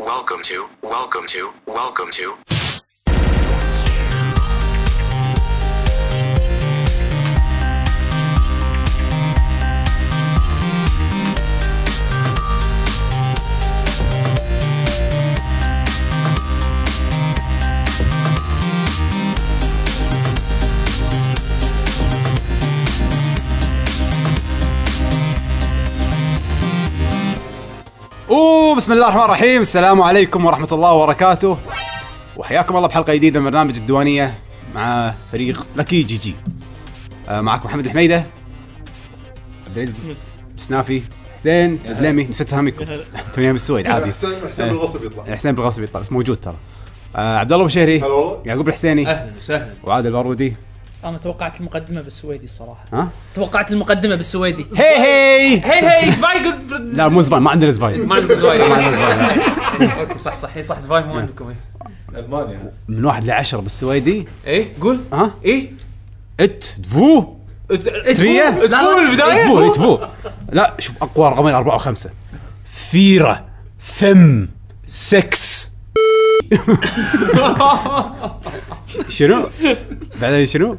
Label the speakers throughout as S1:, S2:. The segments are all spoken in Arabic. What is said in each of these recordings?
S1: Welcome to, welcome to, welcome to.
S2: اوه بسم الله الرحمن الرحيم السلام عليكم ورحمه الله وبركاته وحياكم الله بحلقه جديده من برنامج الديوانيه مع فريق لكي جي جي آه، معكم محمد الحميده عبد العزيز سنافي حسين بدليمي نسيت اساميكم توني أيام السويد عادي
S3: حسين حسين الغصب يطلع
S2: حسين بالغصب يطلع بس موجود ترى آه، عبد الله بشهري
S3: هلا والله
S2: يعقوب الحسيني
S4: اهلا وسهلا
S2: وعادل البارودي
S5: انا توقعت المقدمه بالسويدي الصراحه
S2: ها
S5: توقعت المقدمه بالسويدي
S2: هي هي
S4: هي هي سباي قلت-
S2: لا مو زباين ما عندنا زباين
S4: ما عندكم سباي
S2: ما عندنا زباين
S4: اوكي صح صح هي صح سباي مو عندكم إيه.
S2: من واحد لعشرة بالسويدي
S4: ايه قول
S2: ها
S4: ايه
S2: ات دفو تفيه؟
S4: تفيه
S2: لا،
S4: تقول البدايه
S2: يتفو يتفو إيه، لا شوف اقوى رقمين اربعه وخمسه فيره فم سكس شنو؟ بعدين شنو؟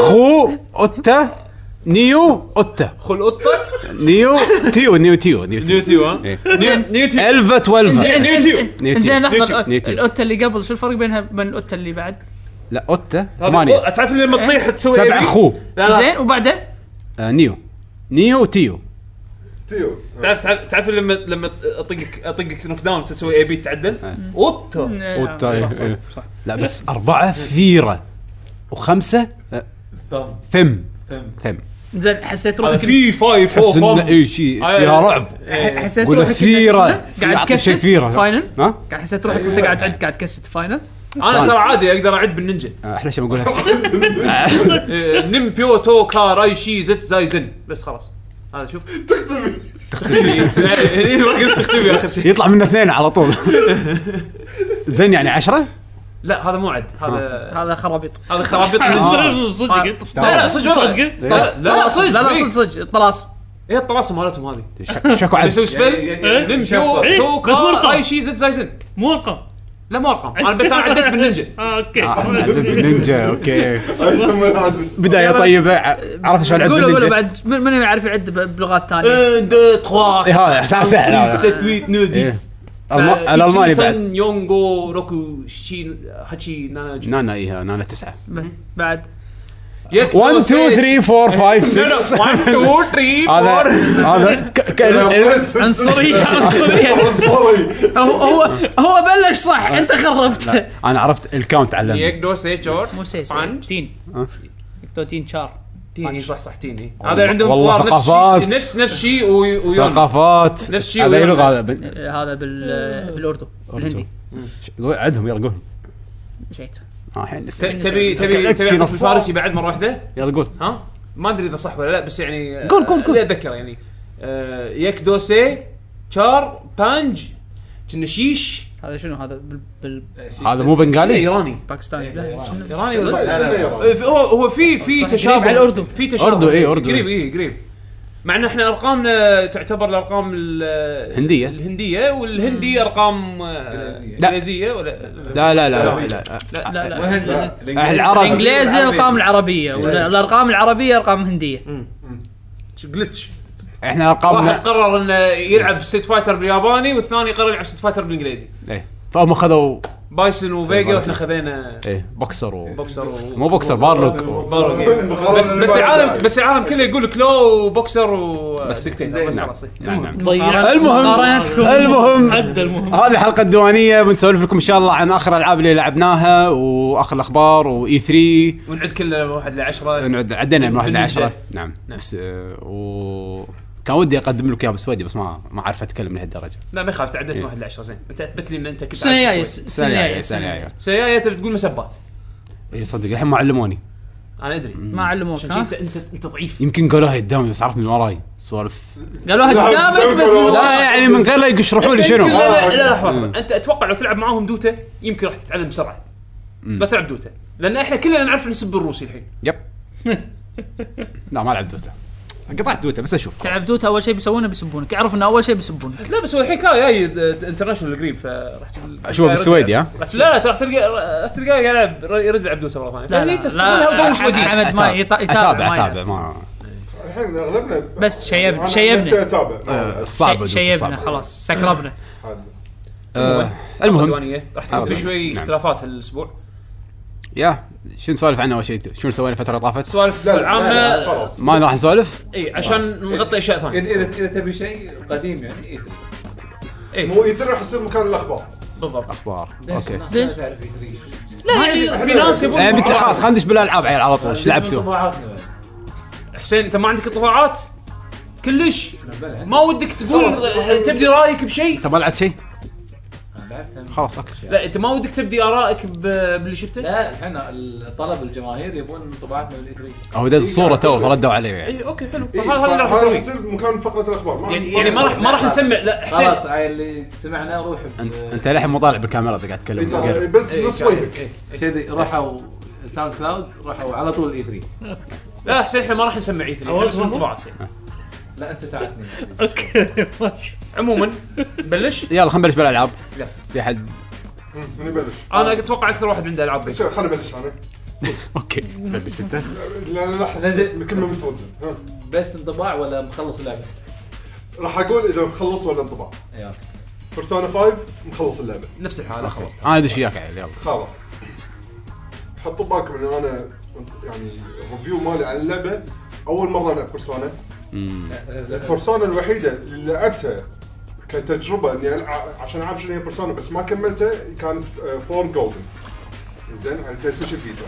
S2: خو اوتا نيو اوتا
S4: خل قطه
S2: نيو تيو نيو تيو نيو تيو
S4: نيوتيو ها
S2: إيه.
S4: نيو- نيوتيو
S2: الفا 12
S5: انزين
S4: نيوتيو.
S5: انزين إنزين، لحظه
S2: نيوتيو.
S5: الاوتا اللي قبل شو الفرق بينها وبين الاوتا اللي بعد
S2: لا اوتا
S4: هذا-
S2: ثمانيه
S4: تعرف لما تطيح تسوي
S2: سبعه
S4: AB؟
S2: خو
S4: لا لا
S5: إيه. زين وبعده
S2: آه، نيو نيو تيو
S3: تيو
S4: تعرف تعرف تعرف لما لما اطقك اطقك نوك داون تسوي اي بي تعدل
S2: إيه.
S4: قطه
S2: اوتا
S5: آه،
S2: إيه. لا بس اربعه فيره وخمسه آه، ثم ثم
S5: زين حسيت
S4: هذا
S5: روحك
S4: في فاي
S2: تحس
S4: فور
S2: انه اي شيء
S5: إيه،
S4: آه.
S2: فيها رعب
S5: ح- حسيت
S2: ولا
S5: روحك إنك
S2: فيره
S5: شنو؟
S2: في-
S5: قاعد
S2: أعطي
S5: تكست
S2: شيء فيره
S5: فاينل
S2: ها
S5: قاعد حسيت روحك وانت قاعد تعد قاعد تكست فاينل
S4: انا ترى عادي اقدر اعد بالنينجا
S2: آه، احلى شيء بقولها
S4: إيه، نم بيو تو كاراي شي زت زاي زن بس خلاص هذا شوف تختبي تختبي ما قلت تختبي اخر شيء
S2: يطلع منه اثنين على طول زين يعني عشرة؟
S4: لا هذا مو عد هذا
S5: هذا خرابيط
S4: هذا خرابيط
S6: آه.
S4: النينجا
S6: صدق انت
S5: لا لا صدق والله.
S6: صدق
S4: لا لا
S5: لا صدق لا لا
S4: إيه.
S5: صدق صدق طلاس
S4: هي إيه، الطلاسم مالتهم هذه
S2: شك- شكو عد
S4: يسوي سبيل نم بيو
S6: إيه،
S4: تو
S6: بس مو
S4: كاراي
S6: أرقام.
S4: اي شي زت زاي زن
S6: مو ارقام
S4: لا مو ارقام انا بس انا عديت بالنينجا
S6: آه، اوكي
S2: آه، عد بالنينجا اوكي
S3: اسمه عاد
S2: بداية طيبة ع- عرفت شلون عد
S5: قولوا قولوا
S2: بالنينجا
S5: بعد من من يعرف يعد ب- بلغات ثانيه
S4: 1 2 3
S2: إيه، هذا سهل سهل هذا. إيه.
S4: 7 8 9 10
S5: آه،
S4: آه،
S2: الم- الالماني بعد
S4: يونغو روكو شين هاتشي نانا
S2: نانا ايها نانا تسعة
S5: ب- بعد
S2: 1 2 3 4 5 6
S4: 1 2 3
S2: هذا
S4: 4
S2: هذا ك- ك-
S5: عنصريه عنصريه
S3: عنصري
S5: هو هو هو بلش صح انت خربته
S2: انا عرفت الكاونت علمني
S4: يك دو سي تشور
S5: مو سيس
S4: عن-
S5: تين يكتو تين شار
S4: تيني صح صح تيني هذا عندهم
S2: والله
S4: طوار نفس
S2: ثقافات.
S4: الشيء نفس نفس الشيء وي- ويون
S2: ثقافات
S4: نفس الشيء
S2: هذا أي
S4: ويانا.
S2: لغة هذا بن-
S5: آه، هذا بال بالاردو بالهندي
S2: قول- عدهم يلا قول
S5: نسيت
S2: آه، الحين نسمع.
S4: تبي
S2: أكشن
S4: تبي تبي أعرف
S2: نصاب.
S4: الفارسي بعد مره واحده
S2: يلا قول
S4: ها ما ادري اذا صح ولا لا بس يعني
S2: قول- قول- قول.
S4: اللي اتذكر يعني آه، يك دو سي تشار بانج كنا شيش
S5: هذا شنو هذا بال- بال-
S2: هذا مو بنغالي
S4: ايراني
S5: بالباكستاني
S2: إيه،
S5: لا، شنو؟
S4: ايراني ولا
S5: صدق؟
S4: آه، هو هو في في
S5: صح،
S4: تشابه
S5: قريب على الأردن.
S4: في تشابه
S2: أردو، إيه، أردو.
S4: قريب اي قريب مع ان احنا ارقامنا تعتبر الارقام ال-
S2: هندية.
S4: الهنديه والهندي ارقام آه،
S2: لا.
S4: انجليزيه ولا
S2: لا لا لا لا لا
S4: لا
S5: لا لا
S2: أهل العرب
S5: الانجليزي الارقام العربيه
S2: إيه.
S5: والارقام العربيه ارقام هنديه
S4: جلتش
S2: احنا
S4: واحد
S2: ارقامنا
S4: قرر انه يلعب ست فايتر بالياباني والثاني قرر يلعب ست فايتر بالانجليزي
S2: ايه فهم خذوا
S4: بايسون وفيجا
S2: إيه،
S4: واحنا خذينا
S2: ايه بوكسر و
S4: بوكسر و...
S2: مو بوكسر بارلوك و-
S4: بارلوك إيه. بس بس العالم بس العالم كله يقول لك لو وبوكسر ودكتاتور بس خلاص إيه.
S2: نعم، نعم.
S6: ضيعت
S2: المهم
S5: طيب. مقارنتكم.
S2: المهم
S6: حد المهم
S2: هذه حلقه الديوانيه بنسولف لكم ان شاء الله عن اخر الالعاب اللي لعبناها واخر الاخبار واي 3
S4: ونعد كلنا من واحد لعشرة
S2: E نعد- عدينا من واحد ل
S4: بالنسبة.
S2: 10 نعم بس آه، و كان ودي اقدم لكم اياها بالسويدي بس ما ما اعرف اتكلم لهالدرجه
S4: لا ما يخاف
S2: إيه.
S4: تعديت من واحد لعشرة زين انت اثبت لي ان انت كنت
S5: السنه
S4: عارف
S5: الجايه
S4: تسوي.
S5: السنه الجايه السنة الجاية.
S4: سيايا انت بتقول مسبات
S2: اي إيه، صدق الحين ما علموني
S4: انا ادري
S5: ما علموك
S4: عشان شي
S5: ها
S4: انت انت انت ضعيف
S2: يمكن قالوها قدامي بس عرفت من وراي سوالف
S5: قالوها قدامك بس إيه. مو
S2: لا يعني من غير لا يشرحوا لي
S4: يمكن
S2: شنو آه.
S4: لا لا لا لحظة انت اتوقع لو تلعب معاهم دوتا يمكن راح تتعلم بسرعة لا تلعب دوتا لان احنا كلنا نعرف نسب الروسي الحين
S2: يب لا ما لعبت دوتا قطعت دوتا بس اشوف
S5: تلعب دوتا اول شيء بيسوونه بيسبونك اعرف انه اول شيء بيسبونك
S4: لا بس هو الحين كان جاي انترناشونال قريب فراح
S2: اشوفه بالسويدي ها
S4: راح لا لا راح تلقى راح تلقاه قاعد يلعب يرد يلعب دوتا مره ثانيه
S5: لا،
S4: فهني
S5: لا،
S4: تستغلها
S5: لا،
S4: وتوش
S5: لا،
S4: ودي
S5: حمد ما يط-
S2: اتابع
S5: يتابع ما
S2: اتابع ما
S3: الحين اغلبنا
S5: بس شيب-
S3: أنا
S5: شيبنا.
S3: نفسي اتابع
S2: صعبه دوتا،
S5: شيبنا
S2: صعبة.
S5: خلاص سكربنا
S3: عاد.
S2: آه، المهم
S4: الديوانية. راح تكون في
S2: أبداً.
S4: شوي
S2: نعم.
S4: اختلافات هالاسبوع
S2: يا شو نسولف عنه اول شيء شو سوينا الفتره طافت
S4: سوالف
S3: لا، لا، لا،
S4: عامه
S3: خلاص
S2: ما راح نسولف
S4: اي عشان نغطي اشياء
S6: اذا
S4: ثانيه
S6: اذا إذا تبي شيء قديم يعني إيه.
S4: اي
S3: مو يثر راح يصير مكان الاخبار
S4: بالضبط
S2: اخبار اوكي
S6: الناس
S5: ليش؟
S6: ما تعرف يدري.
S5: لا يعني
S4: في ناس يبون
S2: آه، إيه، بنت خلاص خلينا ندش بالالعاب عيل على طول ايش لعبتوا؟
S6: طباعاتنا.
S4: حسين انت ما عندك طباعات؟ كلش
S6: بلى.
S4: ما ودك تقول تبدي رايك بشيء؟
S2: انت ما لعبت شيء؟
S6: أنا لعبتها
S2: خلاص اوكي
S4: لا انت ما ودك تبدي ارائك ب- باللي شفته؟
S6: لا الحين الطلب الجماهير يبون طباعتنا من ادري
S2: هو دز الصوره تو فردوا عليه يعني
S4: اي اوكي حلو
S3: إيه،
S4: هذا هذا اللي راح
S3: فهذا
S4: نسويه
S3: يصير مكان فقره الاخبار ما-
S4: يعني يعني ما راح ما راح نسمع لا حسين
S6: خلاص عيل اللي سمعنا روح ب-
S2: انت انت للحين مو طالع بالكاميرا إذا قاعد تتكلم
S3: إيه،
S2: قرب.
S3: بس
S4: إيه،
S3: نص
S4: كان-
S3: وجهك
S4: إيه.
S6: كذي راحوا ساوند كلاود راحوا على طول E اي 3
S4: لا حسين احنا ما راح نسمع اي 3
S5: أول
S4: بس من طباعات
S6: لا انت ساعدتني يا عزيز.
S5: اوكي ماشي
S4: عموما بلش
S2: يلا خلينا نبلش بالالعاب
S4: لا.
S2: في حد
S3: مم، من يبلش
S4: انا
S6: آه.
S4: اتوقع اكثر واحد عنده العاب بيت
S3: شو، خليني ابلش انا
S2: اوكي تبلش انت
S3: لا لا لا
S6: نزل.
S3: الكلمه متردد ها.
S6: بس انطباع ولا مخلص اللعبه؟
S3: راح اقول اذا مخلص ولا انطباع
S6: اي اوكي
S3: بيرسونا 5 مخلص اللعبه
S4: أيوة. نفس الحاله خلاص
S2: انا ادش وياك عيل يلا
S3: خلاص حطوا بالكم ان انا يعني الريفيو مالي على اللعبه اول مره العب بيرسونا
S6: أه،
S3: البيرسونا الوحيده اللي لعبتها كتجربه اني ألعب عشان اعرف شنو هي بيرسونا بس ما كملتها كانت آه، فور جولدن زين على البلاي ستيشن فيتا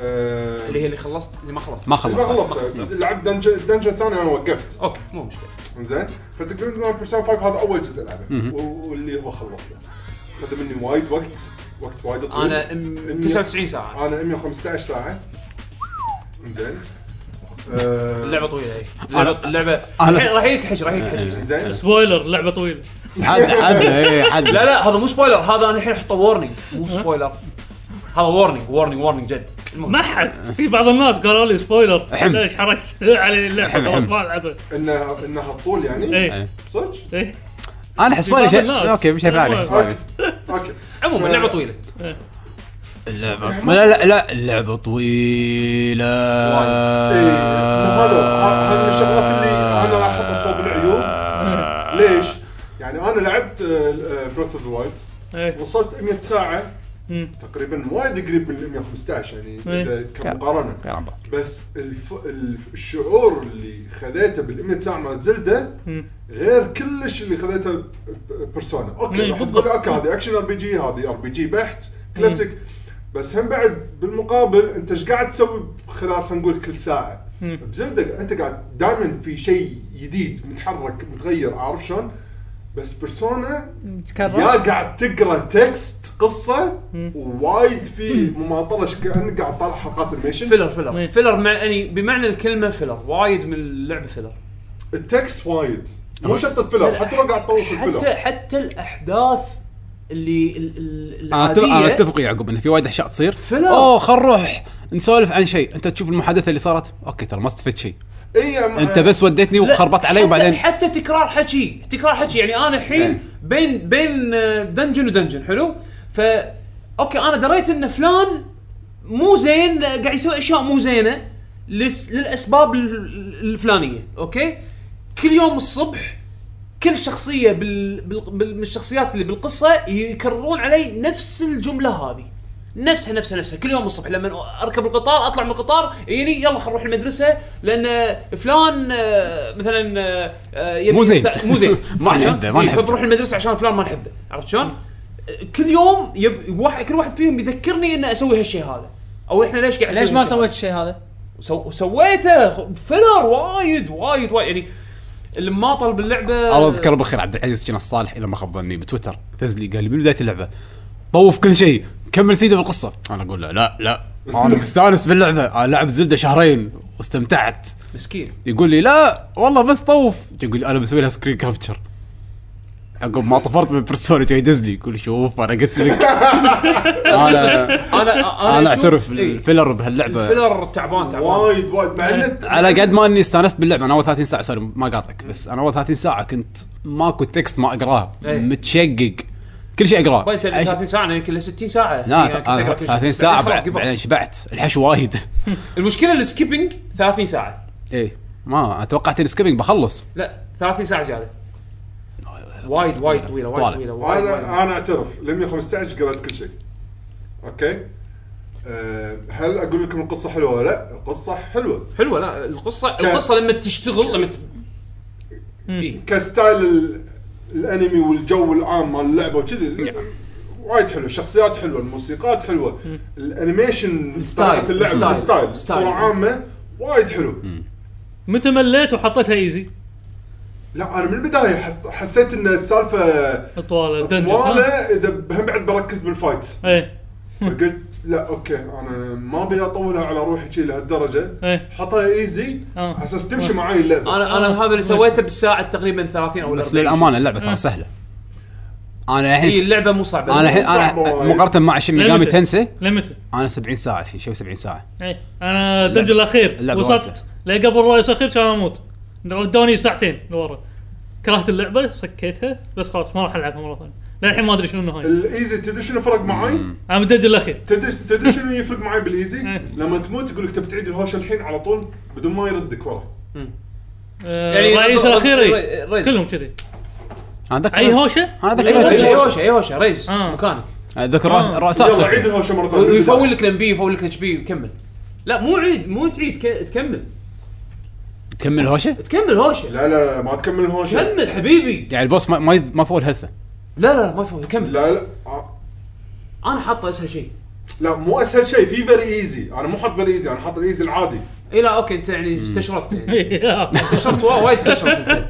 S3: آه،
S4: اللي هي اللي خلصت اللي ما خلصت
S2: ما
S3: ما
S2: خلص
S3: خلصت لعبت دنجن دنجن ثاني انا وقفت
S4: اوكي مو مشكله
S3: زين فتقريبا إن أنا بيرسونا 5 هذا اول جزء العبه و- واللي هو خلصته خذ مني وايد وقت وقت وايد طويل
S4: انا أم-
S3: إني-
S4: 99 ساعه
S3: انا 115 ساعه زين آه،
S4: اللعبه طويله اي اللعبه اللعبه
S2: أنا-
S4: الحين راح يكحش راح يكحش
S3: زين
S5: سبويلر لعبه طويله
S2: حد حد اي حد
S4: لا لا هذا مو سبويلر هذا انا الحين احطه وورنينج مو سبويلر هذا وورنينج وورنينج وورنينج جد المهم
S7: ما حد في بعض الناس قالوا لي سبويلر
S2: حم.
S7: ليش حركت علي اللعبه
S2: حم، حم.
S7: ما إيه. العبها
S3: انها انها الطول يعني
S6: إيه.
S7: اي
S3: صدق؟
S7: إي.
S2: انا حسبالي
S7: في بعض
S2: شيء
S7: الناس.
S2: اوكي مش فعلي
S7: والله.
S2: حسبالي
S3: اوكي
S4: عموما اللعبه طويله
S2: اللعبه لا لا لا اللعبه طويله
S3: إيه، هذا هذا من الشغلات اللي انا راح احطها صوب العيوب ليش؟ يعني انا لعبت آه، بروث اوف وايلد
S7: إي.
S3: وصلت 100 ساعه
S7: مم.
S3: تقريبا وايد قريب من ال 115 يعني اذا كمقارنه
S2: كرامبا.
S3: بس الف... الف- الشعور اللي خذيته بال 100 ساعه مال زلده غير كلش اللي خذيته ب- ب- بيرسونا اوكي
S7: مم.
S3: راح تقول اوكي هذه اكشن ار بي جي هذه ار بي جي بحت كلاسيك بس هم بعد بالمقابل انت ايش قاعد تسوي خلال خلينا نقول كل ساعه بزلده انت قاعد دائما في شيء جديد متحرك متغير عارف شلون بس بيرسونا يا
S5: متكرر
S3: قاعد تقرا تكست قصه وايد في مماطله ش- كانك قاعد طالع حلقات انيميشن
S4: فيلر فيلر
S7: مم.
S4: فيلر مع يعني بمعنى الكلمه فيلر وايد من اللعبه فيلر
S3: التكست وايد مو شرط الفيلر حتى لو قاعد تطول في
S4: حتى
S3: الفيلر
S4: حتى الاحداث اللي ال- ال-
S2: انا أتف- انا
S4: العاديه
S2: اتفق يا يعقوب انه في وايد اشياء تصير
S4: فلا.
S2: اوه خل نروح نسولف عن شيء انت تشوف المحادثه اللي صارت اوكي ترى ما استفدت شيء
S3: اي أم-
S2: انت بس وديتني
S4: لا،
S2: وخربطت علي
S4: حتى-
S2: وبعدين
S4: حتى تكرار حكي تكرار حكي يعني انا
S2: إيه.
S4: الحين بين بين آه، دنجن ودنجن حلو ف اوكي انا دريت ان فلان مو زين لا، قاعد يسوي اشياء مو زينه لس للاسباب ال- ال- الفلانيه اوكي كل يوم الصبح كل شخصيه بال... بال... بال... من الشخصيات اللي بالقصه يكررون علي نفس الجمله هذه نفسها نفسها نفسها كل يوم الصبح لما اركب القطار اطلع من القطار يجيني يلا خلينا نروح المدرسه لان فلان آه، مثلا آه، آه، يبي
S2: مو زين.
S4: يسع- مو زين
S2: ما نحبه، ما
S4: إيه،
S2: نحبه.
S4: فبروح المدرسه عشان فلان ما نحبه عرفت شلون؟ آه، كل يوم يب... واحد كل واحد فيهم يذكرني ان اسوي هالشيء هذا او احنا ليش قاعد
S5: ليش
S4: نسوي
S5: ما
S4: هالشيء
S5: سويت الشيء هذا؟
S4: سو... سويته خ- فيلر وايد وايد وايد يعني الماطل باللعبه
S2: الله يذكره بالخير عبد العزيز كنا الصالح اذا ما خاب ظني بتويتر دز لي قال لي من بدايه اللعبه طوف كل شيء كمل سيده بالقصه انا اقول له لا لا انا مستانس باللعبه انا لعب زلده شهرين واستمتعت
S4: مسكين
S2: يقول لي لا والله بس طوف يقول لي انا بسوي لها سكرين كابتشر عقب ما طفرت من بيرسونا جاي يدز لي يقول شوف انا قلت لك انا
S4: انا
S2: انا
S4: أشوف-
S2: اعترف
S4: إيه،
S2: الفيلر بهاللعبه
S4: الفيلر تعبان تعبان
S3: وايد وايد مع انه
S2: على قد ما اني استانست باللعبه انا اول 30 ساعه سوري ما قاطعك بس انا اول 30 ساعه كنت ماكو تكست ما اقراه
S4: إيه.
S2: متشقق كل شيء اقراه
S4: وين انت
S2: أش-
S4: 30 ساعه انا يمكن 60 ساعه
S2: لا
S4: يعني كنت
S2: أنا
S4: أقرأ كل شيء.
S2: 30
S4: بس
S2: ساعه
S4: بعدين
S2: بعد-
S4: خلاص، give up.
S2: بعدين شبعت الحش وايد
S4: المشكله السكيبنج 30 ساعه
S2: ايه ما أنا توقعت السكيبنج بخلص
S4: لا 30 ساعه زياده وايد وايد طويله وايد
S2: طالع.
S4: طويله وايد وايد.
S3: انا انا اعترف لم 15 قريت كل شيء اوكي أه هل اقول لكم القصه حلوه ولا لا؟ القصه حلوه
S4: حلوه لا القصه القصه لما تشتغل لما ت... إيه.
S3: كستايل ال- الانمي والجو العام مال اللعبه وكذي وايد حلو الشخصيات حلوه الموسيقات حلوه الانيميشن
S4: الستايل،
S3: طريقة اللعب
S4: الستايل،
S3: الستايل
S4: الستايل.
S3: بصوره عامه وايد حلو
S6: متى مليت وحطيتها ايزي
S3: لا انا من البدايه حس- حسيت ان السالفه
S6: طوال الدنجن
S3: وانا
S6: ها؟
S3: اذا هم بعد بركز بالفايت
S6: ايه
S7: إيه.
S3: فقلت لا اوكي انا ما ابي اطولها على روحي شي لهالدرجه
S6: إيه.
S3: حطها ايزي
S6: آه.
S3: على اساس تمشي معاي اللعبه
S4: انا انا هذا اللي سويته بالساعه تقريبا 30 او
S2: بس
S4: 40.
S2: للامانه اللعبه
S4: إيه.
S2: ترى سهله انا
S4: هي
S2: الحين
S4: اللعبه مو صعبه
S2: انا الحين
S3: صعبة
S2: انا
S3: وايد.
S2: مقارنه مع شن ميجامي
S6: ليمتد.
S2: تنسي
S6: ليمتد
S2: انا 70 ساعه الحين شو 70 ساعه
S6: ايه انا الدنجن الاخير
S2: اللعبة
S6: وصلت
S2: واسعة.
S6: لا قبل الرئيس الاخير كان اموت ودوني ساعتين لورا كرهت اللعبه سكيتها بس خلاص ما راح العبها مره ثانيه للحين ما ادري شنو النهايه
S3: الايزي تدري شنو فرق معاي؟
S6: انا بالدنجن الاخير
S3: تدري تدري شنو يفرق معاي بالايزي؟
S6: إيه.
S3: لما تموت يقول لك تبي تعيد الهوشه الحين على طول بدون ما يردك ورا
S6: يعني
S4: يعني
S6: الرئيس
S4: رز-
S6: الاخير
S4: رز-
S6: إيه.
S4: رز-
S6: كلهم كذي
S2: انا اذكر
S6: اي هوشه
S2: انا اذكر
S4: اي هوشه اي
S2: أتذكر-
S4: هوشه اي هوشه ريز
S6: آه.
S4: مكانه
S2: اذكر
S6: آه.
S2: الرؤساء
S3: يلا عيد
S2: صفر
S3: الهوشه مره ثانيه
S4: ويفول لك الام بي يفول لك الاتش بي ويكمل لا مو عيد مو تعيد ك- تكمل
S2: تكمل هوشه
S4: تكمل هوشه
S3: لا لا لا ما تكمل الهوشه
S4: كمل حبيبي
S2: يعني البوس ما ما, يد- ما فوق هلثه
S4: لا لا ما يفول كمل
S3: لا لا آه.
S4: انا حاطه اسهل شيء
S3: لا مو اسهل شيء في فيري ايزي انا مو حاط فيري ايزي انا حاط الايزي العادي
S4: اي لا اوكي انت يعني استشرفت يعني استشرفت وا- وايد استشرفت أنت.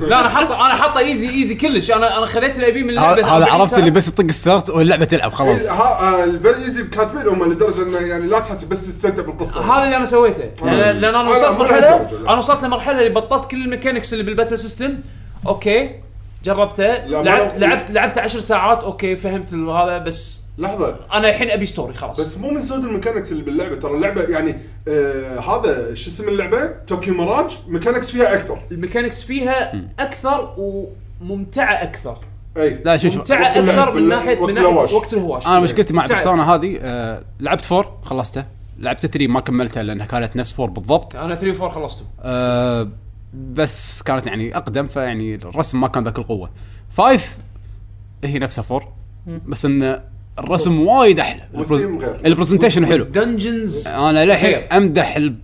S4: لا انا حاطه انا حاطه ايزي ايزي كلش انا انا خذيت الاي بي من اللعبه
S2: هذا هذا
S4: 40
S2: عرفت
S4: ساعة.
S2: اللي بس تطق ستارت واللعبه تلعب خلاص
S3: ها آه، الفيري ايزي كاتبين هم لدرجه انه يعني لا تحت بس تستمتع بالقصه
S4: هذا اللي انا سويته لان لأن انا
S3: لا،
S4: وصلت
S3: مو
S4: مرحله
S3: لهالدرجة، لا.
S4: انا وصلت لمرحله اللي بطلت كل الميكانكس اللي بالباتل سيستم اوكي جربته
S3: لا، ما
S4: لعبت
S3: لا-
S4: لعبت لعبت 10 ساعات اوكي فهمت ال- هذا بس
S3: لحظه
S4: انا الحين ابي ستوري خلاص
S3: بس مو من سود الميكانكس اللي باللعبه ترى اللعبه يعني آه هذا شو اسم اللعبه توكيو ميراج ميكانكس فيها اكثر
S4: الميكانكس فيها اكثر وممتعه اكثر
S3: اي
S2: لا شوف شوف
S4: ممتعه
S3: وقت اللعب
S4: اكثر من
S3: بال-
S4: ناحيه
S3: وقت
S4: من ناحيه
S3: الهواش.
S4: وقت الهواش
S2: انا مشكلتي مع
S4: ممتعة.
S2: بيرسونا هذه آه، لعبت فور خلصته لعبت 3 ما كملتها لانها كانت نفس فور بالضبط
S4: انا 3 و4 خلصته
S2: آه، بس كانت يعني اقدم فيعني الرسم ما كان ذاك القوه فايف هي نفسها فور بس ان الرسم وايد احلى البرز-
S3: والثيم غير.
S2: البرزنتيشن حلو آه،
S4: دنجنز
S2: انا للحين
S4: غير.
S2: امدح ال...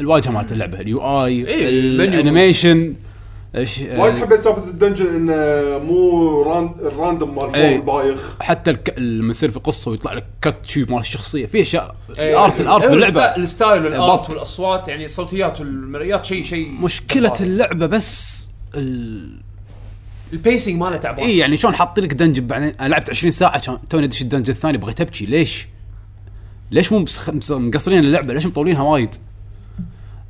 S2: الواجهه مالت اللعبه اليو اي
S4: إيه، المنيو.
S2: الانيميشن إيش-
S3: وايد
S2: آه،
S3: حبيت سالفه الدنجن انه مو راند الراندوم مال فوق
S2: إي.
S3: البايخ
S2: حتى الك... لما يصير في قصه ويطلع لك كت شي مال الشخصيه في اشياء الارت
S4: إيه،
S2: الارت
S4: إيه،
S2: باللعبه
S4: الستا- الستايل والارت
S2: بالضبط.
S4: والاصوات يعني الصوتيات والمرئيات شيء شيء
S2: مشكله
S4: جبار.
S2: اللعبه بس ال...
S4: البيسنج ماله تعبان
S2: اي يعني شلون حاطين لك دنجن بعدين انا لعبت 20 ساعه كان توني ادش الدنجن الثاني بغيت ابكي ليش؟ ليش مو مسخ- مس- مقصرين اللعبه؟ ليش مطولينها وايد؟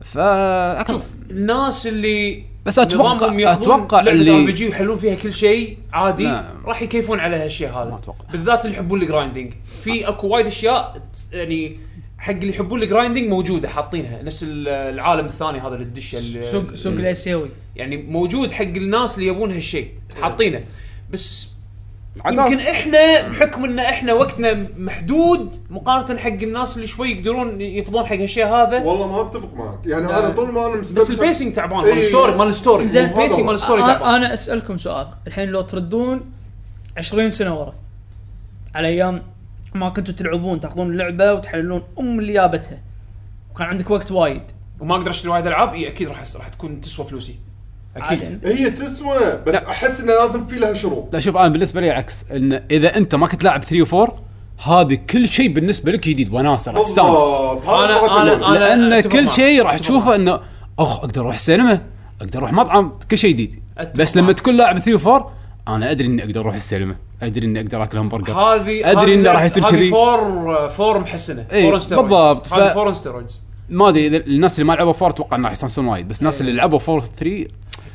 S2: فا
S4: شوف الناس اللي
S2: بس أتوقع-
S4: نظامهم ياخذون
S2: أتوقع
S4: لعبة
S2: اللي-
S4: ار بي جي ويحلون فيها كل شيء عادي
S2: لا.
S4: راح يكيفون على هالشيء هذا
S2: ما أتوقع.
S4: بالذات اللي يحبون الجرايندنج في اكو وايد اشياء تس- يعني حق اللي يحبون الجرايندنج موجوده حاطينها نفس ال- العالم الثاني هذا اللي الدشه ال-
S5: سوق سوق
S2: إيه.
S5: الاسيوي
S4: يعني موجود حق الناس اللي يبون هالشيء حاطينه بس يمكن احنا بحكم ان احنا وقتنا محدود مقارنه حق الناس اللي شوي يقدرون يفضون حق هالشيء هذا
S3: والله ما اتفق معك يعني
S4: لا.
S3: انا طول ما انا مستمتع
S4: بس البيسنج تعبان مال
S3: إيه.
S4: الستوري مال الستوري
S5: زين.
S4: البيسنج مال الستوري
S5: انا
S4: تعبان
S5: أنا اسالكم سؤال الحين لو تردون 20 سنه ورا على ايام ما كنتوا تلعبون تاخذون اللعبه وتحللون ام اللي جابتها وكان عندك وقت وايد
S4: وما اقدر اشتري وايد العاب اي اكيد راح راح تكون تسوى فلوسي اكيد
S5: عادي.
S3: هي تسوى بس
S2: لا.
S3: احس انه لازم في لها شروط
S2: لا شوف انا بالنسبه لي عكس ان اذا انت ما كنت لاعب 3 و4 هذه كل شيء بالنسبه لك جديد وناسه راح تستانس
S3: بالضبط. هذا
S4: أنا-
S3: اللي بغيت
S4: أنا-
S3: أقوله.
S4: أنا-
S2: لان
S4: أتفق
S2: كل
S4: معك.
S2: شيء راح
S4: أتفق
S2: تشوفه انه اخ اقدر اروح سينما اقدر اروح مطعم كل شيء جديد
S4: أتفق
S2: بس لما
S4: معك.
S2: تكون لاعب 3 و4 انا ادري اني اقدر اروح السينما ادري اني اقدر اكل همبرجر
S4: هذه آه،
S2: ادري انه راح يصير
S4: كذي
S2: كذي
S4: فور فور محسنه
S2: إيه،
S4: فور ستيرويدز.
S2: بالضبط. ف-
S4: هذه فور ستيرويدز
S2: ما ادري إذا الناس اللي ما لعبوا 4 اتوقع انه راح يستانسون وايد بس الناس اللي لعبوا 4 3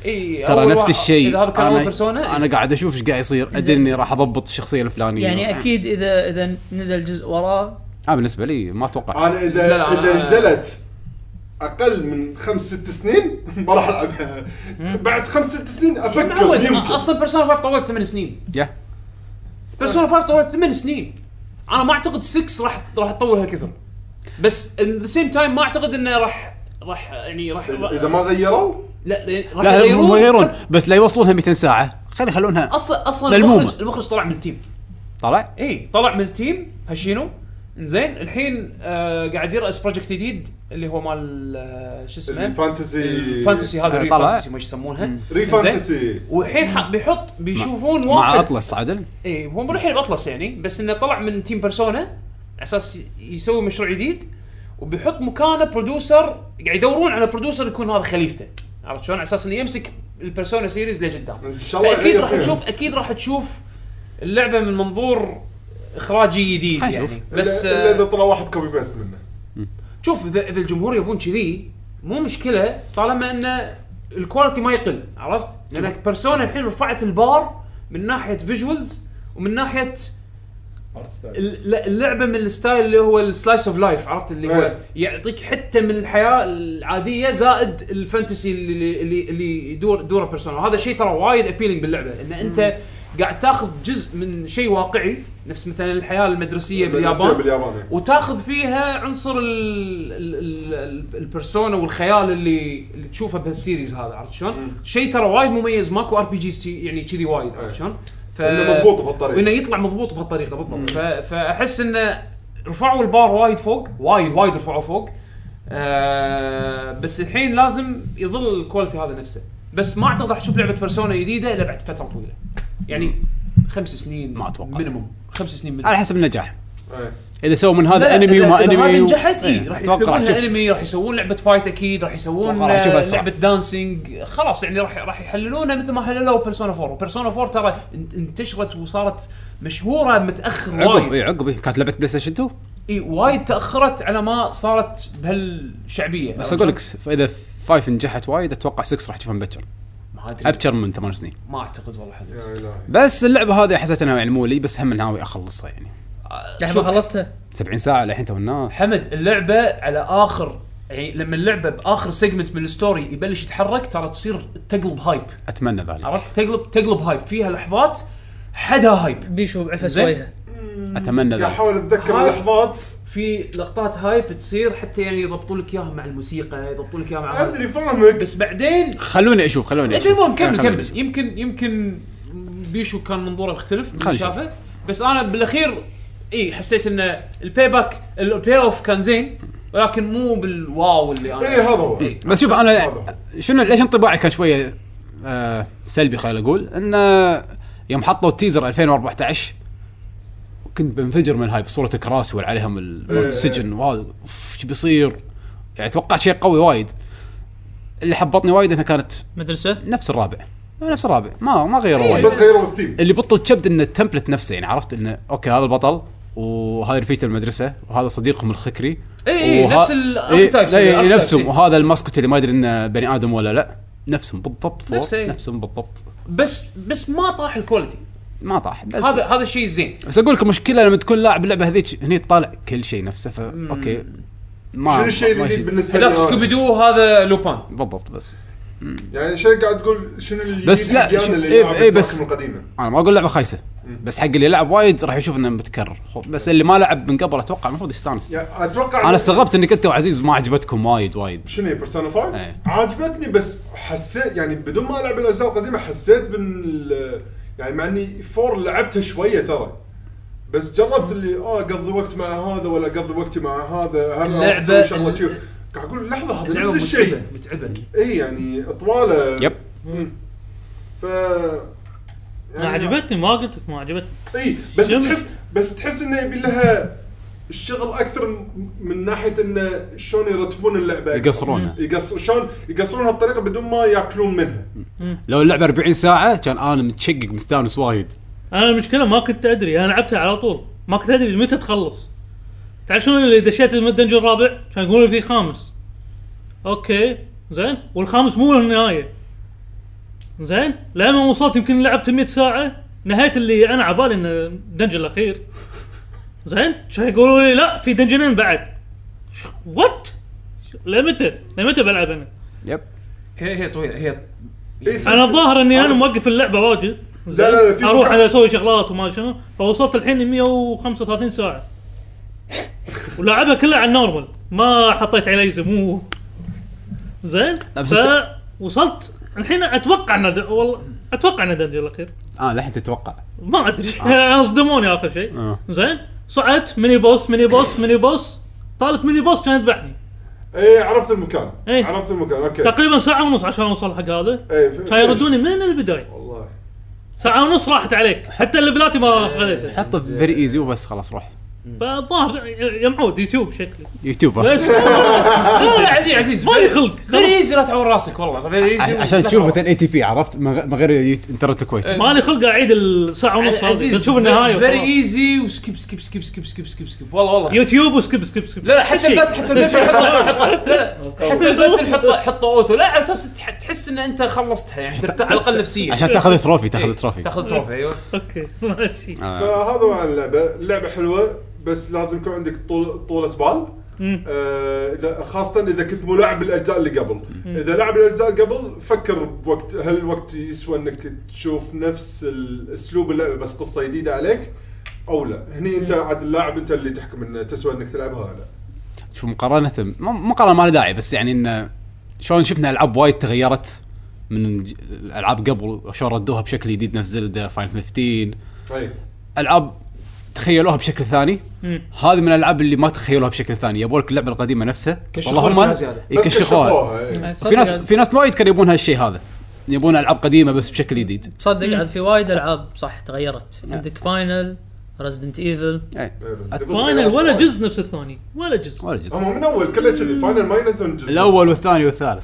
S4: اي
S2: ترى
S4: أول
S2: نفس
S4: واحد-
S2: الشيء
S4: اذا إيه. هذا كان إيه. اول بيرسونا
S2: انا قاعد اشوف ايش قاعد يصير ادري اني راح اضبط الشخصيه الفلانيه
S5: يعني اكيد اذا اذا نزل جزء وراه
S2: اه بالنسبه لي ما اتوقع
S3: انا اذا
S4: لا، لا،
S3: اذا
S4: أنا-
S3: نزلت اقل من خمس ست سنين ما راح العبها بعد خمس ست سنين افكر
S4: معود
S3: يمكن
S4: اصلا بيرسونا 5 طولت ثمان سنين
S2: يا
S4: بيرسونا 5 طولت ثمان سنين انا ما اعتقد 6 راح راح تطول هالكثر بس ان ذا سيم تايم ما اعتقد انه راح راح يعني راح
S3: اذا ما غيروا
S4: لا لا راح
S2: لا هم
S4: يغيرون.
S2: يغيرون بس لا يوصلونها 200 ساعه خلي يخلونها
S4: اصلا اصلا
S2: للمومة.
S4: المخرج المخرج طلع من التيم
S2: طلع
S4: اي إيه، طلع من التيم هاشينو زين الحين آه قاعد يراس بروجكت جديد اللي هو مال آه، شو اسمه
S3: الفانتسي
S4: الفانتسي
S2: آه،
S4: هذا ري
S2: طلع.
S4: فانتسي ما إيش يسمونها
S3: ري
S4: زين؟
S3: فانتسي
S4: والحين ح- بيحط بيشوفون
S2: مع
S4: واحد إيه،
S2: اطلس عدل
S4: اي هو مو الحين اطلس يعني بس انه طلع من تيم بيرسونا على اساس ي- يسوي مشروع جديد وبيحط مكانه برودوسر قاعد يدورون على برودوسر يكون هذا خليفته عرفت شلون على اساس انه يمسك البيرسونا سيريز لقدام
S3: ان شاء الله
S4: فاكيد
S3: يغير
S4: راح
S3: فيها.
S4: تشوف اكيد راح تشوف اللعبه من منظور اخراجي جديد
S2: حنشوف.
S4: يعني
S3: إلا-
S4: بس
S3: الا
S4: آه،
S3: اذا طلع واحد كوبي بيست منه
S4: شوف اذا اذا الجمهور يبون كذي مو مشكله طالما ان الكواليتي ما يقل عرفت؟ لان بيرسونا الحين رفعت البار من ناحيه فيجوالز ومن ناحيه ال- لا، اللعبه من الستايل اللي هو السلايس اوف لايف عرفت اللي هو
S3: إيه.
S4: يعطيك حته من الحياه العاديه زائد الفانتسي اللي اللي, اللي يدور دوره بيرسونا وهذا شيء ترى وايد ابيلينج باللعبه ان انت قاعد تاخذ جزء من شيء واقعي نفس مثلا الحياه المدرسيه باليابان
S3: باليابان
S4: وتاخذ فيها عنصر ال- ال- ال- ال- البرسونا والخيال اللي اللي تشوفه بهالسيريز هذا عرفت شلون؟
S3: مم.
S4: شيء ترى وايد مميز ماكو ار بي جيز يعني كذي وايد عرفت
S3: إيه.
S4: شلون؟ ف...
S3: إنه مضبوط بهالطريقة.
S4: وانه يطلع مضبوط بهالطريقه بالضبط ف... فاحس انه رفعوا البار وايد فوق وايد وايد رفعوا فوق آه بس الحين لازم يظل الكواليتي هذا نفسه بس ما اعتقد راح تشوف لعبه بيرسونا جديده الا بعد فتره طويله يعني خمس سنين
S2: ما أتوقع.
S4: مينيموم خمس سنين minimum.
S2: على حسب النجاح
S3: إيه.
S2: اذا سووا من هذا
S4: لا،
S2: انمي
S4: إذا-
S2: وما
S4: إذا
S2: انمي
S4: هذه
S2: و-
S4: نجحت اي
S2: إيه،
S4: راح
S2: اتوقع
S4: يكتبون
S2: راح
S4: لها
S2: تشوف
S4: انمي راح يسوون لعبه فايت اكيد راح يسوون
S2: أتوقع راح أشوفها
S4: آه،
S2: أسرع.
S4: لعبه دانسينج خلاص يعني راح راح يحللونها مثل ما حللوا بيرسونا 4 وبيرسونا 4 ترى ان- انتشرت وصارت مشهوره متاخر
S2: عقب اي
S4: وايد
S2: عقب إيه. كانت لعبه بلاي ستيشن 2
S4: اي وايد تاخرت على ما صارت بهالشعبيه
S2: بس اقول لك س- اذا 5 نجحت وايد اتوقع 6 راح تشوفها مبكر
S4: ما ادري
S2: ابكر من 8 سنين
S4: ما اعتقد والله حبيبي
S3: يا الهي
S2: بس اللعبه هذه حسيت انها يعني مو لي بس هم ناوي اخلصها يعني
S5: لحظه خلصتها
S2: 70 ساعه للحين تو الناس
S4: آه، حمد اللعبه على اخر يعني لما اللعبه باخر سيجمنت من الستوري يبلش يتحرك ترى تصير تقلب هايب
S2: اتمنى ذلك
S4: عرفت تقلب تقلب هايب فيها لحظات حدها هايب
S5: بيشو بعفس
S4: زين.
S5: وجهه
S2: اتمنى
S3: قاعد
S2: ذلك
S3: احاول اتذكر
S4: هاي.
S3: اللحظات
S4: في لقطات هايب تصير حتى يعني يضبطون لك اياها مع الموسيقى يضبطون لك اياها مع هذا.
S3: ادري فاهمك
S4: بس بعدين
S2: خلوني اشوف خلوني اشوف
S4: المهم إيه، كمل
S2: آه، خلوني
S4: كمل
S2: أشوف.
S4: يمكن يمكن بيشو كان منظوره يختلف من
S2: خلينا
S4: شافه بس انا بالاخير اي حسيت ان الباي باك البلاي اوف كان زين ولكن مو بالواو اللي
S3: اي
S4: انا
S3: هذا إيه، هو
S2: بس شوف انا
S3: هذا
S2: شنو ليش انطباعي كان شويه آه سلبي خلينا اقول انه يوم حطوا التيزر 2014 كنت بنفجر من الهايب صوره الكراسي واللي عليهم ال-
S3: إيه.
S2: السجن وهذا اوف شو بيصير يعني توقعت شيء قوي وايد اللي حبطني وايد انها كانت
S5: مدرسه
S2: نفس الرابع نفس الرابع ما ما غيروا وايد
S3: إيه، بس غيروا الثيم
S2: اللي بطل كبد ان التمبلت نفسه يعني عرفت انه اوكي هذا البطل وهذا رفيقه المدرسه وهذا صديقهم الخكري
S4: إي إي، إيه، نفس ال archetypes،
S2: إي،
S4: ال
S2: إي، نفسهم
S4: archetypes.
S2: وهذا الماسكوت اللي ما ادري انه بني ادم ولا لا نفسهم بالضبط فور
S4: نفسه، إي.
S2: نفسهم بالضبط
S4: بس بس ما طاح الكواليتي
S2: ما طاح بس
S4: هذا هذا الشيء الزين
S2: بس اقول لك المشكله لما تكون لاعب اللعبه هذيك هني تطالع كل شيء نفسه فا اوكي ما
S3: شنو الشيء
S2: ما
S3: الجديد
S2: شيء.
S3: بالنسبه لي
S4: هذاك
S3: أنا؟
S4: سكوبي دو هذا لوبان
S2: بالضبط بس
S3: يعني شنو قاعد تقول شنو الجديد
S2: بس لا،
S3: حقي أنا
S2: شو-
S3: اللي
S2: إيه،
S3: يلعب
S2: إيه، بس-
S3: التراكم القديمه
S2: انا ما اقول لعبه خايسه بس حق اللي لعب وايد راح يشوف انه متكرر بس اللي ما لعب من قبل اتوقع المفروض يستانس
S3: يعني اتوقع
S2: انا استغربت انك انت وعزيز ما عجبتكم وايد وايد
S3: شنو هي بيرسونا 5
S2: إيه.
S3: عجبتني بس حسيت يعني بدون ما العب الاجزاء القديمه حسيت من ال- يعني مع اني 4 لعبتها شويه ترى بس جربت اللي اه اقضي وقت مع هذا ولا اقضي وقتي مع هذا هل راح
S4: اللعبة-
S3: أسوي شغله شي؟ قاعد اقول لحظه هذا
S4: اللعبه
S3: نفس الشيء
S4: متعبه متعبه
S3: اي يعني اطواله
S2: يب
S3: ف يعني
S6: ما عجبتني ما قلت لك ما عجبتني
S3: اي إيه، بس
S6: جميل.
S3: تحس بس تحس انه يبي لها الشغل اكثر من- من ناحيه انه شلون يرتبون اللعبه أكثر.
S2: يقصرونها.
S3: يقصر شلون يقصرون هالطريقه بدون ما ياكلون منها
S2: لو اللعبه 40 ساعه كان انا متشقق مستانس وايد
S6: انا المشكله ما كنت ادري انا لعبتها على طول ما كنت ادري متى تخلص تعرف شنو اللي دشيت الدنجن الرابع كان يقولون في خامس اوكي زين والخامس مو النهايه زين لما وصلت يمكن لعبت 100 ساعه نهايه اللي انا على بالي انه الدنجن الاخير زين شو يقولوا لي لا في دنجنين بعد وات لمتى لمتى بلعب انا
S2: يب
S4: هي هي طويله هي
S3: إيه،
S6: انا الظاهر اني انا موقف اللعبه واجد زين؟
S3: لا، لا، لا، في
S6: اروح
S3: مكان.
S6: انا اسوي شغلات وما شنو فوصلت الحين 135 ساعه ولعبها كلها على النورمال ما حطيت عليه زمو زين
S2: لا، بس أنت-
S6: فوصلت الحين اتوقع ان د- والله اتوقع ان دنجل الاخير
S2: اه لحين تتوقع
S6: ما ادري انا صدموني اخر شيء
S2: آه.
S6: زين صعدت ميني بوس ميني بوس ميني بوس ثالث ميني بوس كان يذبحني
S3: اي عرفت المكان
S6: إيه.
S3: عرفت المكان اوكي
S6: تقريبا ساعه ونص عشان اوصل حق هذا
S3: إيه، ف-
S6: كان يردوني من البدايه
S3: والله
S6: ساعة ونص راحت عليك حتى الليفلاتي
S4: إيه.
S6: ما خذيتها
S2: حطه في فيري ايزي وبس خلاص روح
S6: فالظاهر يا معود يوتيوب شكلي
S2: يوتيوب
S4: إيه.
S6: بس
S4: لا لا عزيز عزيز
S6: مالي خلق
S4: فيري ايزي لا تعور راسك والله فيري ايزي
S2: ع-
S4: لا
S2: عشان تشوف
S4: تعور
S2: مثلا اي تي بي عرفت من غ- من غير يوت- انترنت الكويت
S4: إيه.
S6: مالي خلق اعيد الساعة ونص
S4: راسك.
S6: هذه
S4: عزيز
S6: بشوف النهاية
S4: فيري
S6: وخلاص.
S4: ايزي وسكيب سكيب سكيب سكيب سكيب سكيب سكيب والله والله
S6: يوتيوب وسكيب سكيب سكيب
S4: لا لا حتى البات حتى البات حطه حطه لا حتى البات حطه حطه اوتو لا على اساس تح- تحس ان انت خلصتها يعني ترتاح على الاقل نفسيا
S2: عشان تاخذ تروفي تاخذ
S4: إيه،
S2: تروفي
S4: تاخذ تروفي ايوه
S6: اوكي ماشي
S2: آه.
S3: فهذا هو عن اللعبه اللعبه حلوه بس لازم يكون عندك طول طولة بال آه، إذا- خاصة إذا كنت ملاعب الأجزاء اللي قبل، إذا لعب الأجزاء اللي قبل فكر بوقت هل الوقت يسوى إنك تشوف نفس الأسلوب اللعبة بس قصة جديدة عليك أو لا، هني أنت عاد اللاعب أنت اللي تحكم إنه تسوى إنك تلعبها ولا لا.
S2: شوف مقارنة م- مقارنة ما لها داعي بس يعني انه شلون شفنا العاب وايد تغيرت من ج- الالعاب قبل وشلون ردوها بشكل جديد نفس زلدا فاين 15
S3: أي
S2: العاب تخيلوها بشكل ثاني هذه من الالعاب اللي ما تخيلوها بشكل ثاني يبولك اللعبه القديمه نفسها
S4: كشخوها يعني.
S2: اللهم-
S4: كذا زيادة.
S2: إي،
S3: بس
S2: كشخوها
S3: كشخوها، إيه. إي.
S2: في ناس في ناس وايد كانوا يبون هالشيء هذا يبون العاب قديمه بس بشكل جديد
S5: تصدق عاد في وايد العاب صح تغيرت
S2: نعم.
S5: عندك فاينل ريزدنت ايفل
S2: إيه.
S6: فاينل ولا جزء نفس الثاني ولا جزء
S2: ولا جزء
S3: هم من أول كله كذي فاينل ما ينزلون جزء
S2: الاول والثاني والثالث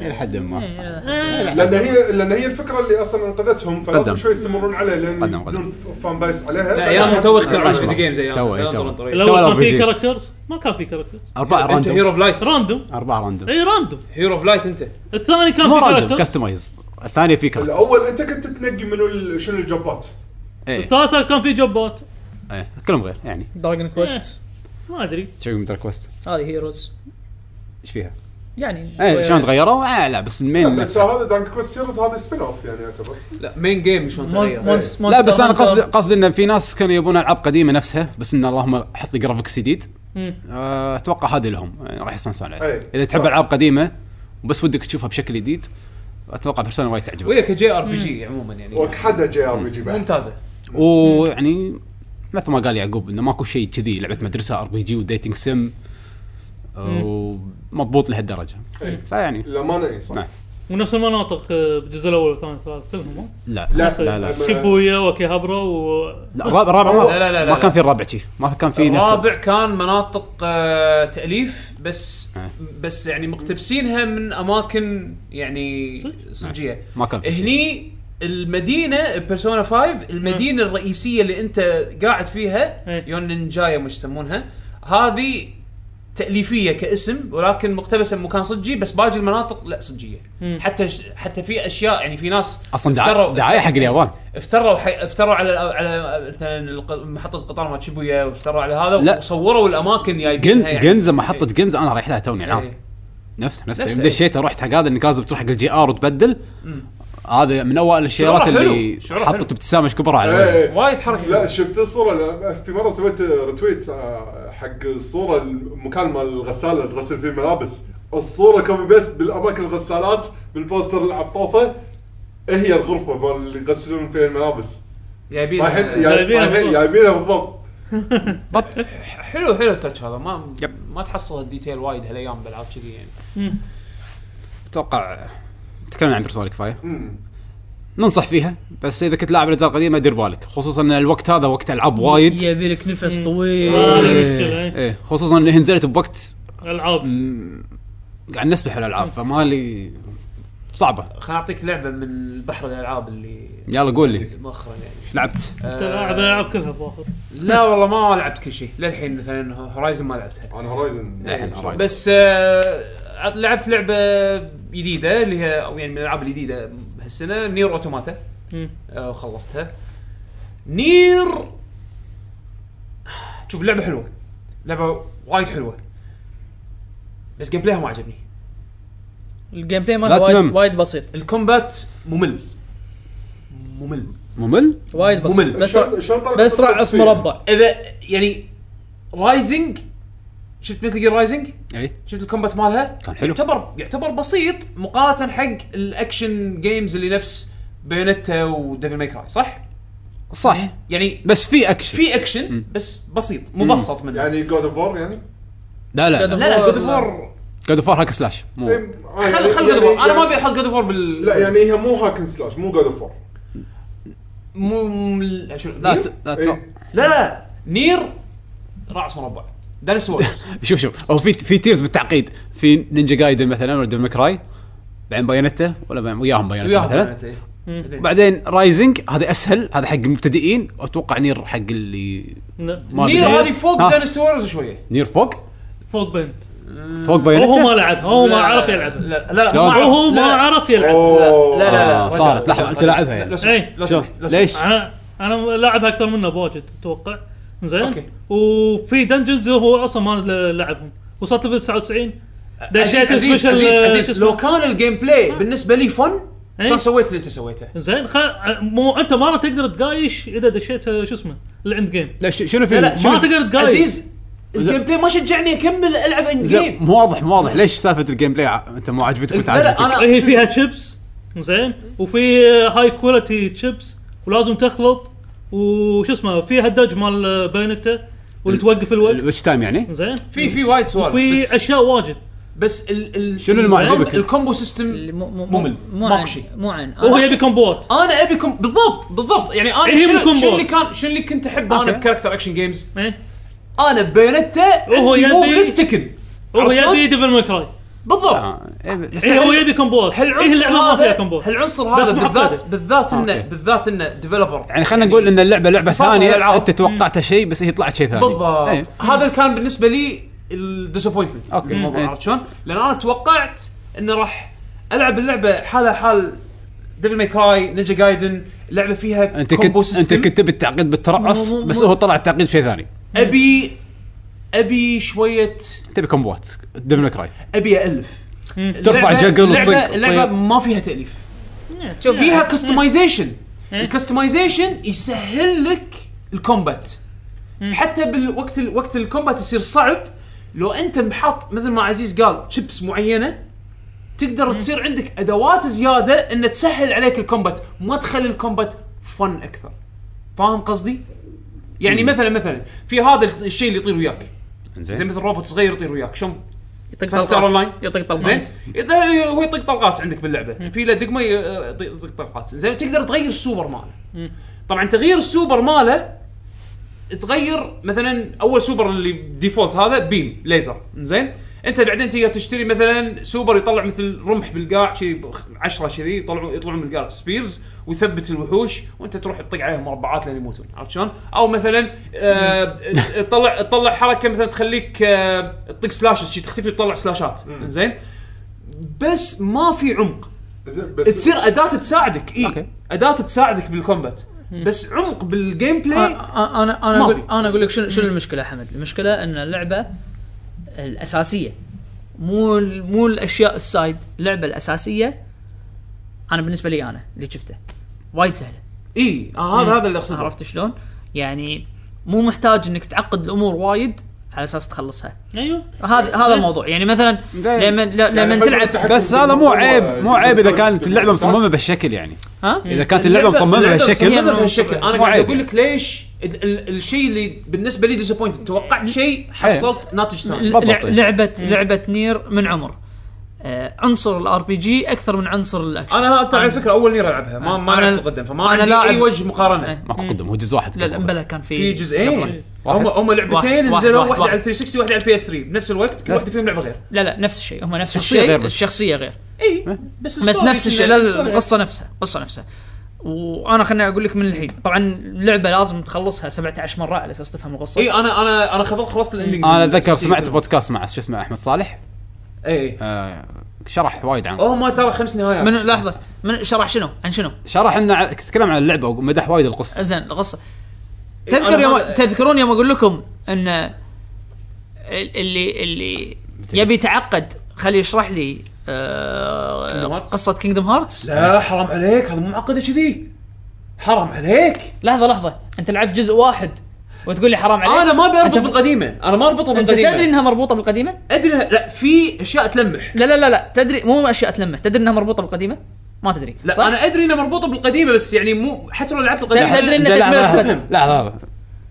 S2: الى حد
S5: إيه.
S2: ما
S6: آه،
S3: لان هي لان هي الفكره اللي اصلا انقذتهم فلازم
S2: قدم.
S3: شوي يستمرون عليها لان
S2: قدم، قدم.
S3: يبنون فان بايس عليها
S4: لا ايامهم تو يخترعون
S2: عشرة.
S4: الفيديو جيمز ايام
S2: تو- تو.
S6: لو
S2: تو
S6: كان في
S2: RPG.
S6: كاركترز ما كان في كاركترز
S2: اربعه
S4: انت
S2: راندوم
S4: هيرو اوف لايت
S6: راندوم
S2: اربعه راندوم
S6: اي راندوم
S4: هيرو اوف لايت انت
S6: الثاني كان
S2: مو
S6: في
S2: راندوم
S6: كاركتر
S2: كستمايز الثانيه في كاركترز
S3: الاول انت كنت تنقي منو ال- شنو الجوبات
S2: ايه
S6: الثالثة كان في جوبات
S2: ايه كلهم غير يعني
S5: دراجون كويست
S6: ما ادري
S2: شو من كويست
S5: هذه هيروز
S2: ايش فيها؟
S5: يعني
S2: ايه
S5: شوية-
S2: شلون تغيروا؟ آه لا بس المين
S3: بس
S2: نفسه
S3: هذا دانك كويست هيروز هذا سبين اوف يعني يعتبر
S4: لا مين جيم شلون
S5: مون-
S4: تغير
S5: مونس-
S2: لا
S5: مونستر
S2: بس انا
S5: هانتر.
S2: قصدي قصدي ان في ناس كانوا يبون العاب قديمه نفسها بس ان اللهم حط جرافيكس جديد
S6: مم.
S2: آه، اتوقع هذه لهم يعني راح يستانسون عليها
S3: إيه،
S2: اذا تحب
S3: صح.
S2: العاب قديمه وبس ودك تشوفها بشكل جديد اتوقع بيرسونا وايد تعجبك
S4: وهي كجي ار بي جي عموما يعني
S3: وكحدها جي ار بي جي بعد
S4: ممتازه
S2: ويعني يعني مثل ما قال يعقوب انه ماكو شيء كذي لعبه مدرسه ار بي جي وديتنج سم آه، ومضبوط لهالدرجه
S3: إيه.
S2: فيعني
S3: للامانه اي صح
S2: نعم.
S6: ونفس المناطق آه، بالجزء الاول والثاني والثالث كلهم ها؟
S2: لا
S3: لا.
S6: طيب.
S2: لا لا
S3: ما-
S6: شيبويا وكيهابرا و
S2: لا الرابع الرابع ما,
S4: لا، لا، لا،
S2: ما
S4: لا.
S2: كان في الرابع شيء ما كان في نفس
S4: الرابع كان مناطق آه، تاليف بس
S2: آه.
S4: بس يعني مقتبسينها من اماكن يعني
S6: آه.
S4: صجيه
S2: ما كان في شيء.
S4: هني المدينه بيرسونا 5 المدينه الرئيسيه اللي انت قاعد فيها
S6: إيه.
S4: يون نينجايا مش يسمونها هذه تاليفيه كاسم ولكن مقتبسه من مكان صجي بس باقي المناطق لا صجيه
S6: مم.
S4: حتى حتى في اشياء يعني في ناس
S2: اصلا دعايه
S4: افتروا-
S2: دعايه حق اليابان
S4: افتروا حي... افتروا على على مثلا الق- محطه القطار مال شيبويا وافتروا على هذا
S2: لا.
S4: وصوروا يعني. الاماكن جايبينها
S2: جنز جنزة محطة جنزة انا رايح لها توني نعم. العام
S4: إيه.
S2: نفس نفس
S4: نفس-
S2: يوم
S4: إيه.
S2: دشيت رحت حق هذا انك لازم تروح حق الجي ار وتبدل هذا من اوائل الشيرات
S4: شعوره حلو،
S2: اللي
S4: شعوره حلو.
S2: حطت ابتسامة إيش كبرى على وجهي.
S3: إيه.
S4: وايد حركة
S3: لا
S4: حلوة.
S3: شفت الصوره لا، في مره سويت رتويت آه، حق الصوره المكان مال الغساله تغسل فيه الملابس الصوره كوبي بيست بالاماكن الغسالات بالبوستر اللي على الطوفه هي الغرفه مال اللي يغسلون فيها الملابس
S4: جايبين
S3: رايحين
S6: جايبينها
S3: رايحين-
S6: بالضبط.
S3: جايبينها بالضبط
S4: حلو حلو التاتش هذا ما
S2: يب.
S4: ما تحصل الديتيل وايد هالايام بالعاب كذي يعني
S2: اتوقع تكلمنا عن بيرسونا كفاية
S3: مم.
S2: ننصح فيها بس اذا كنت لاعب الاجزاء القديمة دير بالك خصوصا ان الوقت هذا وقت العاب وايد
S5: يبي لك نفس طويل
S6: آه، هذه المشكلة،
S2: إيه.
S6: إيه.
S2: إيه. خصوصا انها نزلت بوقت
S6: العاب
S2: قاعد نسبح الالعاب فمالي صعبة
S4: خليني اعطيك لعبه من بحر الالعاب اللي
S2: يلا قول لي
S4: مؤخرا يعني آه،
S2: ايش لعبت؟
S6: انت لاعب الالعاب كلها الظاهر
S4: لا والله ما لعبت كل شيء للحين مثلا هورايزن ما لعبتها
S3: انا هورايزن
S2: الحين Horizon.
S4: بس آه لعبت لعبه جديده اللي هي او يعني من الالعاب الجديده هالسنه نير اوتوماتا
S6: مم.
S4: آه، وخلصتها نير شوف اللعبه حلوه لعبه وايد حلوه بس جيم بلايها ما عجبني
S5: الجيم بلاي
S2: لا
S5: مالها وايد
S2: تنم.
S5: وايد بسيط
S4: الكومبات ممل ممل
S2: ممل؟
S5: وايد بسيط
S4: ممل.
S5: بس
S3: شلون- شلون طلعت
S5: بس رعص
S3: التطبيق؟
S5: مربع
S4: اذا يعني رايزنج شفت مثل جير رايزنج
S2: اي
S4: شفت الكومبات مالها
S2: كان حلو.
S4: يعتبر يعتبر بسيط مقارنه حق الاكشن جيمز اللي نفس بايونيتا وديفل ماي كراي صح
S2: صح
S4: يعني
S2: بس في اكشن
S4: في اكشن بس بسيط مبسط منه
S3: يعني جود اوف وور يعني؟
S2: لا
S5: God
S2: لا
S5: of
S4: لا لا
S5: War-
S4: جود اوف
S2: جود اوف هاك سلاش مو
S4: إيه.
S3: إيه، آه،
S4: خل خل جود اوف انا ما ابي احط جود اوف بال
S3: يعني لا يعني هي مو هاكن سلاش مو جود اوف وور
S4: مو مو- شو
S2: لا
S4: نير؟
S2: ت- لا
S3: إيه.
S2: ت-
S4: لا لا نير راس مربع دايناصور
S2: شوف شوف هو في في تيرز بالتعقيد في نينجا جايدن مثلا ولا ديفل ماكراي بعدين بايونيتا ولا بعدين- وياهم بايونيتا
S4: وياهم
S2: مثلا
S4: كانت، إيه.
S2: بعدين رايزنج هذا اسهل هذا حق المبتدئين واتوقع نير حق اللي
S6: ن-
S2: ما أدري.
S4: نير هذه فوق
S2: ها.
S4: دايناصورز شويه
S2: نير فوق
S6: فوق بنت
S2: فوق
S6: وهو ما
S2: بايونيتا
S6: لعب هو ما
S4: لا،
S6: عرف
S4: لا،
S6: يلعب
S4: لا لا لا ما
S2: شلون؟
S4: عرف-
S6: وهو ما
S4: لا،
S6: عرف يلعب
S3: اوه
S4: لا لا لا
S2: آه، صارت. لحظة، أنت لاعبها يعني.
S4: لا، لو سمحت
S6: إيه.
S4: لو سمحت لو سمحت.
S2: ليش؟
S6: انا انا لاعب اكثر منه بواجد اتوقع زين
S4: أوكي.
S6: اوكي وفي دنجنز هو اصلا ما ل- لعبهم وصلت ليفل 99 دشيت
S4: عزيز-
S6: سبيشل
S4: عزيز- عزيز،
S6: آه، شو اسمه؟
S4: لو كان الجيم بلاي بالنسبه لي فن
S6: إيه.
S4: كان سويت اللي انت سويته
S6: زين خ... مو انت ما راح تقدر تقايش اذا دشيت آه، شو اسمه الاند جيم
S2: لا ش- شنو في
S4: لا لا
S6: ما تقدر تقايش
S4: عزيز الجيم بلاي ما شجعني اكمل العب اند
S2: زين،
S4: جيم
S2: مو واضح مو واضح ليش سالفه الجيم بلاي ع- انت مو عاجبتك وانت
S4: لا، لا،
S2: عاجبتك
S4: أنا-
S6: هي فيها تشيبس زين وفي آه، هاي كواليتي تشيبس ولازم تخلط وشو اسمه في هالدج مال آه، بايونيتا واللي توقف الوقت
S2: الويتش تايم يعني
S6: زين
S4: في في وايد سوالف بس-
S6: وفي اشياء واجد
S4: بس ال ال
S2: شنو اللي ما عجبك؟
S4: الكومبو سيستم
S5: اللي مو- مو-
S4: ممل.
S5: مو
S4: ماكو
S5: عن-
S4: شيء.
S5: مو عن
S6: وهو
S5: أنا-
S6: يبي كومبوات
S4: انا ابيكم بالضبط بالضبط يعني انا
S6: إيه،
S4: شنو,
S6: بالكومبو.
S4: شنو اللي كان شنو اللي كنت احبه انا
S2: أوكي.
S4: بكاركتر اكشن جيمز
S6: إيه.
S4: انا ببيونتا
S6: وهو
S4: عندي
S6: يبي-
S4: موفز تكن
S6: وهو
S4: عرفت شلون؟
S6: يبي ديفل ماكراي
S4: بالضبط
S2: آه، إيه، بس
S6: اي هو يبي كومبوات إيه
S4: هالعنصر
S6: اللعبه ما فيها
S4: هذا
S6: كومبوات
S4: هالعنصر
S6: بس
S4: هذا
S6: معقدة.
S4: بالذات بالذات انه
S2: أوكي.
S4: بالذات انه ديفلوبر
S2: يعني خلينا نقول ان اللعبه لعبه
S4: اختصاصها
S2: ثانيه
S4: الألعاب.
S2: انت توقعت شيء بس هي طلعت شيء ثاني إيه.
S4: بالضبط هذا اللي كان بالنسبه لي الديسابوينتمنت
S2: أوكي.
S4: الموضوع
S2: إيه.
S4: عرفت شلون؟ لان انا توقعت انه راح العب اللعبه حالها حال ديفل ماي كراي نينجا جايدن لعبه فيها
S2: انت
S4: كومبو
S2: كنت انت
S4: سيستم.
S2: كنت بالتعقيد بالترأس
S5: مو- مو-
S2: بس
S5: مو-
S2: هو طلع التعقيد بشيء ثاني
S4: ابي ابي شويه
S2: تبي كومبوات ديفل كراي
S4: ابي الف
S2: ترفع جقل وتطق-
S4: اللعبه, اللعبة
S2: طيب.
S4: ما فيها تاليف
S5: شوف
S4: فيها كستمايزيشن الكستمايزيشن يسهل لك الكومبات حتى بالوقت ال... وقت الكومبات يصير صعب لو انت محط مثل ما عزيز قال شيبس معينه تقدر تصير عندك ادوات زياده ان تسهل عليك الكومبات ما تخلي الكومبات فن اكثر فاهم قصدي؟ يعني مثلا مثلا في هذا الشيء اللي يطير وياك زي
S2: زين
S4: مثل روبوت صغير يطير وياك شلون
S5: يطق
S4: فاز سعر أونلاين.
S5: طلقات يطق
S4: زين
S5: طلقات
S4: إذا هو يطق طلقات عندك باللعبه في له دقمه ي- يطق يطق طلقات زين تقدر تغير السوبر ماله طبعا تغيير السوبر ماله تغير مثلا اول سوبر اللي ديفولت هذا بيم ليزر زين انت بعدين تقدر تشتري مثلا سوبر يطلع مثل رمح بالقاع شي 10 كذي يطلعوا يطلعون من القاع سبيرز ويثبت الوحوش وانت تروح تطق عليهم مربعات لين يموتون عرفت شلون؟ او مثلا آه تطلع تطلع حركه مثلا تخليك آه تطق سلاشز شي تختفي تطلع سلاشات زين بس ما في عمق
S3: زين بس
S4: تصير اداه تساعدك اي
S2: أوكي.
S4: اداه تساعدك بالكومبات بس عمق بالجيم
S5: آه،
S4: بلاي
S5: انا انا انا
S4: ما
S5: اقول
S4: في.
S5: انا اقول لك شنو شنو المشكله حمد المشكله ان اللعبه الاساسيه مو ال- مو الاشياء السايد اللعبه الاساسيه انا بالنسبه لي انا اللي شفته وايد سهله
S4: اي آه هذا هذا اللي اقصده
S5: عرفت شلون يعني مو محتاج انك تعقد الامور وايد على اساس تخلصها
S6: ايوه
S4: إيه.
S5: هذا هذا الموضوع يعني مثلا
S2: زين.
S5: لما لما
S3: يعني خلينا
S5: تلعب
S3: نتحكم
S2: بس
S3: في
S2: هذا مو
S3: الموضوع.
S2: عيب مو عيب اذا كانت اللعبه
S3: بالضبط.
S2: مصممه بهالشكل يعني
S5: ها
S2: اذا كانت اللعبه مصممه
S5: مصممة.
S2: بهالشكل
S4: مصممه بهالشكل انا
S2: مو
S4: قاعد
S5: يعني.
S2: عيب
S4: اقول لك ليش ال- ال- الشيء اللي بالنسبه لي ديسابوينتد توقعت شيء
S5: إيه.
S4: حصلت ناتج ثاني
S2: بالضبط.
S5: لع- لعبه لعبه نير من عمر آه، عنصر الار بي جي اكثر من عنصر الاكشن
S4: انا ترى على فكره اول نير العبها ما ما
S5: أنا-
S4: لعبت قدم فما
S5: أنا
S4: عندي
S5: لاعب-
S4: اي وجه مقارنه
S5: إيه.
S2: ماكو قدم هو جزء واحد
S5: لا لا
S2: قبل بس.
S5: بلا كان في
S4: في
S5: قبل.
S4: جزئين
S2: واحد.
S4: هم هم لعبتين
S5: واحد-
S4: نزلوا
S5: واحد-
S4: واحده
S5: واحد.
S4: على 360 واحده على البي اس 3 بنفس الوقت كل واحده فيهم لعبه غير
S5: لا لا نفس الشيء هم نفس
S2: شخصية
S5: الشيء
S2: غير بس.
S5: الشخصيه غير
S4: اي بس
S5: إيه. بس
S4: الستوري
S5: نفس الشيء لا لا، القصه نفسها القصه نفسها وانا خليني اقول لك من الحين طبعا اللعبه لازم تخلصها 17 مره على اساس تفهم القصه
S4: اي انا
S5: إيه.
S4: انا انا خلصت خلصت الاندنج إيه،
S2: انا اتذكر سمعت بودكاست مع شو اسمه احمد صالح
S4: اي
S2: آه، شرح وايد عن
S4: هم ترى خمس نهايات
S5: من لحظه من شرح شنو عن شنو
S2: شرح لنا ع- تكلم عن اللعبه ومدح وايد القصه
S5: زين القصه تذكر
S4: إيه، أنا
S5: يوم
S4: هذا-
S5: تذكرون يوم اقول لكم ان ال- اللي اللي يبي يتعقد خليه يشرح لي آه،
S4: Kingdom Hearts؟
S5: قصه كينجدم هارتس
S4: لا حرام عليك هذا مو معقده كذي حرام عليك
S5: لحظه لحظه انت لعبت جزء واحد وتقول لي حرام عليك
S4: انا ما بربط
S5: أنت-
S4: بالقديمه انا ما اربطها
S5: انت
S4: بالقديمه
S5: تدري انها مربوطه بالقديمه
S4: ادري لا في اشياء تلمح
S5: لا لا لا لا تدري مو اشياء تلمح تدري انها مربوطه بالقديمه ما تدري
S4: لا
S5: صح؟
S4: انا ادري انها مربوطه بالقديمه بس يعني مو حتى لو لعبت
S5: لا،
S4: القديمه
S5: تدري إن
S2: لا لا
S5: تكملة
S2: لا
S5: تفهم.
S2: لا لا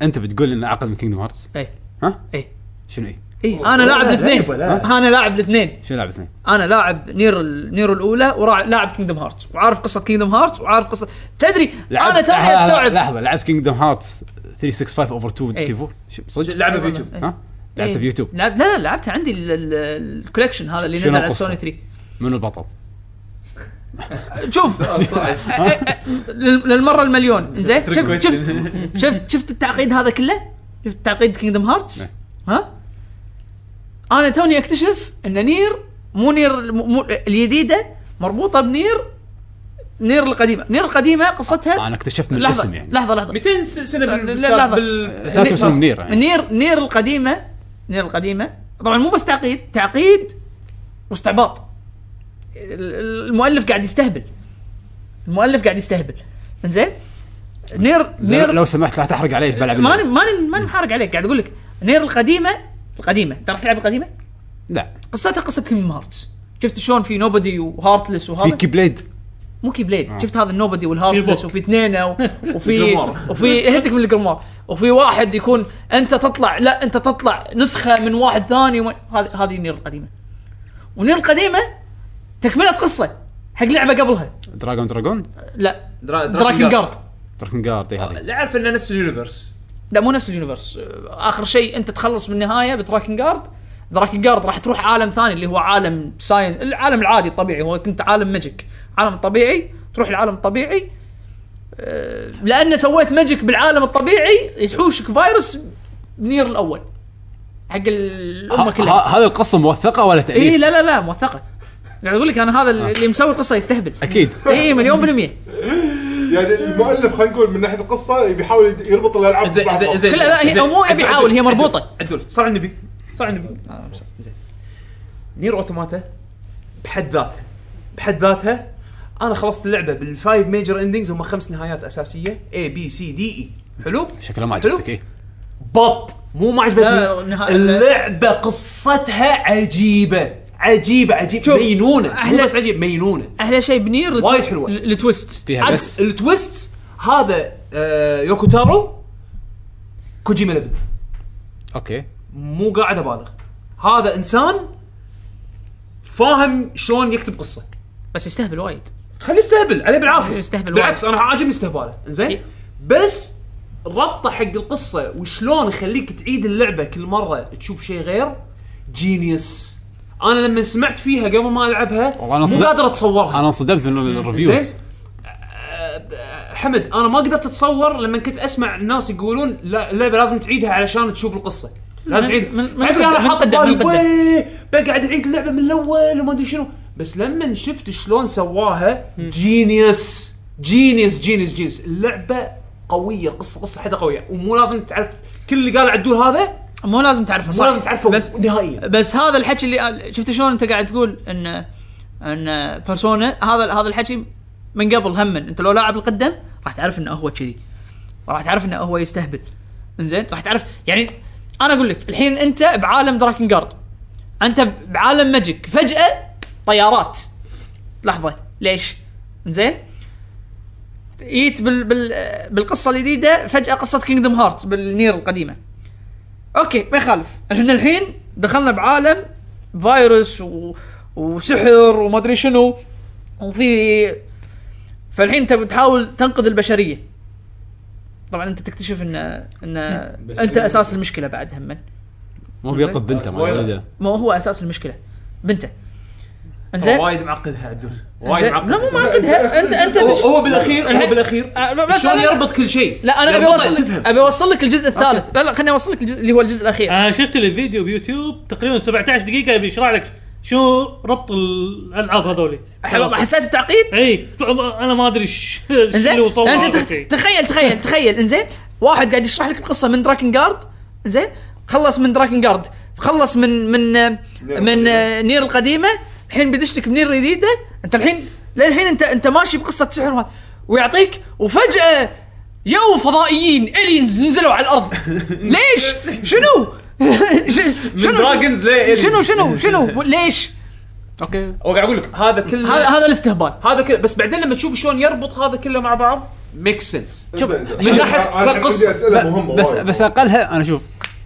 S2: انت بتقول ان اعقد من كينجدم هارتس
S5: ايه
S2: ها
S5: ايه
S2: شنو ايه
S5: اي انا لاعب
S4: لا،
S5: الاثنين
S4: لعبة، لا.
S5: انا لاعب الاثنين
S2: شنو لعبه اثنين
S5: انا لاعب نير ال- نير الاولى ولاعب كينجدم هارتس وعارف قصه كينجدم هارتس وعارف قصه تدري
S2: لعبت-
S5: انا
S2: لحظة-
S5: توني
S2: لحظة-
S5: استوعب
S2: لحظه لعبت كينجدم هارتس 365 اوفر 2
S5: إيه.
S2: تيفو شو- صدق
S4: لعبه بيوتيوب
S5: إيه.
S2: ها لعبتها
S5: إيه.
S2: بيوتيوب
S5: لعب لا لا لعبتها عندي ال- ال- الكوليكشن هذا اللي
S2: شنو
S5: نزل على
S2: القصة؟
S5: سوني 3
S2: منو البطل؟
S5: شوف إيه، لل- للمره المليون زين شفت شفت شفت شفت التعقيد هذا كله شفت تعقيد كينجدم هارتس
S2: إيه.
S5: ها انا توني اكتشف ان نير مو نير مو مو- الجديده مربوطه بنير نير القديمه نير القديمه قصتها
S2: انا اكتشفت من
S5: لحظه
S2: الاسم يعني
S5: لحظه لحظه
S4: 200 سنه بال-
S5: لا، لا، لا.
S4: بال-
S2: لا تمسون منير يعني
S5: نير نير القديمه نير القديمه طبعا مو بس تعقيد تعقيد واستعباط ال- ال- المؤلف قاعد يستهبل المؤلف قاعد يستهبل زين نير
S2: زين،
S5: نير
S2: لو سمحت لا تحرق علي بلعب
S5: ماني
S2: اللعبة.
S5: ماني ماني محارق عليك قاعد اقول لك نير القديمه القديمه ترى تلعب القديمه
S2: لا
S5: قصتها قصه كينجدم هارتس شفت شلون في نوبدي وهارتلس
S2: في
S5: وهذا
S2: كي بليد
S5: مو كي بليد شفت هذا النوبدي والهارتلس
S6: آه. في
S5: وفي اثنين و- وفي
S4: القمار.
S5: وفي هدك من القمار وفي واحد يكون انت تطلع لا انت تطلع نسخه من واحد ثاني وما- هذه هذه نير القديمه ونير القديمه تكمله قصه حق لعبه قبلها
S2: دراجون دراجون
S5: لا
S4: درا-
S5: دراكن جارد
S2: دراجون جارد إيه هذه
S4: لا اعرف انه نفس اليونيفرس
S5: لا مو نفس اليونيفرس اخر شيء انت تخلص من النهايه بدراكن جارد دراكن جارد راح تروح عالم ثاني اللي هو عالم ساين العالم العادي الطبيعي هو كنت عالم ماجيك عالم طبيعي تروح العالم الطبيعي أه، لان سويت ماجيك بالعالم الطبيعي يحوشك فيروس بنير الاول حق الامه
S2: ه-
S5: كلها
S2: ه- هذه القصه موثقه ولا
S4: إيه.
S5: اي
S2: تاليف؟
S5: إيه، لا لا لا موثقه قاعد اقول لك انا هذا اللي مسوي القصه يستهبل
S2: اكيد
S5: اي مليون بالميه
S3: يعني المؤلف خلينا نقول من ناحيه القصه بيحاول يد- يربط الالعاب
S4: زين
S3: ببعض.
S4: زين زين
S5: كلها لا، هي-
S4: زين.
S5: مو يبي
S4: عدول،
S5: يحاول، هي
S4: عدول،
S5: مربوطة. آه،
S4: عدول صار على النبي صار على النبي زين نير اوتوماتا بحد ذاتها بحد ذاتها انا خلصت اللعبه بالفايف ميجر اندنجز هم خمس نهايات اساسيه اي بي سي دي اي E. حلو
S2: شكلها ما
S4: حلو.
S2: عجبتك ايه
S4: بط مو ما عجبتني
S5: لا، لا، نها-
S4: اللعبه قصتها عجيبه عجيبه عجيبه
S5: شوف،
S4: مينونه مو
S5: أحلى-
S4: بس عجيب مينونه
S5: احلى شيء بنير التو-
S4: وايد حلوة.
S5: التويست
S2: فيها
S4: عكس
S2: بس
S4: التويست هذا آه يوكو تارو كوجيما لبن
S2: اوكي
S4: مو قاعد ابالغ هذا انسان فاهم شلون يكتب قصه
S5: بس يستهبل وايد
S4: خليه يستهبل عليه بالعافيه
S5: يستهبل
S4: بالعكس انا عاجبني استهباله انزين
S5: إيه.
S4: بس ربطه حق القصه وشلون يخليك تعيد اللعبه كل مره تشوف شيء غير جينيوس انا لما سمعت فيها قبل ما العبها
S2: والله أنا
S4: مو
S2: صدق-
S4: قادر اتصورها
S2: انا انصدمت من الريفيوز
S4: زين؟ آه، حمد انا ما قدرت اتصور لما كنت اسمع الناس يقولون لا اللعبه لازم تعيدها علشان تشوف القصه لازم تعيد
S5: من- من-
S4: تعرف
S5: من-
S4: انا
S5: من
S4: حاط
S5: قدم-
S4: بالي
S5: من قدم.
S4: ويه، بقعد اعيد اللعبه من الاول وما ادري شنو بس لما شفت شلون سواها جينيوس جينيوس جينيوس جينيوس اللعبه قويه قصه قصه حتى قويه ومو لازم تعرف كل اللي قال عدول هذا
S5: مو لازم تعرفه صح
S4: مو لازم تعرفه
S5: بس
S4: نهائيا
S5: بس هذا الحكي اللي قال- شفت شلون انت قاعد تقول ان ان بيرسونا هذا هذا الحكي من قبل هم انت لو لاعب القدم راح تعرف انه هو كذي وراح تعرف انه هو يستهبل انزين راح تعرف يعني انا اقول لك الحين انت بعالم دراكن جارد انت ب- بعالم ماجيك فجاه طيارات لحظه ليش انزين جيت بال بال بالقصه الجديده فجاه قصه كينجدم هارت بالنير القديمه اوكي ما يخالف احنا الحين دخلنا بعالم فيروس و... وسحر وما ادري شنو وفي فالحين انت بتحاول تنقذ البشريه طبعا انت تكتشف ان ان انت اساس المشكله بعد هم
S2: مو بينقذ بنته مع ولده
S5: ما هو اساس المشكله بنته انزين
S4: وايد معقدها عدول وايد
S5: إنزين؟ لا
S4: معقدها
S5: مو معقدها انت انت
S4: هو- هو بالاخير هو
S5: الحين-
S4: بالاخير
S5: آه، لا، بس
S4: شلون
S5: أنا-
S4: يربط كل شيء
S5: لا انا ابي
S4: يربطه،
S5: اوصل
S4: تفهم. آه،
S5: لك ابي اوصل لك الجزء
S6: آه،
S5: الثالث لا لا خليني اوصل لك الجزء اللي هو الجزء الاخير
S6: انا شفت الفيديو بيوتيوب تقريبا 17 دقيقه بيشرح لك شو ربط الالعاب هذولي
S5: حلو، حسيت التعقيد؟
S6: اي انا ما ادري ش- شو اللي
S5: انزين
S6: وصل
S5: انت تخ- تخيل تخيل تخيل انزين واحد قاعد يشرح لك القصه من دراكن جارد زين خلص من دراكن جارد خلص من من من آه، نير القديمه الحين بيدش لك بنير الجديده انت الحين للحين انت انت ماشي بقصه سحر وهذا. ويعطيك وفجاه يو فضائيين الينز نزلوا على الارض ليش؟ شنو؟ ش-
S4: من دراجونز ليه
S5: شنو شنو شنو ليش؟ اوكي
S4: وقاعد اقول لك هذا
S5: هذا
S4: كله
S5: هذا الاستهبال
S4: هذا كله بس بعدين لما تشوف شلون يربط هذا كله مع بعض ميك سنس
S3: شوف
S4: من ناحية كقصة.
S3: اسئله مهمه
S2: بس
S3: وايد.
S2: بس اقلها انا اشوف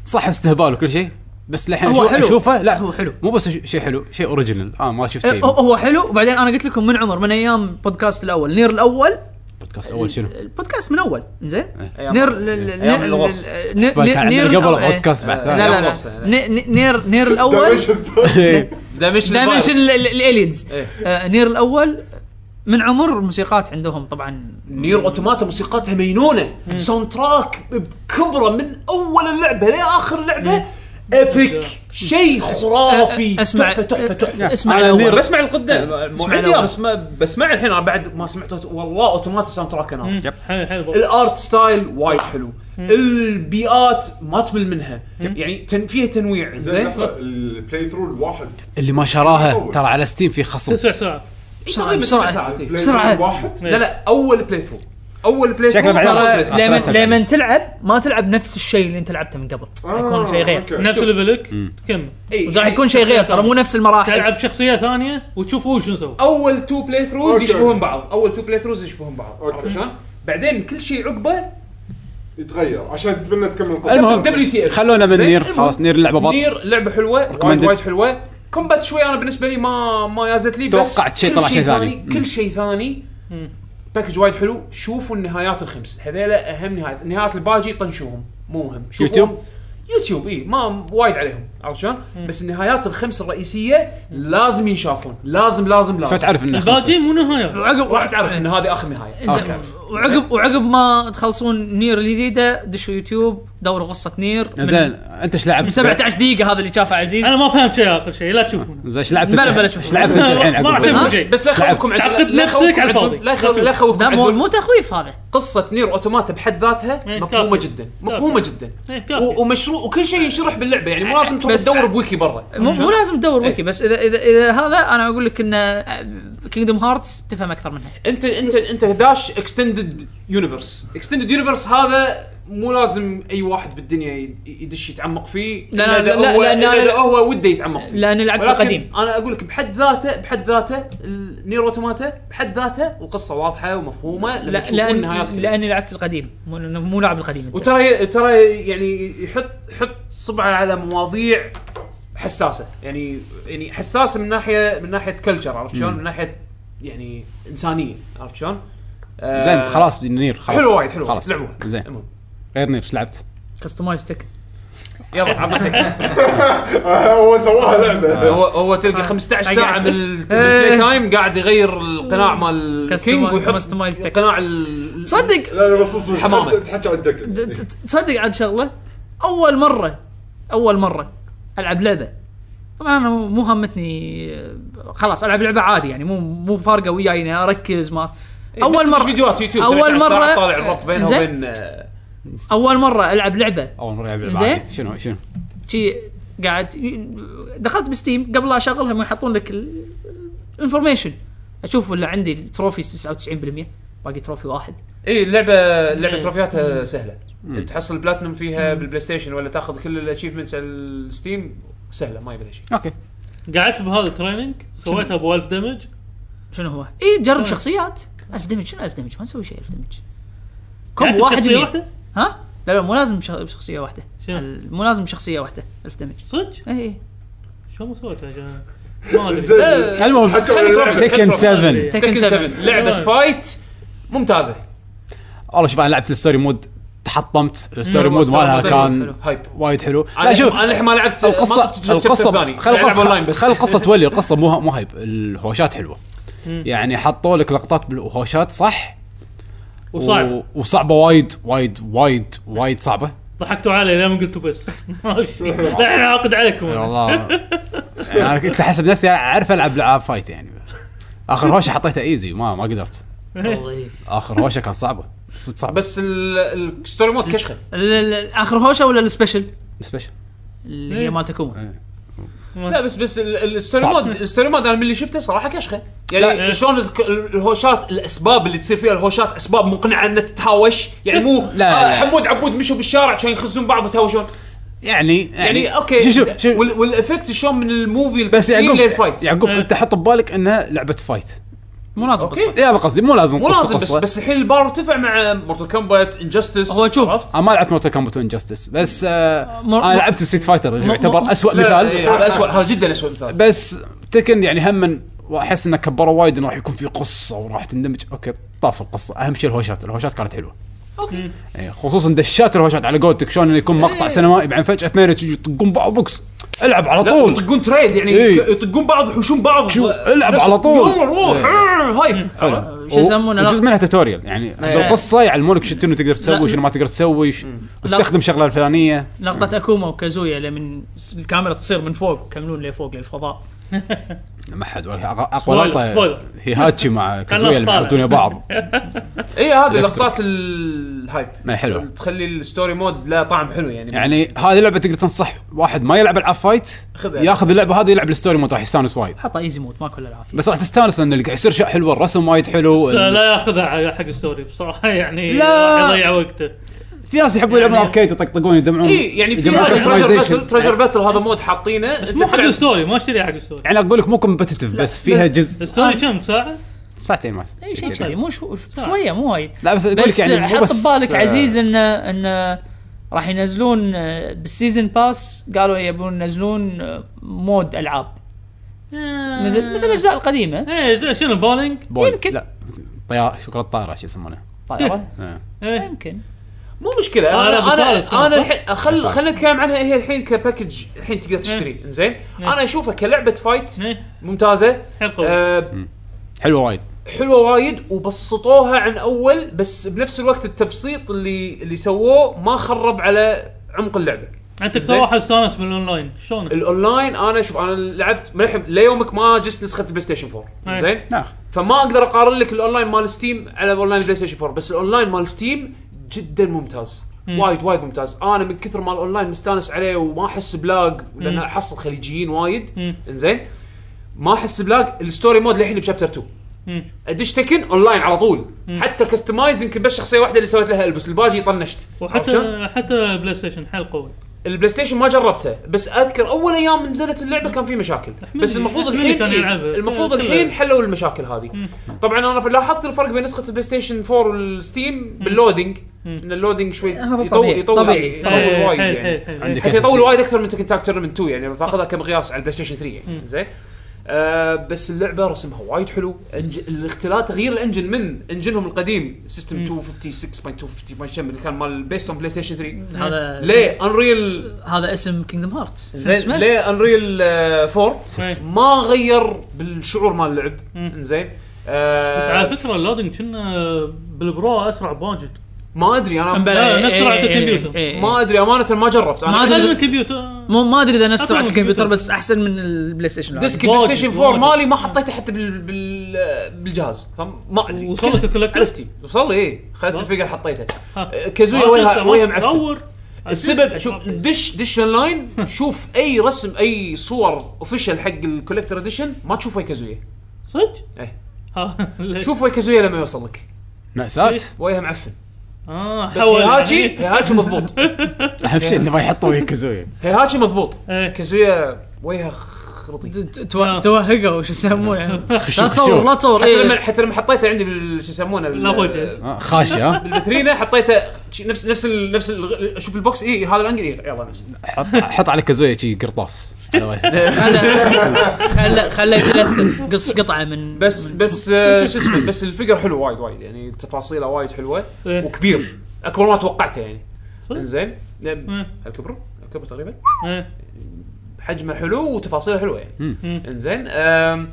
S2: صح استهبال وكل شيء بس للحين
S5: هو
S2: أشوف-
S5: حلو.
S2: اشوفه لا
S5: هو حلو.
S2: مو بس شيء حلو شيء اوريجينال اه ما شفت
S5: إيه،
S2: شيء
S5: هو هو حلو وبعدين انا قلت لكم من عمر من ايام بودكاست الاول نير الاول
S2: بودكاست اول شنو إيه.
S5: البودكاست من اول زين
S4: أيام-
S5: نير ل- ل-
S4: أيام
S5: نير-
S4: الغرس.
S5: ل- نير-
S2: بس كان عندنا
S5: نير
S2: قبل
S5: الأول- إيه.
S2: بودكاست بعد
S5: لا
S2: ثاني
S5: لا
S4: الغرس،
S5: لا
S4: لا.
S5: ني- ني- نير نير الاول
S3: دايمنشن ثاني.
S4: دايمنشن
S5: دايمنشن
S4: فايرس.
S5: الالينز
S4: إيه.
S5: آه، نير الاول من عمر الموسيقات عندهم طبعا
S4: نير اوتوماتا موسيقاتها مجنونه ساوند تراك بكبره من اول اللعبه لاخر اللعبه ابيك شيء خرافي
S5: اسمع
S4: تحفه تحفه تحفه
S5: اسمع
S2: على
S5: الأول.
S2: نير.
S4: بسمع القدام مو
S5: اسمع
S4: عندي
S5: الأول.
S4: إياه، بس ما بسمع الحين أنا بعد ما سمعت أوت- والله اوتوماتا ساوند تراك انا
S6: حلو حلو
S4: الارت ستايل وايد حلو البيئات ما تمل منها يعني تن فيها تنويع
S3: زين
S4: زين
S3: لحظة، البلاي ثرو الواحد
S2: اللي ما شراها ترى على ستيم في خصم
S6: تسع ساعات
S5: نعم، بسرعة،
S4: بسرعه
S5: بسرعة.
S4: ساعات إيه.
S3: البلاي
S5: بسرعة.
S3: ثرو الواحد
S4: لا لا اول بلاي ثرو اول بلاي
S2: شكله
S4: ثرو
S2: بعدين وصلت.
S4: ترى-
S2: على
S5: لما
S2: أساس
S5: لما تلعب ما تلعب نفس الشيء اللي انت لعبته من قبل يكون
S4: آه،
S5: شيء غير
S3: أوكي.
S6: نفس ليفلك تكمل
S4: إيه،
S5: راح يكون شيء غير ترى مو نفس المراحل
S6: تلعب شخصيه ثانيه وتشوف هو شنو سوى
S4: اول تو بلاي ثروز
S3: أوكي.
S4: يشبهون بعض اول تو بلاي ثروز يشبهون بعض
S3: أوكي.
S4: عرفت شلون؟ بعدين كل شيء عقبه
S3: يتغير عشان تتمنى تكمل القصه
S2: المهم.
S4: دبليو تي
S2: خلونا من
S4: زين،
S2: نير
S4: المهم.
S2: خلاص نير اللعبه بط
S4: نير لعبه حلوه وايد
S2: Recommended.
S4: وايد حلوه كومبات شوي انا بالنسبه لي ما ما يازت لي بس
S2: توقعت شيء
S4: كل
S2: طلع شيء ثاني. مم.
S4: كل شيء ثاني باكج وايد حلو شوفوا النهايات الخمس هذيلا اهم نهايات نهايات الباجي طنشوهم مو مهم شوفوهم.
S2: يوتيوب؟
S4: يوتيوب اي ما وايد عليهم عرفت شلون؟ بس النهايات الخمس الرئيسيه لازم ينشافون لازم لازم لازم
S2: فتعرف انه خلص.
S6: الباقي مو نهايه
S5: وعقب
S4: راح تعرف ان هذه اخر نهايه
S5: إيه. إنزين، وعقب وعقب ما تخلصون نير الجديده دشوا يوتيوب دوروا قصه نير من-
S2: زين انت ايش لعبت؟
S5: من 17 دقيقه هذا اللي شافه عزيز
S6: انا ما فهمت شيء اخر شيء لا تشوفونه
S2: زين ايش لعبت؟
S5: بلا
S2: أنت؟
S5: بلا شوف.
S2: لعبت أنت الحين
S6: ما راح
S2: عقب؟
S6: تفهم.
S4: بس
S6: شيء.
S4: بس لا
S2: لعبت.
S4: يخوفكم عند-
S6: تعقد
S4: لا
S6: نفسك على
S4: يخوفكم عند-
S6: الفاضي.
S4: لا يخوف- لا يخوفكم
S5: لا مو
S4: عند-
S5: مو تخويف هذا
S4: قصه نير اوتوماتا بحد ذاتها
S6: إيه،
S4: مفهومه
S6: كافي.
S4: جدا مفهومه جدا
S6: إيه، كافي.
S4: و- ومشروع وكل شيء ينشرح باللعبه يعني مو لازم تروح
S5: بس-
S4: تدور بويكي برا
S5: مو مو لازم تدور
S6: إيه.
S5: ويكي بس اذا اذا اذا هذا انا اقول لك ان كينجدم هارتس تفهم اكثر منها
S4: انت انت انت داش اكستندد يونيفرس اكستندد يونيفرس هذا مو لازم اي واحد بالدنيا ي- يدش يتعمق فيه
S5: لا،
S4: إلا
S5: لا،
S4: إذا
S5: لا،
S4: هو-
S5: لا، لا،
S4: إلا
S5: لا.
S4: اذا هو وده يتعمق
S6: إيه.
S4: فيه
S5: لان لعبت
S4: ولكن
S5: القديم
S4: انا اقول لك بحد ذاته بحد ذاته نير اوتوماتا بحد ذاته القصه واضحه ومفهومه لما
S5: لا
S4: لا لا
S5: لان
S4: النهايات كلها.
S5: لاني لعبت القديم مو لأنه مو لاعب القديم انت
S4: وترى ترى يعني يحط يحط صبعه على مواضيع حساسه يعني يعني حساسه من ناحيه من ناحيه كلتشر عرفت شلون؟ من ناحيه يعني انسانيه عرفت شلون؟ آه،
S2: زين خلاص نير خلاص
S4: حلو وايد حلو
S2: خلاص
S4: خلاص لعبوها
S2: زين
S4: المهم.
S2: غير نير ايش لعبت؟
S5: كستمايز تك
S4: يلا عمتك
S3: هو سواها لعبه
S4: هو هو تلقى 15 ساعه من ال- من
S5: إيه.
S4: البلاي تايم قاعد يغير القناع مال الكينج ويحط
S5: كستمايز تك
S4: قناع ال-
S5: صدق
S3: لا لا بس صدق
S4: حمامة.
S3: تحكي عن الدكه
S5: ت- ت- تصدق عاد شغله اول مره اول مره العب لعبه طبعا انا مو همتني آه، خلاص العب لعبه عادي يعني مو مو فارقه وياي اني اركز ما اول
S4: إيه، بس- بس
S5: مره
S4: فيديوهات يوتيوب
S5: أول
S4: 17 ساعة
S5: مرة-
S4: طالع الربط بينها
S5: زين.
S4: وبين آه،
S5: اول مره العب لعبه
S2: اول مره العب
S5: زين.
S2: عادي. شنو شنو؟
S5: شي قاعد دخلت بستيم قبل لا اشغلها ما يحطون لك الانفورميشن اشوف ولا عندي التروفيز 99% باقي تروفي واحد
S4: اي اللعبه
S2: إيه.
S4: اللعبه إيه، تروفياتها سهله تحصل بلاتنم فيها بالبلاي ستيشن ولا تاخذ كل الاتشيفمنتس على الستيم سهله ما يبي شيء
S2: اوكي
S6: قعدت بهذا التريننج سويتها ابو 1000 دمج
S5: شنو هو؟ اي جرب إيه، شخصيات الف دمج شنو الف دمج ما نسوي شيء الف دمج
S6: قعدت
S5: كم واحد
S6: بشخصية
S5: مين؟
S6: واحدة؟
S5: ها؟ لا لا مو لازم شخ- بشخصيه واحده
S6: شنو؟
S5: ال- مو لازم شخصيه واحده الف دمج إيه،
S6: صدق
S5: اي اي
S6: شو ما سويتها جا- ما ادري
S3: زين
S2: المهم
S3: تحكي عن اللعبه
S2: تكن 7
S6: خلي-
S5: تكن
S4: تكن 7
S5: 7
S4: لعبه فايت ممتازه
S2: والله شوف انا لعبت الستوري مود تحطمت الستوري مود مالها كان
S4: هايب
S2: وايد حلو
S4: انا
S2: لا شوف
S4: انا الحين ما لعبت ما شفت
S2: القصه
S4: chapter
S2: القصه
S4: ثاني.
S2: خل
S4: قاعد ألعب اونلاين
S2: القصه
S4: بس
S2: خل القصه تولي القصه مو مو هايب الهوشات حلوه يعني حطوا لك لقطات بالهوشات صح
S6: وصعب
S2: و- وصعبه وايد وايد وايد وايد صعبه
S6: ضحكتوا علي لما قلتوا بس ماشي لا انا عاقد عليكم
S2: والله انا كنت احسب نفسي اعرف العب العاب فايت يعني اخر هوشه حطيتها ايزي ما ما قدرت
S5: لطيف
S2: اخر هوشه كانت صعبه صدق صعبه
S4: بس ال- الستوري مود كشخه
S5: ال- ال- اخر هوشه ولا السبيشل
S2: سبيشل
S5: اللي هي مالت كوما
S4: لا بس بس ال- ال- الستوري
S2: صعب.
S4: مود الستوري مود انا من اللي شفته صراحه كشخه يعني
S6: لا.
S4: شلون الك- الهوشات الاسباب اللي تصير فيها الهوشات اسباب مقنعه انها تتهاوش يعني مو
S2: لا،
S4: آه،
S2: لا.
S4: حمود عبود مشوا بالشارع كانوا يخزون بعض وتهاوشون
S2: يعني
S4: يعني اوكي
S2: شوف شوف شوف
S4: وال- إيه. والافكت شلون من الموفي
S2: بس
S4: الكسين
S2: يعقوب
S4: للفايت
S2: يعقوب انت حط ببالك انها لعبه فايت
S5: مو لازم
S4: أوكي.
S5: قصه
S2: يا أنا قصدي مو لازم
S4: مو
S2: قصة
S4: لازم بس
S2: قصة.
S4: بس الحين البار ارتفع مع مورتال كومبات انجستس
S5: هو شوف،
S2: انا ما لعبت مورتال كومبات انجستس بس آه
S5: مر-
S2: انا
S5: مر-
S2: لعبت ستريت فايتر اللي
S5: مر-
S2: يعتبر
S5: مر-
S2: اسوء
S4: لا، إيه،
S2: مثال
S4: هذا اسوء هذا جدا اسوء مثال
S2: بس تكن يعني هم واحس انه كبروا وايد انه راح يكون في قصه وراح تندمج اوكي طاف القصه اهم شيء الهوشات الهوشات كانت حلوه
S5: اوكي
S2: إيه، خصوصا دشات الهوشات على قولتك شلون انه يكون
S5: إيه.
S2: مقطع سينمائي بعدين فجاه اثنين يجي يطقون بعض بوكس العب على
S4: لا
S2: طول
S4: يطقون تريد يعني
S2: إيه.
S4: يك- يطقون بعض يحوشون بعض
S2: شو،
S4: و-
S2: العب
S4: نفس-
S2: على طول. إيه.
S4: يلا روح آه، هاي
S2: حلو
S5: شو يسمونه؟ إيه.
S2: وجزء منها توتوريال يعني بالقصه يعلمونك شنو تقدر تسوي
S5: لا.
S2: شنو ما تقدر تسوي ش- استخدم شغله الفلانيه
S5: لقطه اكوما وكازويا لمن س- الكاميرا تصير من فوق كملون لفوق للفضاء
S2: ما حد ولا- اقوى لقطه
S6: سبويلر.
S2: هي هاتشي مع كازويا
S6: خلاص
S2: اللي
S6: طالع.
S2: يعرضون بعض
S4: اي إيه، هذه لقطات الهايب
S2: ما حلوة.
S4: تخلي الستوري مود له طعم حلو يعني
S2: يعني هذه لعبه تقدر تنصح واحد ما يلعب العاب فايت
S4: خذها.
S5: يعني.
S2: ياخذ اللعبه هذه يلعب الستوري مود راح يستانس وايد
S5: حطها ايزي مود ماكو الا العافيه
S2: بس راح تستانس لان اللي قاعد يصير شيء حلو الرسم وايد حلو ال-
S6: لا ياخذها على حق الستوري بصراحه يعني
S2: لا.
S6: راح يضيع وقته
S2: في ناس يحبون يلعبون
S6: يعني-
S2: اركيد يطقطقون يدمعون
S4: اي يعني في
S2: يجمعون customization.
S4: تريجر باتل هذا مود حاطينه
S6: بس مو حق الستوري ما اشتريها حق الستوري
S2: يعني اقول لك مو كومبتتف بس فيها جزء
S6: الستوري كم ساعه؟
S2: ساعتين ما
S5: اي شيء كذي مو شو شو- شويه مو وايد
S2: لا بس اقول لك
S5: بس
S2: يعني مو
S5: حط
S2: بس
S5: ببالك
S2: آه،
S5: عزيز انه انه راح ينزلون آه، بالسيزن باس قالوا يبون ينزلون آه، مود العاب مثل
S2: آه.
S5: مثل الاجزاء القديمه
S6: ايه شنو بولينج؟
S2: بول.
S5: يمكن.
S2: لا طيار شوكولاته طائره شو يسمونه
S5: طائره
S2: آه.
S6: إيه.
S5: يمكن
S4: مو مشكله
S6: أنا
S4: انا
S6: بطالب نعم.
S4: انا
S6: كذا،
S4: انا
S6: صح؟
S4: الحين خل خلينا نتكلم عنها هي الحين كباكج الحين تقدر تشتري زين
S6: نعم.
S4: انا اشوفها كلعبه فايت
S6: إيه.
S4: ممتازه
S6: حيل قوي.
S4: آه،
S2: حلوه وايد
S4: حلوه وايد وبسطوها عن اول بس بنفس الوقت التبسيط اللي اللي سووه ما خرب على عمق اللعبه
S6: انت
S4: زين.
S6: صراحه استانس من الاونلاين شلون؟
S4: الاونلاين انا شوف انا لعبت ما لحب- ليومك ما جست نسخه البلاي ستيشن 4
S6: أي.
S4: زين
S2: نعم.
S4: فما اقدر اقارن لك الاونلاين مال ستيم على اونلاين البلاي ستيشن 4 بس الاونلاين مال ستيم جدا ممتاز وايد وايد ممتاز انا من كثر ما الاونلاين مستانس عليه وما احس بلاج لان احصل خليجيين وايد انزين ما احس بلاج الستوري مود للحين بشابتر 2
S6: مم.
S4: ادش تكن اونلاين على طول حتى كستمايز يمكن بس شخصيه واحده اللي سويت لها البس الباجي طنشت عرفت شلون؟
S6: وحتى حتى بلاي ستيشن حيل قوي
S4: البلاي ستيشن ما جربته بس اذكر اول ايام نزلت اللعبه كان في مشاكل بس المفروض
S6: أحمد
S4: الحين
S6: كان
S4: إيه،
S6: يلعبها.
S4: المفروض
S6: كلها.
S4: الحين حلوا المشاكل هذه طبعا انا لاحظت الفرق بين نسخه البلاي ستيشن 4 والستيم باللودينج ان اللودينج شوي
S5: هذا
S4: يطول
S5: طبيعي.
S4: يطول
S5: طبيعي.
S4: يطول
S6: إيه،
S4: وايد
S6: حيل-
S4: يعني
S6: حيل- حيل.
S2: عندك
S4: حتى يطول وايد اكثر من تكن تاك تورنمنت 2 يعني باخذها كمقياس على البلاي ستيشن 3 يعني زين آه بس اللعبه رسمها وايد حلو انج... الاختلاط غير الانجن من انجنهم القديم سيستم 256.250 اللي كان مال بيست اون بلاي ستيشن 3
S5: هذا
S4: ليه انريل
S5: هذا اسم كينجدم هارتس
S4: زين ليه انريل 4 آه، ما غير بالشعور مال اللعب زين
S6: بس على
S4: آه
S6: فكره اللودنج كنا بالبرو اسرع بواجد
S4: ما ادري انا
S6: لا،
S5: إيه،
S6: نفس سرعة الكمبيوتر.
S4: ما ادري امانه ما جربت
S5: ما
S4: انا
S5: أدري.
S6: هذا الكمبيوتر
S5: إيه، مو ما ادري اذا نفس
S6: أسرع
S5: سرعه
S6: من
S5: الكمبيوتر
S6: الكمبيوتر.
S5: بس احسن من البلاي ستيشن العادي.
S4: ديسك البلاي
S6: يعني واجد،
S4: ستيشن 4
S6: واجد.
S4: مالي ما حطيته حتى بال... بال... بالجهاز فما ادري
S6: وصل لك الكولكتر؟
S4: على ستيم وصل لي ايه خذت الفيجر حطيته
S6: ها.
S4: آه، كازويا وجهها وجهها معفن
S6: دور
S4: السبب شوف دش دش اونلاين شوف اي رسم اي صور اوفيشال حق الكوليكتر اديشن ما تشوف وجه كازويا
S6: صدق؟
S4: إيه.
S6: ها، ليش؟
S4: شوف وجه كازويا لما يوصل لك
S2: مأساة
S4: وجهها معفن
S6: اه
S4: بس
S6: حول
S4: هيهاتشي
S6: يعني.
S4: هيهاتشي مضبوط
S2: اهم شيء انه ما يحطوا ويا كازويا
S4: هيهاتشي مضبوط
S6: إيه.
S4: كازويا وجهه خرطي
S5: ت- ت- تو- توهقه وش يسمونه آه. لا
S2: خشوع.
S5: تصور لا تصور
S4: حتى
S5: إيه.
S4: لما حتى لما حطيته عندي بال- شو يسمونه بال-
S6: لا وجه.
S2: آه، خاشي ها
S4: بالبترينا حطيته شي- نفس نفس ال نفس ال شوف البوكس اي هذا الانجل إيه، يلا نفس
S2: حط حط على كازويا شي قرطاس على وجهه.
S5: خله- خله خله يتلث قص قطعه من
S4: بس بس آه، شو اسمه بس الفيجر حلو وايد وايد يعني تفاصيله وايد حلوه
S6: إيه.
S4: وكبير اكبر ما توقعته يعني
S6: صدق؟
S4: زين
S6: إيه.
S4: الكبر الكبر تقريبا
S6: إيه.
S4: حجمه حلو وتفاصيله حلوه يعني انزين آم،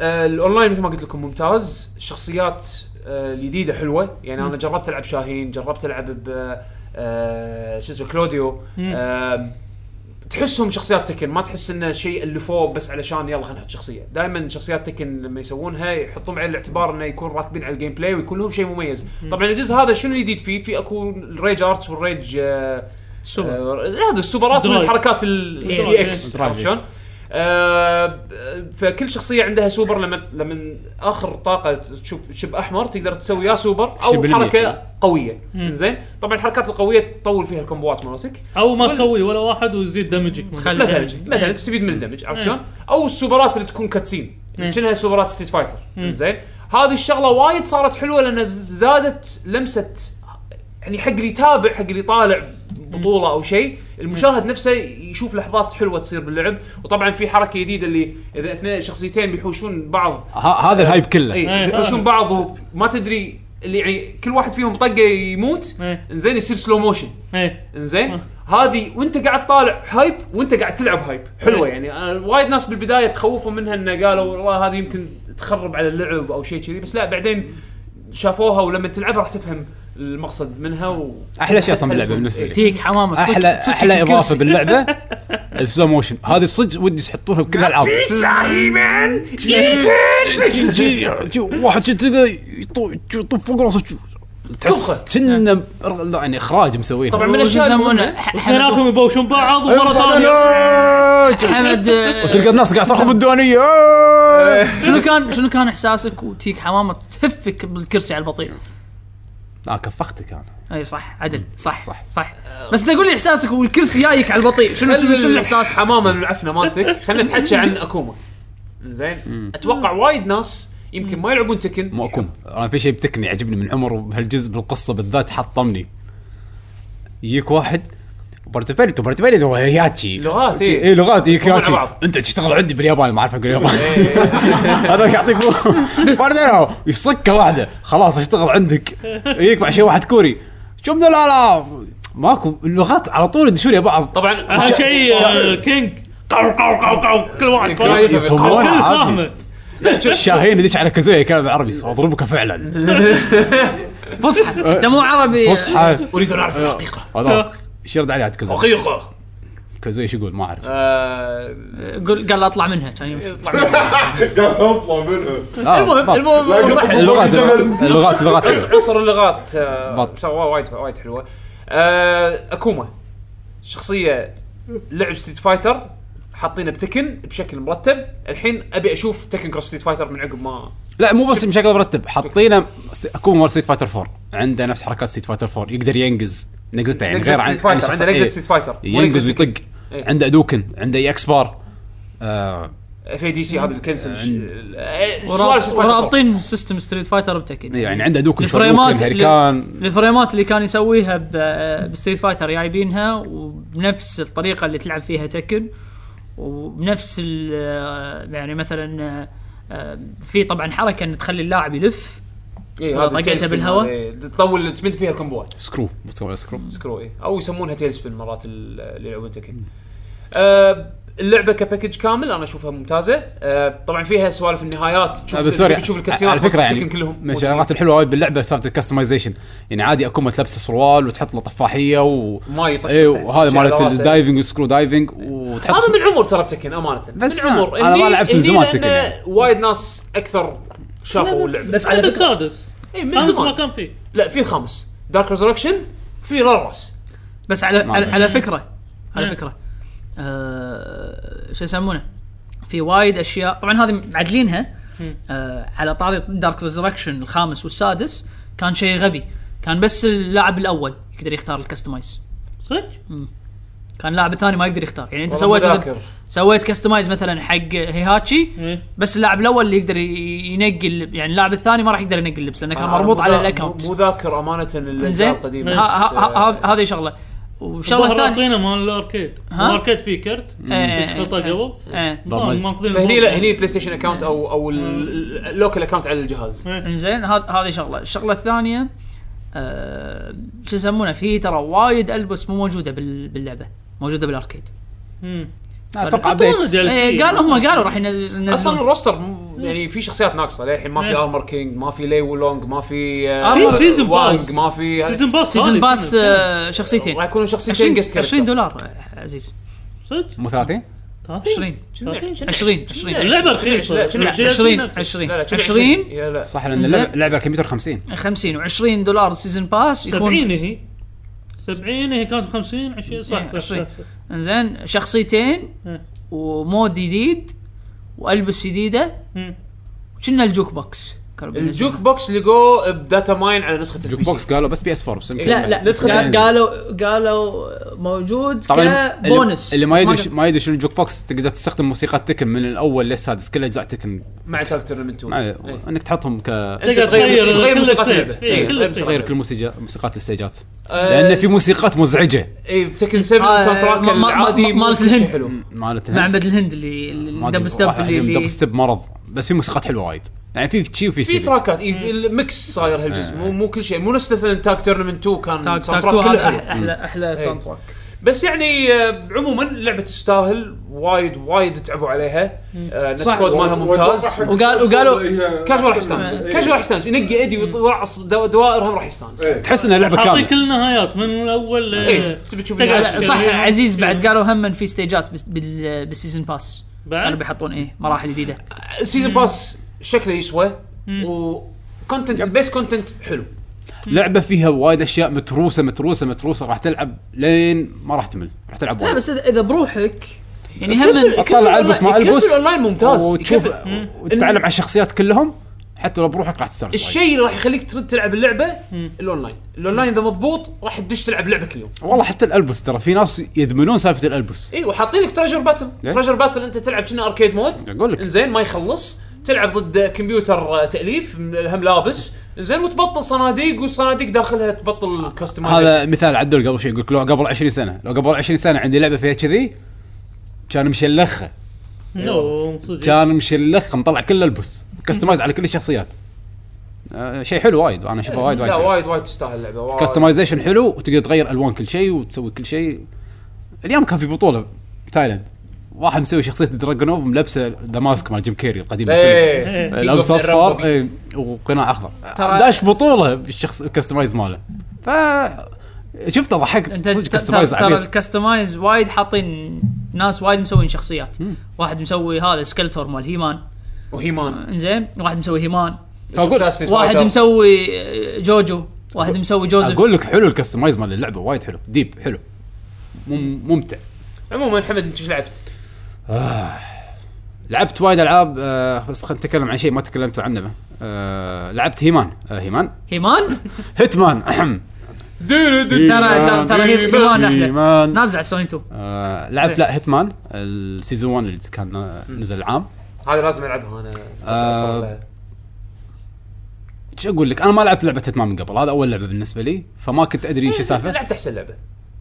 S4: آه، الاونلاين مثل ما قلت لكم ممتاز الشخصيات آه، الجديده حلوه يعني انا جربت العب شاهين جربت العب ب آه، شو اسمه كلوديو آم، تحسهم شخصيات تكن ما تحس انه شيء الفوه بس علشان يلا خلينا نحط شخصيه دائما شخصيات تكن لما يسوونها يحطون بعين الاعتبار انه يكون راكبين على الجيم بلاي ويكون لهم شيء مميز طبعا الجزء هذا شنو الجديد فيه في اكو الريج ارتس والريج آه،
S6: سوبر
S4: آه، هذا السوبرات
S6: درايف.
S4: والحركات الاي
S5: درايف.
S4: اكس
S2: درايف.
S4: عرفت شلون؟ آه، فكل شخصيه عندها سوبر لما لما اخر طاقه تشوف شب احمر تقدر تسوي يا سوبر او
S2: شيب
S4: حركه
S2: الميكي.
S4: قويه زين طبعا الحركات القويه تطول فيها الكومبوات مالتك
S6: او ما تسوي ولا واحد ويزيد إيه. دمجك
S5: خل-
S4: مثلا
S5: الدمج.
S4: مثلا تستفيد من الدمج عرفت شلون؟ او السوبرات اللي تكون كاتسين
S6: مم.
S4: كأنها سوبرات ستريت فايتر
S6: مم.
S4: زين هذه الشغله وايد صارت حلوه لان زادت لمسه يعني حق اللي يتابع حق اللي يطالع بطوله او شيء المشاهد نفسه يشوف لحظات حلوه تصير باللعب وطبعا في حركه جديده اللي اذا اثنين شخصيتين بيحوشون بعض
S2: ه- هذا الهايب كله
S4: اي
S6: إيه.
S4: بيحوشون بعض وما تدري اللي يعني كل واحد فيهم طقه يموت
S6: إيه.
S4: زين يصير سلو موشن
S6: ايه
S4: انزين
S6: آه.
S4: هذه وانت قاعد طالع هايب وانت قاعد تلعب هايب حلوه
S6: إيه.
S4: يعني انا وايد ناس بالبدايه تخوفوا منها ان قالوا والله هذه يمكن تخرب على اللعب او شيء كذي بس لا بعدين شافوها ولما تلعبها راح تفهم المقصد منها و...
S2: احلى شيء اصلا باللعبه بالنسبه لي
S5: تيك حمامه
S6: إيه.
S5: تصك-
S2: احلى
S5: تصك
S2: احلى
S5: الكرسي.
S2: اضافه باللعبه السلو موشن هذه صدق ودي تحطونها بكل الالعاب واحد شي كذا يطو- يطوف فوق راسه شو-
S4: كوخة.
S2: تحس كنا ر- يعني اخراج مسوينه
S4: طبعا من
S5: وش
S4: الاشياء
S5: يسمونه
S4: المهمة-
S5: ح- حمد
S6: اثنيناتهم يبوشون بعض ومره ثانيه
S5: حمد آه،
S2: تلقى الناس قاعد صرخوا بالديوانيه
S5: شنو كان شنو كان احساسك وتيك حمامه تهفك بالكرسي على البطيء
S2: لا كفختك انا
S5: اي صح عدل صح
S2: صح.
S5: صح صح بس تقول لي احساسك والكرسي جايك على البطيء شنو شنو شنو الاحساس؟
S4: حماما العفنه مالتك خلينا نتحكى عن اكوما زين اتوقع وايد ناس يمكن ما يلعبون تكن
S2: مو اكون انا في شيء بتكني عجبني من عمر وبهالجزء بالقصه بالذات حطمني يجيك واحد بورتفيلتو بورتفيلتو هياتشي
S4: لغات، إيه.
S2: اي لغات يجيك
S4: يتكلمون
S2: هياتشي
S4: مع بعض.
S2: انت تشتغل عندي باليابان ما اعرف اقول يابان
S4: إيه،
S2: هذا يعطيك بورتفيلتو يصكه واحده خلاص اشتغل عندك يجيك بعد شيء واحد كوري شو لا لا ماكو اللغات على طول يدشون يا بعض
S4: طبعا
S6: اهم شيء آه، كينج قو قو قو قو كل واحد
S4: كل واحد
S6: فاهم.
S4: يفهم.
S6: كل
S2: يفهمون عادي.
S6: فاهمه
S2: الشاهين يدش على كازويا يتكلم عربي اضربك فعلا
S5: فصحى انت مو
S4: إيه.
S5: عربي
S2: فصحى
S4: اريد ان اعرف
S2: آه.
S4: الحقيقه
S2: هذا شرد علي عاد كازويا
S4: حقيقه
S2: كازويا شو يقول ما اعرف
S4: آه،
S5: قل قال اطلع منها كان يمشي
S3: قاعد اطلع منها
S2: آه،
S5: آه.
S4: المهم المهم
S3: لا،
S4: صح
S3: قطة
S2: اللغات
S3: فوق الجبل.
S2: اللغات اللغات حلوة.
S4: عنصر اللغات آه،
S2: بالضبط.
S4: سوا- وايد وايد حلوه آه، اكوما شخصيه لعب ستريت فايتر حاطينه بتكن بشكل مرتب الحين ابي اشوف تكن كروس ستريت فايتر من عقب ما
S2: لا مو بس بشكل مرتب حاطينه س- اكون مال ستيت فايتر 4 عنده نفس حركات ستيت فايتر 4 يقدر ينقز نقزته يعني غير عن
S4: ستريت
S2: عن
S4: فايتر عنده
S2: شخص- إيه.
S4: نقزة ستريت فايتر مو
S2: ينقز
S4: نقزة
S2: ويطق
S4: إيه.
S2: عنده ادوكن عنده اي اكس بار آه،
S4: اف اي دي سي هذا الكنسل سوالف ستريت فايتر
S5: ورابطين سيستم ستريت فايتر بتكن
S2: يعني عنده ادوكن
S5: الفريمات
S2: شوريوكن هريكان
S5: اللي- الفريمات اللي كان يسويها ب- بستريت فايتر جايبينها وبنفس الطريقه اللي تلعب فيها تكن وبنفس ال- يعني مثلا آه، في طبعا حركه ان تخلي اللاعب يلف
S4: إيه، هذا
S5: طقيته
S4: التيل سبين
S5: بالهواء.
S4: هذا، إيه، تطول تمد فيها الكمبوات
S2: سكرو مستوى سكرو
S4: سكرو إيه. او يسمونها تيل سبين مرات ال- اللي يلعبون تكن آه اللعبه كباكج كامل انا اشوفها ممتازه آه طبعا فيها سوالف النهايات تشوف
S2: بس سوري
S4: تشوف الكاتسينات
S2: على فكره
S4: مالت
S2: يعني
S4: تكن كلهم
S2: من الشغلات الحلوه وايد باللعبه سالفه الكستمايزيشن يعني عادي اكون تلبس سروال وتحط له طفاحيه و
S4: ما يطش
S2: اي
S4: تحت
S2: وهذا
S4: شيء على
S2: إيه، مالت
S4: راسه.
S2: الدايفنج وسكرو دايفنج وتحط
S4: هذا من عمر ترى بتكن امانه
S2: بس
S4: من عمر
S2: أنا- أنا ما
S4: هني-
S2: لعبت من
S4: هني
S2: زمان
S4: لأن
S2: تكن يعني.
S4: وايد ناس اكثر شافوا اللعبه
S5: بس على
S6: هذا
S5: فكره
S6: السادس
S4: اي من
S6: خامس ما
S4: زمان
S6: كان فيه
S4: لا في الخامس دارك ريزركشن في راس
S5: بس على على,
S2: نعم.
S5: على فكره على
S6: مم.
S5: فكره آه شو يسمونه في وايد اشياء طبعا هذه معدلينها آه على طاري دارك ريزركشن الخامس والسادس كان شيء غبي كان بس اللاعب الاول يقدر يختار الكستمايز
S6: صدق؟
S5: إيه. كان اللاعب الثاني ما يقدر يختار يعني انت
S4: والله
S5: سويت
S4: مذاكر.
S5: سويت كستمايز مثلا حق هيهاتشي
S6: إيه.
S5: بس اللاعب الاول اللي يقدر ي- ينقي اللب- يعني اللاعب الثاني ما راح يقدر ينقي اللبس لانه كان
S4: أنا
S5: يعني مربوط
S4: آه، مو
S5: على
S4: ذا-
S5: الاكونت
S4: مو ذاكر امانه الاجزاء
S5: زين
S4: القديمه بس، آه،
S5: هذه شغله والشغله
S6: الظاهر
S5: الثانيه
S6: رابطينه مال الاركيد
S5: ها؟
S6: الاركيد فيه كرت
S5: إيه.
S6: تحطه قبل
S5: ايه
S2: ضمج.
S4: فهني لا
S5: يعني.
S4: هني بلاي ستيشن اكونت او او اللوكل اكونت على الجهاز
S5: انزين هذا هذه شغله، الشغله الثانيه آه، شو يسمونه في ترى وايد البس مو موجوده بال- باللعبه موجوده بالاركيد
S2: اتوقع
S6: ابديت
S2: ابديتس
S6: إيه.
S5: ايه قالوا هم قالوا راح ينز-
S4: اصلا
S5: ينزلون
S4: الروستر م- يعني في شخصيات ناقصه للحين ما في
S6: إيه.
S4: ارمر كينج ما في لي ولونج ما في آه،
S5: أرمر- في
S6: سيزن باس.
S4: وانج ما في
S6: سيزون باس
S5: سيزون
S6: هذه
S5: باس
S6: كانت.
S5: آه، شخصيتين
S4: راح يكونوا شخصيتين
S5: 20
S4: جست
S5: 20 دولار آه، عزيز
S6: صدق
S2: مو 30
S6: 30
S5: 20
S6: 30
S5: 20 20
S6: اللعبه رخيصه
S4: شنو-
S5: 20
S4: لا لا
S5: 20
S4: شنو
S5: 20
S4: يا لا
S2: صح لان
S5: إنزين.
S2: اللعبه لعبة الكمبيوتر 50
S5: 50 و20 دولار سيزون باس
S6: 70
S5: يكون
S6: هي 70 هي كانت 50 20 صح صح، صح
S5: إيه، عشرين. انزين شخصيتين
S6: إيه.
S5: ومود جديد والبس جديده
S6: مم.
S5: كنا الجوك بوكس كانوا بالنسبة
S4: الجوك بوكس لقوه بداتا ماين على نسخه
S2: جوك
S4: البي سي.
S2: بوكس قالوا بس بي اس 4 بس يمكن
S5: لا لا
S4: نسخة
S5: قال-
S2: تنزل.
S5: قالوا قالوا موجود
S2: طبعا
S5: كبونس
S2: اللي, اللي ما
S5: بس
S2: يدري
S5: كان-
S2: ش- ما يدري شنو الجوك بوكس تقدر تستخدم موسيقى تكن من الاول للسادس كل اجزاء تكن
S4: مع تاك تورنمنت 2
S2: مع-
S4: إيه.
S2: انك تحطهم ك
S4: انت
S6: تقدر
S4: تغير
S6: تغير
S4: تغير
S6: كل
S4: موسيقى
S6: الستيج.
S4: اللعبة.
S6: إيه،
S4: إيه،
S6: كل
S4: تغير
S6: الستيج.
S4: موسيقى.
S2: تغير كل موسيقى موسيقات الستيجات
S4: آه،
S2: لان في موسيقات مزعجه
S4: اي بتكن 7
S5: آه،
S4: الساوند تراك
S5: ما- ما-
S4: العادي
S5: ما- مالت
S4: مو كل شيء
S5: الهند.
S4: حلو
S2: مالت
S5: معبد الهند اللي
S2: ما أدري،
S5: الدب ستيب
S2: واحد
S5: اللي
S2: فيهم
S5: اللي
S2: دب ستيب مرض بس في موسيقات حلوه وايد يعني في تشي وفي
S4: في
S2: تشي
S4: تراكات اي في الميكس صاير هالجزء مو مو كل شيء مو نفس مثلا تاك تورنمنت 2 كان
S5: تاك
S4: ساوند
S5: تاك
S4: تراك
S5: تو
S4: كله إيه.
S5: هذا
S4: حلو.
S5: أح- احلى احلى ساوند تراك
S4: بس يعني آه، عموما اللعبه تستاهل وايد وايد تعبوا عليها آه، نت
S5: صح.
S4: كود مالها ممتاز
S5: وقال- وقالوا
S4: كاجوال راح يستانس
S3: إيه.
S4: كاجوال راح يستانس ينقي ايدي ويطلع دوائرهم راح يستانس
S3: إيه.
S2: تحس انها لعبه
S6: حاطين
S2: كامله
S6: كل النهايات من الاول
S4: ايه تبي تشوف
S6: تقعد
S4: النهاية.
S5: لا، صح
S6: يعني-
S5: عزيز بعد قالوا هم في ستيجات بس- بال- بالسيزون باس كانوا
S6: بعد
S5: بيحطون ايه مراحل جديده
S4: السيزون باس آه، شكله يسوى وكونتنت البيس كونتنت حلو
S2: لعبه فيها وايد اشياء متروسه متروسه متروسه راح تلعب لين ما راح تمل راح تلعب
S5: لا
S2: وايد.
S5: بس اذا إذا بروحك طيب. يعني هم
S4: كيف-
S2: اطلع البس ما
S4: يكفي
S2: البس
S4: الأونلاين ممتاز.
S2: وتشوف
S4: يكفي-
S2: وتتعلم على الشخصيات كلهم حتى لو بروحك راح تستانس وايد.
S4: الشيء اللي راح يخليك ترد تلعب اللعبه الاونلاين الاونلاين اذا مضبوط راح تدش تلعب لعبه كل يوم
S2: والله حتى الالبس ترى في ناس يدمنون سالفه الالبس
S4: اي وحاطين لك تريجر باتل
S2: إيه.
S4: تريجر باتل انت تلعب كنا اركيد مود
S2: أقول لك.
S4: انزين ما يخلص تلعب ضد كمبيوتر آه، تاليف من- هم لابس انزين وتبطل صناديق والصناديق داخلها تبطل كاستمايز
S2: هذا مثال عدل قبل شوي يقول لك لو قبل 20 سنه لو قبل 20 سنه عندي لعبه فيها كذي كان مشلخه
S6: نو صدق
S2: كان مشلخ مطلع كل البس كستمايز على كل الشخصيات آه، شيء حلو وايد انا اشوفه وايد وايد
S4: لا
S2: حلو.
S4: وايد وايد تستاهل اللعبه وايد
S2: كستمايزيشن حلو وتقدر تغير الوان كل شيء وتسوي كل شيء اليوم كان في بطوله بتايلاند واحد مسوي شخصيه دراجونوف ملبسه ذا ماسك مال جيم كيري القديم
S5: إيه.
S2: الفيلم.
S4: ايه
S2: الابس
S4: King of the
S2: اصفر
S4: Rambo
S2: إيه، وقناع اخضر
S5: ترى-
S2: داش بطوله بالشخص الكستمايز ماله ف شفته ضحكت
S5: انت
S2: صدق
S5: ت-
S2: كستمايز
S5: ترى ترى
S2: عبيط
S5: الكستمايز وايد حاطين ناس وايد مسوين شخصيات واحد مسوي هذا سكلتور مال هيمان
S4: وهيمان
S5: انزين واحد مسوي هيمان
S2: فاقول
S4: Assassin's
S5: واحد
S4: Spider.
S5: مسوي آه، جوجو واحد مسوي جوزيف
S2: اقول لك حلو الكستمايز مال اللعبه وايد حلو ديب حلو مم- ممتع
S4: عموما حمد انت ايش لعبت؟
S2: لعبت وايد العاب آه بس خلينا نتكلم عن شيء ما تكلمت عنه آه لعبت هيمان آه هيمان
S5: هيمان
S2: هيتمان احم
S5: ترى ترى- ترى هي-
S4: آه،
S5: هيمان احلى
S2: هيمان.
S5: نازل على سوني 2
S2: آه لعبت لا هيتمان السيزون 1 اللي كان آه، نزل العام
S4: هذا لازم العبها انا
S2: آه. شو اقول لك انا ما لعبت لعبه هيتمان من قبل هذا اول لعبه بالنسبه لي فما كنت ادري ايش
S4: انت
S2: السالفه
S4: إيه، لعبت احسن لعبه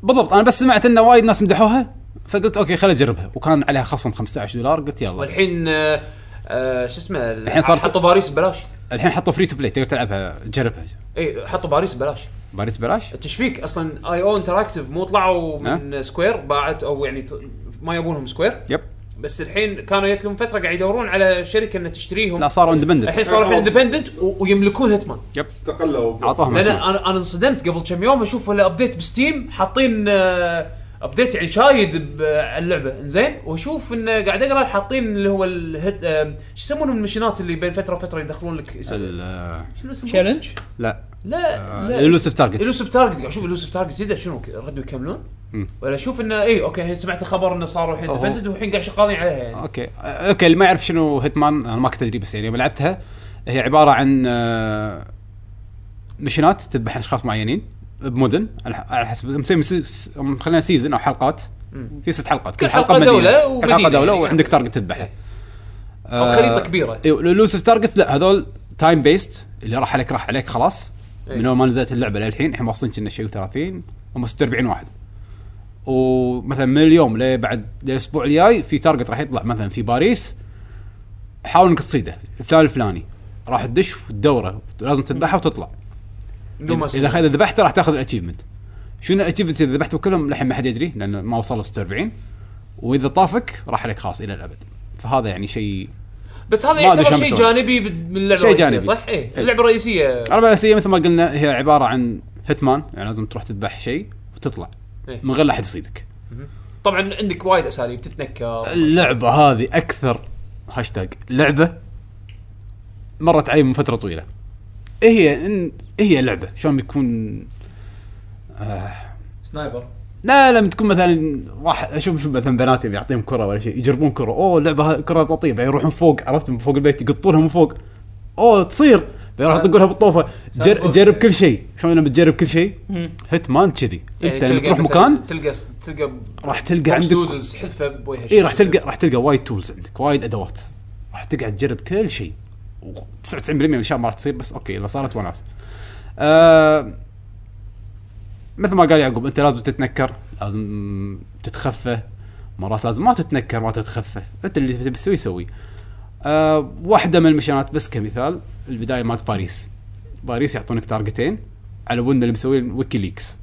S2: بالضبط انا بس سمعت انه وايد ناس مدحوها فقلت اوكي خليني اجربها وكان عليها خصم 15 دولار قلت يلا
S4: والحين آه، آه، شو اسمه
S2: الحين صارت-
S4: حطوا باريس ببلاش
S2: الحين حطوا فري تو بلاي تقدر تلعبها تجربها
S4: اي حطوا باريس ببلاش
S2: باريس بلاش
S4: انت ايش فيك اصلا اي او انتراكتيف مو طلعوا من سكوير باعت او يعني ت- ما يبونهم سكوير
S2: يب
S4: بس الحين كانوا جت لهم فتره قاعد يدورون على شركه انها تشتريهم
S2: لا صاروا اندبندنت
S4: الحين صاروا اندبندنت ويملكون هيتمان
S2: يب
S3: استقلوا
S2: اعطاهم
S4: لان
S2: هيتمان.
S4: انا انا انصدمت قبل كم يوم اشوف ولا ابديت بستيم حاطين ابديت يعني شايد ب- على اللعبه زين واشوف انه قاعد اقرا حاطين اللي هو الهيت آه، شو يسمونهم المشينات اللي بين فتره وفتره يدخلون لك اسم-
S2: ال- آه،
S4: شنو اسمه؟
S5: تشالنج
S2: لا آه،
S4: لا لا
S2: الالوسيف تارجت
S4: الوسف تارجت قاعد اشوف الوسف تارجت اذا شنو ك- ردوا يكملون
S2: مم.
S4: ولا اشوف انه اي اوكي هي سمعت خبر انه صاروا الحين
S2: أهو.
S4: ديبندد والحين قاعد شغالين عليها يعني
S2: اوكي آه، اوكي اللي ما يعرف شنو هيتمان انا ما كنت ادري بس يعني يوم لعبتها هي عباره عن آه، مشينات تذبح اشخاص معينين بمدن على على حسب مسوي س- خلينا سيزون او حلقات في ست حلقات كل
S4: كل
S2: حلقه
S4: حلقة
S2: مدينه
S4: دولة
S2: كل حلقه
S4: ومدينة
S2: دوله
S4: يعني.
S2: وعندك تارجت تذبحه
S4: او خريطه كبيره
S2: ايوه الالوسيف تارجت لا هذول تايم بيست اللي راح عليك راح عليك خلاص من اول ما نزلت اللعبه للحين احنا واصلين كنا شيء 30 هم 46 واحد ومثلا من اليوم لبعد الاسبوع الجاي في تارجت راح يطلع مثلا في باريس حاول انك تصيده فلان الفلاني راح تدش في الدوره لازم تذبحه وتطلع
S4: بدون ما
S2: اذا
S4: أسوي.
S2: اذا ذبحته راح تاخذ الاتشيفمنت شنو الاتشيفمنت اذا ذبحته كلهم للحين ما حد يدري لانه ما وصلوا 46 واذا طافك راح عليك خلاص الى الابد فهذا يعني شيء
S4: بس هذا
S2: ما أدري
S4: يعتبر
S2: شلون
S4: شيء
S2: بيسوون.
S4: جانبي بال- من اللعبه
S2: شيء
S4: الرئيسيه
S2: جانبي. إيه. أه،
S4: صح؟ إيه، اي
S2: إي.
S4: اللعبه الرئيسيه
S2: الاربع الاساسيه مثل ما قلنا هي عباره عن هيتمان يعني لازم تروح تذبح شيء وتطلع
S4: إيه.
S2: من غير لا احد يصيدك
S4: طبعا عندك وايد اساليب تتنكر
S2: أه، اللعبه هذه اكثر هاشتاج لعبه مرت علي من فتره طويله إيه هي إن إيه هي لعبه شلون بيكون
S4: سنايبر
S2: لا لما تكون مثلا واحد اشوف شوف مثلا بناتي بيعطيهم كره ولا شيء يجربون كره اوه لعبه ه- كره لطيفه بعدين يروحون فوق عرفت من فوق البيت يقطونها من فوق اوه تصير بعدين يروح يطقونها بالطوفه جر...
S4: ساندبوكس.
S2: جرب كل شيء شلون لما تجرب كل شيء
S6: مم.
S2: هيت مان كذي انت لما
S4: يعني تلقى
S2: تروح
S4: مثلاً-
S2: مكان
S4: تلقى تلقى
S2: راح تلقى
S4: بوكس
S2: عندك
S4: نودلز حذفه بوجه
S2: اي راح تلقى راح تلقى وايد تولز عندك وايد ادوات راح تقعد تجرب كل شيء و 99% من الاشياء ما راح تصير بس اوكي اذا صارت وناس آه مثل ما قال يعقوب انت لازم تتنكر لازم تتخفى مرات لازم ما تتنكر ما تتخفى انت اللي تبي تسوي سوي آه واحده من المشانات بس كمثال البدايه مالت باريس باريس يعطونك تارجتين على ون اللي مسوين ويكيليكس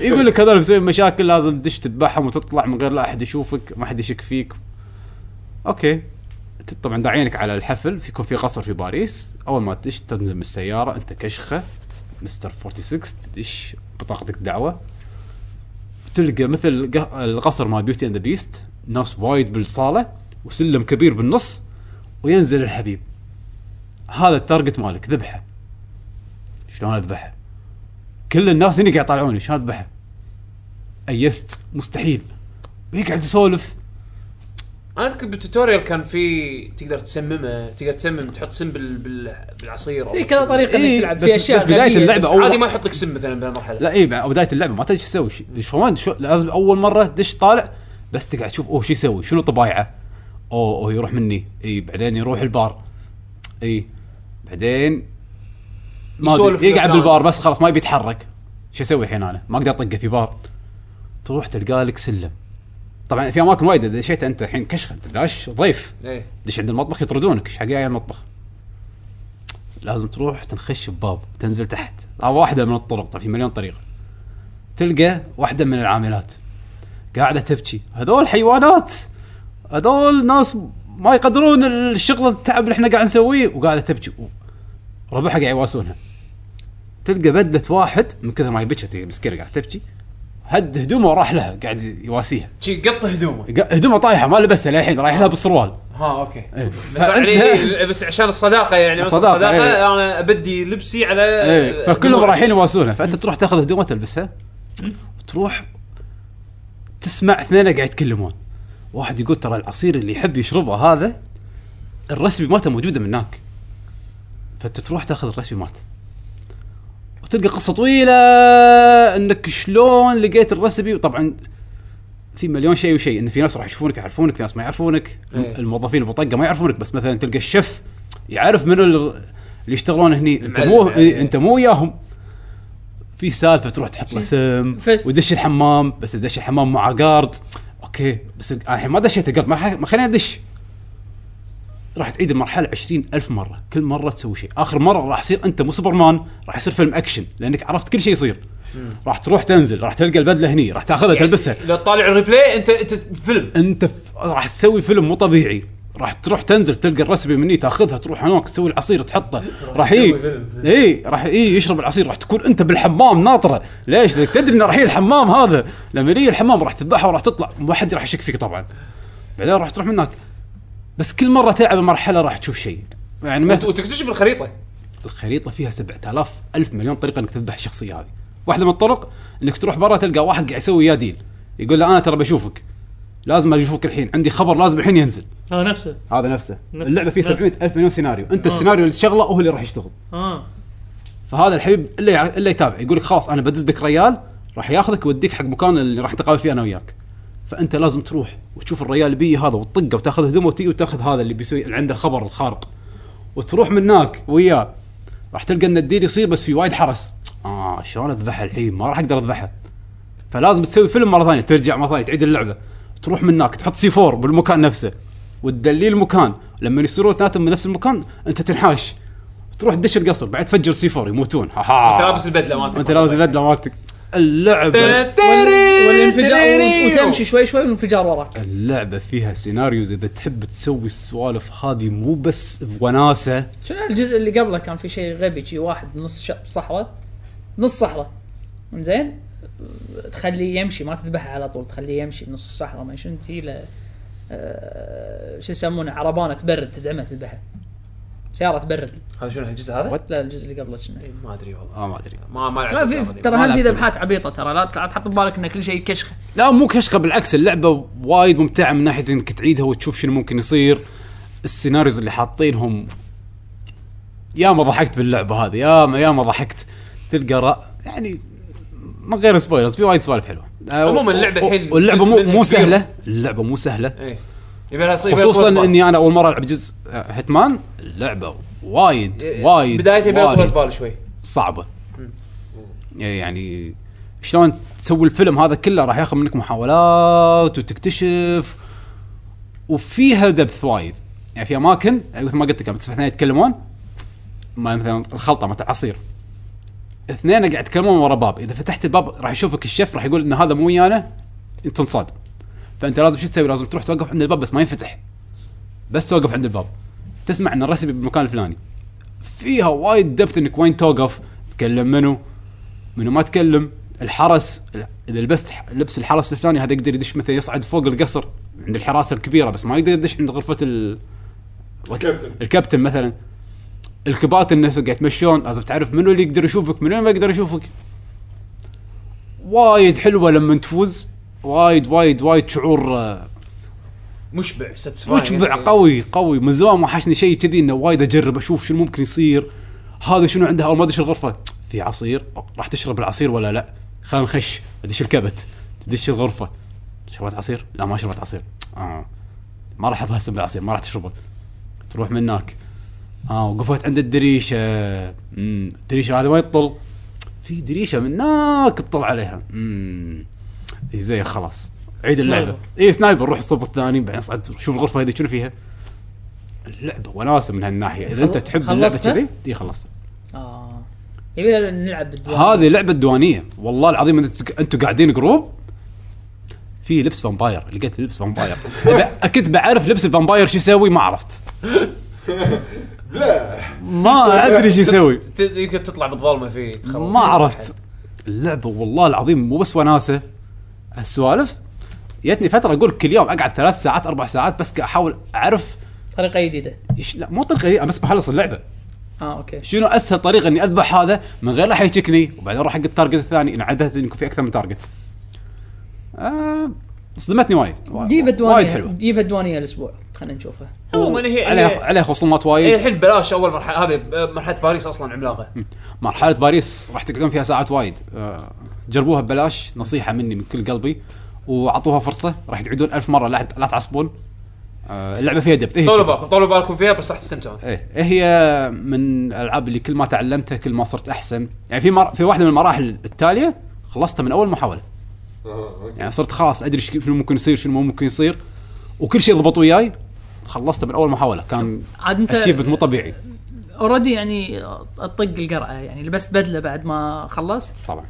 S2: يقول لك هذول مسويين مشاكل لازم تدش تذبحهم وتطلع من غير لا احد يشوفك ما حد يشك فيك اوكي ت- طبعا داعينك على الحفل في- يكون في قصر في باريس اول ما تدش تنزل من السياره انت كشخه مستر 46 تدش بطاقتك دعوه تلقى مثل الق- القصر مال بيوتي اند ذا بيست ناس وايد بالصاله وسلم كبير بالنص وينزل الحبيب هذا التارجت مالك ذبحه شلون اذبحه؟ كل الناس هنا قاعد يطالعوني شلون اذبحه؟ ايست مستحيل ويقعد يسولف
S4: انا اذكر بالتوتوريال كان في تقدر تسممه تقدر تسمم تحط سم بال... بال... بالعصير أو
S5: في كذا
S4: شيء.
S5: طريقه
S2: إيه،
S5: انك تلعب
S2: بس-
S5: في اشياء
S2: بس بداية
S5: غبية،
S2: اللعبة
S5: بس
S2: أول-
S4: عادي ما يحط لك سم مثلا بهالمرحله
S2: لا إيه، اي بع- بدايه اللعبه ما تدري شو تسوي شو- شلون شو لازم اول مره تدش طالع بس تقعد تشوف اوه شو يسوي شنو طبايعه اوه اوه يروح مني اي بعدين يروح البار اي بعدين ما أدري،
S4: يسولف
S2: يقعد
S4: لك
S2: بالبار
S4: عن-
S2: بس خلاص ما يبي يتحرك شو اسوي الحين انا؟ ما اقدر اطقه في بار تروح تلقى لك سلم طبعا في اماكن وايد إذا دشيت انت الحين كشخه انت داش ضيف
S4: ايه
S2: دش عند المطبخ يطردونك ايش حق جاي المطبخ لازم تروح تنخش بباب تنزل تحت هذا واحده من الطرق طبعا في مليون طريقه تلقى واحده من العاملات قاعده تبكي هذول حيوانات هذول ناس ما يقدرون الشغل التعب اللي احنا قاعد نسويه وقاعده تبكي ربعها قاعد يواسونها تلقى بدت واحد من كثر ما هي بكت هي مسكينه قاعده تبكي هد هدومه وراح لها قاعد يواسيها
S4: شي قط هدومه
S2: قا- هدومه طايحه ما لبسها للحين رايح لها بالسروال
S4: ها اوكي
S2: إيه.
S4: بس, يعني بس عشان الصداقه يعني بس
S2: الصداقة،
S4: الصداقه, الصداقة
S2: إيه.
S4: انا ابدي لبسي على
S2: ايه فكلهم
S4: دموعي.
S2: رايحين يواسونه فانت تروح تاخذ هدومه تلبسها وتروح تسمع اثنين قاعد يتكلمون واحد يقول ترى العصير اللي يحب يشربه هذا الرسبي مالته موجوده من هناك فانت تروح تاخذ الرسبي مالته وتلقى قصه طويله انك شلون لقيت الرسبي وطبعا في مليون شيء وشيء ان في ناس راح يشوفونك يعرفونك في ناس ما يعرفونك
S4: إيه.
S2: الموظفين بطقه ما يعرفونك بس مثلا تلقى الشيف يعرف منو اللي يشتغلون هني انت
S4: المعلم
S2: مو
S4: يعني.
S2: إيه، انت مو وياهم في سالفه تروح تحط له سم
S5: ف-
S2: ودش الحمام بس دش الحمام مع جارد اوكي بس أنا الحين ما دشيت جارد ما, ح- ما خليني ادش راح تعيد المرحله 20000 مره كل مره تسوي شيء اخر مره راح يصير انت مو سوبرمان راح يصير فيلم اكشن لانك عرفت كل شيء يصير راح تروح تنزل راح تلقى البدله هني راح تاخذها
S4: يعني
S2: تلبسها
S4: لو تطالع الريبلاي انت انت فيلم
S2: انت ف- راح تسوي فيلم مو طبيعي راح تروح تنزل تلقى الرسبي مني تاخذها تروح هناك تسوي العصير تحطه راح اي اي راح اي يشرب العصير راح تكون انت بالحمام ناطره ليش؟ لانك تدري انه راح يجي الحمام هذا لما يجي الحمام راح تذبحه وراح تطلع ما حد راح يشك فيك طبعا بعدين راح تروح من هناك بس كل مره تلعب المرحله راح تشوف شيء يعني
S4: وت-
S2: مثلا
S4: وتكتشف الخريطه
S2: الخريطه فيها 7000 الف مليون طريقه انك تذبح الشخصيه هذه واحده من الطرق انك تروح برا تلقى واحد قاعد يسوي يا ديل يقول له انا ترى بشوفك لازم اشوفك الحين عندي خبر لازم الحين ينزل
S6: اه نفسه
S2: هذا نفسه
S6: نفس-
S2: اللعبه فيها
S6: نفس.
S2: 700 الف مليون سيناريو انت السيناريو اللي تشغله هو اللي راح يشتغل
S6: اه
S2: فهذا الحبيب اللي يع- اللي يتابع يقول لك خلاص انا بدز لك ريال راح ياخذك ويوديك حق مكان اللي راح نتقابل فيه انا وياك فانت لازم تروح وتشوف الريال اللي بيه هذا وتطقه وتاخذ هدومه وتجي وتاخذ هذا اللي بيسوي اللي عنده الخبر الخارق وتروح من هناك وياه راح تلقى ان الديل يصير بس في وايد حرس اه شلون اذبحه الحين ما راح اقدر اذبحه فلازم تسوي فيلم مره ثانيه ترجع مره ثانيه تعيد اللعبه تروح من هناك تحط سي 4 بالمكان نفسه وتدليه المكان لما يصيرون اثنيناتهم من نفس المكان انت تنحاش تروح تدش القصر بعد تفجر سي 4 يموتون ها ها
S4: انت لابس البدله مالتك
S2: انت لابس البدله مالتك اللعبه
S5: والانفجار وت- وتمشي شوي شوي والانفجار وراك
S2: اللعبه فيها سيناريوز اذا تحب تسوي السوالف هذه مو بس وناسه
S5: شنو الجزء اللي قبله كان في شيء غبي شي واحد نص شب صحراء نص صحراء زين تخليه يمشي ما تذبحه على طول تخليه يمشي بنص الصحراء ما شنو تجي له آه، شو يسمونه عربانه تبرد تدعمه تذبحه سياره تبرد
S4: هذا شنو الجزء هذا؟
S5: لا الجزء اللي قبله كنا
S4: إيه، ما ادري والله
S2: اه ما ادري
S4: ما ما
S5: لا
S4: لعبت
S5: في
S4: اللعبة
S5: في-
S4: دي.
S5: ترى
S2: ما
S5: هم في
S2: لعبت.
S5: ذبحات عبيطه ترى لا لا تحط ببالك ان كل شيء كشخه
S2: لا مو كشخه بالعكس اللعبه وايد ممتعه من ناحيه انك تعيدها وتشوف شنو ممكن يصير السيناريوز اللي حاطينهم يا ما ضحكت باللعبه هذه يا ما يا ما ضحكت تلقى رأ... يعني من غير سبويلرز في وايد سوالف حلوه آه،
S4: عموماً
S2: و-
S4: اللعبة
S2: و-
S4: الحين
S2: واللعبه
S4: جزء
S2: مو
S4: منها
S2: مو
S4: كبير.
S2: سهله اللعبه مو سهله
S4: ايه يبي لها يبي لها
S2: خصوصا
S4: قوة بال.
S2: اني انا اول مره العب جزء آه، هيتمان اللعبه وايد وايد
S4: بدايتها إيه، يبي لها
S2: وايد
S4: قوة بال شوي
S2: صعبه يعني شلون تسوي الفيلم هذا كله راح ياخذ منك محاولات وتكتشف وفيها دبث وايد يعني في اماكن يعني مثل ما قلت لك بس اثنين يتكلمون ما مثلا الخلطه مثل عصير اثنين قاعد يتكلمون ورا باب اذا فتحت الباب راح يشوفك الشيف راح يقول ان هذا مو ويانا انت انصاد فانت لازم شو تسوي لازم تروح توقف عند الباب بس ما ينفتح بس توقف عند الباب تسمع ان الرسبي بالمكان الفلاني فيها وايد دبث انك وين توقف تكلم منو منو ما تكلم الحرس ال- اذا لبست ح- لبس الحرس الفلاني هذا يقدر يدش مثلا يصعد فوق القصر عند الحراسه الكبيره بس ما يقدر يدش عند غرفه ال...
S3: الكابتن.
S2: الكابتن مثلا الكبات الناس قاعد يتمشون لازم تعرف منو اللي يقدر يشوفك منو اللي ما يقدر يشوفك وايد حلوه لما تفوز وايد وايد وايد شعور آه،
S4: مشبع satisfying.
S2: مشبع قوي قوي من زمان ما حشني شيء كذي انه وايد اجرب اشوف شنو ممكن يصير هذا شنو عنده اول ما ادش الغرفه في عصير راح تشرب العصير ولا لا خلينا نخش ادش الكبت تدش الغرفه شربت عصير لا ما شربت عصير آه. ما راح اضهسم بالعصير ما راح تشربه تروح من هناك اه وقفت عند الدريشه امم الدريشه هذا وين تطل؟ في دريشه من هناك تطل عليها امم إيه زين خلاص عيد اللعبه اي سنايبر روح الصوب الثاني بعدين صعد شوف الغرفه هذه شنو فيها اللعبه وناسه من هالناحيه اذا انت
S5: خلص-
S2: تحب اللعبه
S5: خلصتها؟
S2: كذي اي خلصت
S5: اه يبي لنا نلعب بالدوام
S2: آه. هذه لعبه دوانيه والله العظيم إنت- انتوا قاعدين جروب في لبس فامباير لقيت لبس فامباير إذا كنت بعرف لبس الفامباير شو يسوي ما عرفت إيه.
S3: لا
S2: ما ادري شو يسوي
S4: ت- يمكن تطلع بالظلمه فيه تخرب.
S2: ما عرفت اللعبه والله العظيم مو بس وناسه السوالف جتني فتره اقول كل يوم اقعد ثلاث ساعات اربع ساعات بس احاول اعرف
S5: طريقه جديده
S2: إيش لا مو طريقه دي، أنا بس بخلص اللعبه
S5: اه اوكي
S2: شنو اسهل طريقه اني اذبح هذا من غير لا يشكني وبعدين اروح حق التارجت الثاني ان عدت انه في اكثر من تارجت آه، صدمتني وايد وا-
S5: جيب
S2: وايد
S5: الديوانيه
S2: حلوه
S5: جيب الديوانيه الاسبوع خلينا نشوفها
S4: عموما هي
S2: عليها
S4: هي
S2: عليها خصومات
S4: هي
S2: وايد
S4: إيه، الحين بلاش اول مرحله هذه مرحله باريس اصلا عملاقه
S2: مرحله باريس راح تقعدون فيها ساعات وايد آه، جربوها ببلاش نصيحه مني من كل قلبي واعطوها فرصه راح تعيدون ألف مره لا لا تعصبون آه، اللعبه فيها دبت
S4: طولوا بالكم طولوا بالكم فيها بس راح تستمتعون
S2: ايه إيه هي من الالعاب اللي كل ما تعلمتها كل ما صرت احسن يعني في مر... في واحده من المراحل التاليه خلصتها من اول محاوله
S3: آه، أوكي.
S2: يعني صرت خلاص ادري شك- شنو ممكن يصير شنو مو ممكن يصير وكل شيء ضبط وياي خلصته من اول محاوله كان
S5: عاد انت
S2: اتشيفمنت مو طبيعي
S5: اوريدي يعني اطق القرعه يعني لبست بدله بعد ما خلصت
S2: طبعا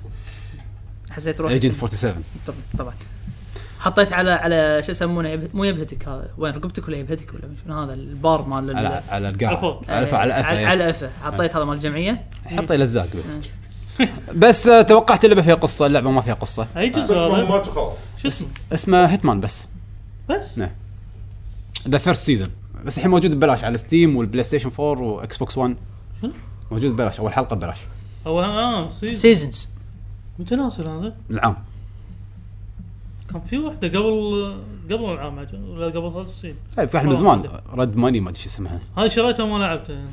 S5: حسيت روحي
S2: ايجنت 47
S5: طبعا طبعا حطيت على على شو يسمونه يبه- مو يبهتك هذا وين رقبتك ولا يبهتك ولا شنو هذا البار مال ال-
S2: على على القاع
S6: عفوا.
S2: على آه. الف على إيه.
S5: على, على
S2: الف
S5: الأفة. حطيت هذا مال الجمعيه
S2: حطي لزاق بس بس آه، توقعت اللعبه فيها قصه اللعبه ما فيها قصه
S6: اي جزء
S3: بس ما
S6: هذا
S3: ماتوا خلاص
S6: شو اسمه
S2: اسمها هيتمان بس
S6: بس
S2: نعم. ذا فيرست سيزون بس الحين موجود ببلاش على ستيم والبلاي ستيشن 4 واكس بوكس 1 موجود ببلاش اول حلقه ببلاش
S6: هو اه سيزون
S5: سيزونز
S6: متناسل هذا
S2: العام
S6: كان في واحده قبل قبل العام عجل. ولا قبل ثلاث سنين
S2: طيب في واحد من زمان رد ماني ما ادري شو اسمها
S6: هاي شريتها ما لعبتها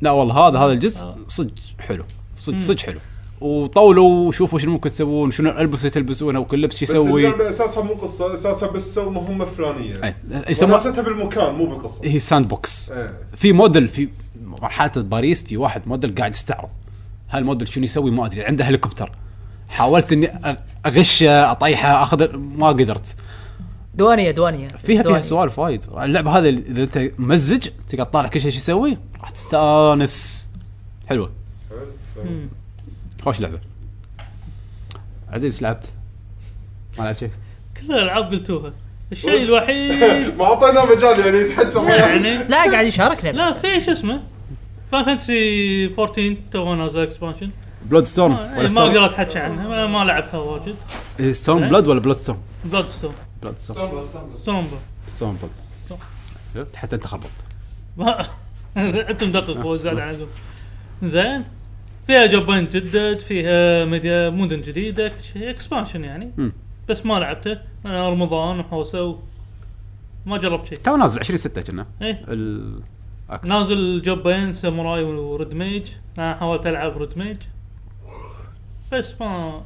S2: لا والله هذا هذا الجزء
S6: آه.
S2: صدق حلو صدق صدق حلو وطولوا وشوفوا شنو ممكن تسوون شنو الالبسه تلبسونه وكل لبس شو
S3: بس
S2: يسوي
S3: اللعبه اساسها مو قصه اساسها بس سوي مهمه
S2: إيه،
S3: فلانيه
S2: يسموها
S3: وناستها بالمكان مو بالقصه
S2: هي ساند بوكس
S3: إيه.
S2: في موديل في مرحله باريس في واحد موديل قاعد يستعرض هالموديل شنو يسوي ما ادري عنده هليكوبتر حاولت اني أ- اغشه اطيحه اخذ ما قدرت
S5: دوانيه دوانيه
S2: فيها فيها
S5: دوانية.
S2: سوالف وايد اللعبه هذه اذا انت ممزج تقعد تطالع كل شيء شو يسوي راح تستانس حلوه خوش لعبه عزيز إيش لعبت؟ ما لعبت شيء
S6: كل الالعاب قلتوها الشيء الوحيد
S3: ما اعطينا مجال يعني يتحجر
S6: يعني
S5: لا قاعد يشاركنا
S6: لا في شو اسمه فان فانتسي 14 تو نازل اكسبانشن
S2: بلود ستورم ولا
S6: آه، إيه، ما
S2: ستورم
S6: اقدر اتحكى عنها ما- ما لعبتها واجد
S2: ستورم بلود ولا بلود ستورم؟
S6: بلاد ستون
S2: بلود ستورم
S6: ستون
S2: ستورم بلود
S6: ستورم.
S2: شفت حتى انت خربطت
S6: ما انت مدقق هو زاد عنكم زين فيها جوبين جدد فيها مديا مدن جديده شيء اكسبانشن يعني
S2: مم.
S6: بس ما لعبته انا رمضان وحوسه و- ما جربت شيء
S2: تو نازل 20 6 كنا
S6: ايه
S2: ال أكس.
S6: نازل جوبين ساموراي وريد ميج انا حاولت العب ريد ميج بس ما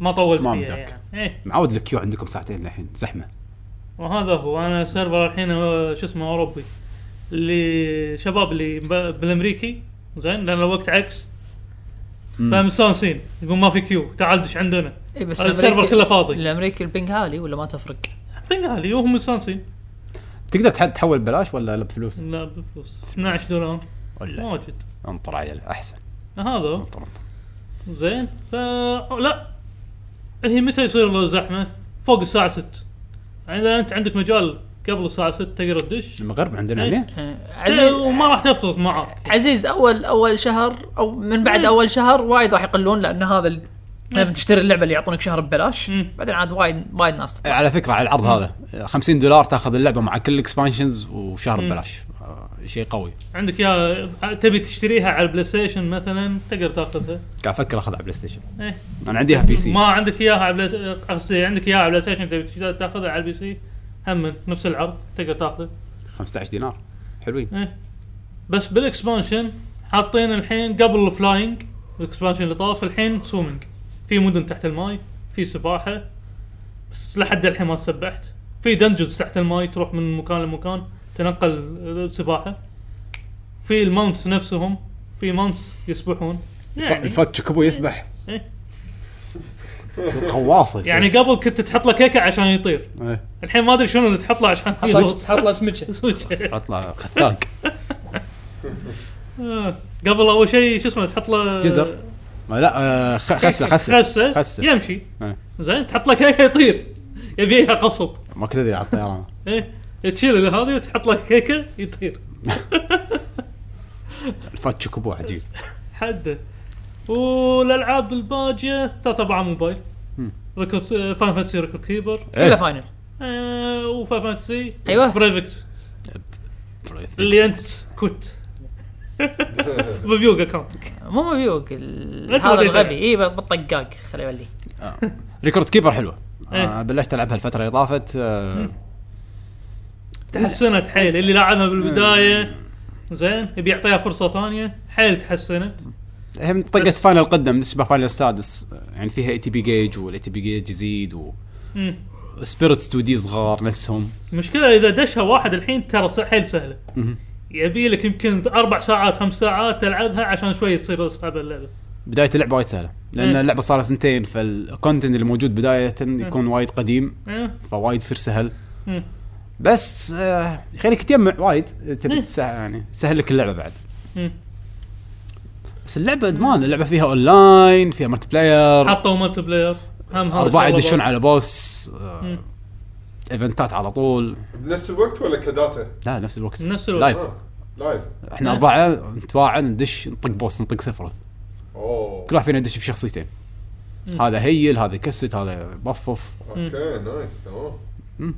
S6: ما طولت
S2: ما
S6: فيها
S2: مداك.
S6: يعني ايه
S2: معود الكيو عندكم ساعتين للحين زحمه
S6: وهذا هو انا سيرفر الحين آه، شو اسمه اوروبي اللي شباب اللي ب- بالامريكي زين لان الوقت عكس فمستانسين يقول ما في كيو تعال دش عندنا
S5: اي إيه، بس
S6: السيرفر
S5: الأمريكي-
S6: كله فاضي.
S5: الامريكي البنج عالي ولا ما تفرق؟
S6: بنج عالي وهم مستانسين
S2: تقدر تح- تحول ببلاش ولا لا بفلوس؟
S6: لا بفلوس 12 دولار
S2: ولا
S6: واجد
S2: انطر عيل احسن
S6: هذا هو.
S2: انطر انطر
S6: زين ف لا هي متى يصير له زحمه؟ فوق الساعه 6 يعني اذا انت عندك مجال قبل الساعه 6 تقدر تدش
S2: المغرب عندنا
S6: إيه.
S2: هنا
S5: آه،
S6: إيه،
S5: عزيز
S6: وما راح تفطس معك
S5: عزيز اول اول شهر او من بعد
S6: مم.
S5: اول شهر وايد راح يقلون لان هذا ال... لما تشتري اللعبه اللي يعطونك شهر ببلاش
S6: مم.
S5: بعدين عاد وايد وايد ناس تطلع
S2: على فكره على العرض هذا 50 دولار تاخذ اللعبه مع كل الاكسبانشنز وشهر ببلاش آه، شيء قوي
S6: عندك يا تبي تشتريها على البلاي ستيشن مثلا تقدر تاخذها
S2: قاعد افكر اخذها على بلاي ستيشن
S6: إيه.
S2: انا عندي إياها بي سي
S6: ما عندك اياها على بلاي قصدي عندك اياها على بلاي ستيشن تبي تشتري- تاخذها على البي سي هم نفس العرض تقدر تاخذه
S2: 15 دينار حلوين
S6: إيه. بس بالاكسبانشن حاطين الحين قبل الفلاينج الاكسبانشن اللي طاف الحين سويمنج في مدن تحت الماي في سباحه بس لحد الحين ما سبحت في دنجنز تحت الماي تروح من مكان لمكان تنقل سباحه في الماونتس نفسهم في ماونتس يسبحون يعني
S2: الفتش كبو يسبح
S6: إيه.
S2: غواصه يصير.
S6: يعني قبل كنت تحط له كيكه عشان يطير
S2: إيه.
S6: الحين ما ادري شنو اللي تحط له عشان
S5: تحط له سمكه
S6: يسوي.
S2: عطله خفاق
S6: آه. قبل اول شيء شو اسمه تحط له
S2: جزر. ما لا آه، خ-
S6: إيه،
S2: خسه خسه
S6: خسه
S2: خسة.
S6: خسه يمشي
S2: إيه.
S6: زين تحط له كيكه يطير يبيها قصب
S2: ما كنت ادري على الطيران
S6: ايه تشيل هذه وتحط له كيكه يطير
S2: الفتش كبو عجيب
S6: حده والالعاب الباجيه طبعا موبايل ريكورد فان فانتسي ريكورد كيبر
S5: إيه. كله فاينل
S6: آه وفان فانتسي
S5: أيوة.
S6: بريفكس اللي انت كنت ريفيو اكونتك
S5: مو مبيوك
S6: أنت
S5: هذا
S6: وديت
S5: الغبي
S6: أنا.
S5: اي بالطقاق خليه يولي
S2: ريكورد كيبر حلوه آه
S6: إيه.
S2: بلشت العبها الفتره اللي طافت آه
S6: تحسنت حيل اللي لعبها بالبدايه زين يبي يعطيها فرصه ثانيه حيل تحسنت
S2: هي من طقه
S6: بس-
S2: فاينل قدم نسبه فاينل السادس آه، يعني فيها اي تي بي جيج والاي تي بي جيج يزيد و
S6: مم.
S2: سبيرتس 2 دي صغار نفسهم
S6: المشكله اذا دشها واحد الحين ترى س- حيل سهله
S2: مهم.
S6: يبي لك يمكن اربع ساعات خمس ساعات تلعبها عشان شوي تصير اصعب اللعبه
S2: بدايه اللعبه وايد سهله لان
S6: مم.
S2: اللعبه صار لها سنتين فالكونتنت اللي موجود بدايه يكون وايد قديم
S6: إيه.
S2: فوايد يصير سهل
S6: مم.
S2: بس آه يخليك تجمع وايد تبي
S6: مم.
S2: تسه- يعني سهل لك اللعبه بعد
S6: مم.
S2: بس اللعبه ادمان اللعبه فيها اونلاين فيها مالتي بلاير
S6: حطوا مالتي بلاير هم هذا
S2: اربعه
S6: شغلة
S2: يدشون
S6: برضه.
S2: على بوس آه،
S6: مم.
S2: ايفنتات على طول
S3: بنفس الوقت ولا كداتا؟
S2: لا نفس الوقت
S6: نفس الوقت. نعم.
S2: لايف
S3: آه، لايف
S2: احنا اربعه نتواعد ندش نطق بوس نطق سفرث
S3: اوه
S2: كل واحد فينا يدش بشخصيتين
S6: مم.
S2: هذا هيل هذا يكسد هذا بفف
S3: اوكي نايس تمام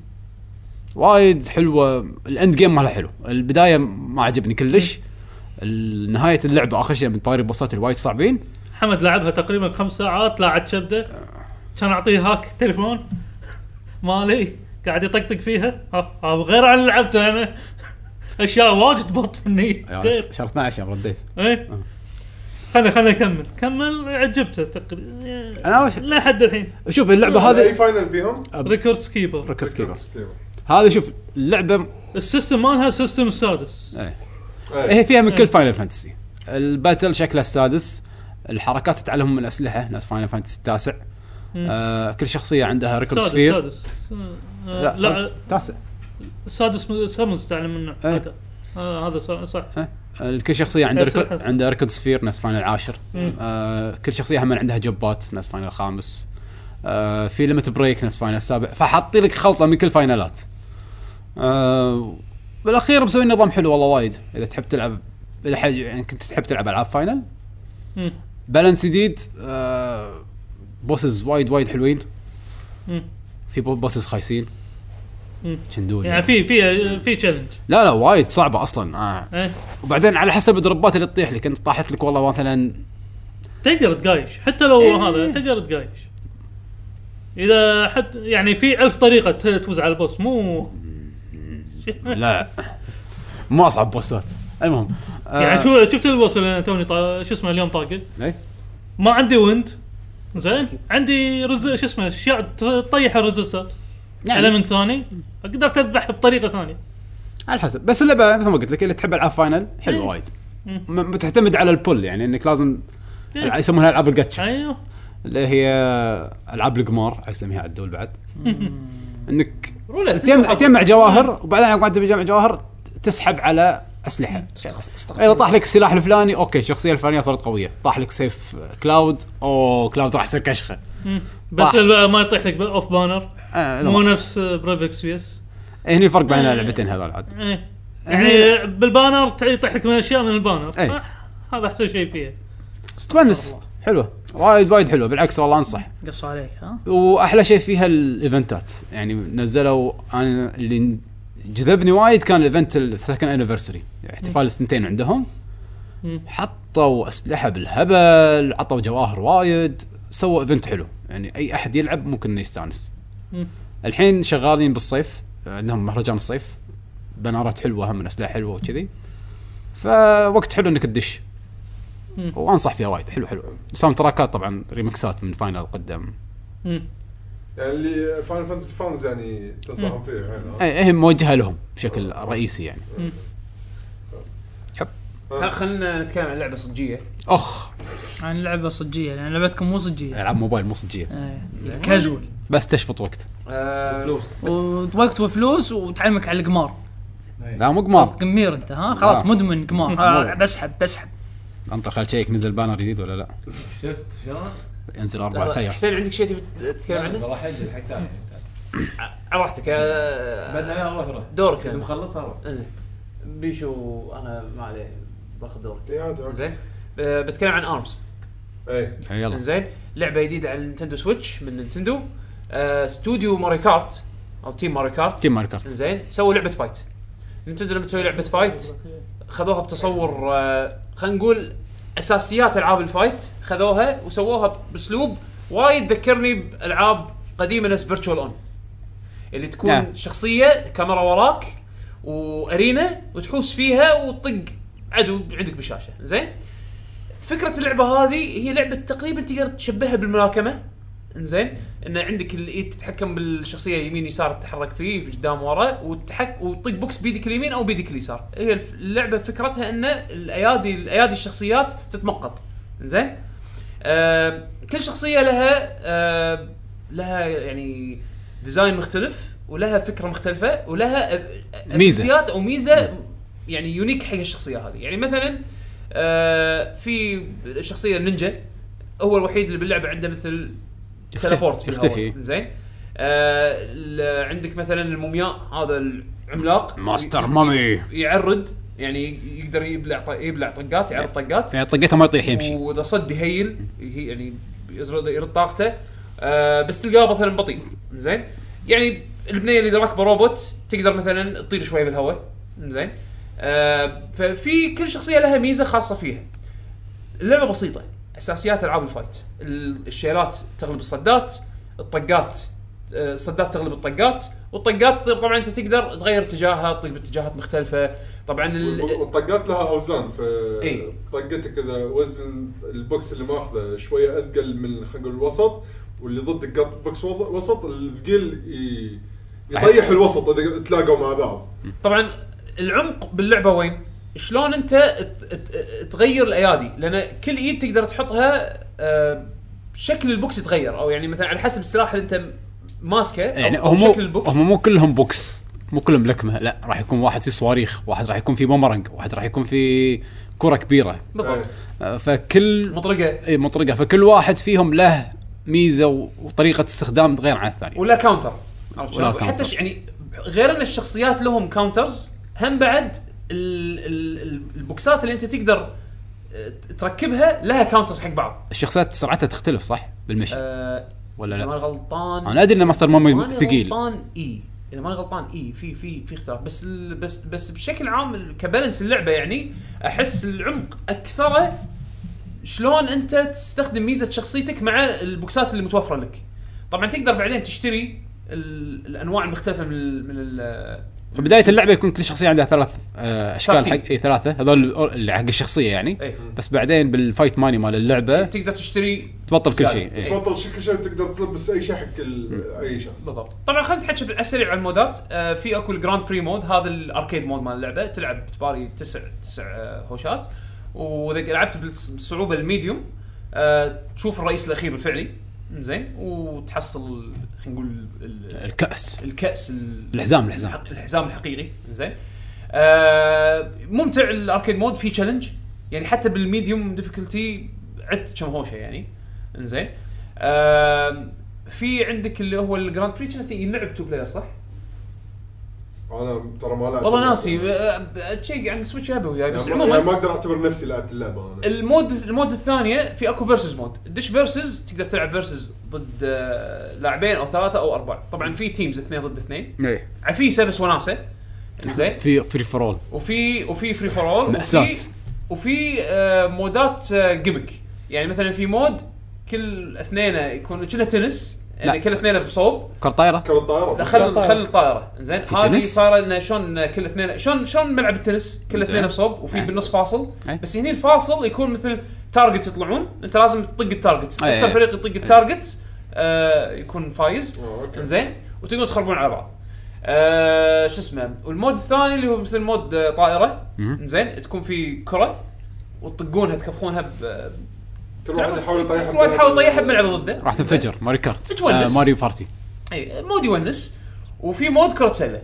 S2: وايد حلوه الاند جيم مالها حلو البدايه ما عجبني كلش ال- نهايه اللعبه اخر شيء بتطاري بوسات الوايد صعبين
S6: حمد لعبها تقريبا خمس ساعات لاعب شبده كان اعطيه هاك تليفون مالي قاعد يطقطق فيها ها- ها، غير عن اللي لعبته انا اشياء واجد بط مني غير
S2: يعني شهر 12 يوم رديت
S6: ايه
S2: آه.
S6: خلنا خلنا نكمل كمل عجبته تقريبا
S2: انا أول شيء-
S6: لحد الحين
S2: شوف اللعبه
S3: اي
S2: هذه
S3: فاينل فيهم؟
S6: ريكورد كيبر
S2: ركبت كيبر
S3: ستيفن.
S2: هذه شوف اللعبه
S6: السيستم مالها سيستم السادس
S2: ايه
S3: ايه
S2: هي فيها من كل فاينل فانتسي الباتل شكلها السادس الحركات تتعلمهم من الاسلحه ناس فاينل فانتسي التاسع آه كل شخصيه عندها ريكورد
S6: سادس
S2: سفير
S6: سادس آه، آه،
S2: لا
S6: لا
S2: سادس- تاسع
S6: السادس من- سامونز تعلم منه
S2: إيه.
S6: هذا- آه، هذا صح- صح
S2: آه، كل شخصيه عندها
S6: أسلحة.
S2: ريكورد عندها ريكورد سفير ناس فاينل العاشر
S6: مم.
S2: آه كل شخصيه هم عندها جوبات ناس فاينل الخامس آه في ليمت بريك ناس فاينل السابع فحاطين لك خلطه من كل فاينلات آه بالاخير مسوي نظام حلو والله وايد اذا تحب تلعب اذا حاج- يعني كنت تحب تلعب العاب فاينل
S6: مم.
S2: بالانس جديد آه بوسز وايد وايد حلوين
S6: مم.
S2: في بو- بوسز خايسين
S6: مم.
S2: شندول
S6: يعني في في في تشالنج
S2: لا لا وايد صعبه اصلا آه.
S6: إيه.
S2: وبعدين على حسب الدروبات اللي تطيح لك انت طاحت لك والله مثلا
S6: تقدر تقايش حتى لو هذا تقدر تقايش اذا حت يعني في ألف طريقه ت- تفوز على البوس مو
S2: لا مو اصعب بوسات المهم آه
S6: يعني شو شفت البوس اللي أنا توني طا- شو اسمه اليوم طاقه
S2: إيه؟
S6: ما عندي ويند زين عندي رز شو اسمه اشياء ت- تطيح الرزوسات
S2: يعني.
S6: يعني من ثاني قدرت اذبحها بطريقه ثانيه
S2: على حسب بس اللعبه مثل ما قلت لك اللي تحب العاب فاينل حلوه
S6: إيه.
S2: وايد
S6: مم.
S2: م- بتعتمد على البول يعني انك لازم
S6: إيه.
S2: الع- يسمونها العاب الجاتشا
S6: ايوه
S2: اللي هي العاب القمار اسميها عدول بعد انك
S4: رولت
S2: تجمع تجمع جواهر وبعدين قاعد تجمع جواهر تسحب على اسلحه اذا طاح لك السلاح الفلاني اوكي الشخصيه الفلانيه صارت قويه طاح لك سيف كلاود اوه كلاود راح يصير كشخه
S6: مم. بس
S2: واحد.
S6: الب- ما يطيح لك ب- اوف بانر
S2: آه
S6: مو
S2: لا.
S6: نفس بريفكس بيس
S2: إيه، هني الفرق بين اللعبتين هذول عاد
S6: ايه يعني بالبانر ت- يطيح لك من اشياء من البانر
S2: إيه.
S6: آه، هذا احسن شيء فيها
S2: تونس حلوه وايد وايد حلوه بالعكس والله انصح
S5: قصوا عليك ها
S2: واحلى شيء فيها الايفنتات يعني نزلوا انا اللي جذبني وايد كان الايفنت السكند انيفرساري احتفال السنتين عندهم
S6: مم.
S2: حطوا اسلحه بالهبل عطوا جواهر وايد سووا ايفنت حلو يعني اي احد يلعب ممكن انه يستانس
S6: مم.
S2: الحين شغالين بالصيف عندهم مهرجان الصيف بنارات حلوه هم من اسلحه حلوه وكذي فوقت حلو انك تدش
S6: مم.
S2: وانصح فيها وايد حلو حلو ساوند تراكات طبعا ريمكسات من فاينل قدم
S6: مم.
S3: يعني اللي فاينل فانتسي فانز يعني تنصحهم فيه الحين ها؟
S2: اي هي موجهه لهم بشكل رئيسي يعني
S4: خلينا نتكلم عن لعبه صجيه
S2: اخ
S5: عن لعبه صجيه لان يعني لعبتكم مو صجيه
S2: العاب موبايل مو صجيه
S5: ايه كاجوال
S2: بس تشفط وقت
S4: فلوس
S5: ووقت وفلوس وتعلمك على القمار
S2: لا مو قمار
S5: صرت قمير انت ها خلاص
S2: آه.
S5: مدمن قمار آه، بسحب بسحب
S2: انطر خل شيك نزل بانر جديد ولا لا
S8: شفت شلون؟
S2: ينزل اربع الخير
S4: حسين عندك شيء تبي تتكلم عنه؟
S8: راح اجل حق ثاني
S4: آه، على راحتك آه،
S8: بدنا اياه الله يروح
S4: دورك
S8: اذا
S4: يعني.
S8: مخلص اروح
S4: انزين بيشو انا ما عليه باخذ دورك
S3: إيه، عادي، عادي.
S4: زين آه، بتكلم عن ارمز
S3: ايه
S2: يلا
S4: زين لعبه جديده على نينتندو سويتش من نينتندو آه، استوديو ماري كارت او تيم ماري كارت
S2: تيم ماري كارت
S4: زين سووا لعبه فايت نينتندو لما تسوي لعبه فايت خذوها بتصور آه، خلينا نقول اساسيات العاب الفايت خذوها وسووها باسلوب وايد ذكرني بالعاب قديمه نفس فيرتشوال اون اللي تكون
S2: نعم.
S4: شخصيه كاميرا وراك وارينا وتحوس فيها وتطق عدو عندك بالشاشه زين فكره اللعبه هذه هي لعبه تقريبا تقدر تشبهها بالملاكمه انزين ان عندك الايد تتحكم بالشخصيه يمين يسار تتحرك فيه في قدام ورا وتحك وتطق بوكس بيدك اليمين او بيدك اليسار هي الف- اللعبه فكرتها ان الايادي الايادي الشخصيات تتمقط انزين آه كل شخصيه لها آه لها يعني ديزاين مختلف ولها فكره مختلفه ولها أب- أب-
S2: ميزة.
S4: أبديات او ميزه يعني يونيك حق الشخصيه هذه يعني مثلا آه في شخصيه النينجا هو الوحيد اللي باللعبه عنده مثل تليبورت
S2: يختفي.
S4: زين آه ال- عندك مثلا المومياء هذا العملاق
S2: ماستر مامي
S4: يعرض يعني يقدر يبلع ط- يبلع طقات يعرض طقات
S2: يعني طقته ما يطيح يمشي
S4: واذا صد يهيل يهي- يعني يرد يرد طاقته آه بس تلقاه مثلا بطيء زين يعني البنيه اللي راكبه روبوت تقدر مثلا تطير شوي بالهواء زين آه ففي كل شخصيه لها ميزه خاصه فيها اللعبه بسيطه اساسيات العاب الفايت ال- الشيلات تغلب الصدات الطقات آه، الصدات تغلب الطقات والطقات طبعا انت تقدر تغير اتجاهها تطق باتجاهات مختلفه طبعا ال-
S3: والطقات لها اوزان ف
S4: إيه.
S3: طقتك اذا وزن البوكس اللي ماخذه شويه اثقل من خلينا نقول الوسط واللي ضدك قط بوكس وض- وسط الثقيل ي- يطيح الوسط اذا تلاقوا مع بعض
S4: طبعا العمق باللعبه وين؟ شلون انت ت- ت- تغير الايادي؟ لان كل ايد تقدر تحطها آه، شكل البوكس يتغير او يعني مثلا على حسب السلاح اللي انت ماسكه أو-
S2: يعني
S4: أو
S2: هم
S4: شكل البوكس
S2: هم مو كلهم بوكس مو كلهم لكمه لا راح يكون واحد في صواريخ واحد راح يكون في بومرنج واحد راح يكون في كره كبيره
S4: بالضبط
S3: إيه.
S2: آه، فكل
S4: مطرقه
S2: اي مطرقه فكل واحد فيهم له ميزه و- وطريقه استخدام تغير عن الثاني
S4: ولا كاونتر عرفت
S2: ولا
S4: شلون؟ حتى
S2: كاونتر.
S4: ش- يعني غير ان الشخصيات لهم كاونترز هم بعد ال ال ال البوكسات اللي انت تقدر آه، تركبها لها كاونترز حق بعض
S2: الشخصيات سرعتها تختلف صح بالمشي
S4: آه،
S2: ولا
S4: اذا
S2: لا
S4: ماني غلطان
S2: انا ادري ان مصدر مامي
S4: ماني
S2: ثقيل
S4: غلطان اي اذا ماني غلطان اي في في في اختلاف بس ال- بس بس بشكل عام ال- كبالانس اللعبه يعني احس العمق اكثره شلون انت تستخدم ميزه شخصيتك مع البوكسات اللي متوفره لك طبعا تقدر بعدين تشتري ال- الانواع المختلفه من ال من ال
S2: في بدايه اللعبه يكون كل شخصيه عندها ثلاث آه، اشكال
S4: ثلاثين. إيه.
S2: حق اي ثلاثه هذول اللي حق الشخصيه يعني
S4: اي
S2: بس بعدين بالفايت ماني مال اللعبه
S4: تقدر تشتري
S2: تبطل كل
S4: زيادة.
S2: شيء إيه.
S3: تبطل شكل شيء تقدر تلبس اي شيء حق ال- اي شخص
S4: بالضبط طبعا خلينا نتحكي على السريع عن المودات آه في اكو الجراند بري مود هذا الاركيد مود مال اللعبه تلعب تباري تسع تسع آه هوشات واذا لعبت بالصعوبه الميديوم آه تشوف الرئيس الاخير الفعلي زين وتحصل خلينا نقول ال-
S2: الكاس
S4: الكاس ال-
S2: الحزام الحزام
S4: الحق- الحزام الحقيقي زين آه ممتع الاركيد مود في تشالنج يعني حتى بالميديوم ديفيكولتي عدت كم هوشه يعني زين آه في عندك اللي هو الجراند بري كانت يلعب تو بلاير صح؟
S3: انا ترى ما لعبت
S4: والله ناسي آه، شيء عن سويتش ابي وياي بس
S3: يعني يعني
S4: عموما
S3: ما اقدر اعتبر نفسي لعبت اللعبه انا
S4: المود المود الثانيه في اكو فيرسز مود الدش فيرسز تقدر تلعب فيرسز ضد آه، لاعبين او ثلاثه او اربعه طبعا في تيمز اثنين ضد اثنين
S2: إيه.
S4: عفيسه بس وناسه زين
S2: في فري فور اول
S4: وفي وفي فري فور اول
S2: مأساة.
S4: وفي آه، مودات آه، جيمك يعني مثلا في مود كل اثنين يكون كنا تنس
S2: لا.
S4: يعني كل اثنين بصوب
S2: كره طايره
S3: كره الطائره
S4: لا خل خل الطائره زين
S2: في
S4: هذه
S2: تنس؟
S4: صار انه شلون كل اثنين شلون شلون ملعب التنس كل
S2: زين.
S4: اثنين بصوب وفي
S2: أي.
S4: بالنص فاصل
S2: أي.
S4: بس هني الفاصل يكون مثل تارجتس يطلعون انت لازم تطق التارجتس
S2: أي.
S4: اكثر فريق يطق التارجتس آه، يكون فايز
S3: آه، أوكي.
S4: زين وتقدرون تخربون على بعض آه شو اسمه والمود الثاني اللي هو مثل مود آه، طائره
S2: مم.
S4: زين تكون في كره وتطقونها تكفخونها ب
S3: كل واحد يحاول يطيحها
S4: كل واحد يحاول يطيحها
S3: بملعب
S4: بملعب ضده
S2: راح
S4: إيه.
S2: تنفجر ماري كارت آه،
S4: تتونس.
S2: ماريو بارتي
S4: اي مود يونس وفي مود كره سله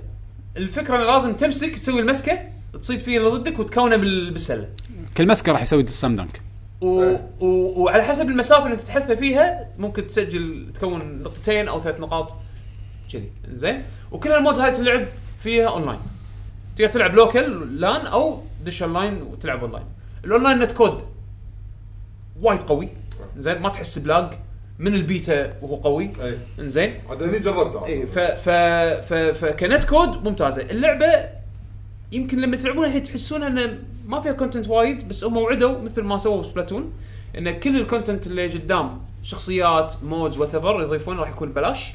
S4: الفكره انه لازم تمسك تسوي المسكه تصيد فيه اللي ضدك وتكونه بال- بالسله
S2: كل مسكه راح يسوي السام دانك
S4: و...
S3: أي.
S4: و... وعلى حسب المسافه اللي تتحثها فيها ممكن تسجل تكون نقطتين او ثلاث نقاط كذي زين وكل هالمودز هاي تلعب فيها اونلاين تقدر تلعب لوكل لان او دش اونلاين وتلعب اونلاين الاونلاين نت كود وايد قوي زين ما تحس بلاج من البيتا وهو قوي
S3: اي
S4: زين
S3: عاد هني جربتها
S4: اي إيه، ف ف ف فكنت كود ممتازه اللعبه يمكن لما تلعبونها الحين تحسون ان ما فيها كونتنت وايد بس هم وعدوا مثل ما سووا سبلاتون ان كل الكونتنت اللي قدام شخصيات مودز وات ايفر يضيفون راح يكون بلاش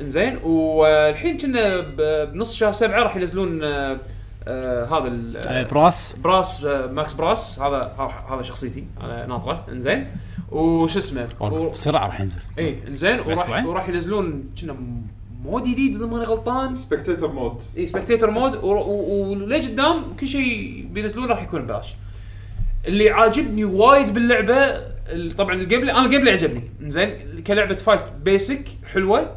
S4: انزين والحين كنا ب- بنص شهر سبعه راح ينزلون آه، آه، هذا ال-
S2: آه، براس
S4: براس آه، ماكس براس هذا هذا- هذا شخصيتي انا ناطره انزين وش اسمه و-
S2: بسرعه راح ينزل
S4: اي إيه، زين وراح
S2: أسبوعين؟
S4: وراح ينزلون كنا مود جديد اذا ماني غلطان
S3: سبكتيتر مود
S4: اي سبكتيتر مود ور- و- وليه قدام كل شيء بينزلون راح يكون ببلاش اللي عاجبني وايد باللعبه ال- طبعا الجيم بلاي- انا الجيم بلاي عجبني زين كلعبه فايت بيسك حلوه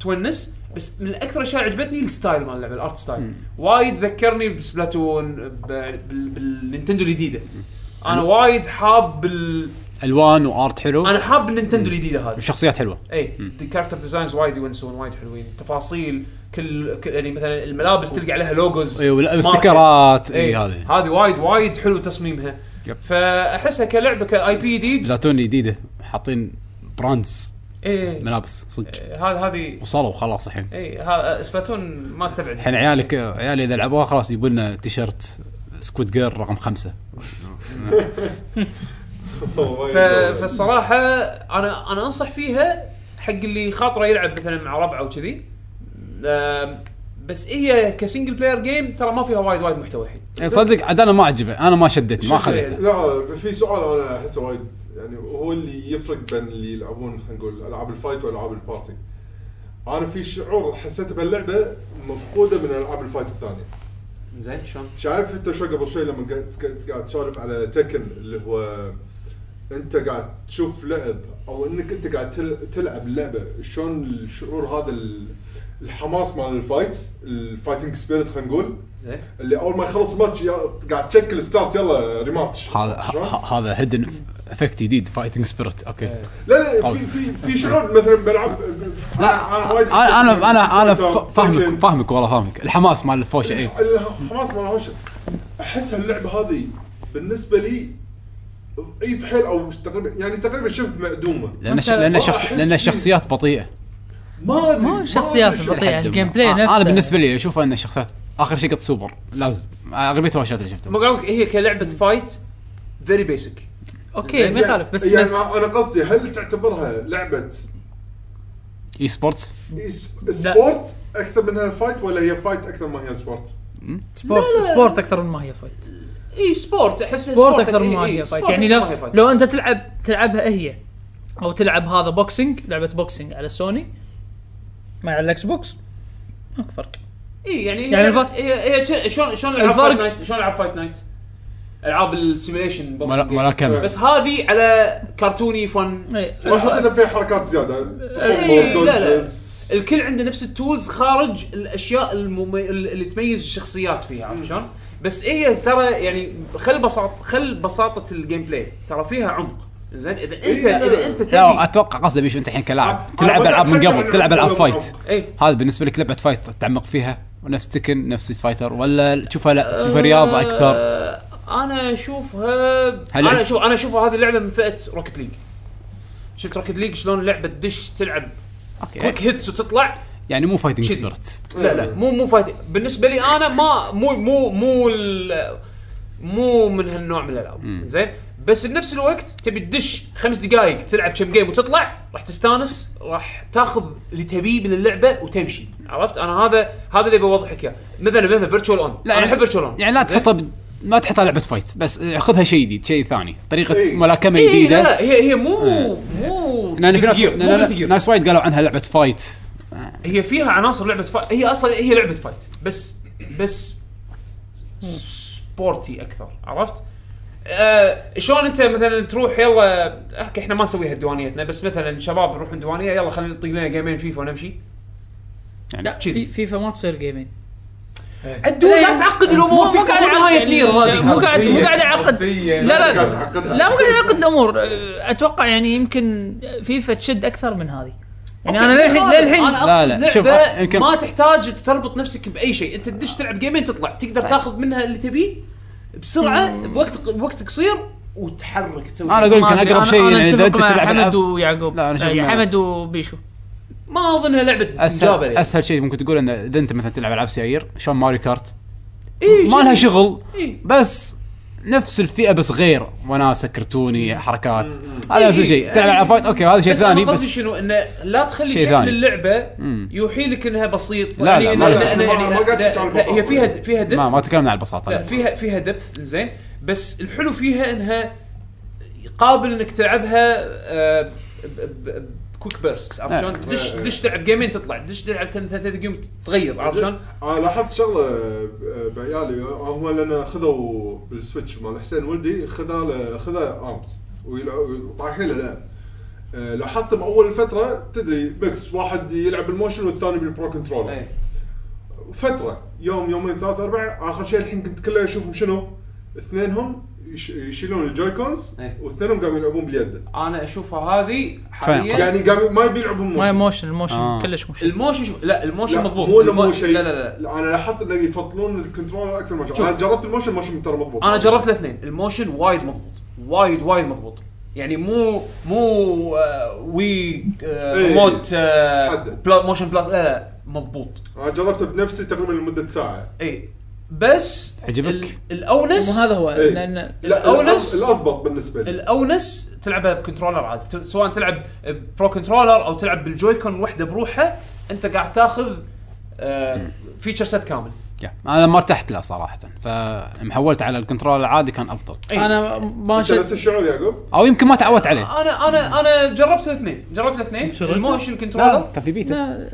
S4: تونس بس من اكثر الاشياء اللي عجبتني الستايل مال اللعبه الارت ستايل وايد ذكرني بسبلاتون ب- بال- بالنينتندو الجديده انا وايد حاب ال...
S2: الوان وارت حلو
S4: انا حاب النينتندو الجديده هذه
S2: وشخصيات حلوه
S4: اي الكاركتر ديزاينز وايد يونسون وايد حلوين تفاصيل كل, كل يعني مثلا الملابس تلقى عليها لوجوز
S2: اي
S4: ماركة.
S2: والاستيكرات اي
S4: إيه،
S2: هذه
S4: هذه وايد وايد حلو تصميمها
S2: يب.
S4: فاحسها كلعبه كاي بي جديد
S2: بلاتون جديده حاطين براندز
S4: اي
S2: ملابس صدق
S4: إيه. هذه هذه
S2: وصلوا خلاص الحين
S4: اي ها- سبلاتون ما استبعد
S2: الحين عيالك عيالي اذا لعبوها خلاص يبون لنا تيشرت سكوت جير رقم خمسه
S4: ف... فالصراحه انا انا انصح فيها حق اللي خاطره يلعب مثلا مع ربعه وكذي آم، بس هي كسنجل بلاير جيم ترى ما فيها وايد وايد محتوى الحين
S2: يعني تصدق عاد انا ما عجبه انا ما شدتني ما خذيته
S3: لا في سؤال انا احسه وايد يعني هو اللي يفرق بين اللي يلعبون خلينا نقول العاب الفايت والعاب البارتي انا في شعور حسيته بهاللعبه مفقوده من العاب الفايت الثانيه
S4: زين شلون؟
S3: شايف انت شو قبل شوي لما قاعد قاعد- قاعد تسولف على تكن اللي هو انت قاعد تشوف لعب او انك انت قاعد تل- تلعب اللعبه شلون الشعور هذا ال- الحماس مال الفايت الفايتنج سبيريت خلينا نقول
S4: زين
S3: اللي اول ما يخلص الماتش يا- قاعد تشكل ستارت يلا ريماتش
S2: هذا
S3: شلون؟ إيه.
S2: ه- هذا هيدن افكت جديد فايتنج سبيريت اوكي
S3: لا لا في في في شعور مثلا بلعب
S2: لا انا انا انا, أنا ف- فاهمك
S3: فاهمك
S2: فاهمك والله فاهمك الحماس مال إيه. الفوشه اي
S3: الحماس مال هوشه احس هاللعبه هذه بالنسبه لي ضعيف حيل او تقريبا يعني تقريبا شبه مأدومه
S2: لان
S5: أنت-
S2: الش- لان الشخص
S3: أحس
S2: لان
S3: فيه.
S2: الشخصيات بطيئه
S3: ما ادري ما
S5: مو
S3: أدري يعني.
S5: شخصيات
S3: شو-
S5: بطيئه
S2: لحد ما.
S5: الجيم بلاي
S2: آه،
S5: يعني نفسه
S2: انا بالنسبه لي اشوف ان الشخصيات اخر شيء قط سوبر لازم اغلبيه الواشات اللي شفتها
S4: ما قالك هي كلعبه فايت فيري بيسك
S5: اوكي ما
S3: يعني-
S5: يخالف بس
S3: يعني
S5: بس
S3: انا قصدي هل تعتبرها لعبه
S2: اي سبورتس
S3: إي س- سبورت اكثر منها فايت ولا هي فايت اكثر ما هي سبورت؟
S5: سبورت سبورت اكثر من ما هي فايت
S4: اي سبورت احس
S5: سبورت اكثر من ما هي فايت يعني لو لو انت تلعب تلعبها هي او تلعب هذا بوكسينج لعبه بوكسينج على سوني مع الاكس بوكس ماكو فرق
S4: اي يعني
S5: يعني
S4: يعني
S5: الفرق-
S4: هي هي شلون شلون العاب
S5: الفرق-
S4: فايت نايت شلون العاب فايت نايت العاب السيميليشن
S3: إيه.
S2: ملاكمه
S4: بس هذه على كرتوني فن
S5: إيه.
S3: احس انه فيها حركات زياده
S4: إي،
S3: Forward
S4: إيه، لا، لا.
S3: dodges.
S4: الكل عنده نفس التولز خارج الاشياء الممي... اللي تميز الشخصيات فيها عرفت شلون؟ بس هي ترى يعني خل بساط خل بساطه الجيم بلاي ترى فيها عمق زين اذا انت
S3: إيه.
S4: اذا انت تبي
S2: لا اتوقع قصده بيشو انت الحين كلاعب
S3: أنا
S2: تلعب
S3: بدي
S2: العاب من
S3: أتكلم
S2: قبل
S3: عن
S2: تلعب العاب
S3: الألعاب.
S2: فايت
S4: اي
S2: هذا بالنسبه لك لعبه فايت تعمق فيها ونفس تكن نفس ستريت فايتر ولا تشوفها لا تشوفها رياضه اكثر
S4: آه، انا اشوفها
S2: هل
S4: انا
S2: أنت-
S4: اشوف انا اشوفها هذه اللعبه من فئه روكت ليج شفت روكت ليج شلون اللعبه تدش تلعب
S2: اوكي
S4: كويك هيتس وتطلع
S2: يعني مو فايتنج
S4: كذي.
S2: سبيرت
S4: لا لا مو مو فايت بالنسبه لي انا ما مو مو مو ال- مو من هالنوع من الالعاب زين بس بنفس الوقت تبي تدش خمس دقائق تلعب كم جيم وتطلع راح تستانس راح تاخذ اللي تبيه من اللعبه وتمشي عرفت انا هذا هذا اللي بوضح لك اياه مثلا مثلا فيرتشوال اون
S2: لا
S4: انا احب فيرتشوال اون
S2: يعني لا تحطها ب... ما تحطها لعبه فايت بس خذها شيء جديد شيء ثاني طريقه
S3: إيه.
S2: ملاكمه
S4: إيه لا
S2: جديده
S4: لا هي هي مو مو
S2: لان في
S4: Guilty
S2: ناس
S4: Gear، مو
S2: لأن
S4: Guilty Gear.
S2: ناس وايد قالوا عنها لعبه فايت
S4: هي فيها عناصر لعبه فايت هي اصلا هي لعبه فايت بس بس سبورتي اكثر عرفت؟ آه شلون انت مثلا تروح يلا احكي احنا ما نسويها بديوانيتنا بس مثلا شباب نروح من ديوانيه يلا خلينا نطق لنا جيمين فيفا ونمشي
S5: لا
S4: كذي.
S5: في فيفا ما تصير جيمين
S4: عدول لا تعقد الامور
S5: إيه. مو قاعد
S4: تكبر نهايه
S5: أعقد-
S4: نير هذه
S5: مو قاعد مو قاعد اعقد
S9: حرفيا
S5: لا
S3: قاعد
S5: لا
S3: تعقدها.
S5: لا مو قاعد اعقد الامور أه، اتوقع يعني يمكن فيفا تشد اكثر من هذه يعني انا للحين
S4: انا
S5: للحين
S2: لا،
S4: اقصد
S2: لا، شوف،
S4: لعبه
S2: يمكن-
S4: ما تحتاج تربط نفسك باي شيء انت تدش تلعب جيمين تطلع تقدر
S2: طيب.
S4: تاخذ منها اللي تبيه بسرعه بوقت بوقت قصير وتحرك تسوي
S2: انا
S4: شيء.
S2: اقول
S5: ما
S2: يمكن
S5: أدري،
S2: اقرب
S5: أنا-
S2: شيء
S5: أنا
S2: يعني اذا انت
S5: أتفق مع
S2: تلعب
S5: حمد
S2: العاب
S5: ويعقوب
S2: لا، أنا شوف
S5: أي،
S2: إنه-
S5: حمد وبيشو
S4: ما اظنها لعبه
S2: اسهل
S4: مقابله
S2: اسهل شيء ممكن تقول انه اذا انت مثلا تلعب العاب سيايير شلون ماري كارت
S4: إيه،
S2: ما لها شغل
S4: إيه.
S2: بس نفس الفئه بس غير وناسه كرتوني حركات هذا نفس
S4: إيه.
S2: الشيء تلعب العاب فايت اوكي هذا شيء
S4: بس أنا
S2: ثاني
S4: قصدي
S2: بس
S4: شنو انه لا تخلي
S2: شيء
S4: شكل
S2: ثاني.
S4: اللعبه
S2: مم.
S4: يوحي لك انها بسيط
S2: لا، لا،
S4: يعني
S2: ما
S4: أنا-
S2: لها شغل.
S4: أنا
S3: ما-
S4: يعني
S3: ما قاعد
S4: لا-
S3: تحكي عن
S4: لا، هي
S3: البساطة.
S4: فيها فيها دبث
S2: ما ما تكلمنا عن البساطه
S4: لا
S2: يعني.
S4: فيها فيها دبث زين بس الحلو فيها انها قابل انك تلعبها آه، ب- ب- ب- بكويك بيرست عرفت
S2: نعم.
S4: شلون؟ تدش
S3: إيه.
S4: تدش تلعب جيمين تطلع تدش تلعب ثلاث ثلاث جيم تغير عرفت شلون؟
S3: انا آه، لاحظت شغله ب- بعيالي آه، هم لان خذوا بالسويتش مال حسين ولدي خذا له- خذا ارمز وطايحين له لعب آه، لاحظتهم اول فتره تدري ميكس واحد يلعب بالموشن والثاني بالبرو كنترولر
S4: إيه.
S3: فتره يوم يومين ثلاث اربع اخر شيء الحين كنت كله اشوفهم شنو اثنينهم يش- يشيلون الجويكونز
S4: إيه.
S3: واثنينهم قاموا يلعبون باليد
S4: انا اشوفها هذه حاليا
S3: يعني قام ما يبي يلعبون
S5: ما
S3: موشن
S5: موشن موشن
S2: آه.
S5: كلش موشن
S4: الموشن شو لا الموشن
S3: لا،
S4: مضبوط
S3: مو إنه
S4: المو-
S3: مو شيء
S4: لا لا لا
S3: انا لاحظت انه يفضلون الكنترولر اكثر من انا جربت الموشن الموشن ترى مضبوط
S4: انا جربت الاثنين الموشن وايد مضبوط وايد وايد مضبوط يعني مو مو آه، وي
S3: إيه.
S4: موت آه،
S3: عدل.
S4: بلا موشن بلاس لا لا مضبوط
S3: انا جربته بنفسي تقريبا لمده ساعه
S4: اي إيه. بس
S2: عجبك؟
S4: ال- الاونس
S5: مو هذا هو
S3: إيه.
S5: لان
S3: لا
S4: الأونس-
S3: الأض- الاضبط بالنسبه لي
S4: الاونس تلعبها بكنترولر عادي ت- سواء تلعب برو كنترولر او تلعب بالجويكون وحده بروحها انت قاعد تاخذ آه فيتشر سيت كامل
S2: يا. انا ما ارتحت له صراحه فمحولت على الكنترول العادي كان افضل
S5: انا ما
S3: انت نفس
S5: شفت
S3: الشعور يا يعقوب
S2: او يمكن ما تعودت عليه
S4: انا انا انا جربت الاثنين جربت الاثنين
S6: شريته؟
S4: الموشن كنترولر
S2: كان في بيتا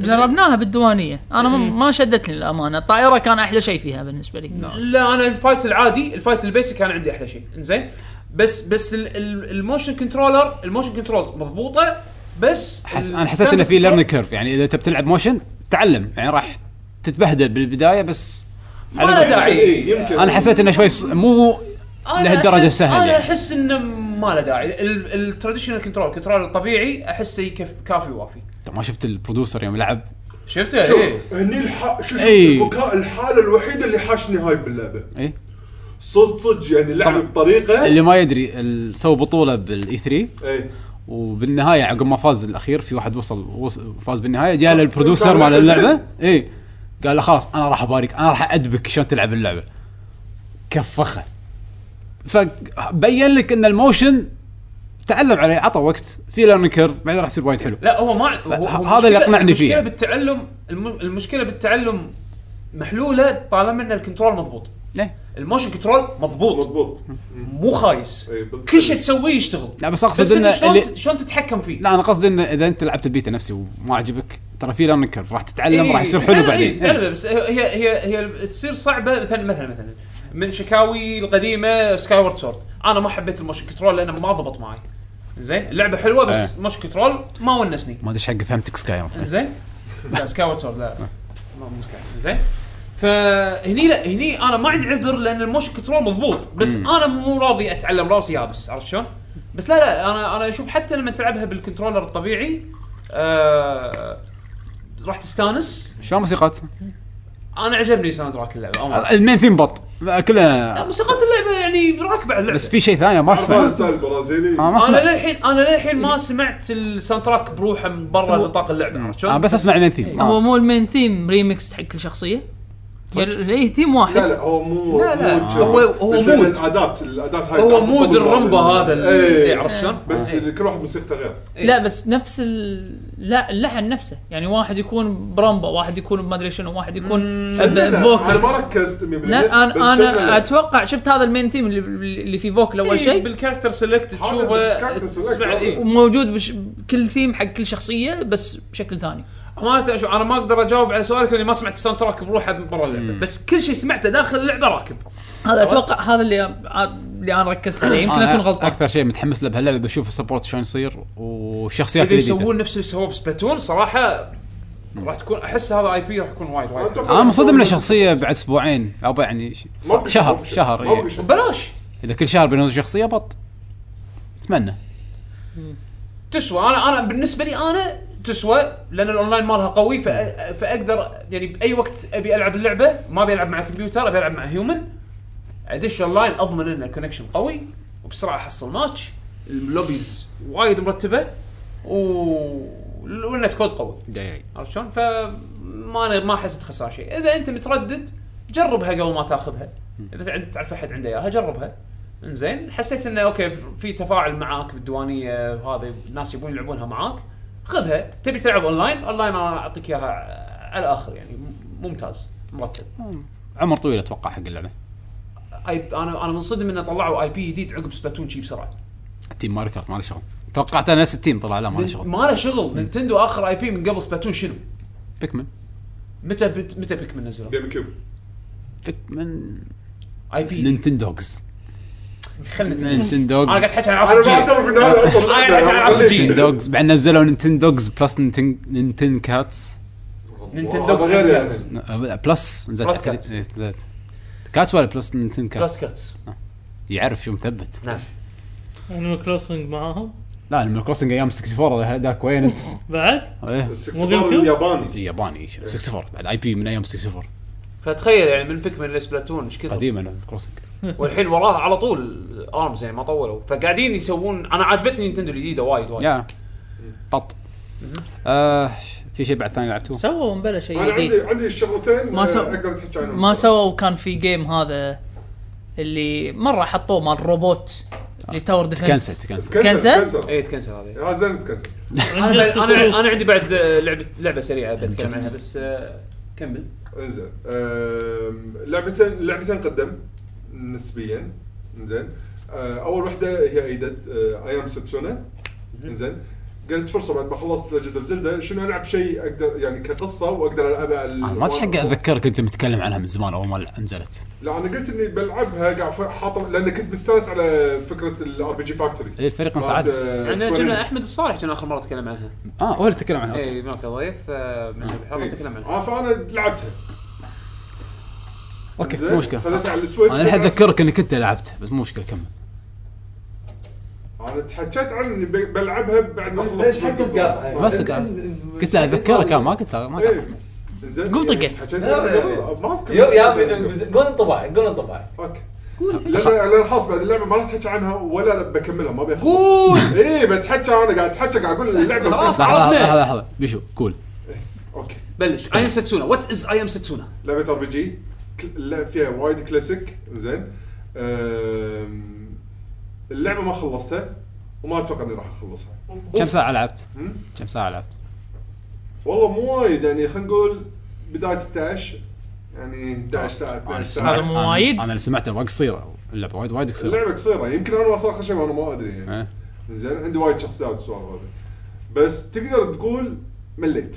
S5: جربناها بالديوانيه انا ما- ما شدتني الامانه الطائره كان احلى شيء فيها بالنسبه لي
S4: لا انا الفايت العادي الفايت البيسك كان عندي احلى شيء زين بس بس ال- ال- الموشن كنترولر الموشن كنترولز مضبوطه بس
S2: حس...
S4: ال-
S2: انا حسيت انه في
S4: standard
S2: ليرن كيرف يعني اذا تبي تلعب موشن تعلم يعني راح تتبهدل بالبدايه بس
S4: ما له داعي
S3: إيه، يمكن
S2: انا حسيت انه شوي س- مو
S4: أنا
S2: لهالدرجة
S4: أحس-
S2: سهل
S4: انا
S2: يعني.
S4: احس انه ما له داعي التراديشنال كنترول الكنترول الطبيعي احسه يكف كافي وافي
S2: انت ما شفت البرودوسر يوم لعب
S4: شفته
S3: شوف
S4: ايه
S3: هني الح... شو شو
S2: إيه.
S3: البكاء الحاله الوحيده اللي حاشني هاي باللعبه
S2: اي
S3: صدق صدق يعني لعب
S2: طبعاً.
S3: بطريقه
S2: إيه؟ اللي ما يدري ال- سووا بطوله بالاي 3
S3: اي
S2: وبالنهايه عقب ما فاز الاخير في واحد وصل, وصل فاز بالنهايه جاء للبرودوسر
S3: كان
S2: مال
S3: لعبة
S2: اللعبه اي قال له خلاص انا راح ابارك انا راح ادبك شلون تلعب اللعبه كفخه فبين لك ان الموشن تعلم عليه عطى وقت في ليرنينج كيرف بعدين راح يصير وايد حلو
S4: لا هو ما هو-
S2: هذا
S4: هو
S2: اللي
S4: المشكلة-
S2: أقنعني فيه.
S4: المشكله بالتعلم الم- المشكله بالتعلم محلوله طالما ان الكنترول مضبوط
S2: إيه.
S4: الموشن كنترول مضبوط
S3: مضبوط
S4: مو خايس
S3: إيه، بالضبط.
S4: كل شيء تسويه يشتغل
S2: لا بس اقصد
S4: بس
S2: انه
S4: إن شلون
S2: اللي-
S4: تت- شلون تتحكم فيه
S2: لا انا قصدي انه اذا انت لعبت البيتا نفسي وما عجبك ترى في ليرنينج كيرف راح تتعلم
S4: إيه،
S2: راح يصير
S4: تتعلم-
S2: حلو
S4: إيه،
S2: بعدين
S4: تتعلم، بس هي هي هي تصير صعبه مثلا مثلا مثلا من شكاوي القديمه سكاي وورد سورد انا ما حبيت الموشن كنترول لانه ما ضبط معي زين اللعبه حلوه بس
S2: إيه.
S4: موشن كنترول ما ونسني
S2: ما ادري ايش حق فهمتك سكاي
S4: زين لا سكاي وورد سورد لا
S2: إيه.
S4: ما مو سكاي زين فهني لا هني انا ما عندي عذر لان الموشن كنترول مضبوط بس
S2: إيه.
S4: انا مو راضي اتعلم راسي يابس عرفت شلون؟ بس لا لا انا انا اشوف حتى لما تلعبها بالكنترولر الطبيعي آه راح تستانس
S2: شلون موسيقات؟
S4: انا عجبني ساوند تراك اللعبه أمانة.
S2: المين ثيم بط كلنا
S4: موسيقات اللعبه يعني راكبه على اللعبه
S2: بس في شيء ثاني ما
S3: عرفان
S2: سمعت
S3: ستايل برازيلي
S2: آه، ما
S4: انا
S2: سمعت
S4: للحين انا للحين ما سمعت الساوند تراك بروحه من برا نطاق اللعبه عرفت
S2: انا
S4: شلون؟
S2: بس اسمع المين
S4: إيه،
S2: ثيم
S5: هو
S2: آه.
S5: مو المين ثيم ريميكس حق كل شخصيه يعني اي ثيم واحد
S3: لا لا هو مو
S4: لا، لا،
S3: مو
S4: آه. هو- هو
S3: بس
S4: مود.
S3: الاداه الاداه هاي
S4: هو
S3: تعرف
S4: مود
S3: تطور
S4: الرمبا
S3: ال-
S4: هذا اللي-
S3: إيه.
S4: إيه، عرفت شلون؟
S3: بس كل واحد موسيقته غير
S5: لا بس نفس ال... لا اللحن نفسه يعني واحد يكون برامبا واحد يكون ما ادري شنو واحد يكون
S3: لا، لا، انا
S5: بفوكل
S3: ما ركزت 100%
S5: لا
S3: بس
S5: انا انا
S3: شغلة.
S5: اتوقع شفت هذا المين ثيم اللي, اللي فيه فوكل اول
S4: اول شيء
S5: شيء
S4: بالكاركتر سيلكت إيه، تشوفه
S3: بالكاركتر select،
S4: تسمع إيه.
S3: هذا.
S4: اي
S5: وموجود بش... كل ثيم حق كل شخصيه بس بشكل ثاني
S4: ما أدري شو- انا ما اقدر اجاوب على سؤالك لاني ما سمعت الساوند تراك بروحه من برا اللعبه بس كل شيء سمعته داخل اللعبه راكب
S5: هذا اتوقع هذا اللي اللي انا ركزت عليه يمكن
S2: أنا
S5: اكون غلطان
S2: اكثر شيء متحمس له بهاللعبه بشوف السبورت شلون يصير والشخصيات
S4: اذا
S2: الجديده
S4: يسوون نفس اللي سووه بسبلاتون صراحه راح تكون احس هذا اي بي راح يكون وايد وايد
S3: أتوقع
S2: انا مصدم له
S3: بس-
S2: شخصيه بعد اسبوعين او بعد يعني ش-
S3: ما بيشوف-
S2: شهر
S3: ما بيشوف-
S2: شهر
S3: ما
S2: إيه.
S3: بيشوف.
S4: بلاش
S2: اذا كل شهر بينزل شخصيه بط اتمنى
S4: تسوى انا انا بالنسبه لي انا تسوى لان الاونلاين مالها قوي فأ... فاقدر يعني باي وقت ابي العب اللعبه ما ابي العب مع كمبيوتر ابي العب مع هيومن ادش اونلاين اضمن ان الكونكشن قوي وبسرعه احصل ماتش اللوبيز وايد مرتبه و والنت كود قوي عرفت شلون؟ فما أنا ما حسيت خساره شيء، اذا انت متردد جربها قبل ما تاخذها، اذا عند- تعرف احد عنده اياها جربها. انزين حسيت انه اوكي في تفاعل معاك بالديوانيه وهذا الناس يبون يلعبونها معاك خذها تبي تلعب اونلاين اونلاين انا اعطيك اياها على الاخر يعني م- ممتاز مرتب
S2: عمر طويل اتوقع حق اللعبه
S4: اي انا انا منصدم انه طلعوا اي بي جديد عقب سبلاتون شي بسرعه
S2: التيم ماري كارت ما له شغل توقعت انا نفس التيم طلع لا ما له شغل
S4: ما له شغل نينتندو اخر اي بي من قبل سبلاتون شنو؟
S2: بيكمن
S4: متى بت- متى بيكمن نزلوا؟
S3: جيم كيوب
S2: بيكمن
S4: اي بي
S2: نينتندوجز
S4: خلنا نتكلم.
S2: نينتندوجز
S4: انا قاعد احكي عن
S3: انا ما
S4: عصر
S3: اعترف ان هذا اصلا
S4: أنا قاعد أحكي عن عصر جيل.
S2: نينتندوجز بعد نزلوا نينتندوجز بلس نينتن نينتن كاتس
S4: نينتندو
S3: هذا غير يعني.
S4: كاتس.
S2: لا، بلس نزلت
S4: بلس
S2: حتى-
S4: كاتس.
S2: إيه، نزلت كاتس ولا بلس نينتن كاتس
S4: بلس كاتس
S2: يعرف شو مثبت
S4: نعم
S6: انيمال كروسنج يعني معاهم
S2: لا المال كروسنج ايام 64 هذاك وين انت؟
S6: بعد
S2: إيه،
S3: السكس
S6: مو جيم
S3: بار
S6: كيوب؟
S3: الياباني
S2: ياباني 64 بعد اي بي من ايام 64
S4: فتخيل يعني من بيكمن لسبلاتون ايش كثر
S2: قديما المال كروسنج
S4: والحين وراه على طول ارمز يعني ما طولوا فقاعدين يسوون انا عجبتني نينتندو الجديده وايد وايد
S2: يا بط آه، في شيء بعد ثاني لعبتوه؟
S5: سووا بلا شيء
S3: انا عندي
S5: جديد
S3: عندي الشغلتين
S5: إيه، ما
S3: آه،
S5: سو-
S3: اقدر تحكي عنهم
S5: ما سووا كان في جيم هذا اللي مره حطوه مال روبوت اللي تاور ديفنس
S2: كنسلت كنسلت
S5: كنسل؟
S3: كنسل إيه،
S4: اي إيه، تكنسل هذه
S3: هذا زين تكنسل
S4: انا
S6: Injustice
S4: انا
S6: Road.
S4: انا عندي بعد آه، لعبه لعبه سريعه بتكلم عنها بس آه، كمل
S3: انزين أم، لعبتين لعبتين قدم نسبيا انزين أه، اول وحده هي أه، ايدد اي ام ساتسونا انزين قلت فرصه بعد ما خلصت لجد اوف زلدا شنو العب شيء اقدر يعني كقصه واقدر العبها على
S2: آه، ما تحق اتذكرك انت متكلم عنها من زمان اول ما نزلت
S3: لا انا قلت اني بلعبها قاعد ف- حاط لان كنت مستانس على فكره الار بي جي فاكتوري
S2: إيه، الفريق متعدد
S4: احنا كنا احمد الصالح كان اخر مره تكلم عنها
S2: اه هو اللي تكلم عنها أوكي.
S4: اي ما كان ضيف آه، من الحلقه تكلم عنها
S3: اه فانا لعبتها
S2: اوكي
S3: إنزين،
S2: مو مشكله
S3: خذيتها على السويتش
S2: انا الحين اتذكرك انك انت لعبته بس مو مشكله كمل
S3: انا تحكيت عن اني ب- بلعبها بعد ما خلصت
S8: ليش
S3: Breath
S8: حتى
S3: of the Wild.
S8: تقاطع؟ يعني
S2: بس قلت له اتذكرك آه، ما قلت له- ما قلت
S3: ايه زين
S5: قوم
S3: يعني
S5: طقه.
S3: حكيت-
S8: لا، لا، لا.
S3: ما اذكر
S8: يو- يا أبي، قول انطباعك قول انطباعك
S3: اوكي انا انا الخاص بعد اللعبه ما راح احكي عنها ولا بكملها ما بيخلص
S10: قول
S3: اي بتحكى انا قاعد اتحكى قاعد اقول اللعبه
S10: خلاص.
S2: لحظه لحظه
S10: عرفنا.
S2: لحظه لحظه بيشو كول
S3: اوكي
S10: بلش اي ام ساتسونا وات از اي ام ساتسونا
S3: لعبه ار بي جي اللعب فيها وايد كلاسيك زين أم، اللعبه ما خلصتها وما اتوقع اني راح اخلصها
S2: كم ساعه لعبت؟
S3: هم؟
S2: كم ساعه لعبت؟
S3: والله مو وايد يعني خلينا نقول بدايه 11 يعني 11 ساعه
S2: أنا
S3: 12
S2: سمعت-
S3: ساعه
S5: آه، هذا مو وايد؟
S2: أنا- انا اللي سمعته وايد قصيره اللعبه وايد وايد قصيره
S3: اللعبه قصيره يمكن انا واصل اخر شيء وانا ما ادري
S5: آه.
S3: يعني
S2: إيه.
S3: زين عندي وايد شخصيات السؤال هذا بس تقدر تقول مليت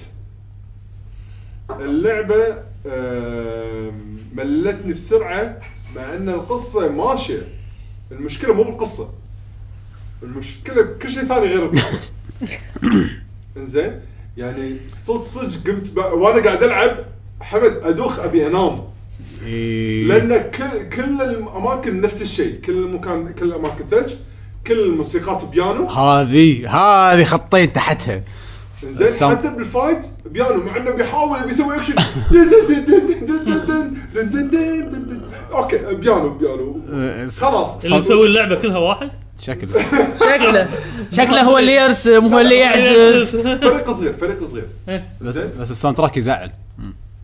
S3: اللعبه آم، ملتني بسرعه مع ان القصه ماشيه المشكله مو بالقصه المشكله بكل شيء ثاني غير القصه زين يعني صج صج قمت ب... وانا قاعد العب حمد ادوخ ابي انام
S2: إيه.
S3: لان كل كل الاماكن نفس الشيء كل مكان كل الاماكن ثلج كل الموسيقات بيانو
S2: هذه هذه خطين تحتها
S3: زين
S2: السم-
S3: حتى بالفايت بيانو مع انه بيحاول بيسوي اكشن دن دن دن دن دن دن دن دن دن دن دن دن. اوكي بيانو بيانو
S2: أه، س-
S3: خلاص
S6: اللي مسوي اللعبه كلها واحد
S2: شكل
S5: شكله شكله هو اللي يرسم هو اللي يعزف
S3: فريق صغير فريق صغير
S2: بس
S3: زين.
S2: بس الساوند تراك يزعل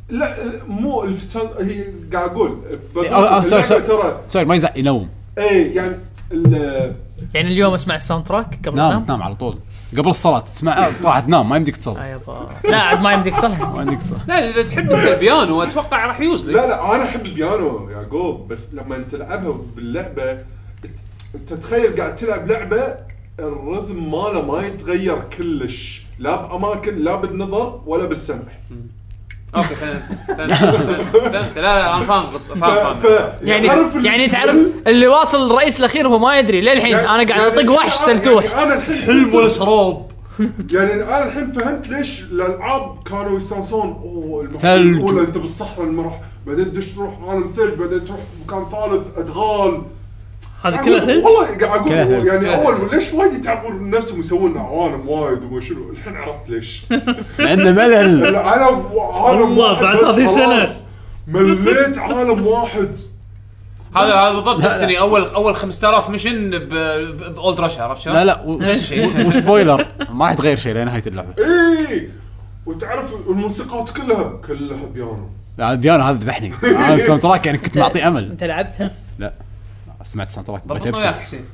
S3: لا لا، مو الفسان هي قاعد اقول
S2: إيه، آه، آه، سوري،
S3: اللعبة
S2: سوري.
S3: ترى
S2: سوري ما يزعل ينوم
S3: اي يعني ال-
S5: يعني اليوم اسمع الساوند تراك قبل
S2: نام
S5: انام
S2: تنام على طول قبل الصلاه تسمع آه، راح تنام ما يمديك تصلي
S5: آه يابا. لا عاد ما يمديك صلح
S2: نعم. ما يمديك تصلي
S10: لا اذا تحب انت البيانو اتوقع راح يوز لك
S3: لا لا انا احب البيانو يعقوب بس لما تلعبها باللعبه ت- انت تخيل قاعد تلعب لعبه الرذم ماله ما يتغير كلش لا باماكن لا بالنظر ولا بالسمع
S10: اوكي فهمت فهمت فهمت. لا لا انا فاهم القصه
S3: ف...
S10: فاهم فاهم
S3: ف...
S5: يعني يعني تعرف اللي واصل الرئيس الاخير هو ما يدري للحين انا قاعد اطق وحش
S3: يعني
S5: سلتوح
S3: انا الحين
S10: حلم ولا شراب
S3: يعني انا الحين فهمت ليش الالعاب كانوا يستانسون اوه المحطة
S2: ثلج.
S3: الاولى انت بالصحراء المرح بعدين تدش تروح عالم ثلج بعدين تروح مكان ثالث ادغال
S6: هذه
S3: أقول-
S6: كلها ثلج
S3: والله قاعد اقول
S2: كلها
S3: يعني اول ليش وايد يتعبون من نفسهم يسوون عوالم وايد وما شنو الحين عرفت ليش
S2: لانه ملل
S3: العالم عالم
S6: والله
S3: واحد
S6: بعد
S3: بس
S6: هذه سنة.
S3: خلاص. مليت عالم واحد
S10: هذا هذا بالضبط
S4: يعني
S10: دستني اول اول 5000 مشن باولد رش عرفت شلون؟
S2: لا لا و- و- وسبويلر ما راح تغير شيء لنهايه اللعبه
S3: اي إيه! وتعرف الموسيقات كلها كلها بيانو
S2: لا، ديانا هذا ذبحني أنا الساوند تراك يعني كنت معطي امل
S5: انت لعبتها
S2: لا سمعت الساوند تراك بغيت
S10: ضبطنا وياك
S2: ابكي
S10: حسين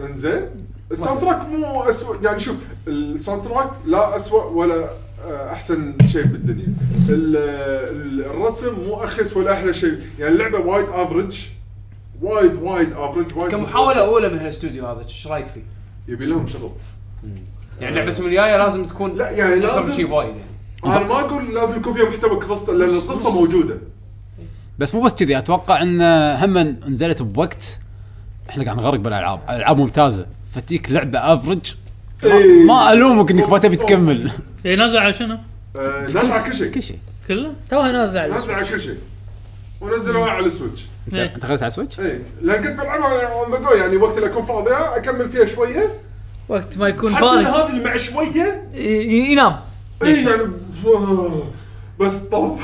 S3: انزين الساوند تراك مو اسوء يعني شوف الساوند تراك لا اسوء ولا آه، احسن شيء بالدنيا ال- ال- الرسم مو اخس ولا احلى شيء يعني اللعبه وايد افرج وايد وايد افرج وايد
S10: كمحاوله
S3: متوسط.
S10: اولى من هالاستوديو هذا ايش رايك فيه؟
S3: يبي لهم شغل
S10: يعني
S2: آه.
S10: لعبتهم الجايه لازم تكون
S3: لا، يعني
S10: أكثر من
S3: لازم-
S10: شي وايد يعني
S3: انا ما اقول لازم يكون فيها محتوى قصه لان القصه موجوده
S2: بس مو بس كذي اتوقع ان هم نزلت بوقت احنا قاعد نغرق بالالعاب العاب ممتازه فتيك لعبه افرج
S3: إيه.
S2: ما الومك انك ما تبي تكمل
S6: هي نازله إيه، على شنو؟
S3: آه، نازل على كل شيء
S2: كل شيء
S6: كله؟ يعني
S5: توها نازله على
S3: نازل
S5: الأسبوع.
S3: على كل شيء ونزلوها على السويتش
S2: انت
S6: إيه.
S2: انت اخذت على سويتش؟
S3: اي لان كنت بلعبها اون ذا جو يعني وقت اللي اكون فاضي اكمل فيها شويه
S5: وقت ما يكون
S3: حتى إن
S5: فاضي
S3: هذه اللي مع شويه
S5: ي- ي- ينام
S3: اي يعني آه، بس طب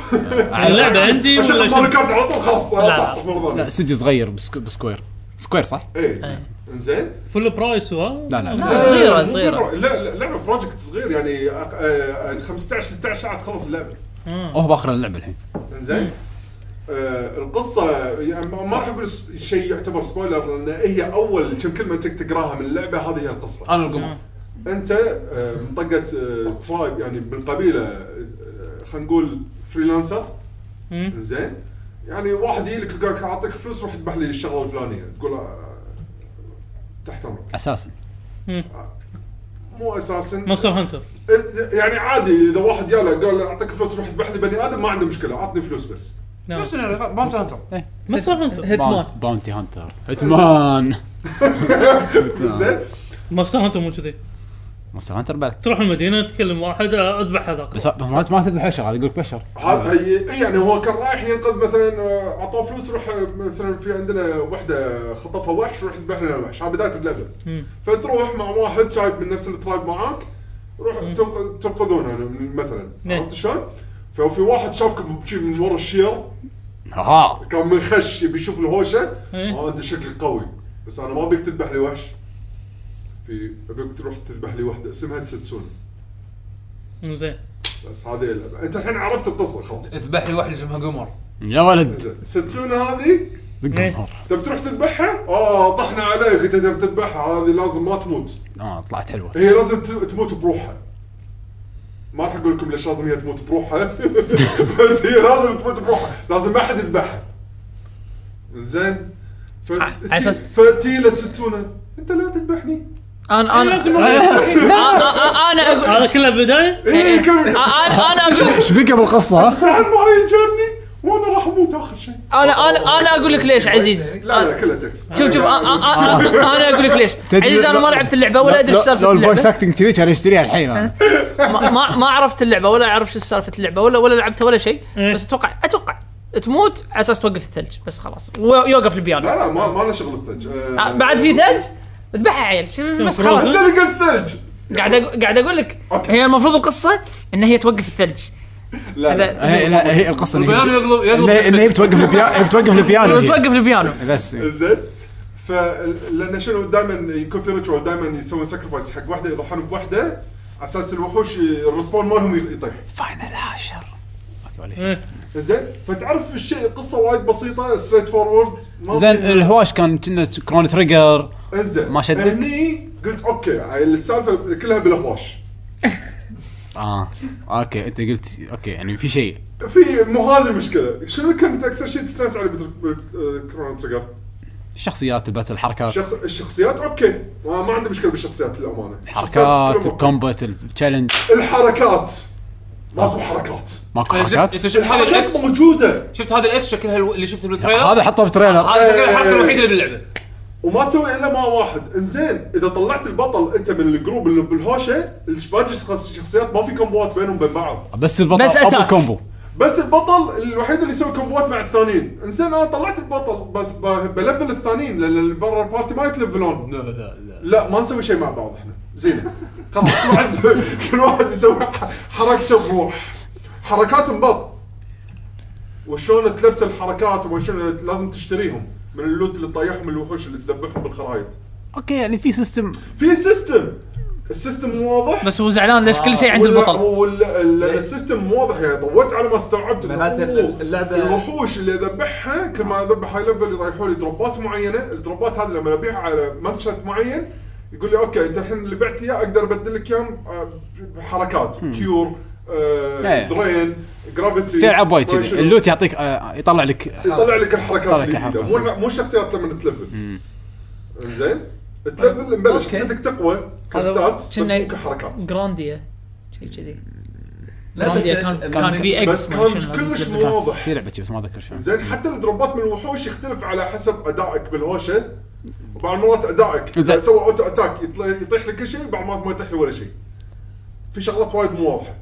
S6: اللعبه عندي ولا
S3: اشغل
S6: شنو؟
S3: ماري كارت على طول خلاص خلاص اصحى مره
S2: لا
S3: ثانيه
S2: استديو صغير بسك- بسكوير سكوير صح؟
S3: اي زين
S6: فل برايس وهذا
S2: لا، لا، لا.
S5: إيه. لا، صغيرة، صغيرة.
S3: آه، لا لا لعبه بروجكت صغير يعني أق- آه، 15 16 ساعه تخلص اللعبه
S2: اوه باخر اللعبه الحين
S3: زين آه القصه يعني ما ما راح اقول س- شيء يعتبر سبويلر لان هي اول كم كلمه انت تقراها من اللعبه هذه هي القصه
S10: انا القمر
S3: انت آه، منطقه آه، ترايب يعني من قبيله آه، خلينا نقول فريلانسر
S6: مم.
S3: زين يعني واحد يجي لك يقول لك اعطيك فلوس روح اذبح لي الشغله الفلانيه تقول آه، تحت امرك
S2: اساسا
S3: مو اساسا
S6: مونستر هانتر
S3: آه، يعني عادي اذا واحد يلا قال اعطيك فلوس روح اذبح لي بني ادم ما عنده مشكله اعطني فلوس بس
S6: نعم.
S10: نفس السيناريو بامس هانتر
S6: مونستر هانتر
S5: هيتمان
S2: باونتي هانتر هيتمان نعم.
S3: زين
S6: مونستر هانتر مو كذي
S2: مونستر هانتر بلا
S6: تروح المدينه تكلم واحد آه، اذبح هذاك
S2: بس ما ما تذبح بشر هذا يقول لك بشر
S3: هذا هي- إي يعني هو كان رايح ينقذ مثلا آه، اعطوه فلوس روح آه، مثلا في عندنا وحده خطفها وحش روح ذبح لنا الوحش هذا بدايه اللعبه
S6: مم.
S3: فتروح مع واحد شايب من نفس الترايب معاك روح تنق- تنقذونه يعني مثلا
S6: نعم.
S3: عرفت شلون؟ ففي واحد شافك ب- شي من ورا الشير
S2: ها
S3: كان من خش يبي يشوف الهوشه
S6: إيه.
S3: اه انت شكلك قوي بس انا ما ابيك تذبح لي وحش في ابيك تروح تذبح لي وحده اسمها تسوتسون
S6: زين
S3: بس هذه اللعبه انت الحين عرفت القصه خلاص
S6: إيه.
S4: اذبح لي واحده اسمها قمر
S2: يا ولد
S3: زين ستسون هذه
S6: إيه.
S3: تبي تروح تذبحها؟ اه طحنا عليك انت تبي تذبحها هذه لازم ما تموت
S2: اه طلعت حلوه
S3: هي لازم ت- تموت بروحها ما راح اقول لكم ليش لازم هي تموت بروحها بس هي لازم تموت بروحها لازم ما حد يذبحها زين ف...
S5: آه، على أساس-
S3: فتي لتستونه انت لا تذبحني
S5: انا انا
S3: لازم أذبحك.
S5: أ- أ- أ- انا اقول
S6: هذا كله بدايه
S3: إيه، كمل.
S5: أ- انا انا اقول
S2: ايش بك بالقصه
S3: تعال معي جرني وانا راح اموت اخر شيء
S5: انا انا انا اقول لك ليش عزيز
S3: لا لا كلها تكس
S5: آه. شوف آه، شوف أ- أ- أ- أ- انا اقول لك ليش
S2: تدري
S5: عزيز انا
S2: لو-
S5: ما لعبت اللعبه ولا ادري ايش سالفه
S2: لو الفويس
S5: اللعبه
S2: اكتنج كذي كان يشتريها الحين انا
S5: ما- ما ما عرفت اللعبه ولا اعرف شو سالفه اللعبه ولا ولا لعبتها ولا شيء
S6: إيه.
S5: بس اتوقع اتوقع تموت على اساس توقف الثلج بس خلاص ويوقف البيانو
S3: لا لا ما ما له شغل الثلج
S5: آه،
S3: آه،
S5: بعد في ثلج اذبحها عيل شو- بس
S6: فروزن؟
S5: خلاص
S3: انت اللي قلت ثلج
S5: قاعد أق- قاعد اقول لك
S3: أوكي.
S5: هي المفروض القصه ان هي توقف الثلج
S3: لا لا
S2: هي لا هي القصه إن هي-
S4: البيانو يقلب يقلب
S2: إن- إن هي بتوقف البيانو هي بتوقف البيانو هي.
S5: توقف البيانو
S2: بس
S3: زين ف لان شنو دائما يكون في ريتشوال دائما يسوون سكرفايس حق واحده يضحون بواحده على اساس الوحوش الرسبون مالهم يطيح
S2: فاينل 10
S3: زين فتعرف الشيء القصه وايد بسيطه ستريت فورورد ما
S2: زين
S3: في-
S2: الهواش كان كنا كرون تريجر
S3: زين
S2: ما شدك؟
S3: هني قلت اوكي السالفه كلها بالهواش
S2: اه اوكي انت قلت اوكي يعني في شيء
S3: في مو هذه المشكله شنو كنت اكثر شيء تستانس عليه بالكرون تريجر؟
S2: الشخصيات الباتل الحركات
S3: شخص الشخصيات اوكي ما, ما عندي مشكله بالشخصيات للامانه الشخصيات
S2: حركات
S3: كلهم أوكي.
S2: الكومبات التشالنج
S3: الحركات ماكو حركات
S2: ماكو حركات
S4: انت شفت هذا
S3: الحركات
S4: الاكس
S3: موجوده
S4: شفت هذا الاكس شكلها الو- اللي شفته بالتريلر
S2: هذا حطه بتريلر
S4: هذا
S3: آه.
S4: شكلها الحركه الوحيده اللي باللعبه
S3: وما تسوي الا مع واحد انزين اذا طلعت البطل انت من الجروب اللي بالهوشه الباقي الشخصيات ما في كومبوات بينهم وبين بعض
S2: بس البطل
S5: بس
S2: ابو
S5: أتاك.
S2: كومبو
S3: بس البطل الوحيد اللي يسوي كومبوات مع الثانيين انزين انا طلعت البطل بس ب- بلفل الثانيين لان اللي برا البارتي ما يتلفلون لا لا لا لا ما نسوي شيء مع بعض احنا زين خلاص كل واحد يسوي كل واحد يسوي ح- حركته بروح حركاتهم بط وشلون تلبس الحركات وشلون لازم تشتريهم من اللوت اللي تطيحهم الوحوش اللي تذبحهم بالخرايط
S2: اوكي يعني في سيستم
S3: في سيستم السيستم مو واضح
S5: بس هو زعلان ليش كل شيء عند البطل
S2: إيه.
S3: السيستم مو واضح يعني طولت على ما استوعبت إنه
S8: معناته
S3: هو
S8: اللعبة-
S3: الوحوش اللي اذبحها كل ما اذبح هاي ليفل يطيحوا لي دروبات معينه الدروبات هذه لما ابيعها على منشط معين يقول لي اوكي انت الحين اللي بعت لي اياه اقدر ابدل لك اياهم آه، بحركات كيور
S2: إيه.
S3: درين جرافيتي
S2: في العاب وايد كذي اللوت يعطيك آه، يطلع لك
S3: يطلع لك الحركات
S2: يطلع لك
S3: الجديده
S2: الحركات.
S3: مو مو الشخصيات لما تلفل زين تلفل مبلش
S8: أوكي.
S3: شخصيتك تقوى
S5: هذا
S3: كستاتس بس
S5: كنا-
S3: مو كحركات
S5: جرانديا شيء كذي
S8: لا بس
S5: جرانديا كان كان
S8: الميكانيك-
S5: في
S3: بس
S5: اكس ما
S3: كان
S5: شنو هذا.
S3: كلش مو واضح
S2: آه، في لعبه شي بس ما اذكر شنو
S3: زين حتى الدروبات من الوحوش يختلف على حسب ادائك بالهوشه وبعض المرات ادائك
S2: زين.
S3: اذا سوى اوتو اتاك يطلع- يطيح لك كل شيء بعض المرات ما يطيح لي ولا شيء في شغلات وايد مو واضحه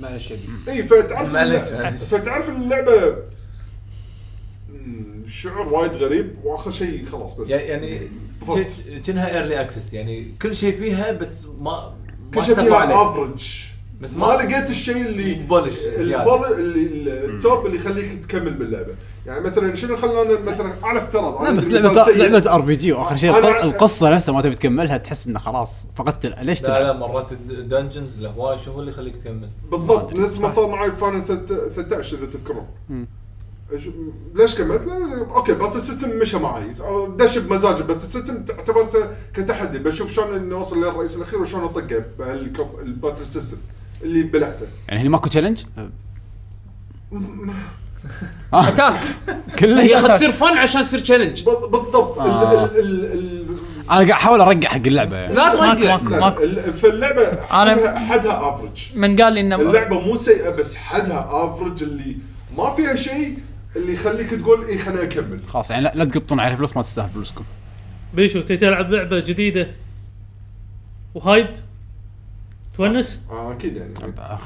S4: معلش يا بي.
S3: اي فتعرف
S8: معلش،
S3: اللع-
S8: معلش.
S3: فتعرف إن اللعبه مم، شعور وايد غريب واخر شيء خلاص بس
S8: يعني ج- كأنها ايرلي اكسس يعني كل شيء فيها بس ما ما
S3: كل شيء
S8: اشتغلوا
S3: فيها
S8: عليه
S3: افرج
S8: بس
S3: بس
S8: ما-
S3: ما لقيت الشيء اللي
S8: بولش
S3: البر
S8: زياده
S3: اللي التوب اللي يخليك تكمل باللعبه يعني مثلا شنو خلانا مثلا على افتراض
S2: لا
S3: أنا
S2: بس
S3: أدري
S2: لعبه
S3: مثال سيء.
S2: لعبه ار بي جي واخر شيء
S3: أنا-
S2: الق- القصه نفسها ما تبي تكملها تحس انه خلاص فقدت ال- ليش
S8: لا لا
S2: تلعب؟
S8: مرات الدنجنز الهواش هو اللي يخليك تكمل
S3: بالضبط نفس ما صار معي فاينل 13 اذا تذكرون إيش- ليش كملت؟ لأن- اوكي باتل سيستم مشى معي دش بمزاجي باتل سيستم اعتبرته كتحدي بشوف شلون إني اوصل للرئيس الاخير وشلون اطقه بهالكوب- الباتل سيستم اللي بلعته
S2: يعني هنا ماكو تشالنج؟
S5: اتاك
S2: كلش
S4: هي
S2: انا
S4: تصير فن عشان تصير تشالنج
S3: بال- بالضبط
S2: آه.
S3: ال- ال- ال- ال-
S2: قاعد احاول ارجع حق اللعبه يعني
S4: لا
S5: ماكو
S4: ترقع
S5: ماكو
S3: لا،
S5: ماكو
S3: ال- فاللعبه
S5: أنا-
S3: حدها حدها افرج
S5: من قال لي انه
S3: اللعبه مو سيئه بس حدها افرج اللي ما فيها شيء اللي يخليك تقول اي خليني اكمل
S2: خلاص يعني لا, لا تقطون على الفلوس ما تستاهل فلوسكم
S6: بيشو تبي تلعب لعبه جديده وهايب تونس
S3: آه اكيد يعني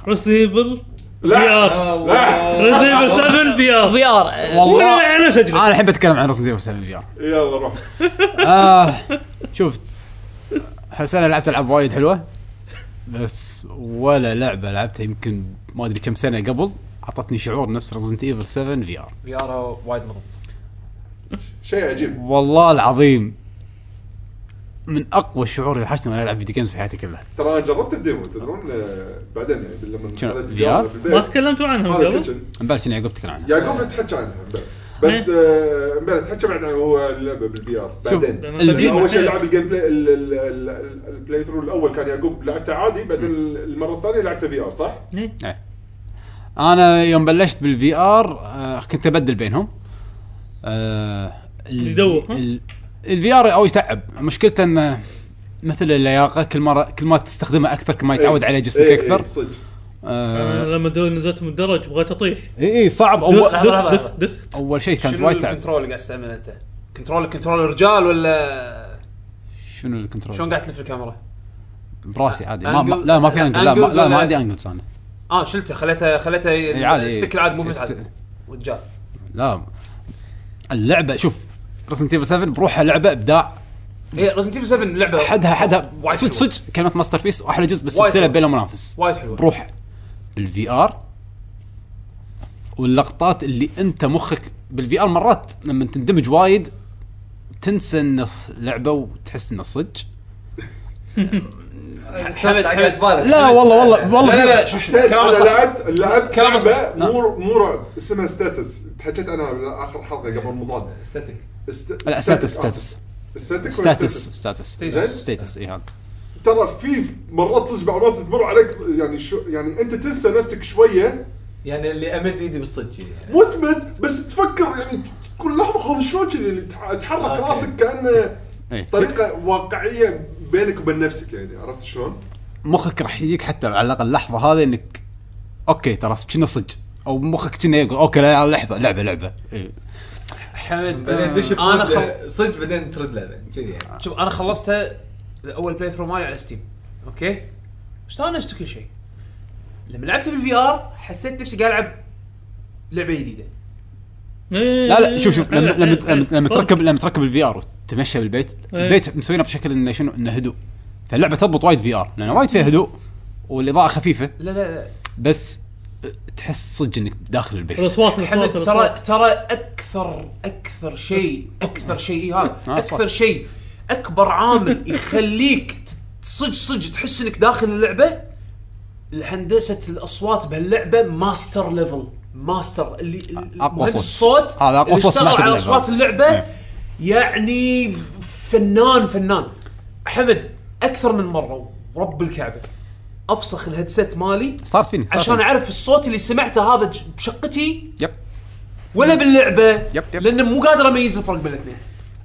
S6: ريزنت ايفل
S3: لا.
S6: في ار
S3: لا
S6: ريزنت ايفل 7 في ار
S5: في ار
S2: والله
S6: ولا انا سجل
S2: انا الحين بتكلم عن رصدير 7 في ار
S3: يلا روح
S2: آه شوف هالسنه لعبت العاب وايد حلوه بس ولا لعبه لعبتها يمكن ما ادري كم سنه قبل اعطتني شعور نفس ريزنت ايفل 7 في ار
S4: في ار وايد مضبوط
S3: شيء عجيب
S2: والله العظيم من اقوى الشعور اللي وحشتني وانا العب فيديو جيمز في حياتي كلها
S3: ترى انا جربت الديمو تدرون آه، بعدين يعني لما
S2: شنو،
S3: خذيت
S2: VR؟
S3: الجوال
S6: ما
S3: بالبيت
S6: تكلمتوا عنها
S3: هذا
S6: قبل
S3: الكيتشن
S2: امبارح شنو يعقوب تكلم عنها
S3: يعقوب نتحكى عنها امبارح. بس آه، امبارح نتحكى بعد عن هو اللعبه بالفي ار
S2: شوف،
S3: بعدين
S6: لأن
S2: الفيديو-
S3: اول شيء
S6: حلو.
S3: لعب الجيم بلاي ال- ال- ال- ال- البلاي ثرو الاول كان يعقوب لعبته عادي بعدين المره الثانيه لعبته في ار صح؟
S6: إيه.
S2: انا يوم بلشت بالفي ار آه، كنت ابدل بينهم آه
S6: يدوخ، ها؟
S2: الفي ار او يتعب مشكلته انه مثل اللياقه كل مره كل ما تستخدمه اكثر كل ما يتعود عليه جسمك
S3: إيه، إيه،
S2: اكثر
S3: صدق
S2: آه،
S6: انا لما دو- نزلت من الدرج بغيت اطيح
S2: اي اي صعب
S6: دخ
S2: اول
S6: دخ دخ دخ
S2: اول شيء كانت
S4: شنو
S2: وايد تعب
S4: الكنترول اللي قاعد تستعمله انت؟ كنترول كنترول رجال ولا
S2: شنو
S4: شلون
S2: الكنترول؟
S4: قاعد تلف الكاميرا؟
S2: براسي عادي ما ما
S4: Angle-
S2: لا ما في انجل لا ما,
S4: Angles
S2: لا ما
S4: ولا-
S2: عندي انجلز انا
S4: اه شلته خليته خليته
S2: إي، إيه، عادي إي.
S4: الستيك العادي مو مثل
S2: الس-
S4: عادي رجال
S2: لا اللعبه شوف ريزنت ايفل 7 بروحها لعبه ابداع
S4: اي ريزنت ايفل 7 لعبه
S2: حدها حدها
S4: وايد
S2: صدق
S4: حلوة.
S2: صدق كلمه ماستر بيس واحلى جزء
S4: وايد
S2: بالسلسله
S4: حلوة.
S2: بلا منافس
S4: وايد حلوه
S2: بروحه بالفي ار واللقطات اللي انت مخك بالفي ار مرات لما تندمج وايد تنسى ان لعبه وتحس انه صدق
S4: حمد حمد
S2: لا والله والله والله
S4: لا لا شوف شوف
S3: حسين
S4: كلامه
S3: انا
S4: صح
S3: لعبت لعبت لعبه
S4: كلامه صح.
S3: مو
S2: نعم.
S3: مو رعب اسمها ستاتس تحكيت عنها باخر حلقه قبل آه، رمضان
S11: استاتيك
S2: لا ستاتس ستاتس
S3: ستاتس
S2: ستاتس ستاتس
S3: زين؟
S2: ستاتس اي إيه، هذا
S3: ترى في مرات صدق معلومات تمر عليك يعني شو يعني انت تنسى نفسك شويه
S8: يعني اللي امد ايدي بالصدق يعني
S3: مو تمد بس تفكر يعني كل لحظه هذا شلون كذي اللي تح- تحرك
S8: أوكي.
S3: راسك كانه
S2: إيه.
S4: طيب.
S3: طريقه واقعيه بينك وبين نفسك يعني عرفت شلون؟
S2: مخك راح يجيك حتى على الاقل اللحظه هذه انك اوكي ترى كنا صدق او مخك كنا يقول اوكي لا لا، لحظه لعبه لعبه إيه. آه،
S4: حمد
S8: بعدين دش
S4: انا آه، خل...
S8: بمود صدق بعدين ترد لعبه كذي يعني
S4: شوف انا خلصتها اول بلاي ثرو مالي على ستيم اوكي استانست وكل شيء لما لعبت بالفي ار حسيت نفسي قاعد العب لعبه جديده
S6: إيه.
S2: لا لا شوف شوف لما لما لما- لما
S6: طيب.
S2: تركب لما تركب الفي ار وتمشى بالبيت
S4: إيه.
S2: البيت مسوينه بشكل انه شنو انه هدوء فاللعبه تضبط وايد في ار لان وايد فيها هدوء والاضاءه خفيفه
S4: لا لا لا بس
S2: أه، تحس صدق انك داخل البيت
S6: الاصوات
S4: حمد
S6: الاصوات
S4: ترى
S6: الأصوات.
S4: ترى اكثر اكثر شيء اكثر شيء إيه هذا
S2: آه، صح.
S4: اكثر شيء اكبر عامل يخليك ت- صج صج تحس انك داخل اللعبه هندسه الاصوات بهاللعبه ماستر ليفل ماستر اللي
S2: آه، أقوى
S4: مهندس
S2: صوت.
S4: الصوت
S2: هذا أقوى
S4: اللي
S2: صوت
S4: اشتغل
S2: سمعته
S4: على
S2: باللعبة.
S4: اصوات اللعبه
S2: إيه.
S4: يعني فنان فنان حمد اكثر من مره رب الكعبه افسخ الهيدسيت مالي
S2: صارت فيني صارت
S4: عشان
S2: فيني.
S4: اعرف الصوت اللي سمعته هذا ج- بشقتي
S2: يب
S4: ولا باللعبه
S2: يب يب.
S4: لان مو قادر اميز الفرق بين الاثنين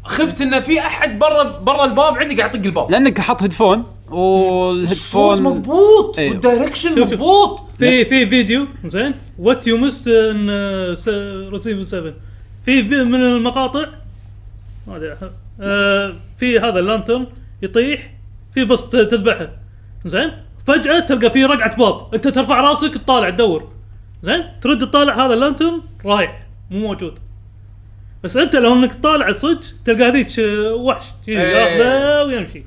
S4: خفت انه في احد برا برا الباب عندي قاعد يطق الباب
S2: لانك حاط هيدفون
S4: الصوت
S2: والهيدفون
S4: مضبوط
S2: أيوه.
S4: والدايركشن
S6: شوف شوف.
S4: مضبوط
S6: في في فيديو زين وات يو مست ان ريسيف 7 في في- من المقاطع ما ادري آه، في هذا اللانترن يطيح في بس ت- تذبحه زين فجاه تلقى في رقعه باب انت ترفع راسك تطالع تدور زين ترد تطالع هذا اللانترن رايح مو موجود بس انت لو انك تطالع صدق تلقى هذيك ش- وحش شي ياخذه ويمشي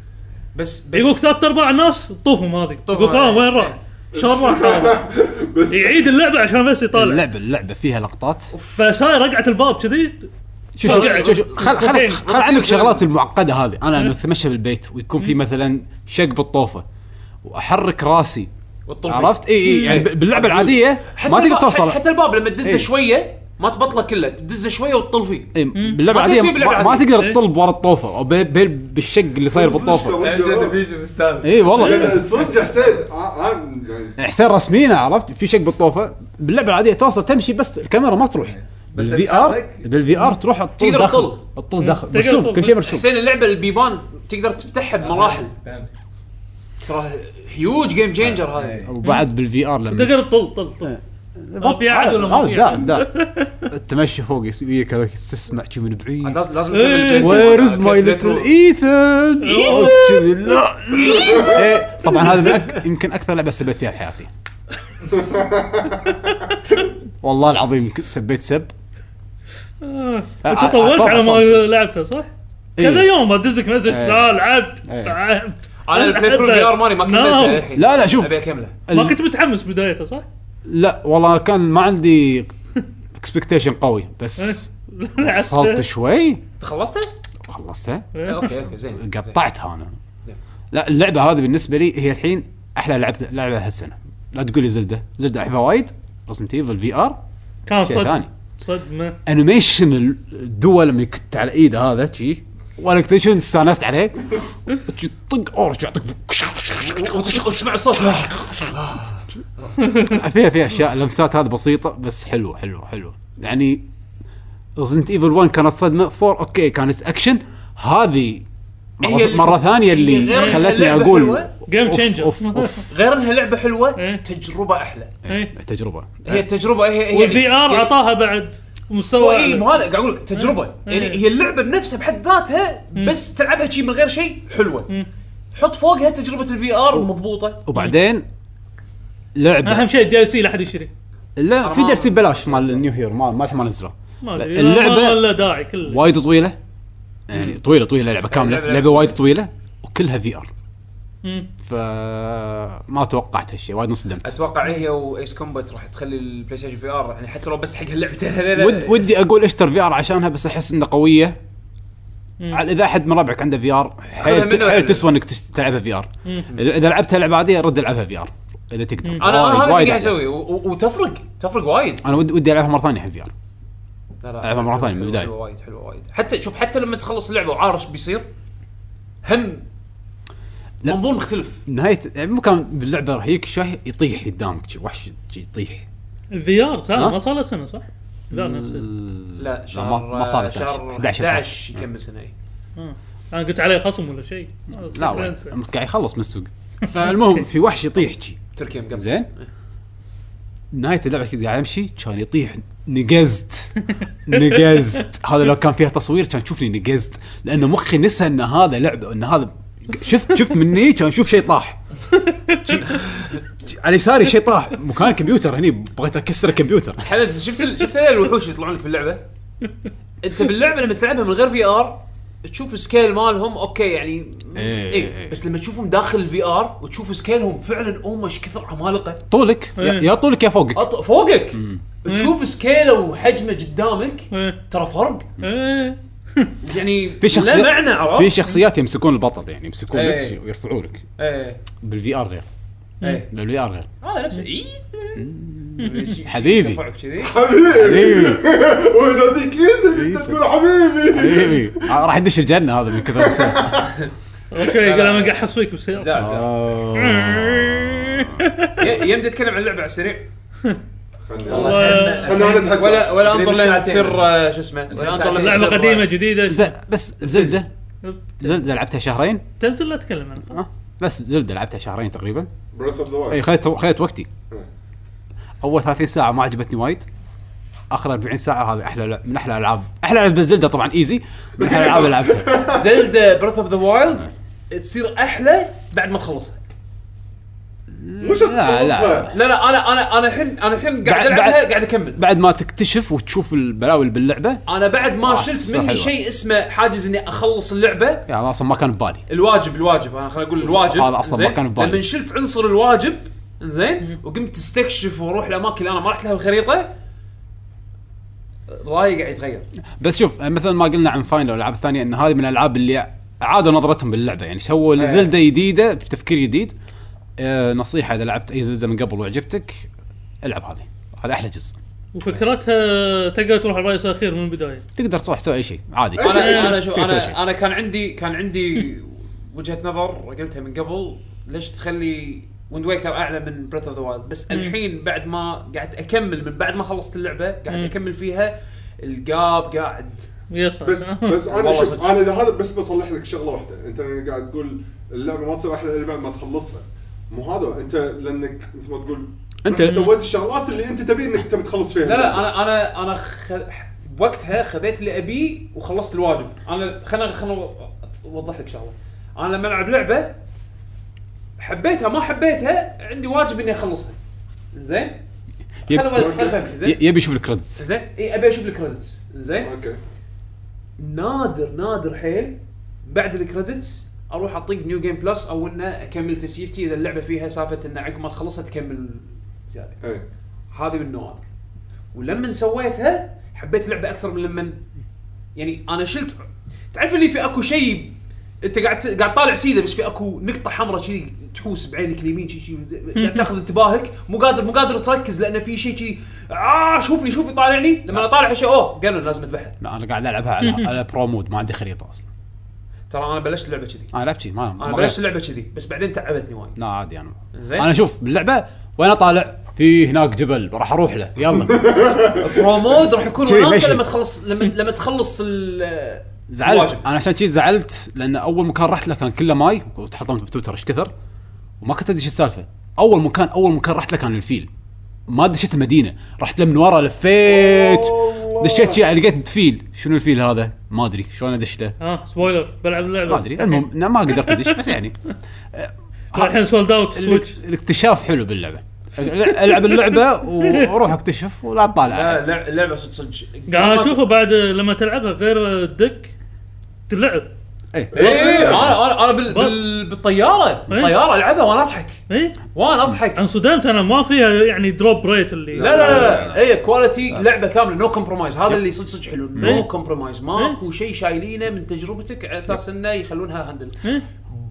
S4: بس بس
S6: يقول ثلاث ارباع الناس طوفهم هذه
S4: طوفهم
S6: يقول ها
S4: هذه.
S6: وين راح؟ شلون راح هذا؟
S3: بس
S6: يعيد اللعبه عشان بس يطالع
S2: اللعبه اللعبه فيها لقطات
S6: فصاير رقعه الباب كذي
S2: شوف شوف
S6: طبيعي.
S2: شوف خل خل
S6: طبيعي.
S2: خل عنك شغلات المعقده هذه
S4: إيه.
S2: انا لما اتمشى بالبيت ويكون في مثلا شق بالطوفه واحرك راسي عرفت اي اي يعني ب- باللعبه العاديه ما تقدر
S4: الباب-
S2: توصل
S4: إيه. حتى الباب لما تدزه
S2: إيه.
S4: شويه ما تبطله كله تدزه شويه وتطل فيه
S2: إي، باللعبه
S4: ما
S2: العاديه
S4: تسوي باللعبة
S2: إيه، ما, ما
S4: العادية.
S2: تقدر تطلب ورا الطوفه او ب- ب- بالشق اللي صاير بالطوفه
S8: يعني بيجي مستانس
S2: اي والله
S3: لا، صدق يا حسين ع- عن- يعني
S2: حسين رسمينا عرفت في شق بالطوفه باللعبه العاديه توصل تمشي بس الكاميرا ما تروح
S8: بس
S2: بالفي ار
S8: تتحرك.
S2: بالفي ار تروح تطول
S4: تقدر
S2: داخل
S4: تطل.
S2: تطول داخل
S6: تقدر
S2: مرسوم
S6: تطل.
S2: كل شيء مرسوم
S4: حسين اللعبه البيبان تقدر تفتحها بمراحل
S8: فهمت
S4: ترى هيوج جيم تشينجر
S2: آه، إيه.
S4: هذا
S2: وبعد بالفي ار لما
S6: تقدر تطل طل طل ما في عاد ولا ما
S2: آه،
S6: في
S2: دا-
S6: عاد.
S2: دا. التمشي فوق وياك هذاك تسمع شي من بعيد
S4: لازم لازم
S6: إيه.
S4: تكمل بلاي
S2: وير
S4: ثرو.
S2: از ماي ليتل ايثن Oh, كذي لا إيه، طبعا هذا من أك... يمكن اكثر لعبه سبيت فيها بحياتي والله العظيم كنت سبيت سب
S6: آه.
S2: ع-
S6: انت طولت
S2: عصام-
S6: على
S2: عصام.
S6: ما لعبتها صح؟
S2: إيه.
S6: كذا يوم ادزك مسج
S2: إيه.
S6: لا لعبت
S2: إيه.
S6: لعبت
S4: انا البلاي ثرو
S6: لعبت.
S4: الفي ار مالي ما
S6: نعم.
S4: كملته الحين
S2: لا لا شوف
S4: ابي اكمله
S6: ما
S2: ال-
S6: كنت متحمس بدايته صح؟
S2: لا والله كان ما عندي اكسبكتيشن قوي بس وصلت شوي
S4: انت خلصته؟
S2: خلصتها
S6: إيه.
S4: اوكي اوكي زين زين.
S2: قطعتها انا لا اللعبه هذه بالنسبه لي هي الحين احلى لعبه لعبه هالسنه لا تقول لي زلده زلده احبها وايد رسم تيفل في ار
S6: كان
S2: شيء ثاني
S6: صدمه صدمه
S2: انيميشن الدول لما يكت على ايده هذا شي ولا كتيشن استانست عليه شي طق اوه رجع طق
S4: اسمع الصوت
S2: فيها فيها اشياء لمسات هذه بسيطه بس حلوه حلوه حلوه يعني ريزنت ايفل 1 كانت صدمه 4 اوكي كانت اكشن هذه
S4: هي
S2: مرة,
S4: اللي-
S2: مرة ثانية اللي
S4: هي غير
S2: خلتني
S4: اللعبة
S2: اقول
S4: حلوة.
S6: جيم
S2: أوف،
S6: تشينجر
S2: أوف، أوف. إيه،
S4: غير انها لعبه حلوه
S6: إيه.
S4: تجربه احلى
S2: تجربة
S4: هي تجربه هي هي
S6: والفي ار اعطاها بعد مستوى
S4: اي
S6: أعلى.
S4: إيه، ما هذا قاعد اقول لك تجربه يعني هي اللعبه بنفسها بحد ذاتها بس تلعبها شي من غير شيء حلوه حط فوقها تجربه الفي ار مضبوطه
S2: وبعدين لعبة
S6: اهم شيء الدي ال سي لا احد يشتري
S2: لا في درس ببلاش مال النيو هيرو ما ما ما نزله
S6: ما
S2: لا،
S6: ادري
S2: اللعبة-
S6: اللعبه لا داعي كله
S2: وايد طويله يعني طويله طويله لعبه كامله
S4: لعبة-
S2: لعبه وايد طويله وكلها في ار
S6: مم.
S2: فما توقعت هالشيء وايد انصدمت
S4: اتوقع إيه، هي وايس كومبات راح تخلي البلاي ستيشن في ار يعني حتى لو بس حق هاللعبتين هذول
S2: ود ودي اقول اشتر في ار عشانها بس احس انها قويه على اذا احد من ربعك عنده في ار حيل
S4: منه
S2: حيل
S4: ولا-
S2: تسوى انك تس- تلعبها في ار اذا لعبتها لعبه عاديه رد العبها في ار اذا تقدر
S4: انا أنا هذا اللي قاعد
S2: أحلى.
S4: اسوي و- و- وتفرق تفرق وايد
S2: انا ود- ودي العبها مره ثانيه الحين في ار
S4: لا لا
S2: ألعبها مرة
S4: حلوة-
S2: ثانية من
S4: حلوة-
S2: البداية.
S4: حلوه وايد حلوه وايد حتى شوف حتى لما تخلص اللعبه وعارف إيش بيصير هم
S2: لا.
S4: منظور مختلف
S2: نهايه يعني ممكن باللعبه راح يجيك شوي يطيح قدامك شي، وحش شي يطيح
S6: الفي ار
S2: ها؟
S6: ما صار له سنه صح؟ لا نفسه
S4: لا شهر
S2: ما- ما صار
S4: شهر
S2: 11
S4: 11
S2: نعم.
S4: يكمل إيه. سنه إي.
S6: انا قلت عليه خصم ولا شيء ما
S2: لا
S6: أقدر
S2: وين.
S6: أنسى.
S2: قاعد يخلص من السوق فالمهم في وحش يطيح شي
S4: تركيا مقبل
S2: زين نهايه اللعبه كنت قاعد امشي كان يطيح نقزت نقزت هذا لو كان فيها تصوير كان تشوفني نقزت لانه مخي نسى ان هذا لعبه ان هذا شفت شفت مني كان اشوف شيء طاح شي- شي- على يساري شيء طاح مكان كمبيوتر هني بغيت اكسر الكمبيوتر
S4: حلز شفت ال- شفت الوحوش اللي يطلعون لك باللعبه انت باللعبه لما تلعبها من غير في ار تشوف سكيل مالهم اوكي يعني
S2: إيه، إيه.
S4: اي بس لما تشوفهم داخل الفي ار وتشوف سكيلهم فعلا هم ايش كثر عمالقه
S2: طولك يا يا طولك يا فوقك
S4: أط- فوقك تشوف سكيله وحجمه قدامك
S6: إيه.
S4: ترى فرق
S6: إيه.
S4: يعني
S2: في شخصيات
S4: لا معنى عرفت؟
S2: في شخصيات يمسكون البطل يعني يمسكون لك
S4: إيه.
S2: ويرفعوا لك
S4: ايه
S2: بالفي ار غير
S4: ايه
S2: بالفي ار غير
S4: هذا نفسه إيه. اي
S2: حبيبي
S4: يرفعك كذي
S2: حبيبي
S3: ويناديك ايدك انت إيه، تقول حبيبي
S2: حبيبي إيه، راح يدش الجنه هذا من كثر السبب
S6: اول شوي قال انا قاعد احصيك بالسياره
S4: لا
S2: آه.
S4: لا. ي- يمدي اتكلم عن اللعبه على السريع
S3: خلنا خلنا نضحك
S4: ولا ولا
S12: تقريباً
S4: انطر لين
S12: ساعتين.
S4: تصير آه، شو اسمه ولا انطر لين
S6: لعبه
S4: تصير-
S6: قديمه جديده
S2: زين بس زلده زلده لعبتها شهرين
S6: تنزل لا اتكلم عنها
S2: أه؟ بس زلده لعبتها شهرين إيه، تقريبا
S3: بريث اوف ذا
S2: اي
S3: وايلد
S2: خذت خذت وقتي اول 30 ساعه ما عجبتني وايد اخر 40 ساعه هذه احلى لع- من احلى العاب احلى لعبه زلده طبعا ايزي من احلى العاب اللي لعبتها
S4: زلدا بريث اوف ذا وايلد تصير احلى بعد ما تخلصها
S3: مش تخلصها
S4: لا لا انا انا انا الحين انا الحين
S2: بعد-
S4: قاعد العبها
S2: بعد-
S4: قاعد اكمل
S2: بعد ما تكتشف وتشوف البلاوي اللي باللعبه
S4: انا بعد ما
S2: آه،
S4: شلت
S2: تصير
S4: مني
S2: حلوة.
S4: شيء اسمه حاجز اني اخلص اللعبه
S2: يعني أنا اصلا ما كان ببالي
S4: الواجب الواجب انا خليني اقول الواجب
S2: هذا أصلاً ما
S4: إنزين؟
S2: كان ببالي.
S4: لما شلت عنصر الواجب زين وقمت استكشف واروح الاماكن اللي انا ما رحت لها بالخريطه رايي قاعد يتغير
S2: بس شوف مثل ما قلنا عن فاينل والالعاب الثانيه ان هذه من الالعاب اللي اعادوا نظرتهم باللعبه يعني سووا زلده جديده بتفكير جديد آه نصيحه اذا لعبت اي زلده من قبل وعجبتك العب هذه هذا احلى جزء
S6: وفكرتها تقدر تروح الرايس الاخير من البدايه
S2: تقدر تروح تسوي اي شيء عادي
S4: انا انا شو
S2: تسوي شيء.
S4: انا انا كان عندي كان عندي وجهه نظر قلتها من قبل ليش تخلي ويند ويكر اعلى من بريث اوف ذا وايلد بس الحين بعد ما قاعد اكمل من بعد ما خلصت اللعبه قاعد اكمل فيها القاب قاعد
S6: يس
S3: بس بس انا
S4: والله
S3: شوف
S4: صدق.
S3: انا اذا هذا بس بصلح لك شغله واحده انت لما قاعد تقول اللعبه ما تصير احلى الا بعد ما تخلصها مو هذا انت لانك مثل ما تقول
S2: أنت-
S3: أنت سويت الشغلات اللي انت تبي انك تبي تخلص فيها
S4: لا لا انا انا انا خ... وقتها خذيت اللي ابيه وخلصت الواجب انا خلنا خلنا اوضح لك شغله انا لما العب لعبه حبيتها ما حبيتها عندي واجب اني اخلصها زين
S2: يب-
S4: خلنا خلنا افهمك
S2: ي-
S4: زين
S2: يبي يشوف الكريدتس
S4: زين إيه، اي ابي اشوف الكريدتس زين
S3: اوكي
S4: نادر نادر حيل بعد الكريدتس اروح اطق نيو جيم بلس او انه اكمل تسيفتي اذا اللعبه فيها سالفه انه عقب ما تخلصها تكمل زياده
S3: اي
S4: هذه من نوادر ولما سويتها حبيت اللعبه اكثر من لما يعني انا شلت تعرف اللي في اكو شيء انت قاعد قاعد طالع سيده بس في اكو نقطه حمراء كذي تحوس بعينك اليمين شي- شي قاعد تاخذ انتباهك مو قادر مو قادر تركز لان في شيء كذي اه شوفني شوفني طالعني لما انا طالع شيء اوه قالوا لازم اذبحها
S2: لا انا قاعد العبها على على برو مود ما عندي خريطه اصلا
S4: ترى انا بلشت اللعبه كذي
S2: انا لعبت شي، ما ما
S4: انا
S2: غيرت.
S4: بلشت اللعبه كذي بس بعدين تعبتني وايد
S2: لا عادي انا
S4: زين.
S2: انا شوف باللعبه وانا طالع في هناك جبل راح اروح له يلا
S4: برومود راح يكون
S2: شي،
S4: وناسه
S2: ماشي.
S4: لما تخلص لما لما تخلص ال-
S2: زعلت
S4: واجب.
S2: انا عشان شي زعلت لان اول مكان رحت له كان كله ماي وتحطمت بتويتر ايش كثر وما كنت ادري شو السالفه اول مكان اول مكان رحت له كان الفيل ما دشيت المدينه رحت له من ورا لفيت دشيت شي لقيت فيل شنو الفيل هذا ما ادري شلون ادش له
S6: ها سبويلر آه، بلعب اللعبه
S2: ما ادري المهم إنه ما قدرت ادش بس يعني
S6: الحين سولد اوت سويتش
S2: الاك- الاكتشاف حلو باللعبه العب اللعبه وروح اكتشف ولا تطالع
S4: لا آه، لع- اللعبه صدق صدق
S6: قاعد اشوفه بعد لما تلعبها غير الدك تلعب
S2: إيه.
S6: إيه.
S4: ايه انا انا انا بال
S6: بل.
S4: بال
S6: إيه.
S4: بالطياره بالطياره العبها وانا اضحك
S6: اي
S4: وانا اضحك
S6: انصدمت انا ما فيها يعني دروب ريت اللي
S4: لا لا إيه، لا, لا. اي كواليتي لعبه كامله نو كومبرومايز هذا اللي صدق صدق حلو
S6: إيه.
S4: نو كومبرومايز ماكو شيء شايلينه من تجربتك على اساس انه يخلونها هندل
S6: إيه.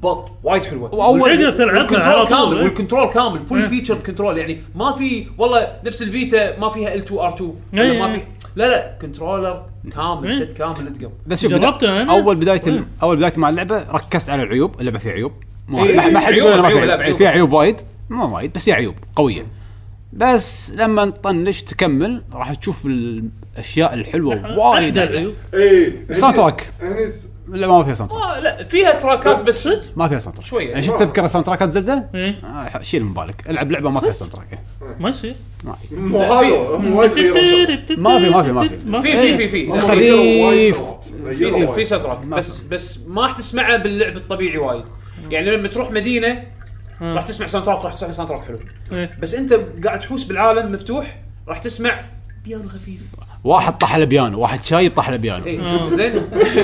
S4: بط وايد حلوه
S2: واول
S6: تقدر تلعبها
S4: والكنترول
S6: على
S4: كامل
S6: طول
S4: والكنترول كامل فول
S6: إيه.
S4: فيتشر كنترول يعني ما في والله نفس الفيتا ما فيها ال2 ار2
S6: إيه.
S4: ما في لا لا كنترولر كامل
S6: إيه.
S4: سيت كامل ادقم
S2: بس شوف
S6: جربتها
S2: بدا-
S6: أنا؟
S2: اول بدايه
S6: إيه.
S2: ال- اول بدايتي مع اللعبه ركزت على العيوب اللعبه فيها عيوب مو-
S4: إيه،
S2: ما ما حد
S4: عيوب،
S2: يقول أنا ما
S4: عيوب،
S2: فيها
S4: لا،
S2: عيوب
S4: عيوب.
S2: فيها عيوب وايد مو وايد بس فيها عيوب قويه بس لما نطنش تكمل راح تشوف الاشياء الحلوه وايد عليها.
S3: اي
S2: ساوند تراك
S3: هني إيه. س-
S2: لا ما فيها ساوند تراك
S4: آه، لا فيها تراكات بس
S2: ما فيها ساوند تراك
S4: شوية.
S2: يعني شفت تذكر ساوند تراكات زلده؟
S6: إيه.
S2: آه، شيل من بالك العب لعبه ما فيها ساوند تراك
S6: ما يصير
S2: ما في
S3: مو هذا مو وايد غير
S2: ما في- ما في- ما في.
S6: ما
S4: في في
S6: في
S4: في في
S2: خفيف.
S4: في في ستراك بس بس ما راح تسمعها باللعب الطبيعي وايد يعني لما تروح مدينه راح تسمع ساوند تراك راح تسمع ساوند تراك حلو
S6: إيه.
S4: بس انت قاعد تحوس بالعالم مفتوح راح تسمع بيانو خفيف
S2: واحد طاح على بيانو واحد شايب طاح على بيانو
S4: إيه، زين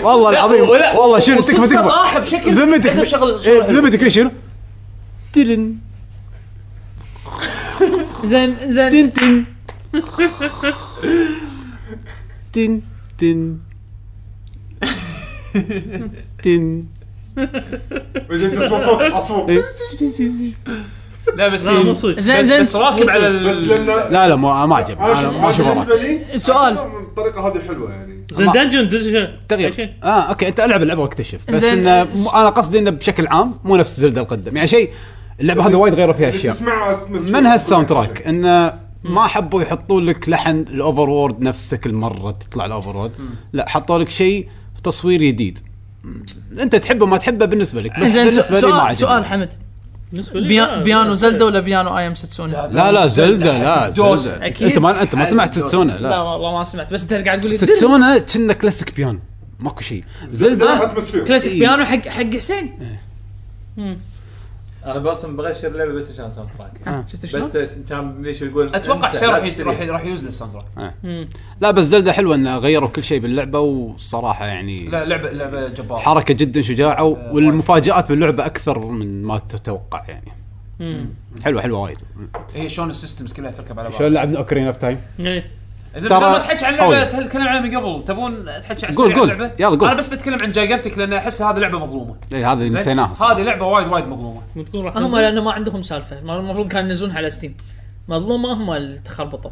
S2: والله
S4: لا،
S2: العظيم
S4: ولا-
S2: والله شنو
S4: وصوته
S2: تكفى تكفى
S4: طاح بشكل
S2: ذمتك
S4: لازم شغل- شغل
S2: إيه،
S4: حلو.
S2: ذمتك ليش شنو؟ تلن
S5: زين
S2: تن
S5: زين
S2: تن تن تن تن
S3: بعدين تسمع صوت عصفور
S2: إيه.
S4: لا بس
S6: لا مو صدق
S5: زين
S4: بس-
S5: زين
S4: بس راكب على
S3: بس
S4: ال-
S3: لان
S2: لا لا ما ما عجبني
S3: أنا
S2: أنا
S3: شوف-
S2: ما
S3: أنا
S2: أشوف
S3: بالنسبه
S2: وراك.
S3: لي
S5: سؤال.
S3: أعتبر من الطريقه هذه حلوه يعني
S6: زين
S2: ما-
S6: دنجن دزها
S2: تغيير اه اوكي انت العب اللعبه واكتشف بس
S5: زين.
S2: انه م- انا قصدي انه بشكل عام مو نفس زلده القدم يعني شيء اللعبه هذه وايد غيروا فيها اشياء
S3: تسمع
S2: منها الساوند تراك انه ما حبوا يحطوا لك لحن الاوفر وورد نفسه كل مره تطلع الاوفر وورد لا حطوا لك شيء تصوير جديد انت تحبه ما تحبه بالنسبه لك بس
S5: زين
S2: بالنسبه لي ما
S5: سؤال سؤال
S2: عجبني
S5: حمد
S6: بالنسبه لي
S5: بيا-
S6: لا.
S5: بيانو زلدا ولا بيانو اي ام ستسوني؟
S2: لا لا زلدة لا
S4: دوس.
S2: زلدة
S5: أكيد.
S2: انت ما انت ما سمعت ستسونا
S5: لا
S2: لا
S5: والله ما سمعت بس انت قاعد تقول لي درن.
S2: ستسونا كنا كلاسيك بيانو ماكو شيء زلدة
S3: اتموسفير
S5: كلاسيك بيانو حق حق حسين
S8: انا باسم بغشر اللعبه بس عشان ساوند تراك
S5: آه، شفت شلون؟
S8: بس كان ايش يقول
S4: اتوقع
S8: انسى،
S4: حسين
S8: لا
S4: راح يت-
S8: تشتري.
S4: راح راح يوز الساوند تراك
S2: لا بس زلدة حلوة انه غيروا كل شيء باللعبة وصراحة يعني
S4: لا لعبه لعبه جباره
S2: حركة جدا شجاعة والمفاجآت باللعبة اكثر من ما تتوقع يعني حلوة حلوة وايد
S4: هي إيه، شلون السيستمز كلها تركب على بعض
S2: شلون لعبنا اوكرين اوف تايم؟
S6: إيه.
S4: زين
S2: ترى
S4: بدل ما تحكي عن اللعبه
S2: قوي.
S4: تتكلم عنها من قبل تبون تحكي عن
S2: قول-
S4: سريع
S2: قول.
S4: اللعبة؟
S2: يلا قول.
S4: انا بس بتكلم عن جايجانتك لان احس هذه لعبه مظلومه
S2: اي إيه، هذا اللي
S4: زين؟
S2: نسيناها صراحة.
S4: هذه لعبه وايد وايد مظلومه
S6: بتكون راح
S5: هم
S6: تنزل.
S5: لانه ما عندهم سالفه ما- المفروض كانوا ينزلونها على ستيم مظلومه هم اللي تخربطوا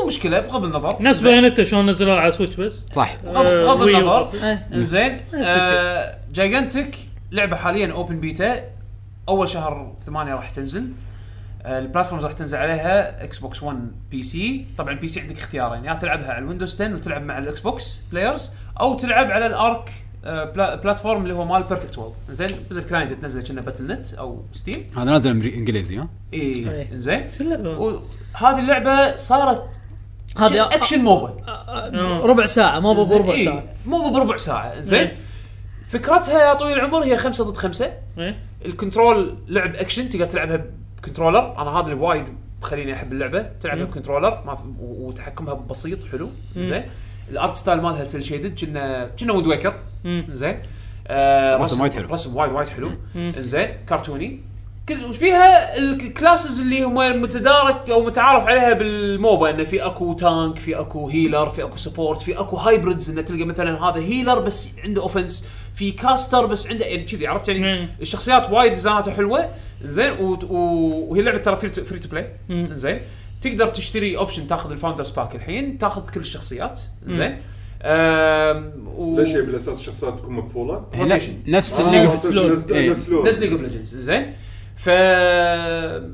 S4: مو مشكله بغض النظر
S6: نفس بيانتا شلون نزلوها على سويتش بس
S2: صح
S4: بغض
S6: آه،
S4: بغض
S6: ويو.
S4: النظر
S5: إيه.
S4: زين آه،
S6: نفس
S4: جايجانتك لعبه حاليا اوبن بيتا اول شهر ثمانية راح تنزل آه، البلاتفورمز راح تنزل عليها اكس بوكس 1 بي سي طبعا البي سي عندك اختيارين يا تلعبها على الويندوز 10 وتلعب مع الاكس بوكس بلايرز او تلعب على الارك آه، بلا- بلاتفورم اللي هو مال بيرفكت وولد زين بدل كلاينت تنزله كنا باتل نت او ستيم
S2: هذا نازل أمري- انجليزي ها؟
S4: اي
S5: إيه.
S4: زين
S6: شو اللعبة؟
S4: وهذه اللعبه صارت
S5: هذا
S4: اكشن موبا
S6: آه.
S5: ربع ساعه مو بربع ساعه
S4: إيه. مو بربع ساعه زين فكرتها يا طويل العمر هي خمسة ضد خمسة
S6: إيه.
S4: الكنترول لعب اكشن تقدر تلعبها بكنترولر انا هذا اللي وايد خليني احب اللعبه تلعبها بكنترولر ما في و- وتحكمها بسيط حلو زين الارت ستايل مالها سيل شيدد كنا كنا وود ويكر
S6: مم.
S4: زين آه
S2: رسم وايد حلو.
S4: رسم وايد وايد حلو زين كرتوني كل وش فيها الكلاسز اللي هم متدارك او متعارف عليها بالموبا انه في اكو تانك في اكو هيلر في اكو سبورت في اكو هايبريدز انه تلقى مثلا هذا هيلر بس عنده اوفنس في كاستر بس عنده يعني كذي عرفت يعني
S6: مم.
S4: الشخصيات وايد ديزايناتها حلوه زين و... و... وهي لعبه ترى فري تو, فري تو بلاي
S6: مم.
S4: زين تقدر تشتري اوبشن تاخذ الفاوندرز باك الحين تاخذ كل الشخصيات زين آم... و...
S3: ليش هي بالاساس الشخصيات تكون مقفوله؟
S2: هنا إيه، نفس اللي
S3: آه،
S2: قلت-
S3: نفس
S6: لود.
S3: نفس-
S2: إيه.
S3: نفس لود.
S4: نفس ليج اوف ليجندز زين ف آه،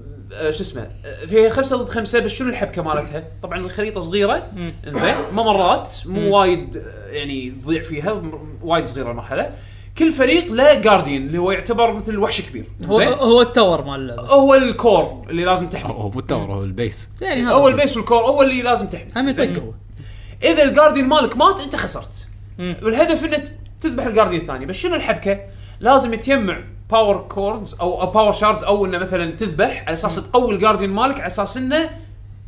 S4: شو اسمه آه، هي خمسة ضد خمسة بس شنو الحبكة مالتها؟ طبعا الخريطة صغيرة
S6: مم.
S4: زين مرات مو وايد آه، يعني تضيع فيها م- وايد صغيرة المرحلة كل فريق له جارديان اللي هو يعتبر مثل وحش كبير
S5: هو
S4: زين
S5: هو التور مال اللعبه
S4: هو الكور اللي لازم تحميه
S2: هو مو التور هو البيس
S5: يعني هذا
S4: هو البيس والكور هو اللي لازم تحميه
S5: هم
S4: زين؟
S5: يطق هو
S4: اذا الجارديان مالك مات انت خسرت
S6: مم.
S4: والهدف انك تذبح الجارديان الثاني بس شنو الحبكه؟ لازم تجمع باور كوردز او باور شاردز او انه مثلا تذبح على اساس تقوي الجارديان مالك على اساس انه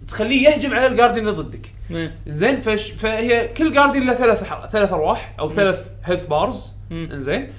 S4: تخليه يهجم على الجارديان اللي ضدك
S6: إيه.
S4: زين فش فهي كل جارديان له ثلاث حر- ثلاث ارواح او ثلاث هيلث بارز
S6: مم.
S4: زين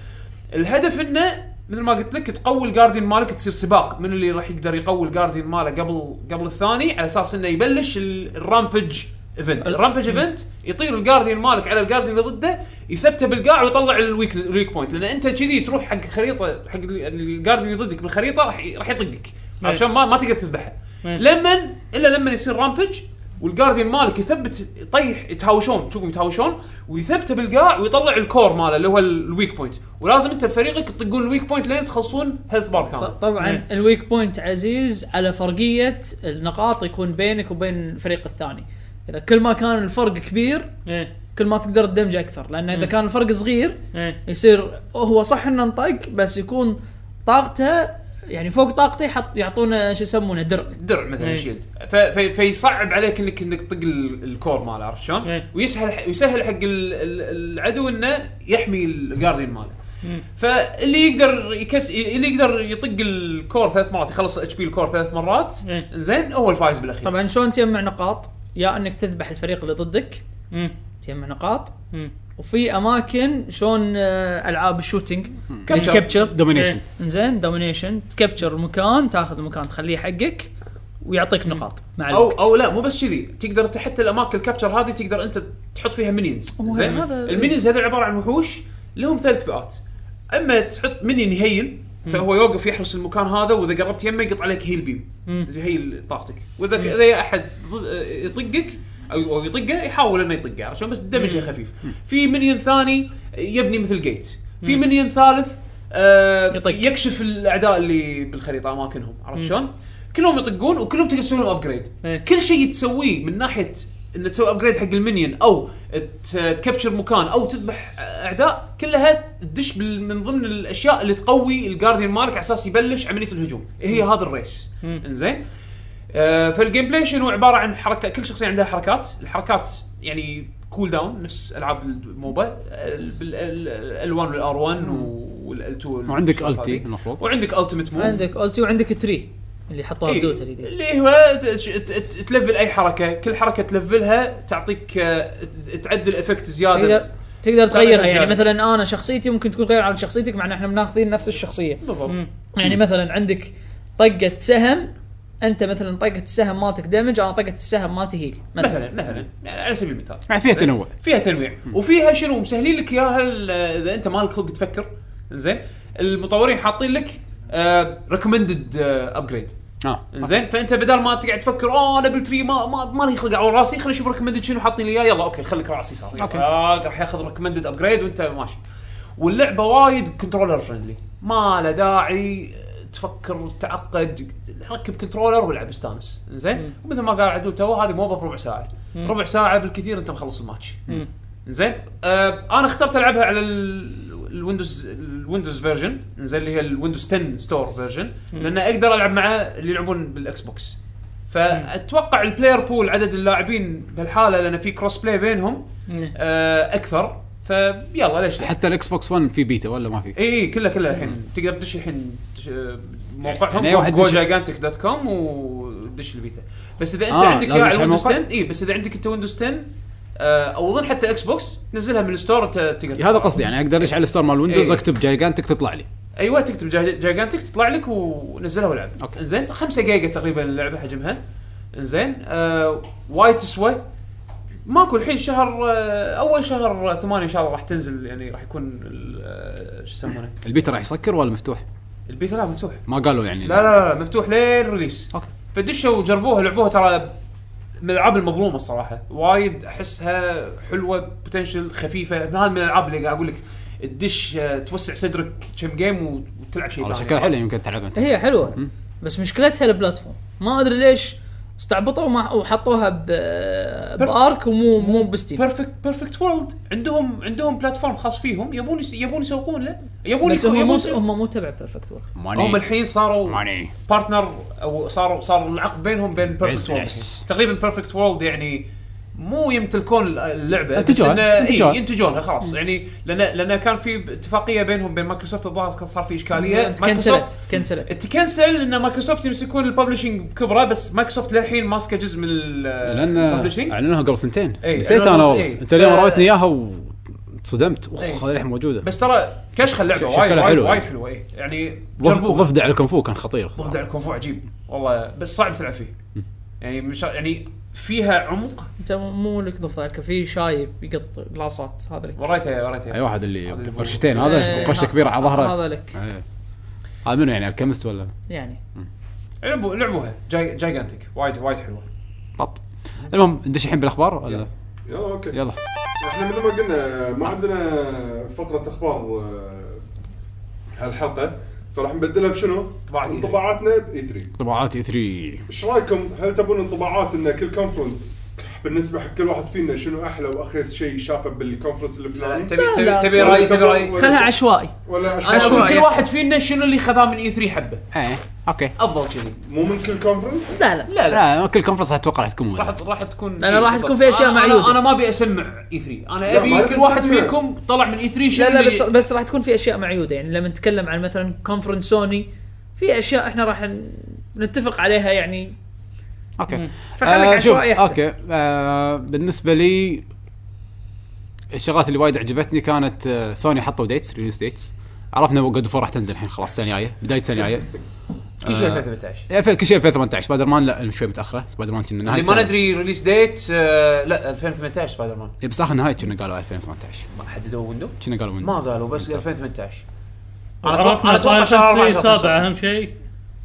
S4: الهدف انه مثل ما قلت لك تقوي الجارديان مالك تصير سباق من اللي راح يقدر يقوي الجارديان ماله قبل قبل الثاني على اساس انه يبلش ال- الرامبج ايفنت الرامبج ايفنت يطير الجارديان مالك على الجارديان اللي ضده يثبته بالقاع ويطلع الويك الويك بوينت لان انت كذي تروح حق خريطه حق ال- الجارديان اللي ضدك بالخريطه راح ي- راح يطقك عشان ما ما تقدر تذبحه
S6: مم.
S4: لما الا لما يصير رامبج والجارديان مالك يثبت يطيح يتهاوشون تشوفهم يتهاوشون ويثبته بالقاع ويطلع الكور ماله اللي هو الويك بوينت ولازم انت بفريقك تطقون الويك بوينت لين تخلصون هيلث بار
S5: ط-
S4: كامل
S5: طبعا الويك بوينت عزيز على فرقيه النقاط يكون بينك وبين الفريق الثاني اذا كل ما كان الفرق كبير
S6: إيه.
S5: كل ما تقدر تدمج اكثر لان اذا كان الفرق صغير
S6: إيه.
S5: يصير هو صح انه انطق بس يكون طاقته يعني فوق طاقته يحط يعطونا شو يسمونه درع
S4: درع مثلا
S6: إيه.
S4: شيلد ف- ف- فيصعب عليك انك انك تطق ال- الكور ماله عرفت شلون؟
S6: إيه.
S4: ويسهل ويسهل حق ال- ال- العدو انه يحمي الجارديان ماله
S6: إيه.
S4: فاللي يقدر يكس اللي يقدر يطق الكور ثلاث مرات يخلص اتش بي الكور ثلاث مرات
S6: إيه.
S4: زين هو الفايز بالاخير
S5: طبعا شلون تجمع نقاط يا انك تذبح الفريق اللي ضدك
S6: مم.
S5: تجمع نقاط
S6: مم.
S5: وفي اماكن شلون آه، يعني العاب الشوتينج
S4: كابتشر.
S5: كابتشر
S2: دومينيشن
S5: زين دومينيشن تكبتشر المكان تاخذ المكان تخليه حقك ويعطيك نقاط مع
S4: او
S5: الوقت
S4: او لا مو بس كذي تقدر ت- حتى الاماكن الكابتشر هذه تقدر انت تحط فيها مينيونز
S5: أوه،
S4: زين
S5: هذا-
S4: المينيونز هذول عباره عن وحوش لهم ثلاث فئات اما تحط مينيون يهيل فهو يوقف يحرس المكان هذا واذا قربت يمه يقط عليك هيل بيم يهيل طاقتك واذا ك- اذا احد ضد- يطقك او أو يطقه يحاول انه يطقه عرفت شلون؟ بس الدمج خفيف في مينيون ثاني يبني مثل جيت في مينيون ثالث آه
S5: يطق.
S4: يكشف الاعداء اللي بالخريطه اماكنهم عرفت شلون؟ كلهم يطقون وكلهم تقدر تسوي لهم ابجريد
S6: إيه.
S4: كل شيء تسويه من ناحيه ان تسوي ابجريد حق المنيون او ت- تكبشر مكان او تذبح اعداء كلها تدش بال- من ضمن الاشياء اللي تقوي الجارديان مالك على اساس يبلش عمليه الهجوم هي هذا الريس انزين آه، فالجيم بلاي شنو عباره عن حركه كل شخصيه عندها حركات الحركات يعني كول داون نفس العاب الموبا بالالوان والار 1 والال2
S2: وعندك التي المفروض
S4: وعندك التيمت موف
S5: عندك اولتي وعندك تري اللي حطوها
S4: إيه،
S5: بدوتا اللي
S4: اللي هو ت- ش- ت- ت- تلفل اي حركه كل حركه تلفلها تعطيك آه، ت- تعدل افكت
S5: تقدر
S4: زياده
S5: تقدر تغيرها يعني
S4: زيادة.
S5: مثلا انا شخصيتي ممكن تكون غير عن شخصيتك مع ان احنا مناخذين نفس الشخصيه
S4: بالضبط
S5: يعني مثلا عندك طقه سهم انت مثلا طقه السهم مالتك دمج انا طقه السهم مالتي هيل مثلا
S4: مثلا مثلا يعني على سبيل المثال
S2: يعني فيها تنوع
S4: فيها تنويع وفيها شنو مسهلين لك اياها ال- اذا انت مالك خلق تفكر زين المطورين حاطين لك آه، ريكومندد ابجريد
S2: اه
S4: زين فانت بدل ما تقعد تفكر اه انا بالتري ما ما, ما لي خلق على راسي خليني اشوف ريكومندد شنو حاطين لي اياه يلا اوكي خليك راسي صار
S2: أوكي.
S4: آه راح ياخذ ريكومندد ابجريد وانت ماشي واللعبه وايد كنترولر فرندلي ما له داعي تفكر تعقد ركب كنترولر والعب استانس زين ومثل ما قال عدول تو هذه موبا بربع ساعه ربع ساعه بالكثير انت مخلص الماتش زين آه انا اخترت العبها على ال- الويندوز الويندوز فيرجن زين اللي هي الويندوز 10 ستور فيرجن لان اقدر العب مع اللي يلعبون بالاكس بوكس فاتوقع البلاير بول عدد اللاعبين بهالحاله لان في كروس بلاي بينهم آه اكثر فيلا ليش لا
S2: حتى الاكس بوكس 1 في بيتا ولا ما في؟
S4: اي اي كلها كلها الحين تقدر تدش الحين تش- آه، موقعهم
S2: يعني أي واحد
S4: جو
S2: يدش-
S4: جايجانتك دوت كوم ودش البيتا بس اذا انت
S2: آه،
S4: آه عندك
S2: لازم
S4: إياها على
S2: تدش على
S4: الويندوز
S2: الموقع؟
S4: 10 اي بس اذا عندك انت ويندوز 10 آه، او اظن حتى اكس بوكس تنزلها من الستور ت- تقدر
S2: إيه، يعني هذا قصدي يعني اقدر اشعل ستور مال ويندوز
S4: إيه.
S2: اكتب جايجانتك تطلع لي
S4: ايوه تكتب جا- جايجانتك تطلع لك ونزلها والعب
S2: أوكي.
S4: انزين 5 جيجا تقريبا اللعبه حجمها انزين آه وايد تسوى ماكو الحين شهر آه اول شهر 8 ان شاء الله راح تنزل يعني راح يكون ال- آه، شو يسمونه
S2: البيتا راح يسكر ولا مفتوح؟
S4: البيتا لا مفتوح
S2: ما قالوا يعني
S4: لا لا لا مفتوح لين ريليس
S2: اوكي
S4: فدشوا وجربوها لعبوها ترى من الالعاب المظلومه الصراحه وايد احسها حلوه بوتنشل خفيفه هذا من الالعاب اللي قاعد اقول لك تدش آه، توسع صدرك كم جيم و- وتلعب شيء
S2: والله
S4: ثاني.
S2: شكلها حلو يمكن تلعبها انت
S5: هي حلوه بس مشكلتها البلاتفورم ما ادري ليش استعبطوا وما- وحطوها ب بارك ومو مو بستيم
S4: بيرفكت بيرفكت وورلد عندهم عندهم بلاتفورم خاص فيهم يبون يس- يبون يسوقون له يبون
S5: بس
S4: يكو-
S5: هم مو
S4: يبون يسوقون.
S5: هم مو تبع بيرفكت وورك
S4: هم
S2: ماني
S4: الحين صاروا
S2: ماني
S4: بارتنر او صاروا صار العقد بينهم بين بيرفكت
S2: Yes,
S4: وورلد
S2: yes.
S4: تقريبا بيرفكت وورلد يعني مو يمتلكون اللعبه بس
S2: ينتجوها،
S4: إنه إيه
S2: ينتجوها.
S4: ينتجونها خلاص يعني لان لان كان في اتفاقيه بينهم بين مايكروسوفت الظاهر كان صار في اشكاليه مايكروسوفت
S5: تكنسلت تكنسلت
S4: تكنسل ان مايكروسوفت يمسكون الببلشنج بكبره بس مايكروسوفت للحين ماسكه جزء من
S2: لان
S4: الببلشنج
S2: اعلنوها قبل سنتين
S4: إيه،
S2: نسيت
S4: إعلانوها
S2: انا
S4: قبل-
S2: والله
S4: إيه.
S2: انت اليوم
S4: ف-
S2: راويتني اياها وتصدمت
S4: إيه.
S2: اوخ هذه للحين موجوده
S4: بس ترى كشخه اللعبه
S2: شكلها
S4: وايد وايد
S2: حلو.
S4: وايد حلوه اي يعني
S2: ضف-
S4: جربوه
S2: ضفدع الكونغ فو كان خطير
S4: ضفدع الكونفو عجيب والله بس صعب تلعب فيه يعني مش يعني فيها عمق
S5: انت مو لك ضفدعك في شايب يقط قلاصات هذا لك
S4: وريتها وريتها
S2: اي واحد اللي
S4: هذا اللي
S2: قرشتين
S5: إيه،
S2: هذا قشه
S5: ه-
S2: كبيره على ظهره
S5: هذا لك
S2: إيه. هذا منو يعني الكيمست ولا
S5: يعني
S4: لعبوا لعبوها جاي جايجانتك وايد وايد حلوه
S2: طب المهم ندش الحين بالاخبار ولا
S3: يلا اوكي
S2: يلا
S3: احنا مثل ما قلنا ما عندنا فقره اخبار آه، هالحلقه فراح نبدلها بشنو؟
S4: طباعة E3.
S3: انطباعاتنا باي 3
S2: طبعات اي 3
S3: ايش رايكم هل تبون انطباعات ان كل كونفرنس بالنسبه حق كل واحد فينا شنو احلى واخيس شيء شافه بالكونفرنس الفلاني
S4: تبي
S5: لا،
S4: تبي
S5: لا.
S4: تبي راي تبي راي
S5: خلها عشوائي
S3: ولا أشوف-
S5: أنا أشوف-
S4: أقول كل
S5: رأيك.
S4: واحد فينا شنو اللي خذاه من اي 3 حبه
S2: ايه اوكي
S4: افضل كذي
S3: مو من كل كونفرنس
S5: لا لا
S4: لا لا
S2: لا كل كونفرنس اتوقع راح تكون
S4: راح
S2: مميزة.
S4: راح تكون
S5: أنا راح تكون في أشياء
S4: أنا- أنا-
S5: معيودة.
S4: انا ما ابي اسمع اي 3 انا
S3: لا، ما
S4: ابي
S3: نبي
S4: كل واحد
S3: نسمع.
S4: فيكم طلع من اي 3 شنو
S5: لا لا بس
S4: اللي-
S5: بس راح تكون في اشياء معيوده يعني لما نتكلم عن مثلا كونفرنس سوني في اشياء احنا راح ن- نتفق عليها يعني
S2: اوكي
S5: فخليك
S2: آه، شوف،
S5: عشوائي احسن
S2: اوكي آه، بالنسبه لي الشغلات اللي وايد عجبتني كانت آه، سوني حطوا ديتس ريليس ديتس عرفنا جود فور راح تنزل الحين خلاص السنه الجايه بدايه السنه الجايه
S4: كل شيء 2018
S2: إيه، كل شيء 2018 سبايدر مان لا شوي متاخره سبايدر مان كنا نهايه
S4: اللي ما
S2: السنة.
S4: ندري ريليس ديت آه، لا 2018 سبايدر مان
S2: إيه، بس اخر نهايه كنا قالوا 2018
S4: ما حددوا ويندو
S2: كنا قالوا من
S4: ما قالوا بس 2018 أنا أتوقع-
S6: عرفنا
S4: أنا أتوقع
S6: فاينل
S4: شهر أربعة
S6: فانتسي
S4: شهر
S6: السابع
S4: خمسة.
S6: اهم شيء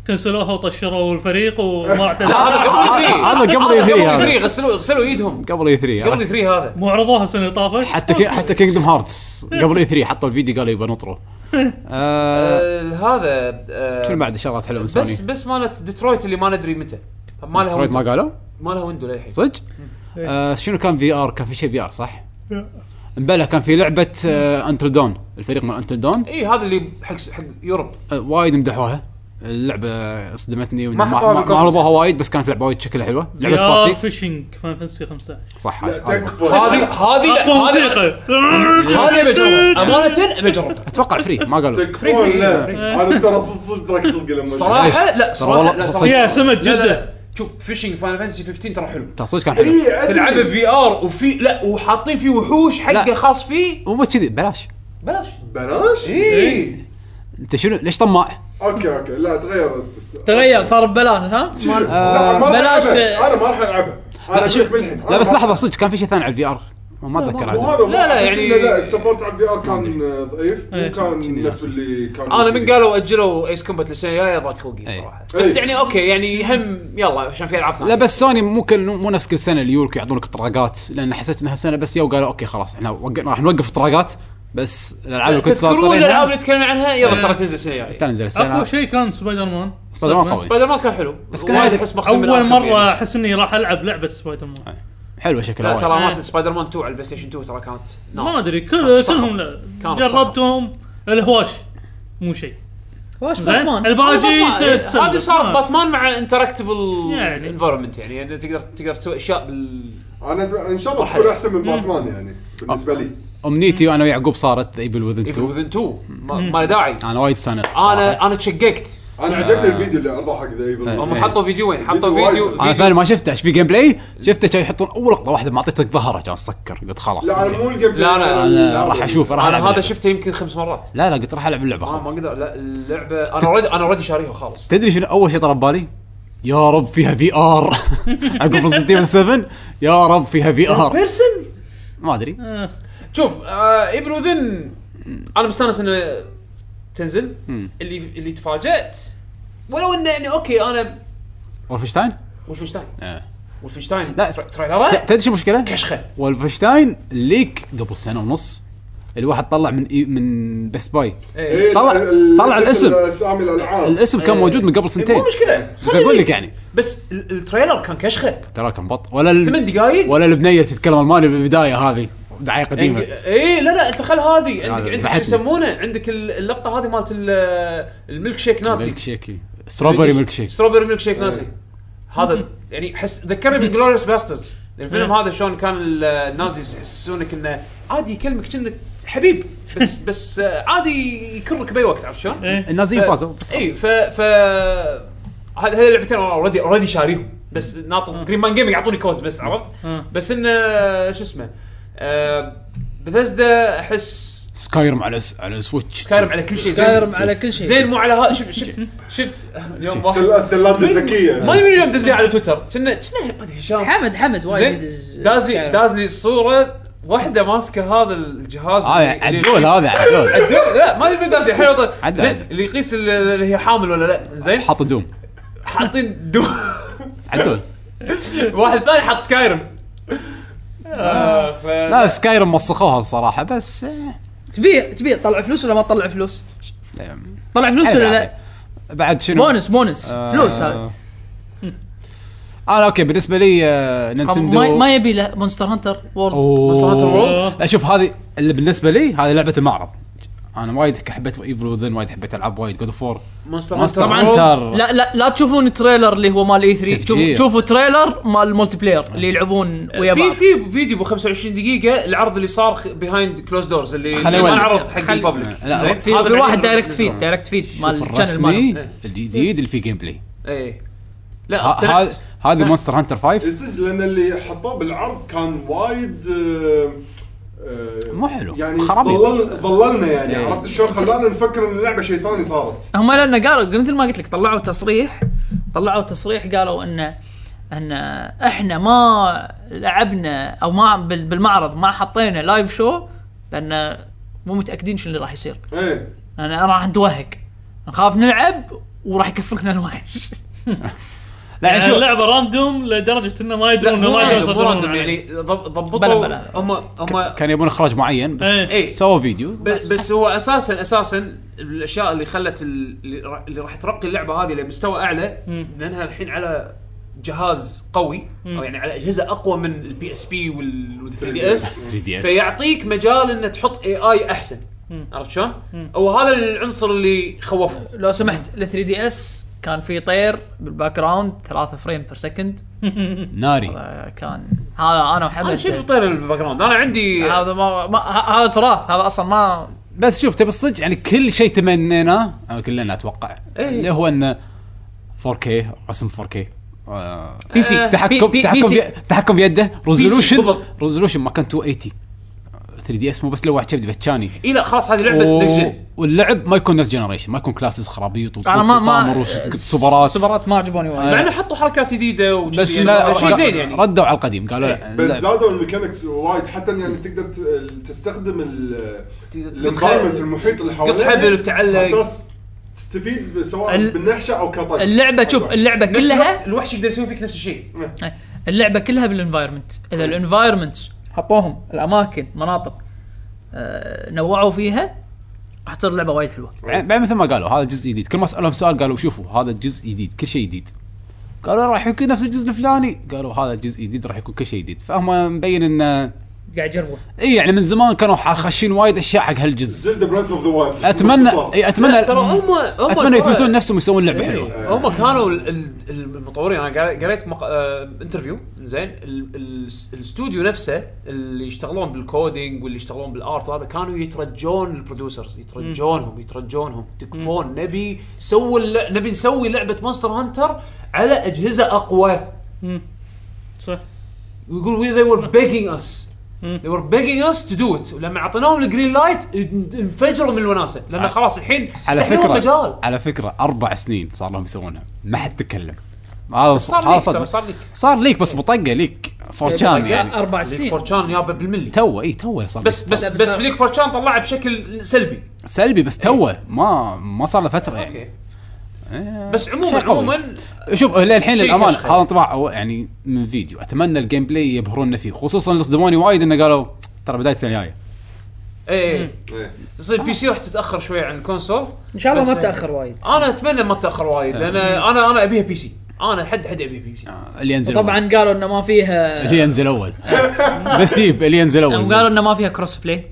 S6: كنسلوها وطشروا الفريق وما اعتذروا
S2: آه، هذا قبل اي 3
S4: قبل
S2: هذا آه.
S4: 3 غسلوا غسلوا ايدهم
S2: قبل اي 3
S4: قبل E 3 هذا
S6: مو عرضوها السنه اللي طافت
S2: حتى كي... حتى كينجدم هارتس قبل اي 3 حطوا الفيديو قالوا يبغى نطروا آه...
S4: آه، هذا آه،
S2: شنو بعد شغلات حلوه من
S4: بس
S2: سوني
S4: بس مالت ديترويت اللي ما ندري متى ما لها
S2: ديترويت
S4: ويندو
S2: ما قالوا
S4: ما لها ويندو للحين
S2: صدق آه شنو كان في ار كان في شيء في ار صح امبلا كان في لعبه انتل دون الفريق من انتل دون
S4: اي إيه، هذا اللي حق حق يوروب
S2: آه، وايد مدحوها اللعبه صدمتني وإن
S4: ما
S2: ما
S4: حطوها
S2: ما- ما
S4: بالكونفرنس.
S2: عرضوها وايد بس كانت لعبه وايد شكلها حلوه لعبه
S6: يا
S2: بارتيز
S6: فيشنج فاين فانتسي 15
S2: صح
S3: لا
S2: عجبها.
S3: تكفى
S4: هذه هذه
S6: اقوى
S4: هذه
S6: طيب، موسيقى
S4: هذه بجربها امانه ابي اجربها
S2: اتوقع فري ما قالوا
S3: تكفون
S4: إيه،
S3: لا انا ترى صدق صدق ضاق خلقي لما
S2: ليش؟
S4: صراحه لا
S2: ترى
S4: صراحه
S2: والله
S4: لا
S2: صدق.
S6: يا
S4: ترى-
S6: سمك
S4: لا، لا،
S6: جدا
S4: لا. شوف فيشنج فاين فانتسي 15 ترى حلو
S2: ترى صدق كان حلو
S3: إيه.
S4: تلعبه في ار وفي لا وحاطين فيه وحوش حقه
S2: لا.
S4: خاص فيه
S2: مو بس كذي بلاش
S4: بلاش
S3: بلاش
S4: اي
S2: انت شنو ليش طماع؟
S3: اوكي اوكي لا تغيرت
S5: تغير صار ببلاش ها
S3: شوف، لا، ما راح
S5: بلاش-
S3: ألعبها. انا ما راح العبها انا
S2: لا, شو...
S3: أشوف بالحين
S2: لا بس لحظه صدق كان في شيء ثاني على الفي ار ما اتذكر عاد
S3: وهذا
S4: لا، لا،
S3: بس
S4: يعني-
S3: إنه لا السبورت على الفي ار كان آه، ضعيف مو كان
S2: تشيني
S3: نفس
S2: ناسي.
S3: اللي كان
S4: انا من قالوا اجلوا ايس كومبات للسنه الجايه ضاق خلقي
S2: إي.
S4: صراحه
S3: إي.
S4: بس يعني اوكي يعني هم يلا عشان في العاب
S2: لا
S4: ثانيه
S2: بس سوني مو كل مو نفس كل سنه اليورك يعطونك طراقات لان حسيت انها سنه بس يو قالوا اوكي خلاص احنا وق... راح نوقف الطراقات بس الالعاب اللي كنت
S4: تذكرون
S2: ناطرينها
S4: الالعاب اللي تكلمنا عنها يلا ترى تنزل السنه الجايه
S2: تنزل السنه
S6: اقوى شيء كان سبايدر مان
S2: سبايدر مان قوي
S4: سبايدر مان كان حلو بس
S2: طيب. كان
S4: وايد
S2: عادي.
S4: احس مخدوم من
S6: اول
S4: Arkham
S6: مره
S4: يعني.
S6: احس اني راح العب لعبه سبايدر مان
S2: حلو شكلها
S4: لا
S2: وايد
S4: ترى
S6: وايد.
S4: مالت سبايدر مان 2 على البلاي ستيشن 2 ترى كانت
S6: ما
S4: نار
S6: ادري كل
S4: صخر.
S6: كلهم لا
S4: نعم. كان صخر.
S6: جربتهم الهواش مو شيء
S5: واش
S6: زين
S5: باتمان
S6: الباقي ت- تسلق.
S4: هذه صارت
S6: ما-
S4: باتمان مع انتركتبل
S6: يعني.
S4: انفايرمنت يعني يعني تقدر تقدر تسوي اشياء بال
S3: انا أتب- ان شاء الله
S4: صح.
S3: تكون احسن من باتمان يعني بالنسبه لي
S2: امنيتي وانا ويعقوب صارت ذا ايفل وذن
S4: ايفل
S2: 2
S4: وذن 2 ما ما له داعي
S2: انا وايد استانست صراحة.
S4: انا انا تشققت
S3: انا عجبني الفيديو اللي عرضه حق ذا ايفل
S4: هم حطوا فيديوين حطوا
S3: إيه. فيديو
S4: فيديو
S3: وايد.
S2: انا
S4: فيديو
S2: ثاني ما شفته ايش في جيم بلاي شفته كان يحطون اول لقطه واحده معطيتك ظهره كان سكر قلت خلاص
S3: لا انا
S2: أوكي.
S3: مو الجيم
S4: لا، لا،
S2: انا راح اشوف راح
S4: انا
S2: العب
S4: هذا
S2: اللعبة.
S4: شفته يمكن خمس مرات
S2: لا لا قلت راح العب اللعبه
S4: ما ما
S2: خلاص
S4: اقدر لا اللعبه انا اوريدي انا اوريدي شاريها خالص
S2: تدري شنو اول شيء طرى ببالي؟ يا رب فيها في ار عقب ريزنت 7 يا رب فيها في
S3: آه.
S2: ار
S4: بيرسن
S2: ما ادري
S4: شوف آه، ايفل وذن انا مستانس انه تنزل اللي اللي تفاجات ولو انه يعني اوكي انا
S2: ولفشتاين؟
S4: ولفنشتاين
S2: آه.
S4: ولفنشتاين
S2: لا.
S4: تر- تريلره
S2: ت- تدري شو المشكله؟
S4: كشخه
S2: ولفشتاين ليك قبل سنه ونص الواحد طلع من إي من بس باي
S4: إيه.
S2: طلع- طلع الاسم.
S3: اسامي الالعاب
S2: الاسم كان موجود من قبل سنتين
S4: مو مشكله
S2: بس اقول لك يعني
S4: بس ال- التريلر كان كشخه
S2: ترى كان بط ولا ال-
S4: ثمان دقائق
S2: ولا البنيه تتكلم الماني بالبدايه هذه دعايه قديمه
S4: اي إيه، لا لا انت خل هذه عندك عندك شو
S2: بعتني.
S4: يسمونه عندك ال- اللقطه هذه مالت ال- الميلك شيك نازي
S2: ميلك شيكي ستروبري ميلك شيك
S4: ستروبري ميلك شيك ناسي هذا يعني حس ذكرني
S5: Mm-hmm.
S4: بجلوريوس باسترز الفيلم هذا شلون كان ال- النازيز يحسونك انه عادي يكلمك كأنك حبيب بس بس آه، عادي يكرك باي وقت عرفت شلون؟
S6: إيه.
S2: النازيين فازوا بس
S4: اي ف ف هذه هذه اللعبتين انا اوريدي اوريدي شاريهم بس ناطر جرين مان جيمنج يعطوني كودز بس عرفت؟ بس انه شو اسمه آه، بثزدا احس
S2: سكايرم على س... على سويتش
S4: سكايرم على كل شيء زين-
S5: سكايرم على كل شيء
S4: زين مو على هذا شفت شفت شفت يوم واحد
S3: الثلاجه
S4: ما
S3: الذكيه
S4: يمين اليوم دزني على تويتر كنا كنا ما أدري هشام
S5: حمد حمد وايد
S4: زين
S5: يدز
S4: دازني
S5: سكايرم.
S4: دازني صوره واحده ماسكه هذا الجهاز
S2: هذا
S4: اللي- اللي
S2: آه، يعني عدول
S4: يقيس-
S2: هذا عدول
S4: عدول؟ لا ما ادري دازني حلو طيب.
S2: عد-
S4: زين
S2: عد.
S4: اللي يقيس ال- اللي هي حامل ولا لا زين
S2: حط دوم
S4: حاطين دو
S2: عدول
S4: واحد ثاني حاط سكايرم آه، ف-
S2: لا سكايرم مسخوها الصراحه بس آه،
S5: تبيع تبيع تطلع فلوس ولا ما تطلع فلوس؟
S2: آم،
S5: طلع فلوس
S2: حلو
S5: ولا لا؟
S2: هذا. بعد آه، شنو؟
S5: بونس بونس فلوس هذا
S2: آه. انا اوكي بالنسبه لي آه،
S5: ما,
S2: نينتندو
S5: ما يبي له مونستر هانتر وورلد
S2: اوه
S6: World.
S2: لا شوف هذه اللي بالنسبه لي هذه لعبه المعرض انا وايد حبيت ايفل وذن وايد حبيت العاب وايد جود فور
S4: مونستر
S2: مونستر
S4: هانتر
S2: هانتر
S5: لا لا لا تشوفون التريلر اللي هو مال اي 3 شوفوا
S2: تفجير.
S5: شوفوا تريلر مال المولتي بلاير اللي يلعبون ويا
S4: في
S5: بعض
S4: في فيديو ابو 25 دقيقه العرض اللي صار بيهايند كلوز دورز اللي
S2: خليه
S4: ما
S2: يولد.
S4: انعرض حق
S5: خل-
S4: الببليك
S2: لا،
S4: زين؟
S5: في
S4: هذا
S5: في واحد
S4: بعدين
S5: دايركت
S4: نزلوه.
S5: فيد دايركت فيد مال الشانل
S2: الرسمي
S5: ماله إيه. آه،
S2: الجديد اللي فيه جيم بلاي
S4: ايه لا
S2: ه-
S4: اقتنعت
S2: هذا- هذه مونستر هانتر 5
S3: السج- لان اللي حطوه بالعرض كان وايد آه، آه،
S2: مو حلو،
S3: يعني
S2: خرابيط.
S3: ضلل ضللنا يعني
S2: إيه.
S3: عرفت شلون خلانا نفكر ان اللعبه شيء ثاني صارت
S5: هم لان قالوا مثل ما قلت لك طلعوا تصريح طلعوا تصريح قالوا انه ان احنا ما لعبنا او ما بال- بالمعرض ما حطينا لايف شو لان مو متاكدين شو اللي راح يصير
S3: ايه
S5: انا راح نتوهق نخاف نلعب وراح يكفكنا الوحش آه،
S2: لا
S6: يعني
S2: شوف
S6: اللعبه راندوم لدرجه انه ما
S4: لا
S6: يدرون
S4: مو
S6: ما يدرون
S4: راندوم مو
S6: يصدرون
S4: راندوم
S6: عنه.
S4: يعني ضب-
S5: بلا
S4: ضبطوا
S5: بلا.
S4: هم هم
S2: كان يبون اخراج معين
S6: إيه.
S2: بس سووا فيديو
S4: بس, بس هو اساسا اساسا الاشياء اللي خلت ال- اللي را- اللي راح ترقي اللعبه هذه لمستوى اعلى لانها الحين على جهاز قوي او يعني على اجهزه اقوى من البي اس بي وال 3 دي اس
S2: 3 دي اس
S4: فيعطيك مجال ان تحط اي اي احسن عرفت شلون؟ وهذا العنصر اللي خوفهم
S5: لو سمحت ال 3 دي اس كان في طير بالباك جراوند 3 فريم بير سكند
S2: ناري
S5: كان هذا انا
S4: هذا شيء
S5: وحمد
S4: بطير الباك جراوند انا عندي
S5: هذا ما, ما ه- هذا تراث هذا اصلا ما
S2: بس شوف تبي الصدق يعني كل شيء تمنيناه أو كلنا اتوقع
S5: إيه.
S2: اللي هو انه 4K رسم 4K آه،
S5: بي سي
S2: تحكم
S5: بي- بي-
S2: تحكم
S5: بي سي.
S2: بي- تحكم بيده ريزولوشن
S4: بالضبط.
S2: ريزولوشن ما كان 280 3 دي اس مو بس لو واحد كبد بتشاني
S4: اي لا خلاص هذه لعبه
S2: و-
S4: نكست جن
S2: واللعب ما يكون نفس جنريشن ما يكون كلاسز خرابيط وط-
S5: انا ما ما
S2: وطامر وسوبرات
S5: سوبرات ما عجبوني وايد
S4: مع انه حطوا حركات جديده وشي
S2: بس
S4: يعني
S2: لا
S4: شيء زين يعني
S2: ردوا على القديم قالوا لا
S3: بس
S2: اللعب-
S3: زادوا الميكانكس وايد حتى يعني تقدر ت- تستخدم الانفايرمنت المحيط اللي حواليك
S4: قط حبل وتعلق.
S3: اساس تستفيد سواء
S5: ال-
S3: بالنحشه او كطير
S5: اللعبه شوف اللعبه
S4: نفس
S5: كلها
S4: الوقت الوحش يقدر يسوي فيك نفس الشيء
S5: اللعبه كلها بالانفايرمنت اذا الانفايرمنت حطوهم الاماكن مناطق آه، نوعوا فيها راح تصير اللعبه وايد حلوه
S2: بعد يعني بعد مثل ما قالوا هذا جزء جديد كل ما اسالهم سؤال قالوا شوفوا هذا الجزء جديد كل شيء جديد قالوا راح يكون نفس الجزء الفلاني قالوا هذا الجزء جديد راح يكون كل شيء جديد فهم مبين انه
S5: قاعد يجربون
S2: اي يعني من زمان كانوا ح- خاشين وايد اشياء حق هالجزء
S3: زلدا بريث اوف ذا وايلد
S2: اتمنى اي اتمنى
S4: ترى هم هم
S2: اتمنى
S4: ترى-
S2: يثبتون نفسهم ويسوون لعبه حلوه
S4: إيه، هم كانوا ال- ال- المطورين انا قريت- قريت مق... آه، انترفيو زين ال- ال- الاستوديو نفسه اللي يشتغلون بالكودينج واللي يشتغلون بالارت وهذا كانوا يترجون البرودوسرز يترجونهم يترجونهم تكفون نبي سووا الل- نبي نسوي لعبه مونستر هانتر على اجهزه اقوى
S6: صح
S4: ويقول we they were begging us they were begging us to do it ولما اعطيناهم الجرين لايت انفجروا من الوناسه لان خلاص الحين
S2: على
S4: فتح لهم
S2: فكره
S4: مجال
S2: على فكره اربع سنين صار لهم يسوونها ما حد تكلم هذا
S4: صار
S2: هذا
S4: ليك
S2: صدمة.
S4: ترى، صار ليك إيه.
S2: صار ليك بس بطقه ليك فورشان يعني
S5: اربع
S4: ليك
S5: سنين
S4: فورشان يابا بالملي
S2: توه اي توه صار
S4: بس
S2: ليك.
S4: بس
S5: لا، بس
S4: بس
S5: صار-
S4: فليك فورشان طلعه بشكل سلبي
S2: سلبي
S4: إيه.
S2: بس توه ما ما صار له فتره يعني
S4: اوكي بس عموما
S2: إيه. شيء قوي.
S4: عموما
S2: شوف للحين
S4: شيء
S2: للامانه
S4: كشخة.
S2: هذا انطباع أو- يعني من فيديو اتمنى الجيم بلاي يبهروننا فيه خصوصا اللي صدموني وايد انه قالوا ترى بدايه السنه الجايه
S4: اي
S2: آه.
S4: تصير بي سي إيه. راح تتاخر شوي عن الكونسول
S5: ان شاء الله
S4: بس
S5: ما
S4: يعني-
S5: تاخر وايد
S4: انا اتمنى ما تتاخر وايد
S2: آه.
S4: لان انا انا ابيها بي سي انا حد حد ابيها بي سي
S2: اللي ينزل
S5: طبعا قالوا انه ما فيها
S2: اللي ينزل اول بس يب اللي ينزل اول
S5: يعني قالوا انه ما فيها كروس بلاي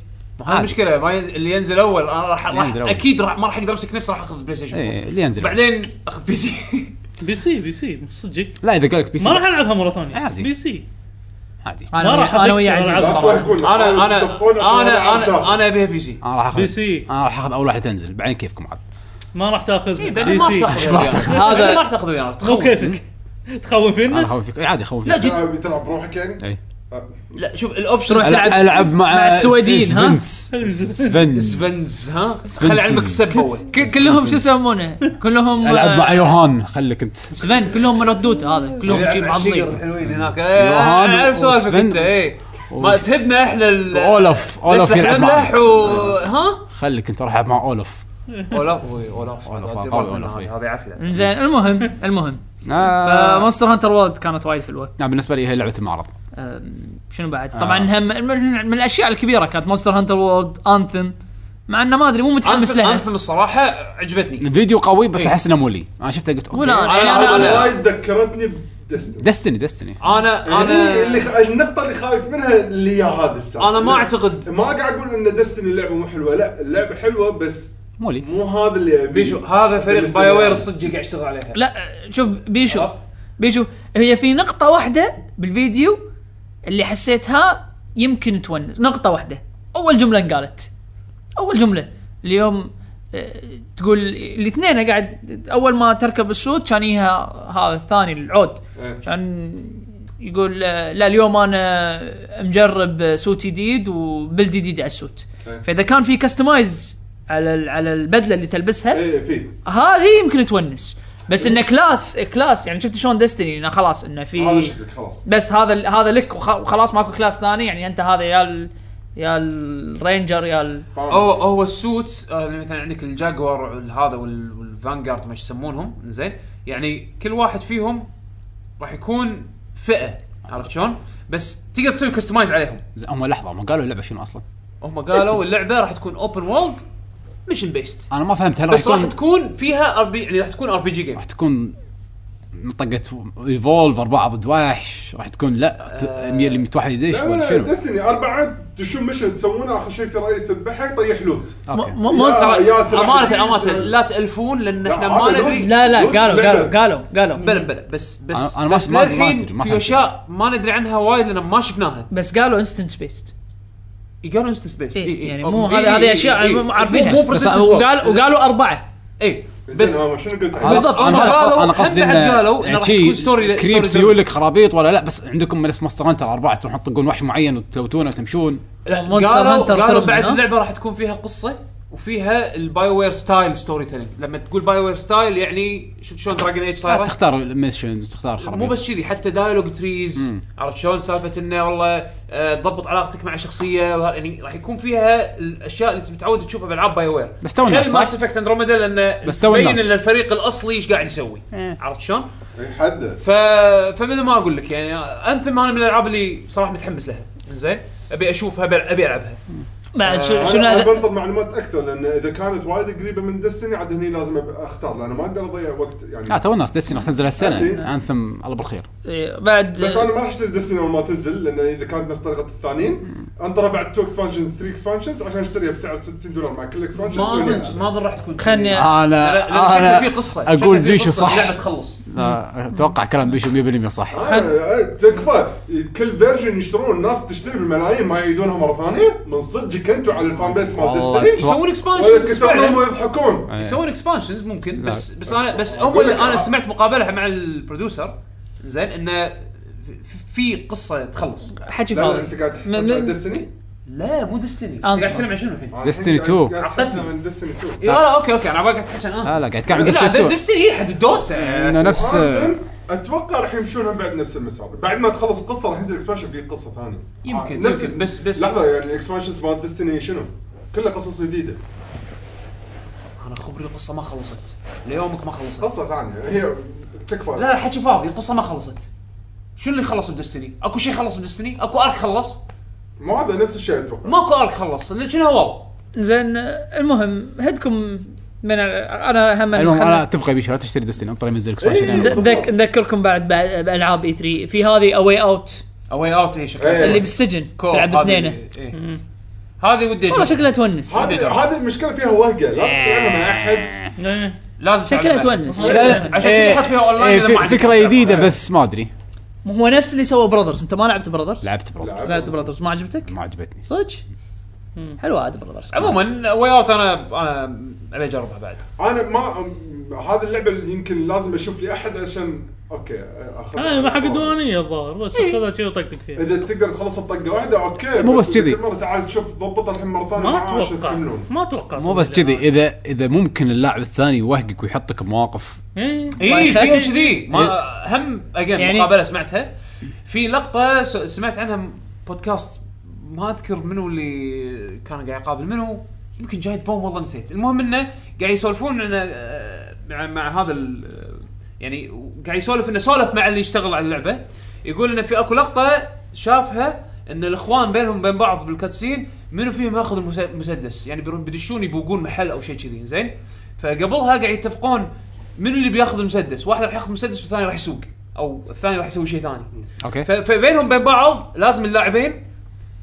S4: هاي المشكله ما ينزل اللي ينزل اول انا راح راح
S2: ينزل أول.
S4: اكيد راح ما راح اقدر امسك نفسي راح اخذ بلاي ستيشن
S2: ايه اللي ينزل أول.
S4: بعدين اخذ بي سي
S6: بي سي بي سي صدق
S2: لا اذا قال لك بي
S6: ما راح
S2: سي
S6: العبها مره ثانيه
S2: عادي.
S6: بي سي
S2: عادي
S5: انا
S6: ما راح
S5: ويا- انا ويا
S6: أفكر
S5: عزيز
S6: ألعب.
S5: الصراحه
S4: انا انا انا انا انا ابيها بي سي
S2: انا راح اخذ
S6: بي سي.
S2: انا راح اخذ اول واحده تنزل بعدين كيفكم عاد
S6: ما راح تاخذ
S4: اي بعدين
S6: بي
S4: ما
S6: سي
S4: راح تاخذ ويانا.
S5: هذا-
S4: بعدين ما راح تاخذ ويانا
S6: مو
S4: تخوف
S6: كيفك تخون
S2: انا
S6: فينا
S2: اخوف فيك إي عادي اخوف
S4: لا
S2: فيك
S4: جد
S3: تلعب آه، بروحك يعني؟
S2: اي
S4: لا شوف الاوبشن
S5: تروح
S2: ألع-
S5: تلعب
S2: العب مع إيه،
S5: مع السويدين، ها؟
S2: سفنس سفنس
S4: سفنز ها خلي علمك السب اول
S5: ك- كلهم شو يسمونه كلهم آه،
S2: العب مع يوهان خليك انت
S5: سفن كلهم مردود هذا كلهم جيب عضلي
S4: الحلوين هناك
S2: يوهان
S4: اعرف سوالفك
S2: وسفن.
S4: انت اي
S2: و-
S4: ما تهدنا احنا ال-
S2: واولف اولف
S4: نفتح
S2: يلعب
S4: الاملاح
S2: معه
S4: و ها
S2: خليك انت راح العب مع اولف
S4: اولاف وي، اولاف
S2: أولاف،
S4: هذه-
S2: قوي أولاف،
S4: هذه-
S2: إي.
S4: هذه عفله
S5: انزين المهم المهم
S2: آه
S5: فمونستر هانتر وورلد كانت وايد حلوه
S2: نعم، بالنسبه لي هي لعبه المعرض
S5: أم، شنو بعد طبعا هم من- من الاشياء الكبيره كانت مونستر هانتر وورلد انثم مع انه ما ادري مو متحمس
S4: انثم
S5: لها
S4: انثم الصراحه عجبتني
S2: الفيديو قوي بس
S4: إيه.
S2: احس انه مو لي انا شفته قلت
S5: ولا انا
S2: اوكي
S5: يعني انا
S4: أنا-
S5: انا
S3: وايد ذكرتني بدستن
S2: دستني دستني
S4: انا
S3: انا
S4: انا
S3: اللي النقطة اللي خايف منها اللي هي هذه السالفة
S4: انا ما
S3: لا.
S4: اعتقد
S3: ما قاعد اقول ان دستني اللعبة مو حلوة لا اللعبة حلوة بس
S2: مو لي
S3: مو هذا اللي ابيه
S4: بيشو هذا فريق
S3: بالنسبة
S4: باي وير
S3: لي.
S4: الصدق قاعد يشتغل عليها
S5: لا شوف بيشو
S4: عرفت؟
S5: بيشو هي في نقطة واحدة بالفيديو اللي حسيتها يمكن تونس نقطة واحدة أول جملة انقالت أول جملة اليوم آه، تقول الاثنين قاعد أول ما تركب السوت كان يها هذا الثاني العود
S3: إيه.
S5: كان يقول آه، لا اليوم انا مجرب سوت جديد وبلد جديد على السوت
S3: إيه.
S5: فاذا كان في كستمايز على ال- على البدله اللي تلبسها
S3: ايه في
S5: هذه يمكن تونس بس انه كلاس كلاس يعني شفت شلون ديستني انه خلاص انه
S3: هذا
S5: في
S3: شكلك خلاص
S5: بس هذا ال- هذا لك وخ- وخلاص ماكو كلاس ثاني يعني انت هذا يا ال يا الرينجر يا ال
S4: هو هو السوتس آه، اللي مثلا عندك الجاكوار هذا وال- والفانجارد ما إيش يسمونهم زين يعني كل واحد فيهم راح يكون فئه عرفت شلون؟ بس تقدر تسوي كستمايز عليهم
S2: زين، هم لحظه ما قالوا اللعبه شنو اصلا
S4: هم قالوا اللعبه راح تكون اوبن وولد ميشن بيست
S2: انا ما فهمت هل راح
S4: بس راح
S2: يكون
S4: تكون فيها ار بي يعني راح تكون ار بي جي جيم
S2: راح تكون منطقة ايفولف اربعة ضد وحش راح تكون لا
S4: آه.
S2: ت- مية اللي متوحد يدش ولا شنو
S3: دستني أربعة تشون مشهد تسوونه آخر شيء في رئيس تذبحه يطيح لوت
S2: اوكي
S5: مو مو
S3: يا-
S5: ترى-
S3: يا سلاح
S4: امانه
S3: جديد.
S4: امانه لا تالفون لان
S3: لا،
S4: احنا ما
S3: هذا
S4: ندري
S3: لوت.
S5: لا لا
S3: لوت
S5: قالوا
S3: لعبة.
S5: قالوا قالوا
S4: بلا بلا بس بس
S2: أنا- أنا ما-
S4: بس
S2: ما- ما أدري،
S4: للحين
S2: ما
S4: في
S2: فهمت.
S4: اشياء ما ندري عنها وايد لان ما شفناها
S5: بس قالوا انستنت بيست
S4: يقالوا انستنس بيست
S5: إيه، يعني مو هذا هذه اشياء مو عارفينها
S4: إيه، مو
S5: بس إيه.
S4: persistent
S5: وقال-
S4: work.
S5: وقالوا اربعه
S4: اي
S3: بس
S4: بس
S3: أنا شنو قلت
S2: أنا
S3: عليه؟
S4: بالضبط.
S2: قصد- انا
S4: هم
S2: قالوا
S4: قالوا-
S2: انا
S4: هم
S2: قصدي
S4: بعد قالوا
S2: انه
S4: إنه
S2: يعني
S4: راح
S2: شي
S4: تكون ستوري-
S2: كريب
S4: ستوري
S2: سيولك خرابيط ولا لا بس عندكم نفس مونستر هانتر اربعة تروحون تطقون وحش معين وتلوتونه وتمشون
S5: مونستر
S4: قالوا
S5: هانتر
S4: قالوا
S5: تربنا.
S4: بعد اللعبه راح تكون فيها قصه وفيها الباي وير ستايل ستوري تيلينج لما تقول باي وير ستايل يعني شفت شلون دراجن ايج
S2: لا،
S4: صايره
S2: تختار ميشن تختار
S4: طيب. مو
S2: خرابيط
S4: بس كذي حتى دايلوج تريز عرفت شلون سالفه انه والله آه، تضبط علاقتك مع شخصيه وه- يعني راح يكون فيها الاشياء اللي انت متعود تشوفها بالعاب باي وير
S2: بس تو
S4: غير
S2: الناس، صح؟
S4: ماس افكت اندروميدا لان
S2: بس تو
S4: تبين ان
S2: الناس.
S4: الفريق الاصلي ايش قاعد يسوي عرفت شلون؟
S3: إيه، حده
S4: ف... فمثل ما اقول لك يعني انثم انا من الالعاب اللي صراحه متحمس لها زين ابي اشوفها ابي ابي العبها
S5: بعد شو- شنو
S3: انا
S5: هذا-
S3: بنطر معلومات اكثر لان اذا كانت وايد قريبه من دستني عاد هني لازم أب- اختار لان ما اقدر اضيع وقت
S2: لا
S3: يعني
S2: تو الناس ديستني راح تنزل هالسنة
S3: أوكي.
S2: انثم الله بالخير
S5: إيه، بعد
S3: بس انا ما راح اشتري دستني اول ما تنزل لان اذا كانت نفس طريقه الثانيين انطر بعد تو اكسبانشن 3 اكسبانشنز عشان اشتريها بسعر 60 دولار مع كل اكسبانشن
S4: ما اظن ما اظن راح تكون
S5: خلني
S3: آه،
S2: انا
S4: انا في
S2: انا
S4: قصه
S2: آه، أقول
S4: شكله في
S2: بيشو
S4: قصة،
S2: صح.
S4: اللعبه تخلص
S2: لا، اتوقع آه، كلام بيشو 100% صح
S3: آه، تكفى كل فيرجن يشترون الناس تشتري بالملايين ما يعيدونها مره ثانيه من صدقك انتوا على الفان بيس مال
S2: والله
S3: ديستني
S2: أتوقع.
S4: يسوون
S3: ولا
S4: اكسبانشنز
S3: تكسرهم
S4: فعلا
S3: ويضحكون
S2: إيه.
S4: يسوون اكسبانشنز ممكن بس
S2: لا.
S4: بس انا بس
S3: أقول
S4: اول
S3: لك
S4: انا
S3: أنا-
S4: سمعت مقابله مع البروديوسر زين انه في- في قصه تخلص
S5: حكي
S3: لا لا
S5: فاضي
S3: انت قاعد تحكي
S5: من-
S3: عن
S5: من-
S3: ديستني
S4: لا مو ديستني انت
S5: آه.
S4: قاعد تتكلم عن شنو الحين؟ إيه، آه،
S2: Destiny 2.
S3: عطتنا من ديستني 2
S4: اي لا اوكي اوكي انا عبالي قاعد تحكي عن آه.
S2: لا لا قاعد كعب
S4: لا
S2: قصة
S4: ديستني هي حد الدوسه
S2: انه نفس
S3: وهذا اتوقع راح يمشون هم بعد نفس المسار بعد ما تخلص القصه راح ينزل اكسبانشن فيه قصه ثانيه
S4: يمكن،
S3: آه، نفس
S4: يمكن، بس- بس-
S3: لحظه يعني الاكسبانشنز مال ديستني شنو؟ كلها قصص جديده
S4: انا خبري القصه ما خلصت ليومك ما خلصت
S3: قصه ثانيه هي تكفى
S4: لا لا حكي فاضي القصه ما خلصت شنو اللي خلص بدستني؟ اكو شيء خلص بدستني؟ اكو ارك خلص؟
S3: مو هذا نفس الشيء اتوقع
S4: ماكو ارك خلص اللي كنا واو
S5: زين آه، المهم هدكم من ال- انا هم
S2: المهم
S5: خلنا-
S2: انا تبقى بيشو لا تشتري ديستني انطر ينزل
S3: إيه.
S2: اكسبانشن
S5: ذ- ذك- نذكركم بعد بأ- بالعاب اي 3 في هذه اواي اوت
S4: اواي اوت هي شكلها
S3: إيه.
S5: اللي بالسجن
S4: كوب،
S5: تلعب
S4: هذه-
S5: اثنين
S4: إيه. هذه ودي
S5: والله
S4: أجرب.
S5: شكلها تونس
S3: هذه هذه المشكله فيها وهقه لا تتعلمها مع احد
S6: إيه.
S4: لازم
S5: شكلها
S4: تعلمها.
S5: تونس.
S4: عشان كذا حط فيها اونلاين إذا ما عندك
S2: إيه،
S4: إيه.
S2: فكرة
S4: تلعب.
S2: جديدة بس ما ادري
S5: هو نفس اللي سوى براذرز انت ما لعبت براذرز
S2: لعبت برضه
S5: لعبت براذرز ما عجبتك
S2: ما عجبتني
S5: صدق حلوه عاد براذرز
S4: عموما واي اوت انا انا ابي اجربها بعد
S3: انا ما أم- هذه اللعبه اللي يمكن لازم اشوف لي احد عشان اوكي اخذ
S6: هاي إيه، ما حق الديوانيه الظاهر بس خذها شي وطقطق فيها
S3: اذا تقدر تخلصها بطقه واحده اوكي
S2: مو بس
S3: إذا
S2: كذي.
S3: كل مره تعال تشوف ضبطها الحين مره ثانيه
S6: ما
S3: معاه عشان
S6: اتوقع
S3: تكملون
S6: ما اتوقع
S2: مو بس كذي اذا اذا ممكن اللاعب الثاني يوهقك ويحطك بمواقف
S6: إيه.
S4: اي
S5: يخليك.
S4: فيها كذي ما هم اجين
S5: يعني-
S4: يعني مقابله سمعتها في لقطه س- سمعت عنها م- بودكاست ما اذكر منو اللي كان قاعد يقابل منو يمكن جايد بوم والله نسيت المهم انه قاعد يسولفون انه آه، مع, مع هذا ال- آه، يعني قاعد يسولف انه سولف مع اللي يشتغل على اللعبه يقول انه في اكو لقطه شافها ان الاخوان بينهم بين بعض بالكاتسين منو فيهم ياخذ المس- المسدس يعني بيرو- بيدشون يبوقون محل او شيء كذي زين فقبلها قاعد يتفقون منو اللي بياخذ المسدس واحد راح ياخذ مسدس والثاني راح يسوق او الثاني راح يسوي شيء ثاني
S2: اوكي
S4: ف- فبينهم بين بعض لازم اللاعبين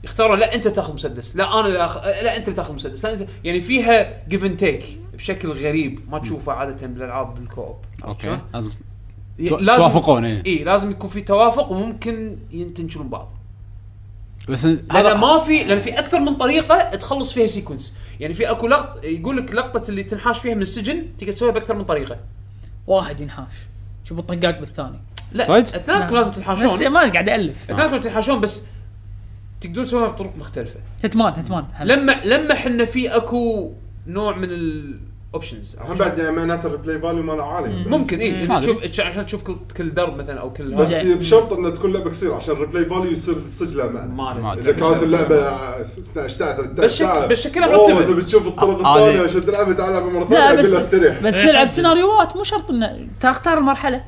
S4: يختاروا لا انت تاخذ مسدس لا انا اللي أخ... لا انت اللي تاخذ مسدس لا انت يعني فيها جيف اند تيك بشكل غريب ما تشوفه عاده بالالعاب بالكوب
S2: اوكي لازم
S4: ي-
S2: تو- توافقون ايه
S4: اي لازم يكون في توافق وممكن ين- تنشلون بعض
S2: بس
S4: لان
S2: هذا
S4: ما في لان في اكثر من طريقه تخلص فيها سيكونس يعني في اكو لقط يقول لك لقطه اللي تنحاش فيها من السجن تقدر تسويها باكثر من طريقه
S5: واحد ينحاش شوف الطقاق بالثاني
S4: لا
S2: صدق؟
S4: اثنيناتكم لازم تنحاشون
S5: نعم. بس ما قاعد الف
S4: اثنيناتكم تنحاشون بس تقدرون تسويها بطرق مختلفه
S5: هتمان هتمان حلو.
S4: لما لما احنا في اكو نوع من الاوبشنز
S3: هم بعد معناته الريبلاي فاليو ماله عالي
S4: ممكن اي
S5: نعم.
S2: ما أدري.
S4: تشوف عشان تشوف كل كل درب مثلا او كل
S3: بس
S5: زين.
S3: بشرط انها تكون لعبه قصيره عشان الريبلاي فاليو يصير سجله معنا
S4: ما
S2: ما
S4: أدري.
S3: اذا كانت اللعبه 12 ساعه 13
S4: بالشك-
S3: ساعه
S4: بالشكلها
S3: أوه،
S4: مرتبة.
S3: تبي تشوف الطرق
S2: آه،
S3: الثانيه
S2: هذه-
S3: عشان تلعبها تعال لعبها مره ثانيه
S5: لا
S3: قبل
S5: بس
S3: لا استريح
S5: بس
S6: إيه،
S5: تلعب
S6: حد.
S5: سيناريوهات مو شرط انه تختار المرحله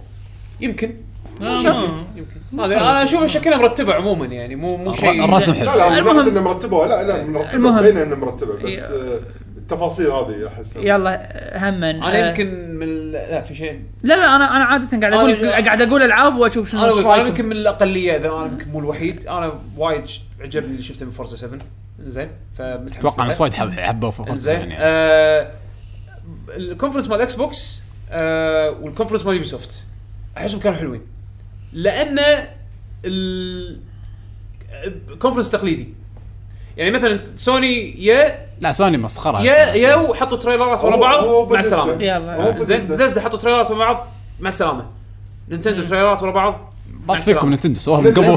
S4: يمكن
S6: آه،
S5: شرط.
S6: ما- يمكن
S4: ما أدري. انا اشوفها شكلها مرتبه عموما يعني مو مو شيء
S2: الرسم
S3: لا
S2: حلو
S3: لا
S5: المهم-
S3: المهم انها مرتبه لا لا مرتبه
S5: المهم.
S3: بين انها مرتبه بس
S5: يا-
S3: آه، التفاصيل هذه احس
S5: يلا هم
S4: انا يمكن من ال- لا في شيء
S5: لا لا انا انا عاده قاعد اقول
S4: أنا-
S5: قاعد اقول العاب واشوف شنو
S4: انا أقول لك، انا
S5: رايكم.
S4: يمكن من الاقليه اذا انا يمكن مو الوحيد انا وايد ش- عجبني اللي شفته من فورسا 7 زين فمتحمس
S2: اتوقع
S4: لها.
S2: ناس وايد حب- حبوا فرصة
S4: زين
S2: يعني
S4: آه، الكونفرنس مال اكس بوكس آه، والكونفرنس مال يوبي سوفت احسهم كانوا حلوين لان ال- كونفرنس تقليدي يعني مثلا سوني يا
S2: لا سوني مسخرة
S4: يا يا وحطوا تريلرات ورا
S3: هو- هو
S4: بعض
S3: بثزدا.
S4: مع السلامه
S5: يلا.
S3: هو
S4: زين
S3: بثزدا.
S4: بثزدا حطوا تريلرات ورا بعض مع السلامه نينتندو تريلرات ورا بعض مع
S2: طاط فيكم
S4: السلامة.
S2: نتندو سووها من قبل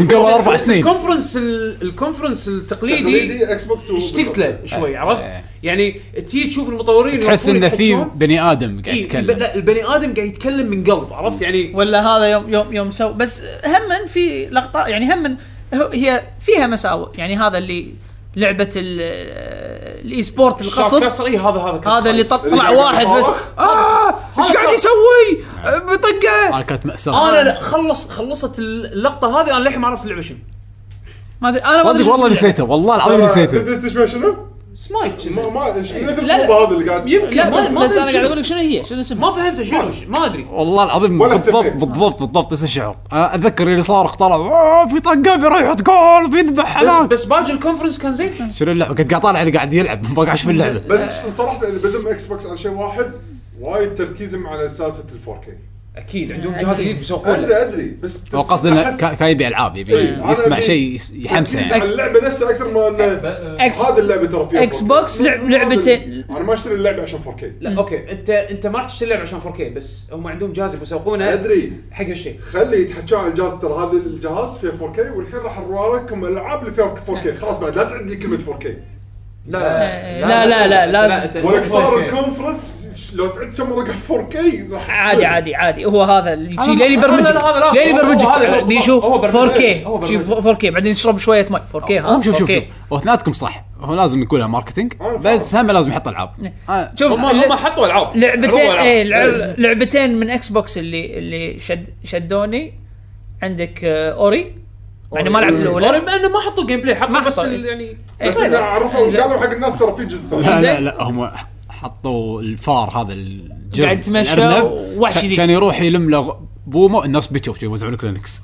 S2: من قبل اربع سنين
S4: الكونفرنس ال- الكونفرنس التقليدي
S3: اكس بوكس و-
S4: اشتقت له شوي
S2: إيه.
S4: عرفت؟
S2: إيه.
S4: يعني تجي تشوف المطورين
S2: تحس
S4: يوقفون
S2: انه في
S4: يتحجون.
S2: بني ادم قاعد
S4: إيه،
S2: يتكلم
S4: الب- البني ادم قاعد يتكلم من قلب عرفت يعني
S5: ولا هذا يوم يوم يوم سو بس هم في لقطه يعني هم هو- هي فيها مساوئ يعني هذا اللي لعبه ال- الاي سبورت
S4: القصر
S5: القصر
S4: قصر اي هذا هذا كان
S5: هذا اللي
S4: خايس.
S5: طلع واحد بس اه ايش قاعد يسوي آه، بطقه
S2: انا كانت
S4: انا
S2: مأساة
S4: لا خلص خلصت اللقطه هذه انا للحين ما عرفت اللعبه شنو
S5: ما ادري انا ما ادري
S2: صدق
S5: شو
S2: والله
S5: اسمه.
S2: نسيته والله العظيم
S3: ترى
S2: نسيته
S3: تدري تشبه شنو؟
S4: سمايت
S3: ما ما إيش- مثل
S5: لا،
S3: الكوبا هذا اللي قاعد
S4: يمكن
S5: لا
S4: ما-
S5: بس
S4: ما
S5: بس انا
S4: فهمت
S5: قاعد
S4: شنو-
S5: اقول لك شنو هي شنو اسمها
S4: ما فهمته شنو ما ادري
S2: والله العظيم
S3: ولا
S2: بالضبط
S3: اهتميت.
S2: بالضبط بالضبط نفس الشعور أنا اتذكر اللي صار طلع "آه، في طقه بيروح يحط جول بيذبح
S4: بس
S2: هناك
S4: بس باج الكونفرنس كان زين
S2: شنو اللعبه كنت قاعد طالع اللي قاعد يلعب ما قاعد اشوف اللعبه
S3: بس صراحه اذا بدم اكس بوكس على شيء واحد وايد تركيزهم على سالفه ال 4K
S4: اكيد عندهم جهاز جديد بيسوقون له.
S3: ادري ادري بس تس-
S2: هو قصدي انه
S3: أحس
S2: كا- كان يبي العاب يبي
S3: إيه، أنا
S2: يسمع
S3: أبي
S2: شيء يس- يحمسه
S3: تركيز
S2: يعني
S3: على اللعبه نفسها اكثر ما انه
S5: اكس
S3: هذه اللعبه ترى فيها
S5: إكس
S3: 4K.
S5: بوكس لعب-
S3: هذا-
S5: لعبتين.
S3: انا ما اشتري اللعبه عشان 4K
S4: لا اوكي انت انت ما راح تشتري لعبه عشان 4K بس هم عندهم جهاز بيسوقونه
S3: ادري
S4: حق هالشيء
S3: خلي يتحكى عن الجهاز ترى هذا الجهاز فيه 4K والحين راح نراكم العاب اللي فيها 4K خلاص بعد لا تعد لي كلمه 4K
S4: لا لا
S5: لا لا لا لازم
S13: أنت-
S3: ولك صار
S13: 4K.
S3: الكونفرنس لو تعد كم مره قال 4K راح
S5: عادي عادي عادي هو هذا اللي شي لين
S4: لا، لا، هذا لازم.
S5: يبرمجك لين
S4: هو- هو- هذا
S5: يبرمجك
S4: هو-
S5: بيشو
S4: هو برمجك.
S5: 4K
S4: هو برمجك.
S5: شي 4K بعدين يشرب شويه ماء 4K ها
S2: هم شوف شوف
S5: 4K.
S2: شوف واثنيناتكم صح واثنيناتكم يكون لها ماركتينج
S3: أنا
S2: بس هم لازم يحط العاب آه،
S5: شوف
S4: هم
S5: ل-
S4: هم حطوا العاب
S5: لعبتين
S4: حطوا
S5: ايه
S4: ألعاب.
S5: لعب- لعبتين من اكس بوكس اللي اللي شد شدوني عندك آه، اوري مع اني ما لعبت
S4: اوري
S5: الاولى
S4: بما انه ما حطوا جيم بلاي
S5: ما
S4: حطوا بس
S5: حطوا.
S4: ال- يعني
S5: إيه.
S3: بس انا عرفوا
S5: زين.
S3: قالوا حق الناس ترى في جزء ثاني
S2: لا لا
S5: زين.
S2: لا هم حطوا الفار هذا الجرم
S5: قاعد يتمشى
S2: الأرنب،
S5: ووحش
S2: ك-
S5: يجي.
S2: كان يروح يلم له بومه الناس بتشوف شي يوزعون لك لينكس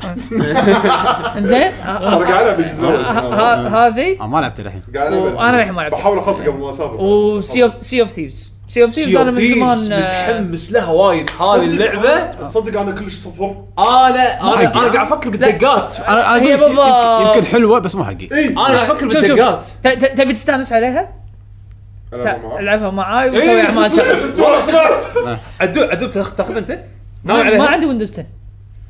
S5: انزين
S3: انا
S5: ه-
S3: قاعد العب الجزء الاول
S5: ه-
S3: قاعد
S5: ه- آه، هذه
S2: آه، ما لعبت الحين
S3: العب
S5: وأنا الحين ما لعبت.
S3: بحاول اخلص قبل ما اسافر
S5: وسي اوف سي اوف ثيفز سي اوف ثيفز انا من زمان آه،
S4: متحمس لها وايد هذه اللعبه
S3: صدق انا كلش صفر
S4: انا انا
S2: حقي.
S4: انا قاعد افكر بالدقات
S2: انا انا
S5: هي
S2: أقول لك يمكن-
S5: بالضبط.
S2: يمكن حلوه بس مو حقي
S3: اي
S4: انا قاعد افكر
S5: شوف، شوف.
S4: بالدقات
S5: ت- ت- تبي تستانس عليها؟ تع- العبها معاي وتسوي
S4: إيه،
S5: اعمال
S4: صدق.
S5: شغل
S4: عدو عدو تاخ- تاخذ انت ناوي
S5: ما ما
S4: عليها
S5: عندي ويندوز 10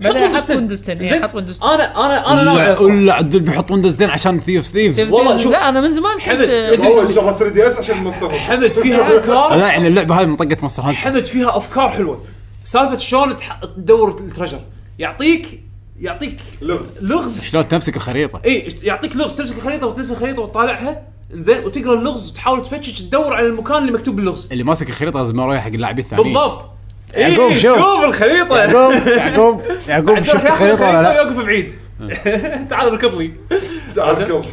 S5: بعدين حط ويندوز 10 إيه،
S4: زين.
S5: حط ويندوز 10
S4: انا انا انا ناوي
S2: الا
S4: عليها صراحة.
S2: الا عدل بيحطون دزدين عشان ثيف ثيفز
S4: والله شوف.
S5: لا انا من زمان كنت
S4: حمد،
S5: آه،
S3: اول شغل 3 دي اس عشان ما اسافر
S4: حمد فيها افكار
S2: لا يعني اللعبه هاي منطقه مصر هانتر
S4: حمد فيها افكار حلوه سالفه شلون تح- تدور التريجر يعطيك يعطيك
S3: لغز
S4: لغز
S2: شلون تمسك الخريطه
S4: اي يعطيك لغز تمسك الخريطه وتنزل الخريطه وتطالعها زين وتقرا اللغز وتحاول تفتش تدور على المكان اللي مكتوب باللغز
S2: اللي ماسك الخريطه لازم يروح حق اللاعبين الثانيين
S4: بالضبط
S2: يعقوب،
S4: اي
S2: يعني شوف. يعني
S4: شوف الخريطه
S2: يعقوب يعقوب يعقوب شفت الخريطه ولا لا؟
S4: يوقف بعيد تعال اركض لي
S3: زعل الكل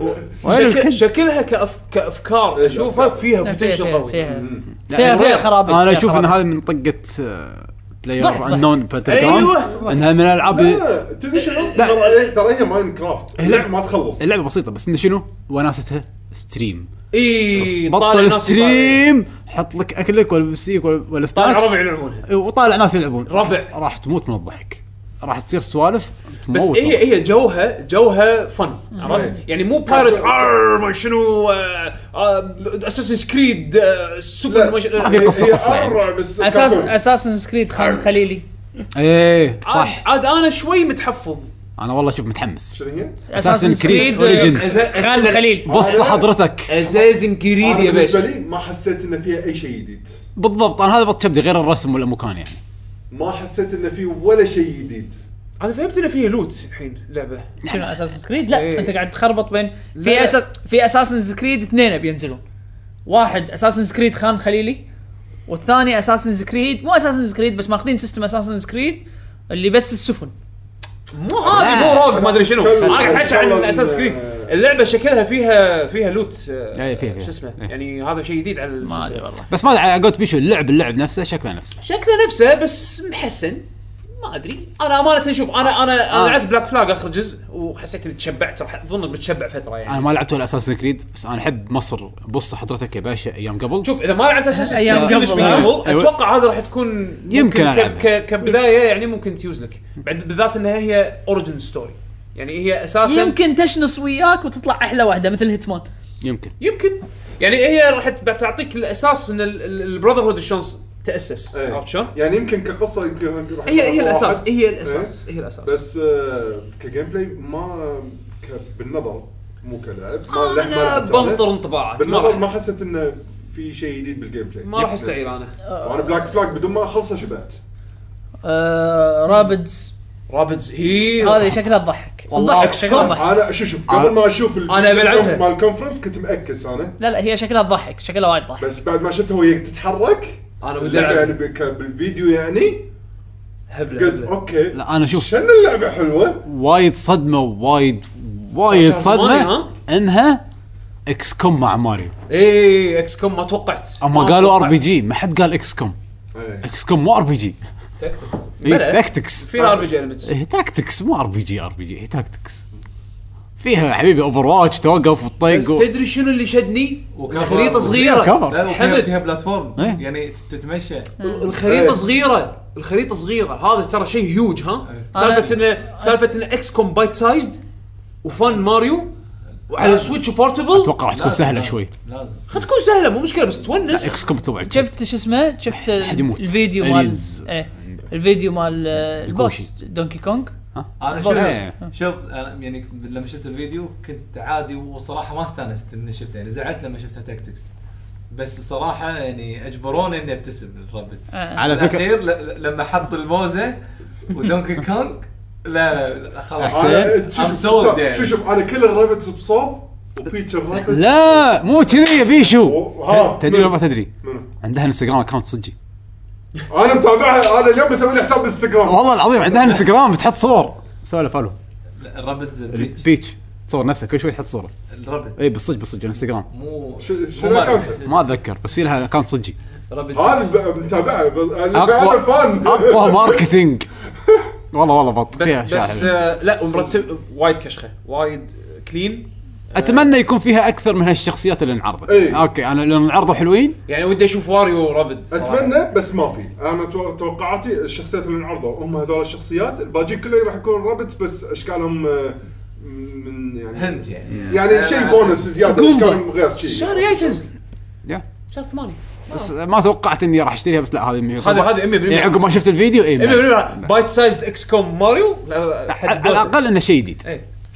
S2: وين
S4: شك-
S2: الكل؟
S4: شكلها كأف... كافكار
S3: إيه،
S4: اشوفها فيها
S5: فيها- فيها-
S4: بوتنشل قوي
S5: فيها
S2: يعني
S5: فيها فيها
S2: هو-
S5: خرابيط
S2: انا
S5: فيها
S2: اشوف ان
S5: خرابيط.
S2: هذه آه، منطقه
S5: ضحك،
S2: بلاير
S5: ضحك.
S2: نون
S4: أيوة.
S2: انها من الالعاب
S3: لا، آه، تدري شنو؟ ترى إيه، ترى هي ماين كرافت اللعبه ما تخلص
S2: اللعبه بسيطه بس انه شنو؟ وناستها ستريم
S4: اي طالع
S2: بطل
S4: ناس يطالع.
S2: ستريم حط لك اكلك ولا بسيك ولا ولا
S4: طالع
S2: سناكس
S4: ربع يلعبونها
S2: وطالع ناس يلعبون
S4: ربع.
S2: راح تموت من الضحك راح تصير سوالف
S4: بس إيه.
S2: تموت
S4: هي هي جوها جوها فن عرفت؟
S2: إيه.
S4: يعني مو بايرت ار ما شنو آه، اساسن كريد سوبر
S3: لا.
S4: آه، ما شنو-
S2: ما في
S4: عاد-
S2: قصة-
S3: هي
S2: قصة يعني.
S3: أربع بس
S5: اساس
S3: كرتون.
S5: اساسن سكريد خالد خليلي
S2: ايه
S4: آه.
S2: صح
S4: عاد انا شوي متحفظ
S2: انا والله شوف متحمس
S3: شنو هي؟
S2: اساسن كريد اوريجنز
S5: خالد خليل
S4: آه.
S2: بص حضرتك
S4: اساسن كريد
S3: انا
S4: يا
S3: بالنسبه
S4: باشا
S3: لي ما حسيت ان فيها اي شيء جديد
S2: بالضبط انا هذا بط كبدي غير الرسم والمكان يعني
S3: ما حسيت ان فيه ولا شيء جديد
S4: انا فهمت انه فيه لوت الحين لعبه
S5: شنو اساسن كريد لا
S4: إيه.
S5: انت قاعد تخربط بين في
S4: لا.
S5: اساس في اساسن كريد اثنين بينزلون واحد اساسن كريد خان خليلي والثاني اساسن كريد مو اساسن كريد بس ماخذين سيستم اساسن كريد اللي بس السفن
S4: مو هذه مو روج ما ادري شنو
S3: تتكلم-
S4: انا قاعد احكي عن
S3: تتكلم-
S4: اساس كريد اللعبه شكلها فيها فيها لوت آه،
S2: إيه، فيها- فيها.
S4: شو اسمه
S2: إيه.
S4: يعني هذا شيء جديد على
S5: ما ادري
S4: السلسلة.
S5: والله
S2: بس ما ادري على قولت بيشو اللعب اللعب نفسه شكله نفسه
S4: شكله نفسه بس محسن ما ادري انا امانه شوف انا انا انا
S2: آه.
S4: لعبت بلاك فلاج اخر جزء وحسيت اني تشبعت راح اظن بتشبع فتره يعني
S2: انا ما لعبت ولا اساسن كريد بس انا احب مصر بص حضرتك يا باشا ايام قبل
S4: شوف اذا ما لعبت اساسا
S5: أيام
S4: كريد كلش من
S2: آه، قبل.
S4: قبل
S2: أيوة.
S4: اتوقع هذا راح تكون ممكن
S2: يمكن
S4: ك-
S2: ألعبها.
S4: ك- كبدايه يعني ممكن تيوز لك بعد بالذات انها هي اوريجن ستوري يعني هي اساسا
S5: يمكن تشنص وياك وتطلع احلى واحده مثل هيتمان
S2: يمكن
S4: يمكن يعني هي راح تب- تعطيك الاساس من البراذر هود شلون س- تاسس
S3: إيه.
S4: عرفت شلون؟
S3: يعني يمكن كقصه يمكن راح
S4: هي هي
S3: يكون
S4: الاساس
S3: واحد.
S4: هي الاساس هي
S3: إيه.
S4: الاساس
S3: بس آه، كجيم بلاي ما ك- بالنظر مو كلاعب ما لا- ما
S4: انا
S3: لعبت
S4: بنطر
S3: أنا.
S4: انطباعات ما
S3: بالنظر ما
S4: راح
S3: حسيت انه في شيء جديد بالجيم بلاي
S4: ما راح استعير انا
S3: وانا بلاك فلاج بدون ما اخلصه شبعت
S5: آه رابدز
S4: رابدز هي
S5: هذه شكلها تضحك
S2: والله
S5: تضحك شكلها تضحك
S3: انا شوف شوف قبل ما اشوف ال-
S4: أنا بلعبها.
S3: مال الكونفرنس كنت مأكس انا
S5: لا لا هي شكلها تضحك شكلها وايد تضحك
S3: بس بعد ما شفتها وهي تتحرك
S4: انا ودي
S3: اللعبه يعني
S4: العب
S3: بك- بالفيديو يعني
S4: هبله
S3: قلت
S4: هبله
S3: اوكي
S2: لا انا شوف
S3: شنو اللعبه حلوه
S2: وايد صدمه وايد وايد
S4: عشان ثمانية،
S2: صدمه
S4: ها؟
S2: انها اكس كوم مع ماريو
S4: اي اكس إيه، كوم ما توقعت
S2: اما
S4: ما
S2: قالوا ار
S4: توقعت.
S2: بي جي ما حد قال اكس كوم
S3: إيه.
S2: اكس كوم مو ار بي جي
S8: تكتكس
S2: هي
S4: بلى.
S2: تاكتكس
S4: في ار بي جي المنتس
S2: هي تاكتكس إيه، مو ار بي جي ار بي جي هي تاكتكس إيه، فيها حبيبي اوفر واتش توقف
S4: بس
S2: وتطيق و-
S4: تدري شنو اللي شدني؟
S8: وكفر.
S4: الخريطه صغيره
S2: إيه، كفر
S8: حمد
S4: حمد.
S8: فيها بلاتفورم
S2: إيه.
S8: يعني تتمشى
S4: إيه. الخريطه صغيره الخريطه صغيره هذا ترى شيء هيوج ها سالفه انه سالفه انه اكس كوم بايت سايزد وفن ماريو وعلى سويتش وبورتبل
S2: اتوقع راح تكون سهله شوي
S8: لازم
S4: خد تكون سهله مو مشكله بس تونس
S2: اكس كوم طبعا
S5: شفت شو اسمه شفت
S2: حد يموت.
S5: الفيديو مال
S2: Aliens.
S5: ايه الفيديو مال آه، البوس دونكي كونغ
S8: انا
S2: إيه.
S8: شوف شوف أنا يعني لما شفت الفيديو كنت عادي وصراحه ما استانست اني شفته يعني زعلت لما شفتها تكتكس بس صراحه يعني اجبروني اني ابتسم الرابت
S5: آه.
S2: على فكره
S8: الاخير ل- ل- لما حط الموزه ودونكي كونغ لا لا لا خلاص
S2: أحسن.
S3: أنا-
S8: I'm
S3: شوف-
S8: sold يعني.
S3: شوف شوف انا كل الرابتس بصوب وبيتش الرابت
S2: لا مو كذي يا بيشو
S3: و- ها.
S2: تدري ولا ما تدري
S3: منو؟
S2: عندها انستغرام اكونت صجي
S3: انا متابعها انا اليوم بسوي لي حساب انستغرام
S2: والله العظيم عندها انستغرام بتحط صور سوالف فالو آه.
S8: الرابت البيتش
S2: بيتش تصور نفسها كل شوي تحط صوره
S8: الرابت
S2: اي بالصج بالصج انستغرام
S8: مو
S3: ش- شنو
S8: مو مالك.
S3: أكاونته؟
S2: ما اتذكر بس في لها اكونت صجي
S8: رابت
S3: هذا ب- متابعها بس- انا
S2: اقوى
S3: بعد فان
S2: اقوى ماركتينج والله والله بط فيها
S4: بس بس
S2: شاعر
S4: آه، لا ومرتب وايد كشخه وايد كلين
S2: اتمنى يكون فيها اكثر من هالشخصيات اللي انعرضت
S3: إيه.
S2: اوكي انا اللي انعرضوا حلوين
S4: يعني ودي اشوف واريو رابد صراحة.
S3: اتمنى بس ما في انا تو- توقعاتي الشخصيات اللي انعرضوا هم هذول الشخصيات الباجين كله راح يكون رابتس بس اشكالهم آه، من يعني
S8: هند يعني
S3: يعني شيء بونس زياده اشكالهم غير شيء
S4: الشهر الجاي تنزل
S2: يا.
S4: شهر 8
S2: بس ما توقعت اني راح اشتريها بس لا هذه مية-
S4: هذا هذا 100%
S2: يعني عقب ما شفت الفيديو
S4: إيه،
S2: اي بعد.
S4: بايت سايزد اكس كوم ماريو لا، لا، حد
S2: على على
S4: دوسة.
S2: الاقل انه شيء جديد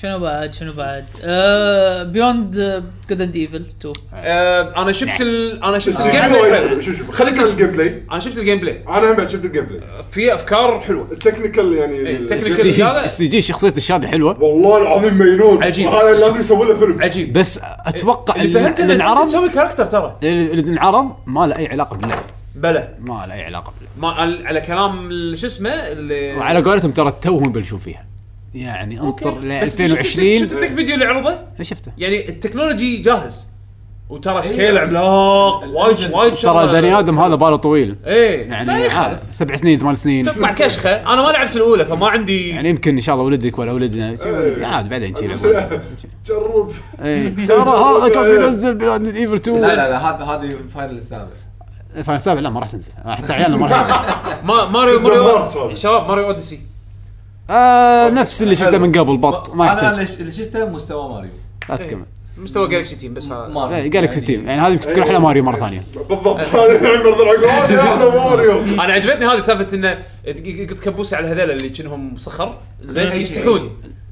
S5: شنو بعد شنو بعد آه بيوند جود اند ايفل 2
S4: آه، انا شفت ال... انا شفت
S3: بس
S4: الجيم
S3: الجيم بلاي
S4: بلاي
S3: شوف شوف خليك على الجيم بلاي
S4: انا شفت الجيم بلاي
S3: انا هم بعد شفت الجيم بلاي
S4: في افكار حلوه
S3: التكنيكال يعني
S4: إيه. التكنيكال.
S2: السي جي
S4: لا.
S2: السي جي شخصيه الشاذي حلوه
S3: والله العظيم مجنون
S4: عجيب.
S3: هذا لازم يسوي له فيلم
S4: عجيب
S2: بس اتوقع
S4: إيه، اللي فهمت ان
S2: اللي
S4: انت
S2: انعرض
S4: تسوي كاركتر ترى
S2: اللي انعرض ما له اي علاقه باللعب
S4: بلى
S2: ما له اي علاقه باللعب
S4: ما على على كلام ال- شو اسمه اللي
S2: وعلى قولتهم ترى توهم بنشوف فيها يعني انطر ل
S4: بس شفت- شفت
S2: 2020
S4: التك فيديو اللي عرضه
S2: شفته
S4: يعني التكنولوجي جاهز وترى سكيل عملاق وايد وايد
S2: إيه. ترى البني ادم هذا باله طويل
S4: ايه
S2: يعني عارف، سبع سنين ثمان سنين
S4: تطلع كشخه انا ما لعبت الاولى فما عندي
S2: يعني يمكن ان شاء الله ولدك ولا ولدنا شي ولد- عاد بعدين شي يلعبون.
S3: جرب
S2: إيه. ترى هذا كان بينزل بلاد ايفل 2
S8: لا لا لا هذا هذه الفاينل السابع
S2: فاينل سابع لا ما راح تنزل حتى عيالنا ما راح يلعبون.
S4: ما ماريو
S3: دمرت
S4: ماريو
S3: هذا.
S4: شباب ماريو اوديسي
S2: آه، نفس اللي شفته من قبل بط ما
S8: أنا-
S2: يحتاج
S8: انا اللي شفته مستوى ماريو
S2: لا تكمل
S4: مستوى جالكسي تيم بس هذا
S8: ماريو
S2: إيه، جالكسي تيم يعني هذه يمكن تكون احلى ماريو مره ثانيه
S3: بالضبط هذا الحين برضه العقول يا احلى ماريو
S4: انا عجبتني هذه سالفه انه ت- قلت كبوسه على هذول اللي كأنهم صخر زين
S8: أي-
S4: يستحون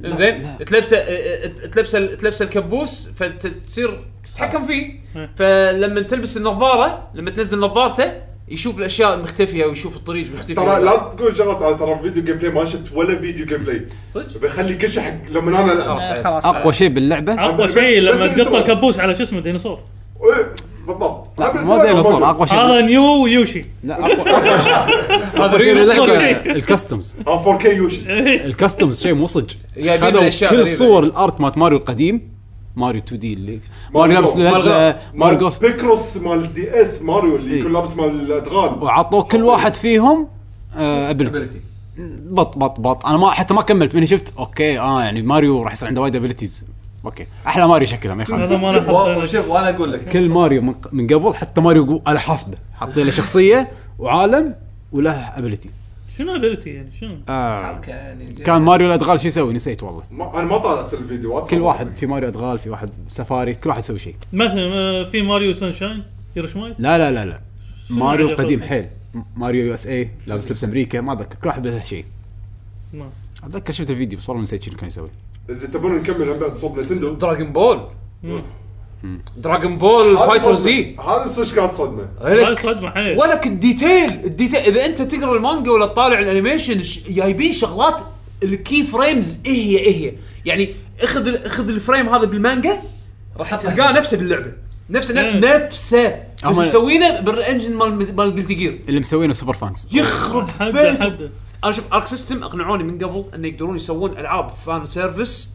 S4: زين تلبسه اه، اه، تلبسه تلبسه الكبوس فتصير تتحكم فيه فلما تلبس النظاره لما تنزل نظارته يشوف الاشياء المختفيه ويشوف الطريق مختفي
S3: ترى لا تقول شغلات انا ترى فيديو جيم بلاي ما شفت ولا فيديو جيم بلاي
S4: صدق؟
S3: بخلي كل شيء حق لما انا العب
S5: آه خلاص
S2: اقوى شيء باللعبه
S6: اقوى
S3: بس-
S6: شيء
S3: بس
S6: لما
S3: انت
S6: تقطع
S3: بقى.
S6: الكبوس على شو اسمه ديناصور
S3: إيه، بالضبط
S2: لا
S3: قبل
S2: مو
S3: تلعب
S2: ديناصور
S3: موجود.
S2: اقوى شيء
S6: هذا نيو ويوشي
S2: لا اقوى اقوى شيء اقوى شيء
S6: ريلز
S2: باللعبه
S6: طبيعي.
S2: الكستمز
S3: ها 4K آه،
S4: إيه.
S3: يوشي
S2: الكاستمز شيء مو صج
S4: جايبين
S2: خذوا
S4: أشياء
S2: كل
S4: غريبة.
S2: صور الارت مالت ماريو القديم ماريو 2 دي اللي ماريو
S3: ماريو
S2: لابس
S3: جولف.
S2: لد- آه، ماريو
S3: مال
S2: جولف
S3: بيكروس مال دي اس ماريو
S4: إيه.
S3: اللي يكون لابس مال الادغال
S2: وعطوا كل واحد فيهم ابيلتي
S8: ability.
S2: بط بط بط انا ما حتى ما كملت من شفت اوكي اه يعني ماريو راح يصير عنده وايد ابيلتيز اوكي احلى ماريو شكلها ما يخالف
S6: هذا ما انا
S8: و-
S6: حاطه
S8: وشوف وانا اقول لك
S2: كل ماريو من, ق- من قبل حتى ماريو جو- على حاسبه حاطين له شخصيه وعالم وله ابيلتي
S6: شنو ابيلتي يعني شنو
S2: آه
S8: يعني
S2: كان ماريو الادغال شو يسوي نسيت والله
S3: ما انا ما طالعت الفيديوهات
S2: كل واحد في ماريو ادغال في واحد سفاري كل واحد يسوي شيء
S6: مثلا آه، في ماريو سانشاين هيروش مايت
S2: لا لا لا لا ماريو
S6: ماريو
S2: القديم
S6: القديم؟
S2: حيل م- ماريو يو اس اي لابس لبس امريكا ما اتذكر كل واحد له شيء
S6: ما.
S2: اتذكر شفت الفيديو بس والله نسيت شنو كان يسوي
S3: اذا تبون نكمل هم بعد صوب نتندو
S4: دراجون بول
S6: مم.
S4: دراجون بول
S3: هذه
S4: فايتر
S3: صدمة.
S4: زي
S3: هذه صدق كانت صدمه
S6: هاي صدمه حيل
S4: ولك الديتيل الديتيل اذا انت تقرا المانجا ولا تطالع الانيميشن ش- جايبين شغلات الكي فريمز ايه هي ايه هي يعني اخذ ال- اخذ الفريم هذا بالمانجا راح تلقاه نفسه باللعبه نفسه
S6: مم.
S4: نفسه بس
S2: أما-
S4: مسوينه بالانجن مال مال جلتي جير
S2: اللي مسوينه سوبر فانز
S4: يخرب
S6: حد
S4: بيته
S6: حد
S4: انا شوف ارك سيستم اقنعوني من قبل انه يقدرون يسوون العاب فان سيرفيس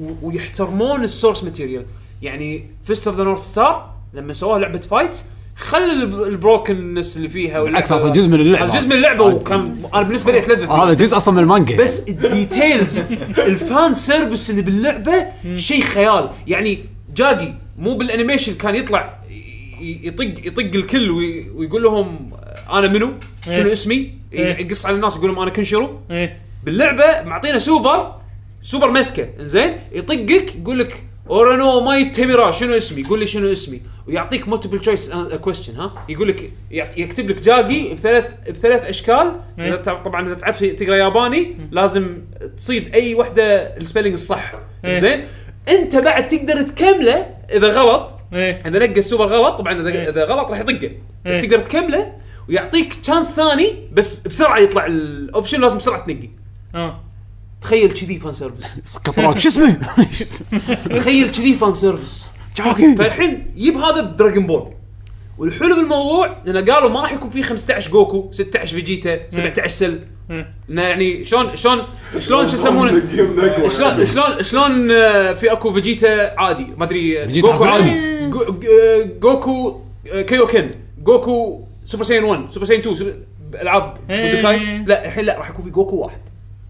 S4: و- ويحترمون السورس ماتيريال يعني فيست اوف ذا نورث ستار لما سووها لعبه فايت خلى الب- البروكنس اللي فيها
S2: بالعكس
S4: واللعبة-
S2: هذا جزء من اللعبه
S4: هذا جزء من اللعبه وكان انا بالنسبه لي اتلذذ فيه.
S2: آه، هذا جزء اصلا من المانجا
S4: بس الديتيلز الفان سيرفيس اللي باللعبه شيء خيال يعني جاجي مو بالانيميشن كان يطلع ي- يطق يطق الكل وي- ويقول لهم انا منو؟ شنو
S6: إيه.
S4: اسمي؟
S6: إيه.
S4: يقص على الناس يقول لهم انا كنشرو
S6: ايه
S4: باللعبه معطينا سوبر سوبر مسكه انزين يطقك يقول لك اورانو ماي تيميرا شنو اسمي يقول لي شنو اسمي ويعطيك مالتيبل تشويس كويستشن ها يقول لك يعط- يكتب لك جاجي بثلاث بثلاث اشكال
S6: إيه.
S4: إذا تع- طبعا اذا تعرف تقرا ياباني لازم تصيد اي وحده السبيلنج الصح
S6: إيه.
S4: زين انت بعد تقدر تكمله اذا غلط
S6: ايه
S4: اذا نقى السوبر غلط طبعا
S6: إيه.
S4: اذا اذا غلط راح يطقه بس
S6: إيه.
S4: تقدر تكمله ويعطيك تشانس ثاني بس بسرعه يطلع الاوبشن لازم بسرعه تنقي
S6: اه
S4: تخيل كذي فان سيرفيس
S2: قطراك شو اسمه؟
S4: تخيل كذي فان سيرفيس
S2: جاكي
S4: فالحين يب هذا بدراجون بول والحلو بالموضوع انه قالوا ما راح يكون في 15 جوكو 16 فيجيتا 17 سل
S6: مم.
S4: انه يعني شلون شلون شلون شو يسمونه شلون شلون شلون آه، في اكو فيجيتا عادي ما ادري آه،
S2: فيجيتا
S4: جوكو
S2: أكو
S4: عادي
S2: عادي.
S4: جو- آه، جوكو آه، كيوكن جوكو سوبر ساين 1 سوبر ساين 2 سوبر- العاب
S6: إيه.
S4: بودوكاي لا الحين لا راح يكون في جوكو واحد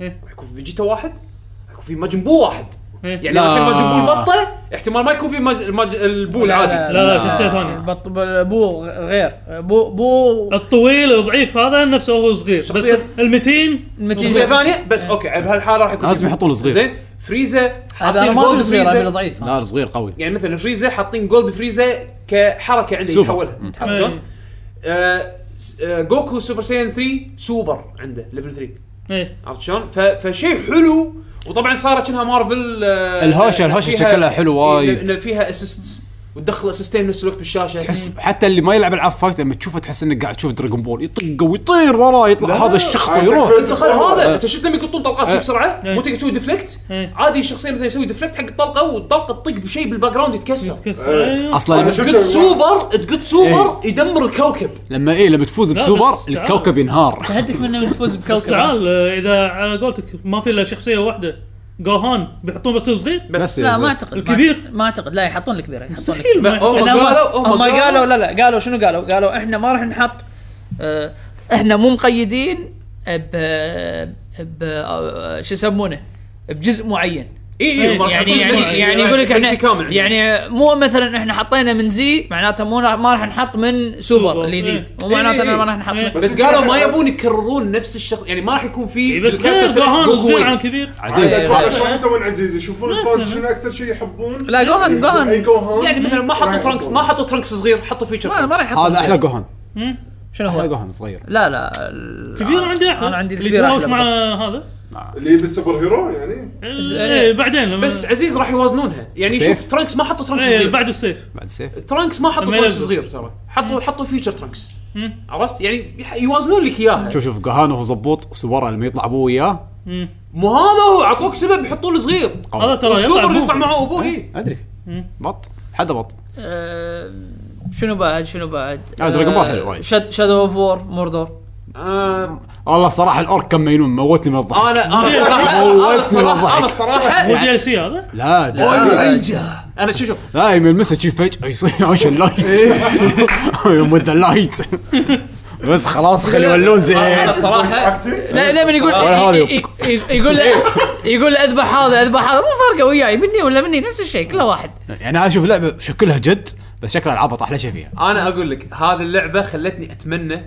S6: إيه.
S4: راح يكون في فيجيتا واحد راح يكون في ماجن بو واحد
S6: إيه.
S4: يعني
S2: لا.
S4: الحين ماجن بو
S2: آه.
S4: البطه احتمال ما يكون في ماج- الماج- البو العادي
S6: لا لا شخصيه ثانيه
S5: بط بو غير بو بو
S6: الطويل الضعيف هذا نفسه هو صغير بس
S4: شخصية-
S6: المتين
S5: المتين
S4: شخصية ثانيه بس اوكي بهالحاله راح يكون
S2: لازم
S4: في-
S2: يحطون له صغير.
S4: زين فريزا
S5: هذا
S4: حاطين
S5: ما
S4: جولد
S5: أدري صغير هذا
S4: فريزا
S5: ضعيف
S2: لا صغير قوي
S4: يعني مثلا فريزا حاطين جولد فريزا كحركه عنده
S2: سوبر.
S4: يتحولها
S2: مم.
S4: عرفت شلون؟
S6: إيه.
S4: آه، س- آه، جوكو سوبر سايان 3 سوبر عنده ليفل 3
S5: إيه،
S6: ايه
S4: عرفت شلون؟ ف- فشيء حلو وطبعا صارت شنها مارفل آه،
S2: الهوشة-
S4: آه،
S2: الهوشة
S4: فيها-
S2: شكلها حلو وايد.
S4: إن- إن فيها اسيستس وتدخل اسيستين بنفس الوقت بالشاشه
S2: تحس حتى اللي ما يلعب العاب فايت لما تشوفه تحس انك قاعد تشوف دراجون بول يطق ويطير وراه يطلع هذا الشخص
S3: عاد
S2: ويروح
S3: تكفى.
S4: انت خل
S5: أه.
S4: هذا انت شفت لما يقطون طلقات شي بسرعه
S6: إيه.
S5: يعني
S4: مو تقدر تسوي ديفلكت
S6: إيه.
S4: عادي الشخصيه مثلا يسوي ديفلكت حق الطلقه والطلقه تطق بشيء بالباك جراوند يتكسر
S6: كسر. ايوه
S2: اصلا
S3: إيه.
S4: تقد سوبر تقد سوبر
S5: إيه.
S4: يدمر الكوكب
S2: لما ايه لما تفوز
S6: لا،
S2: بسوبر
S6: بس تعال.
S2: الكوكب ينهار
S5: تهدك منه من تفوز
S6: بس
S5: بكوكب
S6: تعال آه، اذا على قولتك ما في الا شخصيه واحده جوهان بيحطون بس صغير
S2: بس
S5: لا ما اعتقد ما
S6: الكبير.
S5: أعتقد- ما اعتقد لا يحطون الكبير يحطون
S6: مستحيل ما-
S4: هم
S5: لأن هم
S4: قالوا- هم
S5: هم
S4: قالوا-
S5: قالوا لا لا قالوا شنو قالوا؟ قالوا احنا ما راح نحط آه، احنا مو مقيدين ب ب آه، شو يسمونه؟ بجزء معين
S4: اي
S6: إيه،
S4: اي
S5: يعني يعني يعني يقول لك
S4: احنا
S5: احنا
S4: كامل يعني
S5: يعني مو مثلا احنا حطينا من زي معناته مو راح- ما راح نحط من سوبر
S6: سوبر،
S5: الجديد مو
S4: إيه.
S5: معناته
S4: إيه،
S5: إننا ما راح نحط
S6: إيه.
S5: من
S4: بس قالوا ما يبون يكررون نفس الشخص يعني ما راح يكون
S5: إيه،
S4: في
S6: إيه، بس كبير جوهان صغير عن كبير
S2: آه، عزيز
S3: شلون يسوون عزيز يشوفون الفانز شنو اكثر شيء يحبون إيه،
S5: لا جوهان
S3: اي
S5: جوهان
S3: جوهان
S4: يعني مثلا ما
S3: راح
S4: حطوا
S3: يحبون.
S4: ترانكس ما حطوا ترانكس صغير حطوا فيتشر
S5: ما ما راح يحط
S2: هذا احلى
S5: سوبر.
S2: جوهان
S5: شنو
S2: احلى
S5: هو؟
S2: جوهان صغير
S5: لا لا ال-
S6: كبير عندي احلى
S5: انا عندي
S6: اللي
S5: الكبير
S6: يتهاوش
S5: أحلى
S6: مع
S5: بالضبط.
S6: هذا
S3: اللي يبي السوبر هيرو يعني
S6: ايه بعدين لما
S4: بس عزيز راح يوازنونها يعني
S2: سيف.
S4: شوف ترانكس ما حطوا ترانكس
S5: إيه،
S6: ايه
S4: صغير
S6: بعد الصيف
S2: بعد السيف
S4: ترانكس ما حطوا
S6: لما
S4: ترانكس
S6: ينزل.
S4: صغير ترى حطوا حطوا فيوتشر ترانكس عرفت يعني يح- يوازنون لك اياها
S2: شوف شوف جوهان وهو زبوط وسوبر لما يطلع ابوه وياه
S4: مو هذا هو اعطوك سبب يحطوا له صغير
S2: قوي.
S6: هذا ترى
S4: السوبر
S6: أبوه.
S4: يطلع معه ابوه اي
S2: ادري بط حدا بط
S5: آه، شنو بعد شنو بعد؟
S2: آه، دراجون بول حلو وايد.
S5: شادو اوف وور موردور
S4: آه،
S2: والله صراحه الاورك كان مينون موتني من الضحك
S4: انا انا الصراحه انا الصراحه انا الصراحه
S6: مو دي سي هذا
S2: لا لا
S4: انا شوف شوف
S2: لا يلمسها شي فجاه يصير عشان لايت يوم ذا لايت بس خلاص خلي يولون
S4: انا
S2: زين يعني
S4: الصراحه
S5: لا لا من يقول
S2: ولا هذا
S5: ي- ي- ي- يقول يقول اذبح هذا اذبح هذا مو فارقه وياي مني ولا مني نفس الشيء كله واحد
S2: يعني انا اشوف لعبه شكلها جد بس شكلها العبط احلى شيء فيها
S4: انا اقول لك هذه اللعبه خلتني اتمنى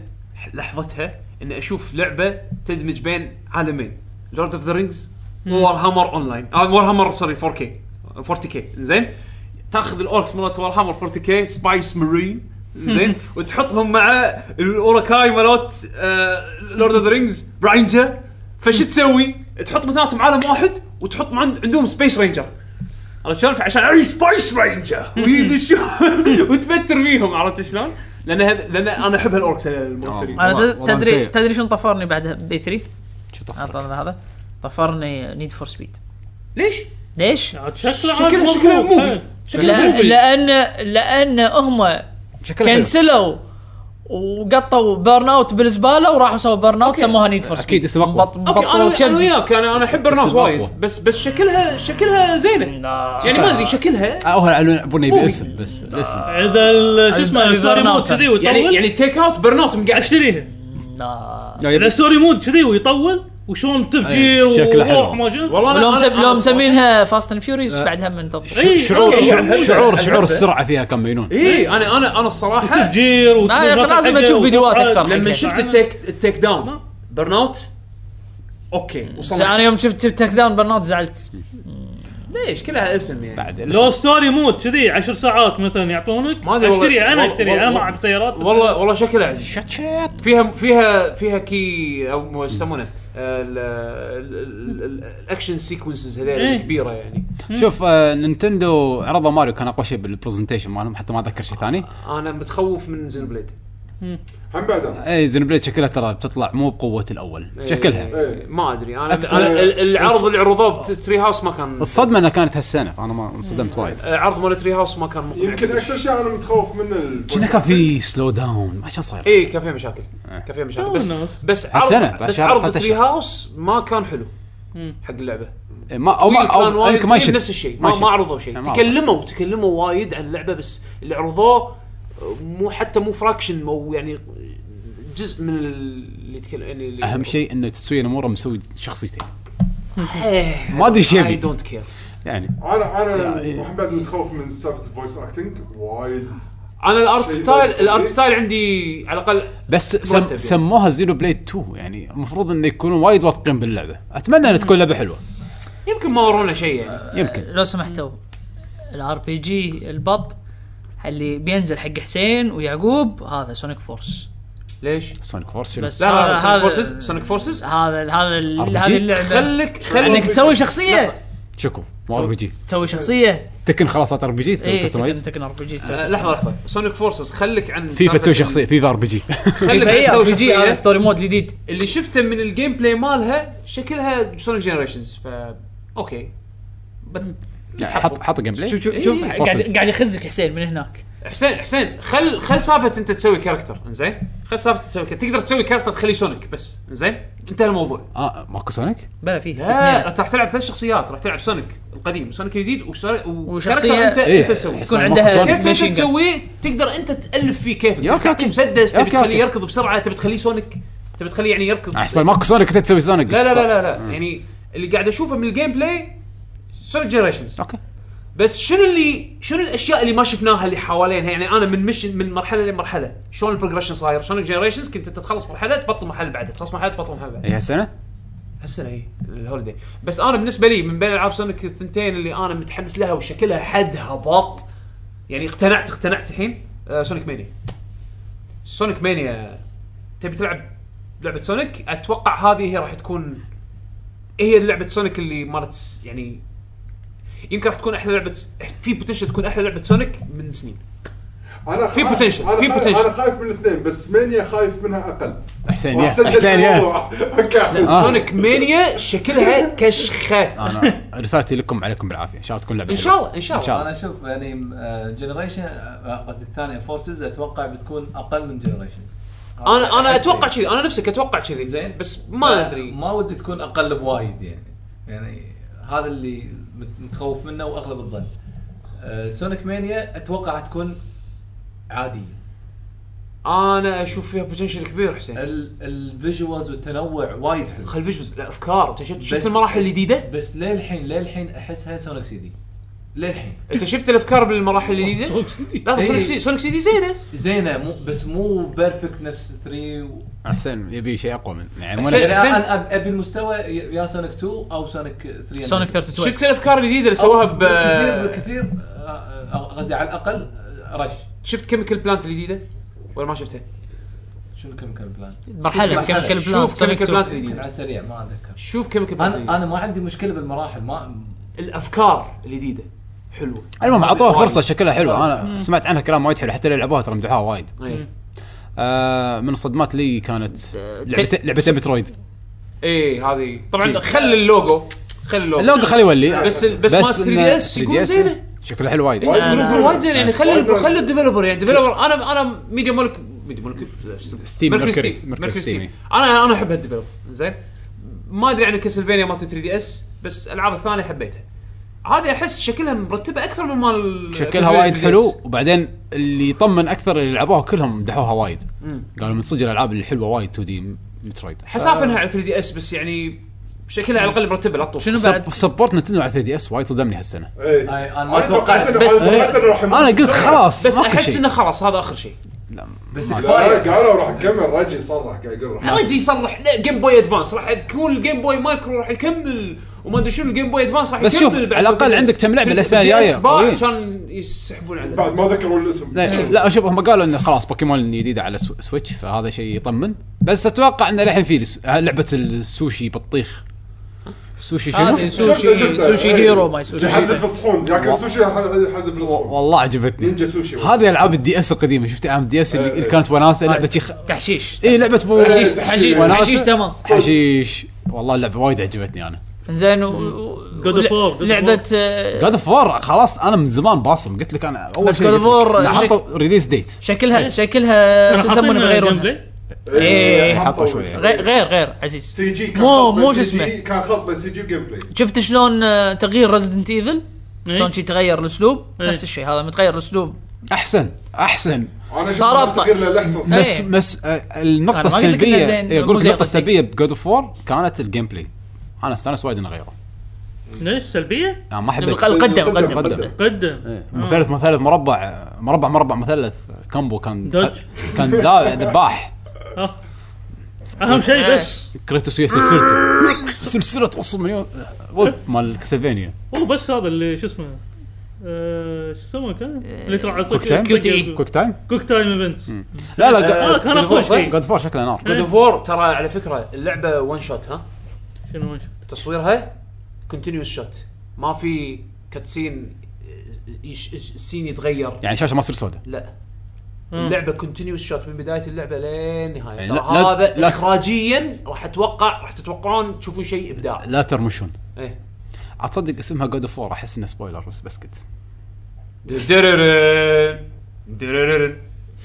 S4: لحظتها اني اشوف لعبه تدمج بين عالمين لورد اوف ذا رينجز وور هامر اون لاين وور هامر سوري 4 كي 40 كي زين تاخذ الاوركس مالت وور هامر 40 كي سبايس مارين زين وتحطهم مع الاوراكاي مالت آه، لورد اوف ذا رينجز رينجر فشو تسوي؟ تحط مثلاتهم عالم واحد وتحط عند- عندهم سبيس رينجر عرفت شلون؟ فعشان اي سبايس رينجر ويدشون وتبتر فيهم عرفت شلون؟ لان هذ- لان انا احب هالاوركس أنا الممثلين
S5: انا
S2: والله-
S5: تد-
S2: والله
S5: تدري
S2: مسيء.
S5: تدري شنو طفرني بعد بي 3
S2: شو طفرك؟
S5: هذا طفرني نيد فور سبيد
S4: ليش؟
S5: ليش؟
S6: عاد شكله عاد إيه.
S4: شكله-
S6: مضبوط.
S4: شكله موفي.
S5: لا-
S6: حلو.
S5: لان لان هم
S2: شكلها حلو.
S5: كنسلوا وقطوا بيرن اوت بالزباله وراحوا سووا بيرن اوت سموها نيد فور
S2: أكيد اسم أقوى.
S4: اوكي انا انا وياك انا انا احب برنامج
S2: أقوى.
S4: وايد بس بس شكلها شكلها زينه يعني ما ادري شكلها
S2: او هلا على- يبون يبي اسم بس الاسم
S6: اذا ال- شو اسمه
S5: البرنامج
S6: السوري مود
S5: ترى.
S6: كذي
S4: يعني
S6: ويطول
S4: يعني تيك اوت برنوت مقعد
S6: اشتريها
S2: لا،
S6: اذا
S4: إيه.
S2: يبي-
S6: السوري مود كذي ويطول وشلون تفجير
S2: أي، شكله حلو.
S6: وروح ما شنو
S4: والله
S5: لو
S4: أنا-
S5: مسب-
S4: أنا-
S5: لو
S4: أنا-
S5: مسمينها فاست اند فيوريز بعد هم من تبطيل
S4: إيه.
S6: إي،
S2: شعور
S6: إيه، أوكي.
S2: شعور شعور, شعور السرعه فيها كم مجنون
S4: اي انا انا انا الصراحه
S6: تفجير وت-
S5: لا، يا أخي، لازم
S6: حقه
S5: أشوف فيديوهات
S6: وتصعد.
S5: أكثر.
S4: لما
S5: أوكي.
S4: شفت التيك التيك داون برنوت اوكي
S5: بس
S4: وصلنا
S5: انا يوم شفت تيك داون برن اوت زعلت
S4: ليش كلها اسم يعني
S2: بعد
S6: لو
S2: الاسم
S6: ستوري مود كذي 10 ساعات مثلا يعطونك
S4: ما أدري والله-
S6: اشتريها انا
S4: والله-
S6: اشتريها انا ما
S4: والله-
S6: العب سيارات بس
S4: والله والله شكلها عجيب
S2: شت شت
S4: فيها فيها فيها كي او مو- ايش يسمونه ال- ال- ال- ال- الاكشن سيكونسز هذول
S6: إيه.
S4: الكبيره يعني
S2: شوف آه، نينتندو عرضوا ماريو كان اقوى شيء بالبرزنتيشن مالهم حتى ما اتذكر شيء ثاني
S4: انا متخوف من زين بليد
S3: هم بعد أنا.
S2: اي زينبليد إيه، شكلها ترى بتطلع مو بقوه الاول شكلها
S4: إيه. ما ادري انا,
S2: أت-
S4: أنا ال- العرض اللي عرضوه بتري هاوس ما كان
S2: الصدمه انها كانت هالسنه فانا ما انصدمت وايد
S4: عرض مال تري هاوس ما كان مقنع
S3: يمكن اكثر شيء انا متخوف منه ال-
S2: كنا كان في سلو داون ما كان صاير
S4: اي كان فيها إيه، مشاكل
S2: آه.
S4: كان فيها مشاكل بس
S6: ناس.
S4: بس
S2: هالسنة،
S4: عرض
S2: بعد
S4: بس
S2: شهر-
S4: عرض
S2: حتى
S4: تري
S2: شهر.
S4: هاوس ما كان حلو حق اللعبه
S2: إيه، ما او ما
S4: ويل كان
S2: او
S4: وايد
S2: يمكن ما
S4: طيب
S2: يشد
S4: نفس الشيء ما,
S2: يشد.
S4: ما عرضوا شيء
S2: يعني ما
S4: تكلموا تكلموا وايد عن اللعبه بس اللي عرضوه مو حتى مو فراكشن او يعني جزء من اللي يتكلم يعني اللي
S2: اهم شيء انه تسوي نمورا مسوي شخصيتين
S4: إيه.
S2: ما ادري ايش
S4: I
S2: يبي
S4: don't care
S2: يعني
S3: انا انا
S2: يعني-
S3: هم بعد متخوف من سالفه الفويس اكتنج وايد
S4: انا الارت
S3: شيء
S4: ستايل
S3: بس-
S4: الارت ستايل عندي على الاقل
S2: بس
S4: مرتب
S2: سم
S4: يعني.
S2: سموها زيرو بليد 2 يعني المفروض انه يكونوا وايد واثقين باللعبه اتمنى ان تكون لعبه حلوه
S4: يمكن ما ورونا شيء يعني
S2: يمكن
S5: لو سمحتوا الار بي جي البط اللي بينزل حق حسين ويعقوب هذا سونيك فورس
S4: ليش؟
S2: سونيك فورس شنو؟
S5: بس
S4: لا لا, لا
S5: هذا-
S4: سونيك
S5: هذا-
S4: فورسز سونيك فورسز
S5: هذا هذا ال-
S2: RPG.
S5: هذه اللعبه
S4: خلك
S5: انك
S4: خلك
S5: تسوي شخصيه
S2: شكو مو ار بي جي
S5: تسوي إيه، شخصيه
S2: تكن خلاص ار بي جي تسوي
S5: اي
S2: كستمايز
S5: تكن ار بي جي
S4: آه، لحظه لحظه سونيك فورسز خلك عن
S2: فيفا
S4: سالفة
S2: تسوي
S4: ال-
S2: شخصيه فيفا ار بي جي
S4: خلك
S5: ار
S4: تسوي
S5: بي جي هذا
S4: شخصيه
S5: ستوري مود جديد
S4: اللي شفته من الجيم بلاي مالها شكلها سونيك جنريشنز ف اوكي بت-
S2: حط حط جيم بلاي
S4: شوف شوف شوف
S2: إيه.
S5: قاعد قاعد يخزك حسين من هناك
S4: حسين حسين خل خل سالفه انت تسوي كاركتر انزين خل سالفه تسوي كاركتر. تقدر تسوي كاركتر تخليه سونيك بس انزين انتهى الموضوع
S2: اه ماكو سونيك؟
S5: بلا فيه
S4: لا
S5: اثنين.
S4: انت راح تلعب ثلاث شخصيات راح تلعب سونيك القديم سونيك الجديد وسونيك
S5: وشخصية-
S4: انت
S2: إيه.
S4: انت تسوي
S5: تكون
S2: ماكو
S5: عندها
S2: سونيك.
S4: كيف
S5: ماشين
S4: انت
S5: جن.
S4: تسويه تقدر انت تالف فيه كيفك
S2: أوكي،
S4: تبي
S2: أوكي.
S4: مسدس تبي
S2: أوكي،
S4: تخليه
S2: أوكي.
S4: يركض بسرعه تبي تخليه سونيك تبي تخليه يعني يركض
S2: احسب ماكو سونيك انت تسوي سونيك
S4: لا لا لا لا, لا. يعني اللي قاعد اشوفه من الجيم بلاي سونيك جنريشنز
S2: اوكي
S4: بس شنو اللي شنو الاشياء اللي ما شفناها اللي حوالينها يعني انا من مشن من مرحله لمرحله شلون البروجريشن صاير شلون الجنريشنز كنت انت تخلص مرحله تبطل مرحله بعدها تخلص مرحله تبطل مرحله بعدها
S2: اي هالسنه؟
S4: هالسنه اي الهوليدي إيه، بس انا بالنسبه لي من بين العاب سونيك الثنتين اللي انا متحمس لها وشكلها حدها بط يعني اقتنعت اقتنعت الحين آه سونيك مانيا سونيك مانيا تبي تلعب لعبه سونيك اتوقع هذه هي راح تكون هي لعبه سونيك اللي مالت س- يعني يمكن راح تكون احلى لعبه س- في بوتنشل تكون احلى لعبه سونيك من سنين
S3: انا
S4: في
S3: خايف-
S4: potential،
S3: أنا
S4: في
S3: خايف-
S4: potential.
S3: انا خايف من الاثنين بس مانيا خايف منها اقل
S2: حسين يا
S3: راح أسجل
S2: حسين يا
S3: الموضوع. اوكي حسين.
S2: آه.
S4: سونيك مانيا شكلها كشخه
S2: انا رسالتي لكم عليكم بالعافيه ان شاء الله تكون لعبه
S4: ان شاء الله ان شاء
S2: إن شاء
S4: الله
S2: الله.
S8: انا اشوف يعني جنريشن آه، قصدي الثانيه فورسز اتوقع بتكون اقل من جنريشنز
S4: انا انا اتوقع كذي انا نفسك اتوقع كذي
S8: زين
S4: بس ما ادري
S8: ما ودي تكون اقل بوايد يعني يعني هذا اللي مت- متخوف منه واغلب الظن آه، سونيك مانيا اتوقع حتكون عاديه
S4: انا اشوف فيها بوتنشل كبير حسين
S8: ال- الفيجوالز والتنوع وايد حلو
S4: خل فيجوالز الافكار انت شفت, شفت
S8: بس-
S4: المراحل الجديده؟
S8: بس للحين للحين احسها سونيك سيدي للحين
S4: انت شفت الافكار بالمراحل الجديده؟ لا لا،
S8: إيه.
S4: سونيك سي سونيك سيتي زينه
S8: زينه مو بس مو بيرفكت نفس 3 و...
S2: حسين يبي شيء اقوى من يعني مو
S4: حسين-
S2: نفس-
S8: يعني
S4: زين.
S8: انا أب- ابي المستوى ي- يا سونيك 2 او سونيك 3
S5: سونيك 32
S4: شفت الافكار الجديده اللي سواها ب
S8: كثير بالكثير آه، آه، قصدي على الاقل آه، رش
S4: شفت كيميكال بلانت الجديده؟ ولا ما شفتها؟
S8: شنو كم كان بلان؟
S5: مرحله
S8: شوف
S5: كم كل
S4: شوف
S5: بلان
S4: كم
S5: سونيك
S4: كل
S5: تو.
S4: بلان.
S8: يمكن على السريع ما اتذكر
S4: شوف كيميكال بلانت
S8: انا
S4: الجديدة.
S8: انا ما عندي مشكله بالمراحل ما
S4: الافكار الجديده حلوه
S2: المهم اعطوها
S4: وايد.
S2: فرصه شكلها حلوه انا سمعت عنها كلام وايد حلو حتى اللي لعبوها ترى مدحوها وايد
S4: إيه.
S2: آه من الصدمات لي كانت لعبتين لعبتين مترويد
S4: ايه هذه طبعا خل اللوجو خل اللوجو
S2: اللوجو خليه يولي
S4: بس ال- بس مال 3
S2: إنه
S4: دي اس يكون
S2: 3DS
S4: زينه
S2: شكله حلو وايد
S3: وايد
S4: يكون
S3: منهم.
S4: وايد زين يعني خلي
S3: وايد منهم.
S4: خلي الديفلوبر يعني الديفلوبر انا انا ميديا مالك ميدي مونوكل
S2: ستيم، ميركوري. ميركوري
S4: ميركوري
S2: ستيمي.
S4: ستيم انا انا احب هالديفلوب زين ما ادري عن كاسلفينيا مالت 3 دي اس بس الالعاب الثانيه حبيتها هذه احس شكلها مرتبه اكثر من مال
S2: شكلها وايد حلو وبعدين اللي يطمن اكثر اللي لعبوها كلهم مدحوها وايد قالوا من صدق الالعاب اللي حلوه وايد 2 دي مترويد
S4: حسافه انها على 3 دي اس بس يعني شكلها على الاقل مرتبه لا تطوف
S5: شنو بعد؟
S2: سبورت نتندو على 3 دي اس وايد صدمني هالسنه
S3: اي
S8: أي، أنا ما
S3: انا توقعت
S8: توقعت
S3: انه
S5: بس-
S3: أنا توقعت إيه. إنه راح يموت
S2: انا قلت
S3: بسرعة.
S2: خلاص
S4: بس
S2: ماكو
S4: احس
S2: شيء.
S4: انه خلاص هذا اخر شيء
S8: بس
S2: ما-
S8: كفايه
S3: لا قالوا راح نكمل رجي صرح قاعد يقول
S2: نعم.
S3: راح
S4: رجي يصلح لا جيم بوي ادفانس راح تكون الجيم بوي مايكرو راح يكمل وما ادري شنو الجيم بوي ادفانس راح
S2: بس
S4: يكمل
S2: شوف،
S4: بعد
S2: على الأقل
S4: ال3DS.
S2: عندك كم لعبة
S4: في ال
S2: الأساسية
S4: 3DS
S2: جاية
S4: باع
S2: قوية.
S4: عشان يسحبون على
S3: بعد ما ذكروا الاسم
S2: لا, لا اشوف هم قالوا انه خلاص بوكيمون الجديده على سو- سويتش فهذا شيء يطمن بس اتوقع انه للحين في الس- لعبه السوشي بطيخ سوشي
S5: هذه
S2: شنو؟
S5: آه، سوشي
S3: شفته.
S5: سوشي
S3: إيه.
S5: هيرو ماي سوشي
S3: يحذف الصحون ياكل سوشي يحذف الصحون
S2: والله عجبتني
S3: نينجا سوشي
S2: هذه العاب الدي اس القديمه شفت العاب الدي اس اللي
S3: إيه.
S2: اللي كانت وناسه لعبه شيخ
S5: تحشيش
S2: اي لعبه بو
S5: آه، حشيش
S3: إيه،
S5: حشيش
S2: وناسة.
S5: حشيش تمام
S2: حشيش والله اللعبه وايد عجبتني انا
S5: زين و- و...
S6: God of War, God of War.
S5: لعبه آه،
S2: جاد اوف وور خلاص انا من زمان باصم قلت لك انا اول
S5: بس
S2: شيء
S5: God of
S2: قلت لك
S5: War
S2: إنه
S5: شك-
S2: حطوا ريليس ديت
S5: شكلها
S6: إيه.
S5: شكلها شو يسمونه بغير
S6: جيم
S5: وجه.
S6: بلاي
S5: إيه،
S2: حطوا شوية.
S5: غير غير غير عزيز
S3: سي جي كان
S5: مو-
S3: خلط
S5: مو
S3: بين
S5: شو
S3: CG
S5: اسمه.
S3: كان خلط بين سي جي وجيم بلاي
S5: شفت شلون آه، تغيير ريزدنت ايفل
S6: إيه.
S5: شلون شي تغير الاسلوب
S6: إيه.
S5: نفس الشيء هذا متغير الاسلوب
S2: احسن احسن
S3: انا
S5: صار
S3: شفت
S5: أبطأ.
S3: تغيير للاحسن
S5: إيه.
S2: بس بس آه، النقطة
S5: أنا ما قلت لك إنه
S2: السلبية
S5: زين،
S2: إيه،
S5: مو
S2: اقول لك
S5: زين
S2: النقطة
S5: قصدي.
S2: السلبية بجود اوف وور كانت الجيم بلاي انا استانس وايد انه غيره
S6: ليش سلبيه؟
S2: انا ما حبيت
S5: بالقلب قدم
S3: قدم،
S5: قدم
S3: قدم.
S5: قدم
S6: قدم
S2: إيه،
S6: آه.
S2: مثلث مثلث مربع آه، مربع مربع مثلث آه، كومبو كان
S6: دوج.
S2: كان يعني لا ذباح
S6: آه. اهم
S5: إيه.
S6: شيء بس
S2: كريتوس ويا سلسلته سلسلة وصل مليون آه، وب مال كسلفينيا
S6: هو بس هذا اللي شو اسمه آه، شو يسمونه كان؟
S5: إيه.
S6: اللي يطلع على
S2: كويك تايم؟
S5: QTE.
S2: كويك تايم
S6: كويك تايم ايفنتس
S2: لا
S6: آه،
S2: لا
S6: كان اقوى
S4: طيب.
S6: شيء
S2: جود فور شكله نار
S4: جود اوف وور ترى على فكره اللعبه وان شوت ها
S6: شنو وين شفت؟
S4: تصويرها كونتينيوس شوت ما في كاتسين يش- يش- السين يتغير
S2: يعني شاشة ما تصير سوداء
S4: لا
S6: آه.
S4: اللعبه كونتينيوس شوت من بدايه اللعبه للنهايه
S2: يعني
S4: ترى
S2: لا- لا-
S4: هذا
S2: لا-
S4: اخراجيا راح اتوقع راح تتوقعون تشوفون شيء ابداع
S2: لا ترمشون
S4: ايه
S2: اتصدق اسمها جود اوف وور احس انه سبويلر بس بسكت
S4: درررن درررن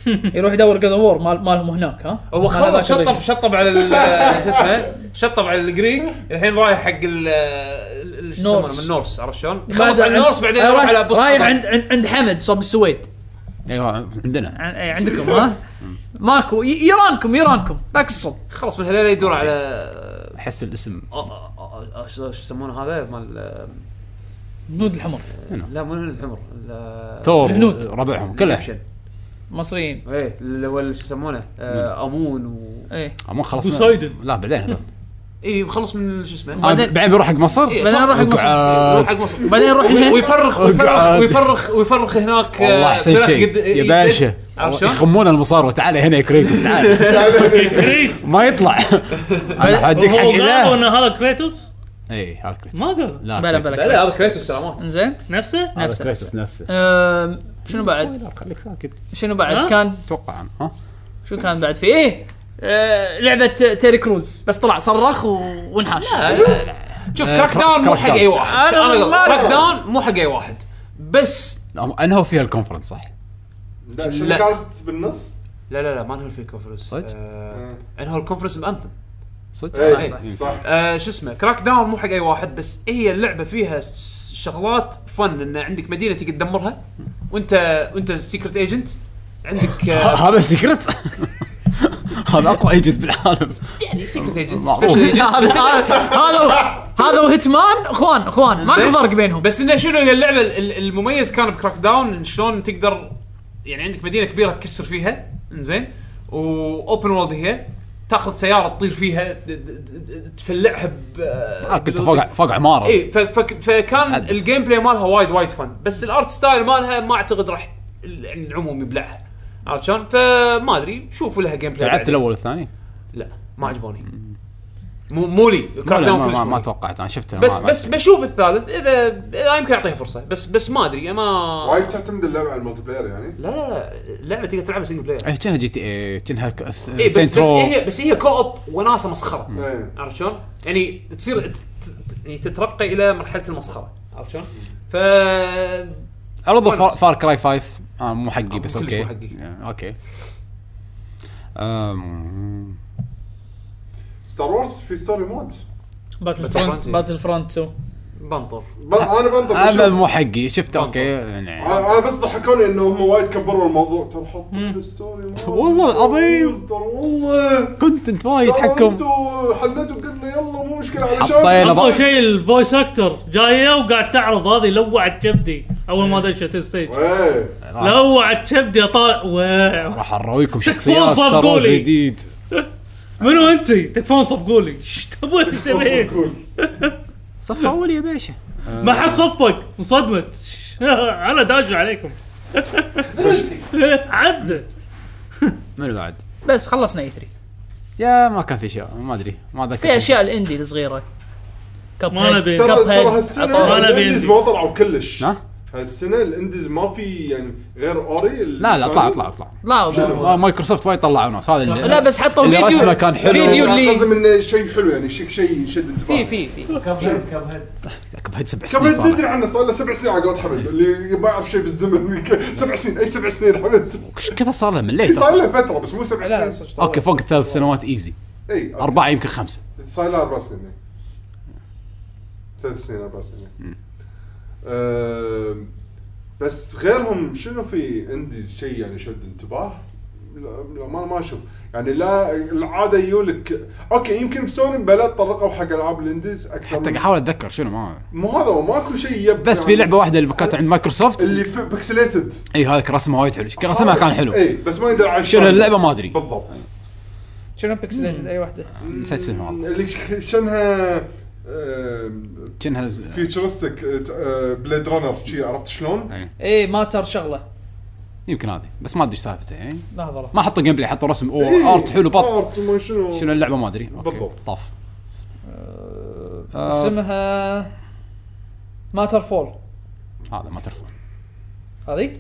S5: يروح يدور جود وور مال مالهم هناك ها
S4: هو
S5: مال هذاك
S4: خلص شطب
S5: الريس.
S4: شطب على ال- شو اسمه شطب على الجريك الحين رايح حق ال ال- شو يسمونه
S5: نورس.
S4: من النورس عرفت شلون؟
S5: بعد
S4: خلص على
S5: عند-
S4: النورس بعدين
S5: آه،
S4: يروح
S5: رايح-
S4: على بوس
S5: رايح عند عند عند حمد صوب السويد
S2: ايوه عندنا
S5: عن- إيه، عندكم ها ماكو ي- يرانكم يرانكم ذاك الصوب
S4: خلص من هذول يدور على
S2: احس الاسم
S4: آه، آه، آه، آه، شو يسمونه هذا مال آه،
S5: الهنود الحمر
S4: لا مو الهنود الحمر ال-
S2: ثور
S5: الهنود.
S2: ربعهم كله
S4: الإيجيبشن.
S5: مصريين
S4: ايه اللي هو شو يسمونه آه، امون و
S5: ايه
S2: اما خلاص
S6: بوسايدن.
S2: لا بعدين هذول
S4: اي مخلص من شو اسمه
S2: بعدين بعدين بيروح حق مصر
S4: إيه،
S5: بعدين نروح حق مصر.
S2: وقعات.
S4: يروح حق مصر
S5: بعدين نروح الهند
S4: ويفرخ
S2: وقعات.
S4: ويفرخ ويفرخ ويفرخ هناك آه،
S2: والله احسن
S4: فراخ
S2: شيء
S4: قد-
S2: يا
S4: إيد-
S2: باشا
S4: عرفت شلون؟
S2: يخمون المصار وتعال هنا يا كريتوس تعال
S6: إيه.
S2: ما يطلع انا هديك حق
S6: هو قالوا ان
S2: اله
S6: هذا كريتوس
S2: اي هذا كريتوس
S6: ما قالوا
S2: لا
S5: بلا،
S2: كريتوس.
S5: بلا.
S4: لا هذا كريتوس سلامات
S5: انزين
S6: آه، نفسه؟
S2: هذا
S5: نفسه،
S2: كريتوس نفسه
S5: أم، شنو بعد؟
S2: خليك ساكت
S5: شنو بعد؟
S6: ها؟
S5: كان
S2: اتوقع أنا، ها
S5: شو كان بعد في ايه؟ آه، لعبة تيري كروز بس طلع صرخ و- وانحاش
S4: شوف
S2: آه،
S4: كراك داون مو
S2: كراك
S4: حق
S2: داون.
S4: اي واحد
S5: أنا
S4: انا أقول
S5: ما
S4: كراك
S5: أدري.
S4: داون مو حق اي واحد بس
S2: أم- انهوا فيها الكونفرنس صح
S3: لا شنو
S4: لا.
S3: كانت بالنص؟
S4: لا لا لا ما انهوا الفي كونفرنس
S2: صدق؟
S4: آه، انهوا الكونفرنس بانثم
S2: صدق
S3: اي
S4: صح.
S3: إيه، صح
S4: آه، شو اسمه كراك داون مو حق اي واحد بس هي اللعبه فيها س- شغلات فن ان عندك مدينه تقدر تدمرها وانت وانت سيكرت ايجنت عندك آه،
S2: هذا سيكرت هذا اقوى ايجنت بالعالم
S4: يعني سيكرت ايجنت
S2: معروف.
S4: سبيشل ايجنت
S5: هذا هذا هذا وهيتمان اخوان اخوان ماكو فرق بينهم
S4: بس انه شنو هي اللعبه ال- المميز كان بكراك داون إن شلون تقدر يعني عندك مدينه كبيره تكسر فيها انزين واوبن وولد هي تاخذ سياره تطير فيها د- د- د- تفلعها ب
S2: آه، كنت فوق فوق عماره
S4: اي ف- فك- فكان
S2: عدل.
S4: الجيم بلاي مالها وايد وايد فن بس الارت ستايل مالها ما اعتقد راح ال- يعني العموم يبلعها عرفت شلون؟ فما ادري شوفوا لها جيم بلاي
S2: لعبت
S4: بعدين.
S2: الاول والثاني
S4: لا ما عجبوني مو مو لي
S2: ما,
S4: كراك
S2: لا،
S4: داون
S2: ما,
S4: كلش
S2: ما,
S4: مو لي.
S2: ما توقعت انا شفتها
S4: بس
S2: ما-
S4: بس بشوف الثالث اذا اذا يمكن اعطيها فرصه بس بس ما ادري ما
S3: وايد تعتمد اللعبه على الملتي بلاير يعني
S4: لا لا لا اللعبه تقدر تلعبها سنجل بلاير
S2: ايه كأنها جي تي اي كأنها ك-
S4: إيه بس بس
S2: سنترو
S4: هي بس هي كو اوب وناسه مسخره
S3: إيه.
S4: عرفت شلون؟ يعني تصير ت- ت- يعني تترقى الى مرحله المسخره عرفت شلون؟ ف
S2: عرضوا فار, فار كراي 5 آه مو حقي بس
S4: كلش
S2: اوكي
S4: مو حقي.
S2: يعني اوكي أم...
S3: ستار وورز في ستوري مود
S5: باتل فرونت باتل فرونت 2
S4: بنطر
S3: ب- انا بنطر
S2: أنا
S3: بشوف.
S2: آه، مو حقي شفته اوكي يعني
S3: انا أنا بس ضحكوني انه هم وايد كبروا الموضوع ترى حطوا الستوري مود
S2: والله العظيم.
S3: ترى والله
S2: كنت انت وايد
S3: ترى
S2: حكم
S3: انتوا حليتوا قلنا يلا مو مشكله علشان
S2: حطينا
S6: اول
S2: بق...
S6: شيء الفويس اكتر جايه وقاعد تعرض هذه لوعت كبدي اول ما دشت الستيج
S3: ايه
S6: لوعت كبدي طالع واو
S2: راح ارويكم
S6: شكوى
S2: شخصيات ستار وورز
S6: صرقولي.
S2: جديد
S6: منو انت؟ تكفون صفقولي ايش تبون
S5: إيه.
S6: تسوي؟
S2: صفقوا لي يا باشا
S6: ما حد صفق انصدمت انا داجر عليكم عدى
S2: من بعد
S5: بس خلصنا اي 3
S2: يا ما كان في شيء ما ادري ما ذكرت
S5: في اشياء الاندي الصغيره كب
S6: ما نبي.
S5: هيد
S3: ترى
S5: كب
S3: ترى
S5: هيد
S3: هالسنه
S6: عطاها. أنا
S3: الانديز
S6: بيدي.
S3: ما طلعوا كلش
S2: ها؟
S3: هالسنه الانديز ما في يعني غير اوري
S2: لا لا اطلع اطلع اطلع
S5: لا والله.
S2: آه، مايكروسوفت وايد طلعوا ناس هذا اللي
S5: لا بس حطوا
S2: اللي رسمه
S5: فيديو
S2: كان حلو.
S5: فيديو
S3: لازم
S5: اللي
S3: انه شيء حلو يعني شيء شيء يشد
S5: في
S3: انتباه
S5: في في
S8: كم هيد كم هيد
S2: كم هيد سبع سنين
S3: كم ندري
S2: صار
S3: عنه صار له سبع سنين على قولت حمد اللي ما يعرف شيء بالزمن سبع سنين اي سبع سنين حمد
S2: وش كذا صار له مليت
S3: صار
S2: اصلا
S3: له فتره بس مو سبع
S4: لا
S3: سنين إيه،
S4: صدق
S2: اوكي فوق الثلاث سنوات ايزي
S3: اي
S2: اربعه يمكن خمسه
S3: صار له اربع سنين ثلاث سنين اربع سنين أم، بس غيرهم شنو في انديز شيء يعني شد انتباه؟ لا لا، ما ما اشوف يعني لا العاده يولك اوكي يمكن سوني بلا تطرقوا حق العاب الانديز اكثر
S2: حتى قاعد
S3: من-
S2: احاول اتذكر شنو ما
S3: مو هذا هو، ماكو شيء يب
S2: بس في
S3: يعني
S2: لعبه واحده اللي كانت عند مايكروسوفت
S3: اللي في بكسليتد
S2: اي هذاك رسمها وايد حلو كان رسمها كان حلو
S3: اي بس ما يدري عن
S2: شنو اللعبه ما ادري
S3: بالضبط
S4: شنو بيكسليتد اي واحده
S2: نسيت اسمها والله
S3: اللي شنها
S2: كانها
S3: فيوتشرستك بليد رانر شي عرفت شلون؟
S2: نعم.
S5: إيه،
S4: اي ما تر شغله
S2: يمكن هذه بس ما ادري ايش سالفته يعني
S4: لحظه
S2: ما حطوا جيم بلاي حطوا رسم او
S3: إيه،
S2: ارت حلو بط
S3: ارت ما شنو
S2: شنو اللعبه ما ادري أوكي،
S3: بالضبط.
S2: طاف آه،
S4: اسمها ماتر فول
S2: هذا ما ترفع
S4: هذه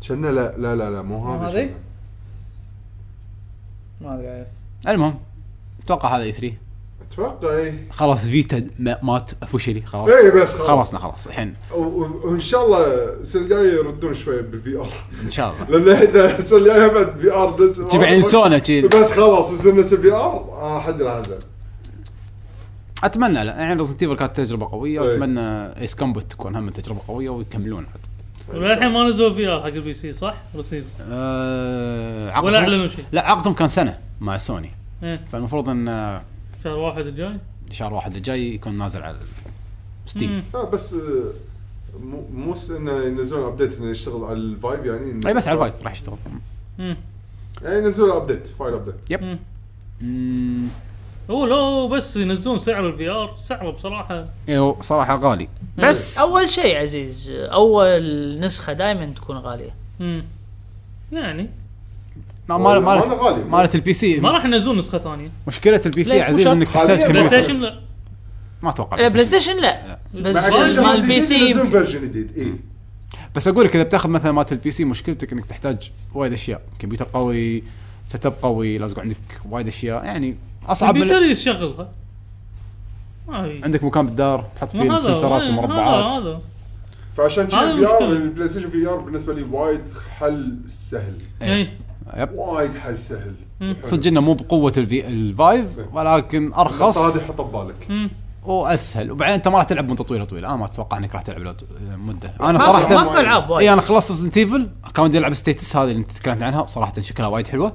S3: شنو لا لا لا لا مو هذا
S4: هذه؟
S3: شنو.
S4: ما ادري عاد.
S2: المهم اتوقع هذا اي 3
S3: اتوقع اي
S2: خلاص فيتا ما- مات اوفشلي خلاص
S3: اي بس خلاص
S2: خلصنا خلاص الحين
S3: و- و- وان شاء الله السنه الجايه يردون شويه بالفي ار
S2: ان شاء الله
S3: لان اذا السنه الجايه بعد في ار بس آه،
S2: تبعين سونا شي.
S3: بس خلاص يصير نفس الفي ار احد راح يزعل.
S2: اتمنى لا يعني ريزنت ايفل كانت تجربه قويه
S3: إيه.
S2: واتمنى ايس كومبت تكون هم تجربه قويه ويكملون عاد
S6: للحين ما نزلوا في ار حق البي سي صح؟ رصيد
S2: أه
S6: ولا
S2: عقدهم-
S6: أعلنوا شيء.
S2: لا عقدهم كان سنه مع سوني
S6: إيه.
S2: فالمفروض ان آه،
S6: شهر واحد الجاي
S2: شهر واحد الجاي يكون نازل على ستيم
S6: مم.
S3: آه، بس آه، مو مو س- انه ينزلون ابديت انه يشتغل على الفايب يعني
S2: اي بس على الفايف راح يشتغل
S6: مم.
S3: يعني ينزلون ابديت فايل ابديت
S2: يب
S6: مم.
S2: مم.
S6: هو لو بس ينزلون سعر الفي ار سعره بصراحه
S2: ايوه صراحه غالي بس
S5: اول شيء عزيز اول نسخه دائما تكون غاليه
S6: مم. يعني
S2: ما ما
S3: ما
S2: مالت
S3: أنا غالي.
S2: مالت البي سي
S6: ما راح ينزلون نسخه ثانيه
S2: مشكله البي سي
S5: ليش؟
S2: عزيز
S5: مو
S2: انك
S5: شرط.
S2: تحتاج
S3: حالياً
S6: بلاي
S2: كمبيوتر
S6: ستيشن لا
S2: ما اتوقع
S6: إيه،
S5: لا،
S2: بلاي
S5: بلاي
S2: ستيشن.
S5: ستيشن إيه، لا بس
S3: مع كل جهاز جديد
S5: مال البي
S3: ينزلون
S5: سي
S3: فيرجن جديد اي
S2: بس اقول لك اذا بتاخذ مثلا مالت البي سي مشكلتك انك تحتاج وايد اشياء كمبيوتر قوي سيت اب قوي لازم عندك وايد اشياء يعني اصعب
S6: الكمبيوتر
S2: من
S6: يشغلها ما في.
S2: عندك مكان بالدار تحط
S6: ما
S2: فيه
S6: هذا-
S2: السنسرات
S6: هذا-
S2: والمربعات
S6: هذا
S3: فعشان كذا
S6: هذه
S3: الفي ار
S6: المشكلة.
S3: البلاي ستيشن في ار بالنسبه لي وايد حل سهل
S6: اي
S2: يب.
S3: وايد حل سهل
S2: صدق انه مو بقوه الفي... الفايف ولكن
S3: خاص
S2: ارخص
S3: هذه حطها ببالك
S2: واسهل وبعدين انت ما راح تلعب مده طويله طويله انا ما اتوقع انك راح تلعب لو- مده انا
S5: صراحه
S2: صراحه
S5: ماكو العاب
S2: اي
S5: وايد
S2: انا إيه، خلصت ريزنت ايفل كان ودي العب ستيتس هذه اللي انت تكلمت عنها صراحه شكلها وايد حلوه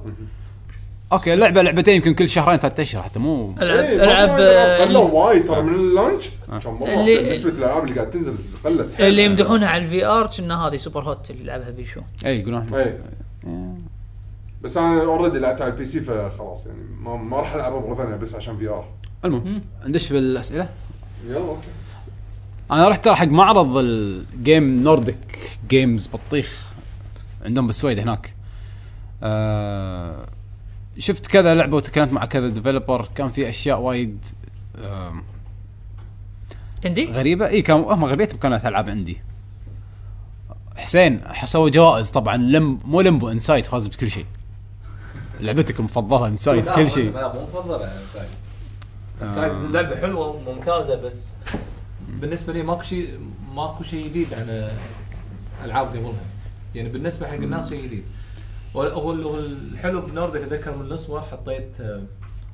S2: اوكي لعبه لعبتين يمكن كل شهرين ثلاث اشهر حتى مو
S5: العب
S3: إيه، ما
S5: العب
S3: وايد ألعاب. قلوا
S5: آه،
S3: وايد ترى من اللانش كان مره
S5: اللي-
S3: نسبه الالعاب اللي قاعد تنزل قلت حيل.
S5: اللي يمدحونها على الفي ار كنا هذه سوبر هوت اللي لعبها بيشو
S2: اي يقولون
S3: إيه. بس انا اوريدي لعبت على البي سي فخلاص يعني ما, ما راح العبها مره ثانيه بس عشان في ار
S2: المهم ندش بالاسئله
S3: يلا اوكي
S2: انا رحت ترى حق معرض الجيم نورديك جيمز بطيخ عندهم بالسويد هناك آه شفت كذا لعبه وتكلمت مع كذا ديفلوبر كان في اشياء وايد آم،
S5: عندي
S2: غريبه اي كان هم غالبيتهم كانت العاب عندي حسين سوى جوائز طبعا لم مو لمبو انسايد فاز بكل شيء لعبتك المفضله انسايد طيب، كل شيء آه،
S8: لا مو يعني، طيب. مفضله أنا سايد سايد لعبه حلوه وممتازه بس بالنسبه لي ماكو شيء ماكو شيء جديد عن العاب قبلها يعني بالنسبه حق الناس شيء جديد ولا- هو هو الحلو بنوردك اتذكر من الاسمر حطيت آه،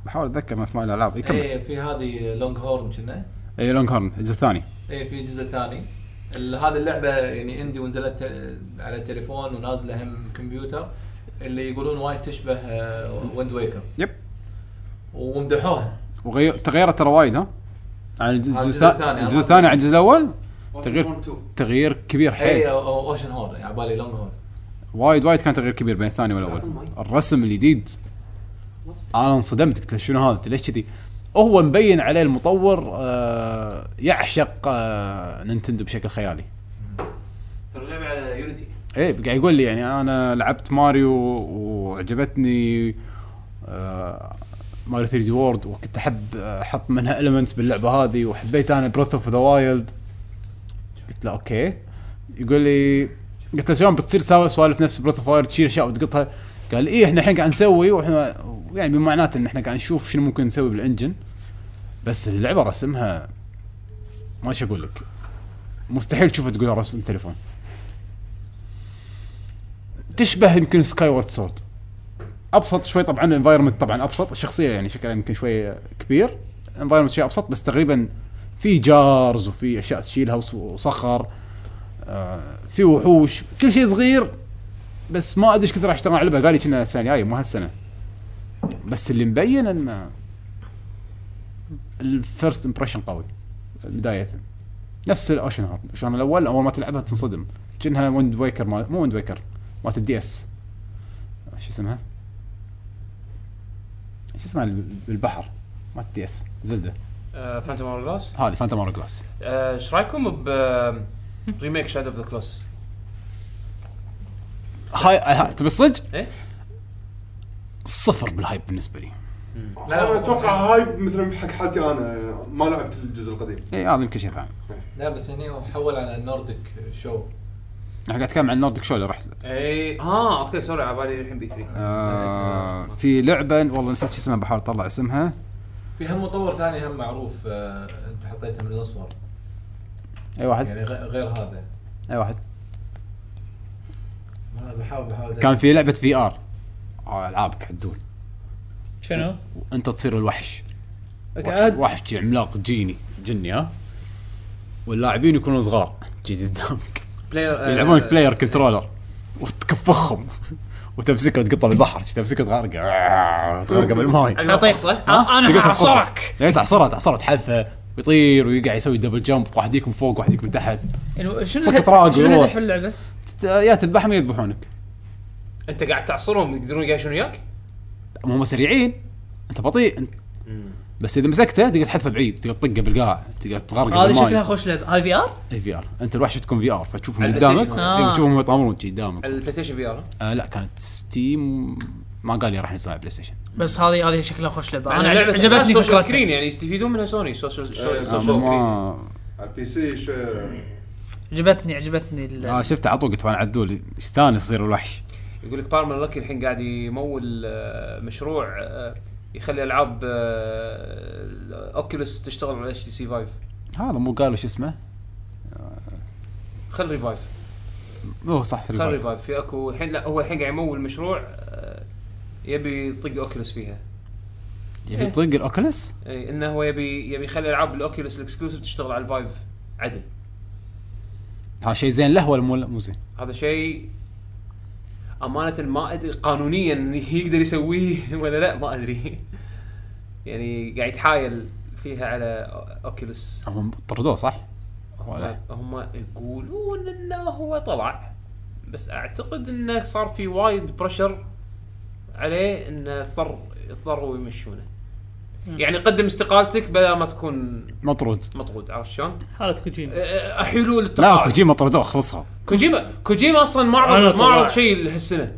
S2: بحاول اتذكر من اسماء الالعاب اي كمل
S8: ايه في هذه لونج هورن كنا
S2: اي لونج هورن الجزء الثاني
S8: ايه في جزء ثاني ال- هذه اللعبه يعني اندي ونزلت ت- على التليفون ونازله هم كمبيوتر اللي يقولون وايد تشبه ويند ويكر
S2: يب
S8: ومدحوها
S2: وغير تغيرت ترى وايد ها عن الجزء
S8: على الجزء
S2: الثاني
S8: الثاني.
S2: الجزء الثاني عن الجزء الاول تغيير
S4: 2
S2: تغيير كبير
S8: اي
S2: حيل
S8: إيه، أو- أو اوشن هورن على بالي لونج هورن
S2: وايد وايد كان تغيير كبير بين الثاني والاول الرسم الجديد انا انصدمت قلت له شنو هذا قلت له ليش كذي هو مبين عليه المطور آه يعشق آه نينتندو بشكل خيالي
S4: ترى اللعبه على يونيتي
S2: ايه قاعد يقول لي يعني انا لعبت ماريو وعجبتني آه، ماريو 3 دي وورد وكنت احب احط منها المنتس باللعبه هذه وحبيت انا بروث اوف ذا وايلد قلت له اوكي يقول لي قلت له شلون بتصير سوا- سوالف نفس بروث اوف وايلد تشيل اشياء وتقطها قال ايه احنا الحين قاعد نسوي واحنا يعني بمعناته ان احنا قاعد نشوف شنو ممكن نسوي بالانجن بس اللعبه رسمها ما ايش اقول لك مستحيل تشوفها تقول رسم تليفون تشبه يمكن سكاي وورد سورد ابسط شوي طبعا الانفايرمنت طبعا ابسط الشخصيه يعني شكلها يمكن شوي كبير الانفايرمنت شيء ابسط بس تقريبا في جارز وفي اشياء تشيلها وص- وصخر آه في وحوش كل شيء صغير بس ما ادري ايش كثر راح اشتغل على اللعبه قال لي كنا السنه الجايه مو هالسنه بس اللي مبين ان الفيرست امبريشن قوي بدايه نفس الاوشن هارد الاوشن الاول اول ما تلعبها تنصدم كأنها ويند ويكر ما مو ويند ويكر مالت الدي اس شو اسمها؟ شو اسمها اللي بالبحر مالت الدي اس زلده
S4: فانتوم اور جلاس
S2: هذه فانتا مارو جلاس
S4: ايش رايكم آه، ب ريميك شاد اوف ذا كلوسس
S2: هاي ها- تبي الصج؟
S4: إيه.
S2: صفر بالهايب بالنسبه لي
S8: لا،
S3: انا
S8: لا.
S3: اتوقع هاي مثلا حق حالتي انا ما لعبت الجزء القديم
S2: اي إيه، هذا يمكن شيء ثاني
S8: لا بس هني هو حول على النورديك شو
S2: احنا قاعد اتكلم عن نورديك شو اللي رحت له.
S4: اي اه اوكي سوري على بالي الحين بي 3
S2: آه في لعبه والله نسيت شو اسمها بحاول اطلع اسمها
S8: في هم مطور ثاني هم معروف آه، انت حطيته من الاسمر
S2: اي واحد
S8: يعني غ- غير هذا
S2: اي واحد
S8: ما بحاول بحاول
S2: كان في لعبه في ار العابك آه، عدول
S5: شنو؟
S2: انت تصير الوحش وحش,
S5: اقعد
S2: وحش جي عملاق جيني جني ها واللاعبين يكونوا صغار جي قدامك
S4: بلاير
S2: يلعبون
S5: آه.
S2: بلاير كنترولر وتكفخهم وتمسكه وتقطه بالبحر تمسكه تغرقه تغرقه بالماي
S5: اعطيك
S2: ها؟
S5: انا
S2: تقدر تفصل.
S5: اعصرك
S2: يعني تعصره تعصره تحفه ويطير ويقع يسوي دبل جمب واحد يجيك من فوق واحد يجيك من تحت
S5: يعني شنو
S2: سكت
S5: الهدف-
S2: راجل
S5: شنو
S2: والله.
S5: هدف اللعبه؟
S2: تت- يا تذبحهم يا يذبحونك
S4: انت قاعد تعصرهم يقدرون يقاشون وياك؟
S2: ما هم سريعين انت بطيء انت بس اذا مسكته تقدر تحذفه بعيد تقدر تطقه بالقاع تقدر تغرقه
S5: هذه شكلها
S2: بالماي
S5: خوش لعبه هاي في ار؟
S2: اي في ار انت الوحش تكون في ار فتشوفهم
S4: على البلاي
S2: قدامك
S5: ستيشن.
S2: إيه، تشوفهم يطامرون شي قدامك
S4: على البلاي ستيشن في ار
S2: آه لا كانت ستيم ما قال لي راح نسويها بلاي ستيشن
S5: بس هذه هذه شكلها خوش لعبه انا
S4: انا لعبه
S5: عجبتني
S4: سوشيال
S5: فكرتها
S4: سكرين يعني يستفيدون منها سوني سوشيال
S3: آه،
S4: سوشيال
S2: آه
S3: سوشيال
S4: سكرين
S2: ما
S3: على البي سي شو
S5: عجبتني عجبتني ال-
S2: آه شفت عطوا قلت وانا عدول استانس يصير الوحش
S4: يقول لك بارمان لكي الحين قاعد يمول آه، مشروع آه، يخلي العاب اوكيولس تشتغل على اتش تي سي فايف
S2: هذا مو قالوا شو اسمه
S4: خل ريفايف
S2: هو صح
S4: خل
S2: في
S4: ريفايف في اكو الحين لا هو الحين قاعد يمول مشروع آه، يبي يطق اوكيولس فيها
S2: يبي يطق الاوكلس
S4: اي انه هو يبي يبي يخلي العاب الاوكيولس الاكسكلوسيف تشتغل على الفايف عدل
S2: ها شيء زين له ولا مو مو زين
S4: هذا شيء امانه ما ادري قانونيا يقدر يسويه ولا لا ما ادري يعني قاعد يتحايل فيها على اوكيولس
S2: هم طردوه صح؟ ولا.
S4: هم, هم يقولون انه هو طلع بس اعتقد انه صار في وايد بريشر عليه انه اضطر اضطروا يمشونه يعني قدم استقالتك بلا ما تكون
S2: مطرود
S4: مطرود عرفت شلون؟
S6: حاله كوجيما
S4: أه، أه، حلول
S2: لا
S4: التقاعد
S2: كوجيما طردوه خلصها
S4: كوجيما كوجيما اصلا ما
S6: أنا
S4: عرض ما
S6: طلع.
S4: عرض شيء هالسنه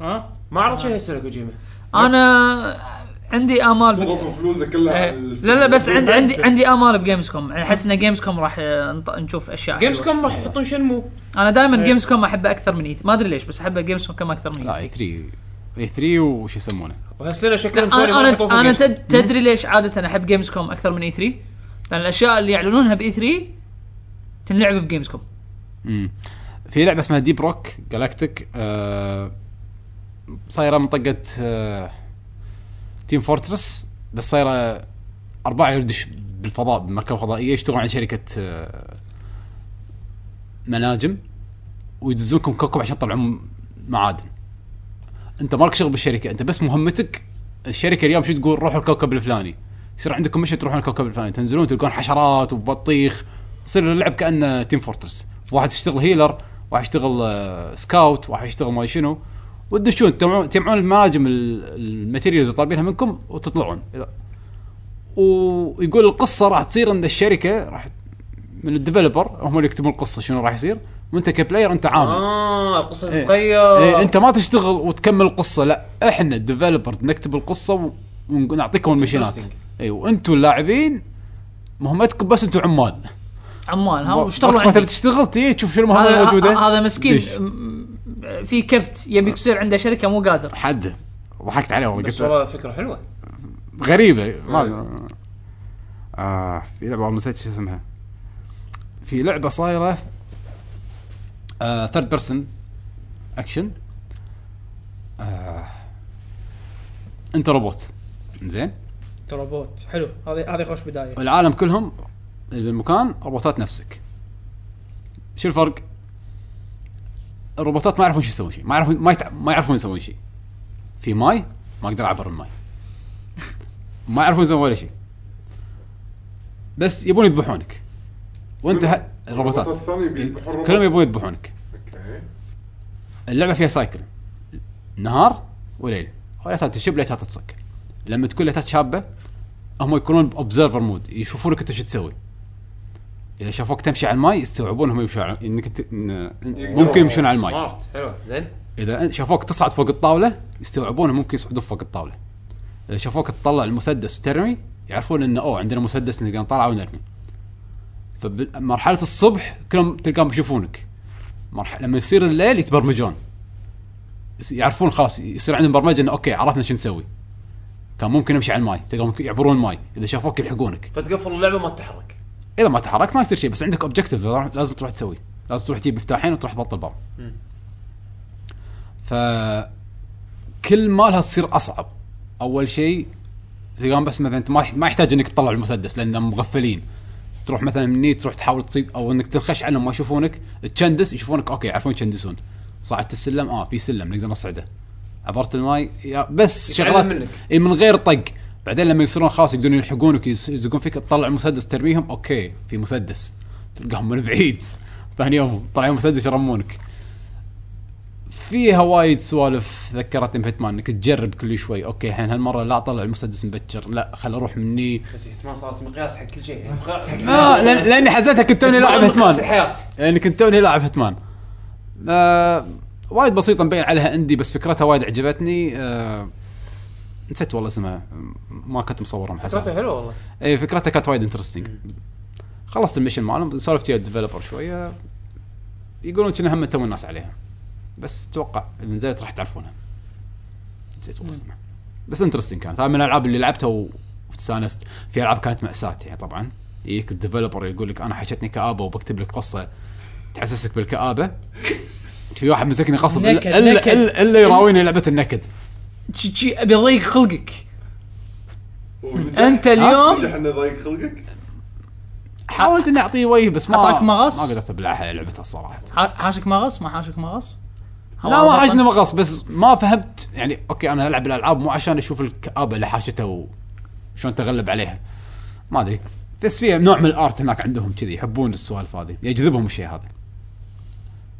S6: ها
S4: ما عرض شيء هالسنه كوجيما
S5: انا عندي امال بال-
S3: صرفوا فلوسه كلها
S5: إيه.
S3: على ال-
S5: لا لا بس عندي عندي عندي يعني امال بجيمز كوم احس ان جيمز كوم راح آه، نط- نشوف اشياء
S4: جيمز
S5: حلوة.
S4: كوم راح يحطون شنمو
S5: انا دائما جيمز كوم احبه اكثر من ايت ما ادري ليش بس احب جيمز كوم اكثر من
S2: إيه.
S5: E
S2: لا إيه.
S5: ايت
S2: اي 3 اي 3 إيه وش يسمونه
S4: وهالسنه شكلهم سوري
S5: انا
S4: ما
S5: انا
S4: يحطون
S5: انا
S4: Gamescom.
S5: تد- تدري ليش عاده احب جيمز كوم اكثر من E اي 3 لان الاشياء اللي يعلنونها باي 3 تنلعب بجيمز كوم
S2: امم في لعبه اسمها ديب روك جالاكتيك آه صايره منطقه آه، تيم فورترس بس صايره اربعه يردش بالفضاء بمركبه فضائيه يشتغلون على شركه آه، مناجم ويدزونكم كوكب عشان تطلعون معادن انت مالك شغل بالشركه انت بس مهمتك الشركه اليوم شو تقول روحوا الكوكب الفلاني يصير عندكم مش تروحون الكوكب الفلاني تنزلون تلقون حشرات وبطيخ يصير اللعب كانه تيم فورترس واحد يشتغل هيلر واحد يشتغل آه، سكاوت واحد يشتغل ما شنو وتدشون تجمعون تجمعون المناجم ال- الماتيريالز اللي طالبينها منكم وتطلعون إذا- ويقول القصه راح تصير ان الشركه راح من الديفلوبر هم اللي يكتبون القصه شنو راح يصير وانت كبلاير انت عامل
S4: آه.
S10: اه القصه
S2: إيه.
S10: تتغير
S5: آه.
S2: إيه انت ما تشتغل وتكمل القصه لا احنا الديفلوبر نكتب القصه ونعطيكم المشينات اي وانتم اللاعبين مهمتكم بس انتم عمال
S5: عمال ها آه، واشتغلوا
S2: وقت ما تبي
S5: عندي
S2: تشتغل تي تشوف شنو المهمه
S5: هذا
S2: الموجوده
S5: ه- هذا مسكين
S2: دش.
S5: م- في كبت يبي يصير عنده شركه مو قادر
S2: حد ضحكت عليه والله
S10: بس
S2: قلت له
S10: والله فكره حلوه
S2: غريبه ما آه في لعبه والله نسيت شو اسمها في آه، لعبه صايره ثيرد بيرسون اكشن آه، انت روبوت زين
S5: روبوت حلو هذه هذه خوش بدايه
S2: العالم كلهم اللي بالمكان روبوتات نفسك شو الفرق؟ الروبوتات ما يعرفون شو يسوون شيء ما يعرفون ما, يتع... ما يعرفون يسوون شيء في ماي ما اقدر اعبر الماي ما يعرفون يسوون ولا شيء بس يبون يذبحونك وانت ه... الروبوتات
S3: الروبوتات الثانية بيذبحون الروبوت.
S2: كلهم يبون يذبحونك
S5: إيه.
S3: اوكي
S2: اللعبه فيها سايكل نهار وليل ليتات تشب ليتات تصك لما تكون ليتات شابه هم يكونون باوبزرفر مود يشوفونك انت شو تسوي اذا شافوك تمشي على الماي يستوعبون هم يمشون على انك انت إن- إن- ممكن يمشون على الماي
S10: سمارت حلو زين
S2: اذا شافوك تصعد فوق الطاوله يستوعبون ممكن يصعدون فوق الطاوله اذا شافوك تطلع المسدس وترمي يعرفون انه اوه عندنا مسدس نقدر نطلعه ونرمي فمرحله الصبح كلهم تلقاهم يشوفونك مرحله لما يصير الليل يتبرمجون يس- يعرفون خلاص يصير عندهم برمجه انه اوكي عرفنا شو نسوي كان ممكن نمشي على الماي تلقاهم ممكن يعبرون الماي اذا شافوك يلحقونك
S10: فتقفل اللعبه ما تتحرك
S2: اذا ما تحركت ما يصير شيء بس عندك اوبجكتيف لازم تروح تسوي لازم تروح تجيب مفتاحين وتروح تبطل بار ف كل مالها تصير اصعب اول شيء تلقاهم بس مثلا انت ما ما يحتاج انك تطلع المسدس لانهم مغفلين تروح مثلا مني تروح تحاول تصيد او انك تنخش عليهم ما يشوفونك تشندس يشوفونك اوكي يعرفون يشندسون صعدت السلم اه في سلم نقدر نصعده عبرت الماي يا بس
S10: يتعلم
S2: شغلات
S10: منك.
S2: اي من غير طق بعدين لما يصيرون خلاص يقدرون يلحقونك يز- يزقون فيك تطلع المسدس ترميهم اوكي في مسدس تلقاهم من بعيد ثاني يوم طلعوا مسدس يرمونك فيها وايد سوالف ذكرتني بهيتمان انك تجرب كل شوي اوكي الحين هالمره لا اطلع المسدس مبكر لا خل اروح مني
S10: بس
S4: إيه،
S10: اهتمام صارت مقياس حق كل شيء يعني مقياس حق
S2: آه لأن- لاني حزتها كنت توني لاعب
S10: مقياس
S2: هيتمان
S10: الحياه
S2: لاني كنت توني لاعب هيتمان آه وايد بسيطه مبين عليها اندي بس فكرتها وايد عجبتني آه نسيت والله اسمها ما كنت مصورها
S10: فكرته
S2: محسن
S10: حلوه والله
S2: اي إيه، فكرتها كانت وايد انترستنج خلصت المشن مالهم سولفت ويا الديفلوبر شويه يقولون كنا هم تو الناس عليها بس اتوقع اذا نزلت راح تعرفونها نسيت والله اسمها بس انترستنج كانت هذا من الالعاب اللي لعبتها و- واستانست في العاب كانت ماساه يعني طبعا يجيك الديفلوبر يقول لك انا حشتني كابه وبكتب لك قصه تحسسك بالكابه في واحد مسكني غصب
S5: نكد،
S2: الا إلا-
S5: نكد.
S2: الا الا يراويني لعبه النكد
S5: شي- شي ابي اضيق خلقك
S3: ونجح-
S5: انت اليوم
S3: نجح انه ضايق خلقك
S2: حاولت اني اعطيه وجه بس ما
S5: أعطاك مغص؟
S2: ما قدرت ابلعها لعبتها الصراحه
S5: ح- حاشك مغص ما حاشك مغص
S2: لا ما عجبني مغص بس ما فهمت يعني اوكي انا العب الالعاب مو عشان اشوف الكابه اللي حاشتها وشلون تغلب عليها ما ادري بس فيها نوع من الارت هناك عندهم كذي يحبون السوالف هذه يجذبهم الشيء هذا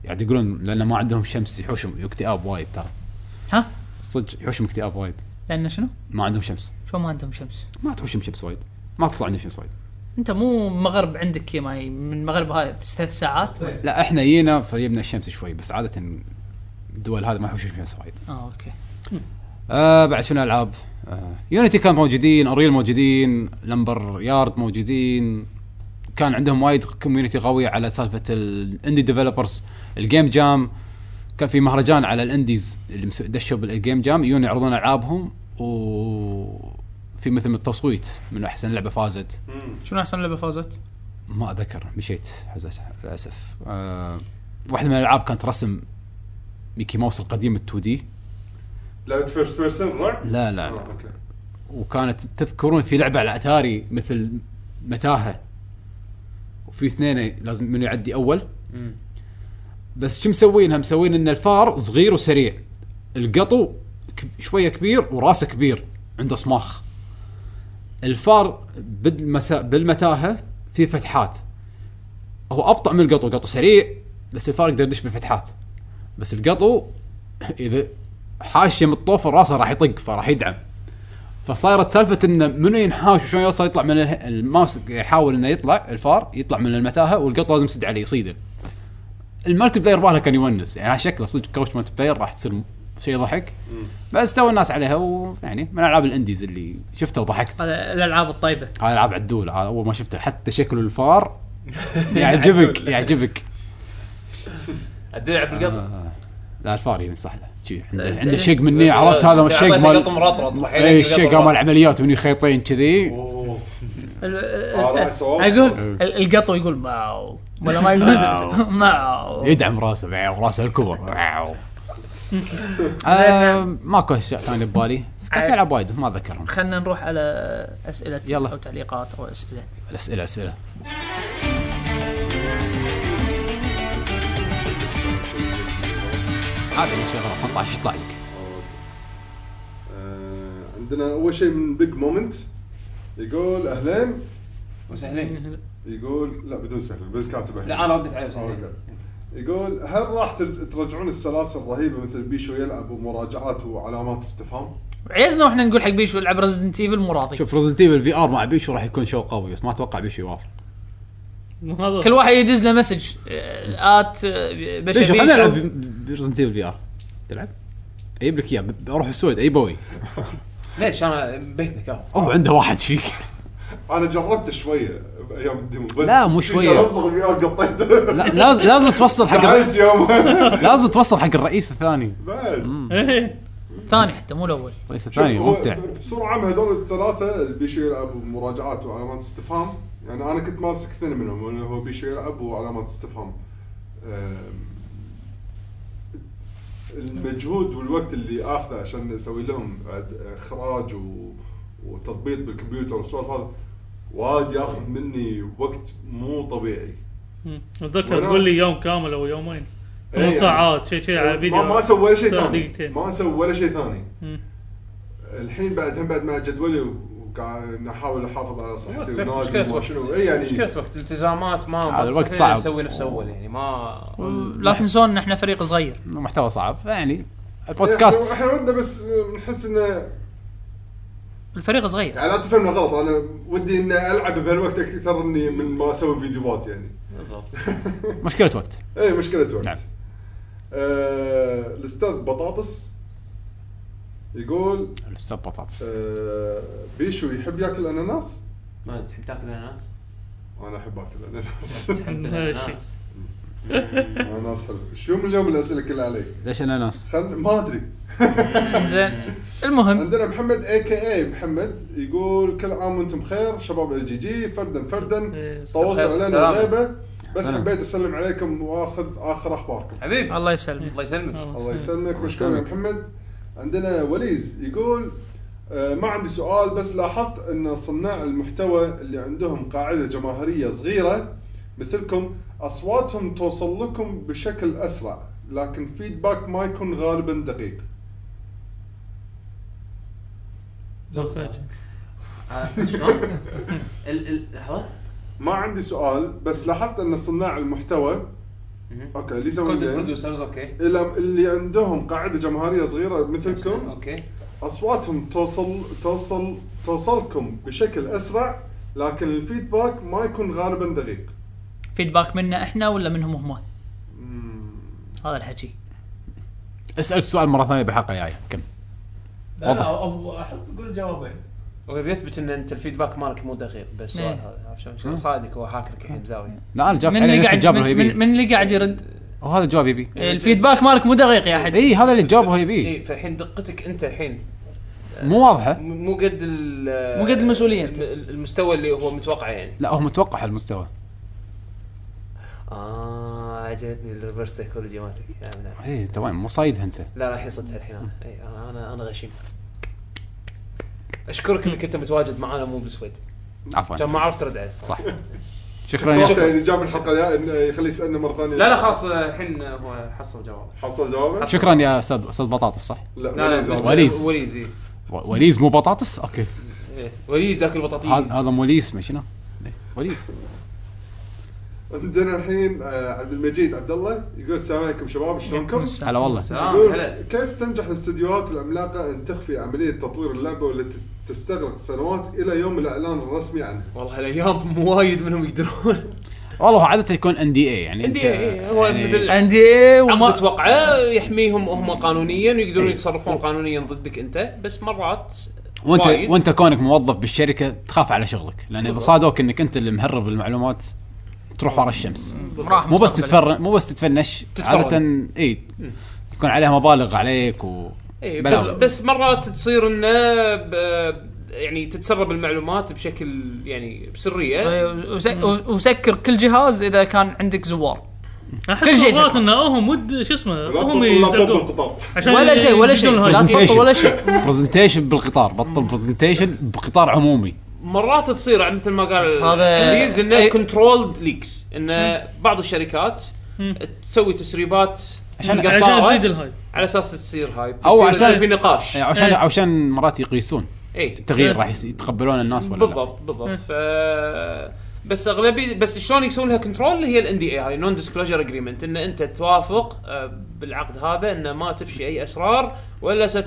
S2: يعني يقولون لان ما عندهم شمس يحوشهم اكتئاب وايد ترى
S5: ها؟
S2: صدق يحوشهم اكتئاب وايد
S5: لان شنو؟
S2: ما عندهم شمس
S5: شو ما عندهم شمس
S2: ما تحوشهم شمس وايد ما تطلع عندهم شمس وايد
S5: انت مو مغرب عندك يا ماي من المغرب هاي ثلاث ساعات اه
S2: لا احنا جينا فجبنا الشمس شوي بس عاده الدول هذه ما يحوشهم شمس وايد
S5: اوكي
S2: آه بعد شنو العاب؟ آه يونيتي كان موجودين، اريل موجودين، لمبر يارد موجودين كان عندهم وايد كوميونتي قوي على سالفه الاندي ديفلوبرز، الجيم جام كان في مهرجان على الانديز اللي مس- دشوا بالجيم جام يجون يعرضون العابهم و في مثل من التصويت من احسن لعبه فازت
S5: شنو احسن لعبه فازت؟
S2: ما اتذكر مشيت حزت للاسف آه واحده من الالعاب كانت رسم ميكي ماوس القديم ال 2 دي
S3: لعبه فيرست بيرسون رعب؟
S2: لا لا
S3: آه،
S2: لا
S3: اوكي
S2: وكانت تذكرون في لعبه على اتاري مثل متاهه وفي اثنين لازم منو يعدي اول بس شو مسوينها مسوين ان الفار صغير وسريع القطو كب- شويه كبير وراسه كبير عنده صماخ الفار بالمسا... بالمتاهه في فتحات هو ابطا من القطو قطو سريع بس الفار يقدر يدش بالفتحات بس القطو اذا حاشيه من الطوفه راسه راح يطق فراح يدعم فصارت سالفه انه منو ينحاش وشلون يوصل يطلع من اله- الماوس يحاول انه يطلع الفار يطلع من المتاهه والقط لازم يسد عليه يصيده. المالتي بلاير مالها كان يونس يعني على شكله صدق كوتش مالتي بلاير راح تصير م- شيء ضحك بس تو الناس عليها ويعني من العاب الانديز اللي شفتها وضحكت هاي
S5: هذا الالعاب الطيبه
S2: العاب عدول هذا اول ما شفته حتى شكل الفار يعجبك يعجبك
S4: الدلع بالقطر
S2: لا الفار ينصح له شي عنده
S5: أنت-
S2: عنده شق آه، مني عرفت هذا الشق
S4: مال
S2: مال إيه،
S4: مرطرط
S2: اي الشق مال العمليات وني خيطين كذي
S5: ال- ال-
S3: آه، رأي صواب.
S5: اقول ال- القطو يقول ماو ولا ما يقول ماو
S2: يدعم راسه معاو راسه الكبر معاو آه، ماكو اشياء ثانيه ببالي كان في العاب وايد بس ما اتذكرهم
S5: خلينا نروح على اسئله
S2: يلا.
S5: او تعليقات او اسئله
S2: الاسئله اسئله هذا اللي شغله 18 يطلع لك
S3: آه، عندنا اول شيء من بيج مومنت يقول اهلين
S4: وسهلين
S3: يقول لا بدون سهل بس كاتب أهلين.
S4: لا انا رديت عليه
S3: آه،
S4: وسهلين
S3: أوكي. يقول هل راح تر- ترجعون السلاسل الرهيبه مثل بيشو يلعب ومراجعات وعلامات استفهام؟
S5: عيزنا واحنا نقول حق بيشو العب ريزدنت ايفل مو راضي
S2: شوف ريزنت ايفل في ار مع بيشو راح يكون شو قوي بس ما اتوقع بيشو يوافق
S6: هذا
S5: كل واحد يدز له مسج آه، ات آه،
S2: بيشو
S5: بشا بيشو
S2: خلينا نلعب ريزنت ايفل في ار تلعب؟ اجيب لك اياه ب- اروح السويد اي بوي
S4: ليش انا بيتنا كهو
S2: اوه عنده واحد فيك
S3: انا جربته شويه بايام الديمو بس
S2: لا، مو شوية.
S3: الصق الفي ار قطيته
S2: لا لازم لازم توصل حق الر-
S3: زعلت يومها
S2: لازم توصل حق الرئيس الثاني
S3: بعد
S6: إيه.
S5: ثاني حتى مو الاول
S2: الرئيس الثاني
S3: هو
S2: ممتع
S3: بسرعه من هذول الثلاثه اللي بيشو يلعب ومراجعات وعلامات استفهام يعني انا كنت ماسك اثنين منهم اللي هو بيشو يلعب وعلامات استفهام أم، المجهود والوقت اللي اخذه عشان اسوي لهم بعد اخراج و... وتضبيط بالكمبيوتر والسوالف هذا وايد ياخذ مني وقت مو طبيعي
S6: مم. اتذكر تقول لي يوم كامل او يومين ثمان
S3: إيه.
S6: ساعات شيء شيء على فيديو
S3: ما ما اسوي ولا شيء
S6: ساعة
S3: ثاني
S6: دقيقتين
S3: ما اسوي ولا شيء ثاني
S6: مم.
S3: الحين بعد هم بعد مع جدولي وقاعد احاول احافظ على صحتي
S4: مشكلة-
S3: ونادي
S4: أيوة، مشكلة
S3: وما
S4: وقت.
S3: شنو اي يعني
S4: مشكلة وقت التزامات ما
S2: هذا
S4: ما
S2: الوقت
S4: تستطيع
S2: صعب.
S4: نسوي نفس اول يعني ما
S2: نعم.
S5: لا تنسون ان احنا فريق صغير
S2: محتوى صعب فيعني
S3: إيه، إحنا-
S2: البودكاست
S3: احنا ودنا بس نحس انه يعني
S5: الفريق صغير
S3: لا تفهمنا غلط انا ودي اني العب بهالوقت اكثر اني من ما اسوي فيديوهات يعني
S2: مشكله وقت
S3: اي مشكله
S2: نعم.
S3: وقت نعم. آه الاستاذ بطاطس يقول
S2: الاستاذ بطاطس
S3: آه بيشو يحب ياكل اناناس؟
S4: ما تحب تاكل اناناس
S3: انا احب اكل اناناس
S4: تحب
S6: هاي
S4: الاناناس
S3: اناناس حلو شو من اليوم الاسئله كلها عليك؟
S2: ليش انا ناس
S3: خل... ما ادري
S5: زين المهم
S3: عندنا محمد اي كي اي محمد يقول كل عام وانتم بخير شباب ال جي جي فردا فردا
S6: إيه.
S3: طولت
S4: بخير،
S3: علينا
S4: سلام.
S3: الغيبه بس
S2: سلام.
S3: حبيت اسلم عليكم واخذ اخر اخباركم
S4: حبيبي
S5: الله يسلمك
S4: الله يسلمك
S3: الله يسلمك
S2: يسلمك.
S3: مشكور يا محمد عندنا وليز يقول آه، ما عندي سؤال بس لاحظت ان صناع المحتوى اللي عندهم قاعده جماهيريه صغيره مثلكم اصواتهم توصل لكم بشكل اسرع لكن فيدباك ما يكون غالبا دقيق
S4: آه، شلون؟ ال- ال- لحظه
S3: ما عندي سؤال بس لاحظت ان صناع المحتوى
S4: مهم.
S3: اوكي اللي يسوون
S4: كونتنت
S3: جيم
S4: بروديوسرز اوكي
S3: الى اللي عندهم قاعده جماهيريه صغيره مثلكم
S4: اوكي
S3: اصواتهم توصل توصل توصلكم بشكل اسرع لكن الفيدباك ما يكون غالبا دقيق.
S5: فيدباك منا احنا ولا منهم هم هذا الحكي
S2: اسال السؤال مره ثانيه بالحلقه الجايه كم
S8: لا لا أبو- احب اقول جوابين
S4: هو بيثبت ان انت الفيدباك مالك مو دقيق بس السؤال
S5: إيه.
S4: هذا عارف شلون شلون صادك هو حاكرك الحين بزاويه
S2: لا انا
S5: من
S2: جاوبت عليه
S5: اللي
S2: نفس إيه.
S5: قاعد
S2: الجواب
S5: من,
S2: اللي
S5: من, إيه.
S2: يبيه
S5: من اللي قاعد يرد
S2: وهذا الجواب يبيه
S5: الفيدباك مالك مو دقيق يا احد
S2: اي هذا اللي الجواب هو
S5: إيه.
S2: يبيه
S4: اي إيه، فالحين دقتك انت الحين
S2: مو واضحه
S4: م- مو قد ال-
S5: مو قد المسؤولية أنت.
S4: الم- المستوى اللي هو متوقعه يعني
S2: لا هو متوقع المستوى
S4: اه عجبتني الريفرس سايكولوجي مالتك نعم نعم
S2: ايه انت وين مو صايدها انت
S4: لا راح يصدها الحين انا اي انا انا انا غشيم اشكرك انك انت متواجد معانا مو بالسويد
S2: عفوا
S4: كان ما عرفت ارد عليه
S2: صح.
S4: صح
S2: شكرا يا
S3: خلاص
S2: سعيد.
S3: يعني جاب الحلقه الجايه انه يخليه يسالنا مره ثانيه
S4: لا لا خلاص الحين هو حصل جواب
S3: حصل جوابه؟
S2: شكرا يا استاذ استاذ بطاطس صح
S3: لا
S4: لا
S3: ما
S4: لا
S3: لازم.
S4: بس-
S2: وليز.
S4: وليز إيه.
S2: و- وليز مو بطاطس اوكي
S4: إيه. وليز اكل
S2: هذا
S4: بطاطيس
S2: هذا مو ليس ما شنو ليه؟ وليس
S3: عندنا الحين آه، عبد المجيد عبد الله يقول السلام عليكم شباب شلونكم؟
S2: هلا والله
S4: سلام هلا
S3: يقول كيف تنجح الاستديوهات العملاقه ان تخفي عمليه تطوير اللعبه والتي تستغرق سنوات الى يوم الاعلان الرسمي عنها؟
S4: والله هالايام مو وايد منهم يقدرون
S2: والله هو عاده يكون ان دي اي يعني انت
S4: NDA
S5: إيه،
S4: هو مثل-
S5: عندي ايه
S4: عقد
S5: وما
S4: توقعه يحميهم هم قانونيا ويقدرون يتصرفون قانونيا ضدك انت بس مرات
S2: وانت
S4: وايد.
S2: وانت كونك موظف بالشركه تخاف على شغلك لان اذا صادوك انك انت اللي مهرب المعلومات تروح ورا الشمس
S5: راح
S2: مو بس
S5: مستقبل.
S2: تتفر مو بس تتفنش
S4: تتفرج.
S2: عاده اي يكون عليها مبالغ عليك و
S4: اي
S2: بلاوي.
S4: إيه، بس بس مرات تصير انه ب- يعني تتسرب المعلومات بشكل يعني بسريه
S5: إيه، وس- وسكر كل جهاز اذا كان عندك زوار كل شيء
S6: مرات
S5: سكر.
S6: انه هم ود شو اسمه
S3: لا
S6: هم
S3: تطلب
S6: يزعقون
S3: القطار
S6: عشان
S5: ولا شيء ولا شيء
S6: يزيدون
S5: لا
S6: الهايب.
S5: تحط ولا شيء
S2: برزنتيشن بالقطار بطل برزنتيشن بقطار عمومي
S4: مرات تصير مثل ما قال
S5: هذا-
S4: عزيز انه
S5: إي.
S4: كنترولد ليكس انه بعض الشركات
S6: مم.
S4: تسوي تسريبات
S2: عشان-
S4: مقطعة
S6: عشان تزيد الهايب
S4: على اساس تصير هايب
S2: أو
S4: يصير-
S2: عشان-
S4: يصير في نقاش
S2: يعني عشان
S6: إيه.
S2: عشان مرات يقيسون
S4: اي
S2: التغيير
S6: إيه.
S2: راح يس- يتقبلون الناس ولا لا
S4: بالضبط بالضبط ف بس اغلبيه بس شلون يسوون لها كنترول هي الان دي اي هاي نون ديسكلوجر اجريمنت ان انت توافق آه، بالعقد هذا ان ما تفشي اي اسرار ولا ست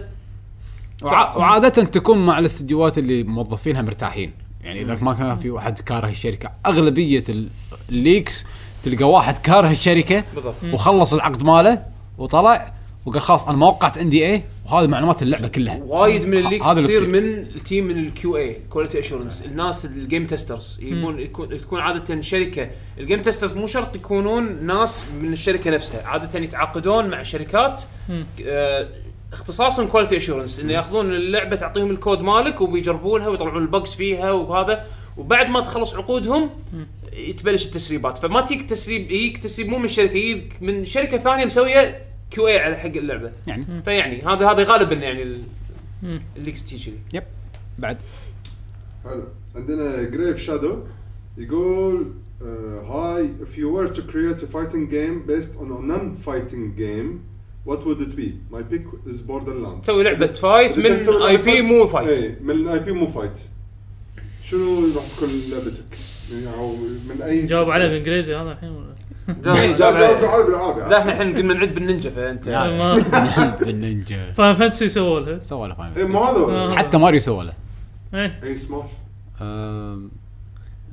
S2: وع- وعاده تكون مع الاستديوهات اللي موظفينها مرتاحين يعني اذا ما كان في واحد كاره الشركه اغلبيه ال- الليكس تلقى واحد كاره الشركه
S4: بالضبط
S2: وخلص العقد ماله وطلع وقال خلاص انا ما وقعت ان دي اي وهذه معلومات اللعبه كلها
S4: وايد من الليكس
S2: هذا اللي
S4: تصير
S2: تصير.
S4: من التيم من الكيو اي كواليتي اشورنس الناس الجيم تيسترز يبون يكون تكون عاده شركه الجيم تيسترز مو شرط يكونون ناس من الشركه نفسها عاده يتعاقدون مع شركات آه، اختصاصهم كواليتي اشورنس انه ياخذون اللعبه تعطيهم الكود مالك وبيجربونها ويطلعون البجز فيها وهذا وبعد ما تخلص عقودهم تبلش التسريبات فما تجيك تسريب يجيك تسريب مو من شركه يجيك من شركه ثانيه مسويه كيو اي على حق اللعبه
S2: يعني
S4: فيعني هذا هذا غالبا يعني ال- الليكس تي كذي
S2: يب بعد
S3: حلو عندنا جريف شادو يقول آه، هاي if you were to create a fighting game based on a non-fighting game what would it be? My pick is Borderlands.
S4: تسوي لعبه فايت
S3: إذا
S4: من
S3: تسوي لعبة
S4: اي بي مو فايت
S3: إيه، من الاي بي مو فايت. شنو راح تكون لعبتك؟ يعني أو من اي
S6: جاوب
S3: سلسلة؟
S6: عليه بالانجليزي هذا الحين
S3: لا جاوب بالعربي بالعربي
S4: لا احنا الحين قلنا نعد بالنينجا فانت
S6: ما-
S2: النينجا
S6: فاين فانتسي سووا لها
S2: سوى له
S4: إيه،
S3: اي مو
S2: فاينل
S3: إيه، هذا هو.
S6: آه.
S2: حتى ماريو سوى له
S6: إيه،
S3: اي سماش
S2: أم،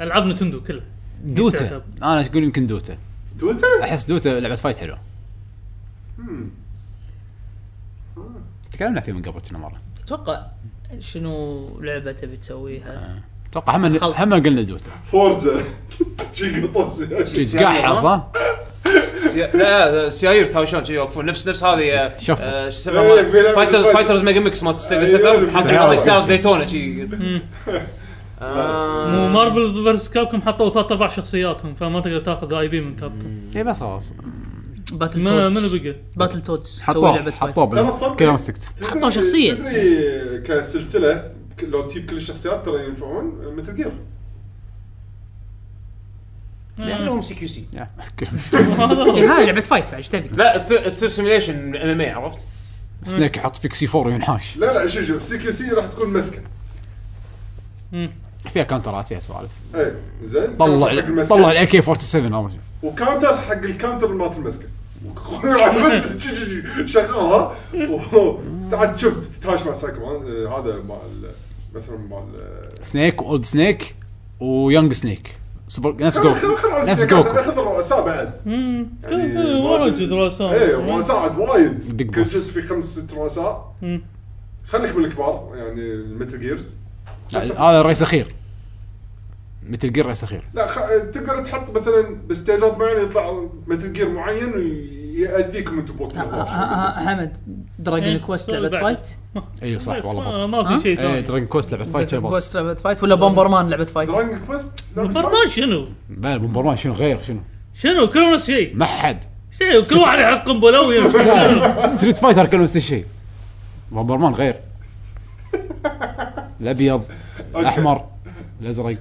S6: العاب نتندو كلها
S2: دوتا انا اقول يمكن دوتا
S3: تويتر؟
S2: احس دوتا لعبه فايت حلوه
S3: Hmm.
S2: تكلمنا فيه من قبل كنا مره
S5: اتوقع شنو لعبه تبي تسويها
S2: آه. اتوقع هم
S5: خلط.
S2: هم قلنا دوتا
S3: فورزا شي قطص
S2: تتقحص ها
S4: سيا- لا لا، السيايير تهاوشون كذي يوقفون نفس نفس هذه آه،
S2: شفت.
S3: إيه، بيلعب
S4: فايترز
S3: بالفايت.
S4: فايترز ميجا ميكس مالت السيجا
S3: أيوة،
S4: سفر
S3: نفس
S4: حاطين
S2: السيارة.
S4: عليك سياره ديتونا شي آه،
S6: مو مارفل فيرس كابكم حطوا ثلاث ارباع شخصياتهم فما تقدر تاخذ اي بي من كابكم
S2: اي إيه، بس خلاص
S5: باتل
S6: ما منو
S5: تودز
S6: بقى؟
S5: باتل تودز تسوي
S2: حطوه
S5: لعبه فايت
S2: حطوه
S3: لا، بس صدق.
S2: بال- كلام سكت
S3: تدري-
S5: حطوا شخصية.
S3: تدري كسلسله ك- لو تجيب كل الشخصيات ترى ينفعون مثل جير
S4: كلهم سي كيو سي
S2: يا، كلام سكت
S5: إيه، هاي لعبه فايت بعد ايش تبي؟
S4: لا تصير تصير سيميليشن ام ام اي عرفت؟
S3: Hmm.
S2: سنيك يحط فيك سي 4 وينحاش
S3: لا لا شوف شوف سي كيو سي راح تكون مسكه
S2: فيها كانترات فيها سوالف
S3: اي زين
S2: طلع
S3: كاونتر حق المسكة.
S2: طلع الاي كي 47 أو شيء.
S3: وكاونتر حق الكاونتر مالت المسكه راح بس جي- جي- جي، شغلها و- تعال شوف تتهاوش مع سايكو مان. آه، هذا مال مثلا مال
S2: سنيك اولد سنيك ويونج سنيك سوبر نفس
S3: خل-
S2: جوكو
S3: خل- خل على
S2: نفس
S3: السيارات،
S2: جوكو
S3: اخذ الرؤساء بعد
S6: امم
S3: يعني
S6: ما
S3: واجد-
S6: رجل دراسات إيه.
S3: ايه رؤساء عاد وايد
S2: Big
S3: كل
S2: Boss.
S3: جزء في خمس ست رؤساء
S6: مم.
S3: خليك من الكبار يعني المتل جيرز
S2: لا، يعني هذا الرئيس اخير مثل جير رئيس اخير
S3: لا خ... تقدر تحط مثلا بستيجات معينه يطلع مثل جير معين ويأذيكم انتم بوقت
S2: آه.
S5: ها- ها- حمد دراجون
S6: إيه،
S5: كويست
S6: سوي
S5: لعبه
S6: بعد.
S5: فايت
S2: ايوه صح
S6: ما-
S3: آه،
S2: والله بط.
S6: ما
S5: ها؟
S6: في شيء
S2: ايه
S6: ثاني
S2: دراجون كويست لعبه فايت شيء
S5: دراجون
S2: بط.
S5: كويست لعبه فايت ولا بومبر مان لعبه فايت
S3: دراجون كويست
S6: برنامج شنو؟
S2: بلا بومبرمان شنو غير شنو
S6: شنو كلهم نفس الشيء
S2: ما حد
S6: شيء كل واحد يحط قنبله ويمشي
S2: ستريت فايتر كانوا نفس الشيء بامبر مان غير الابيض الاحمر الازرق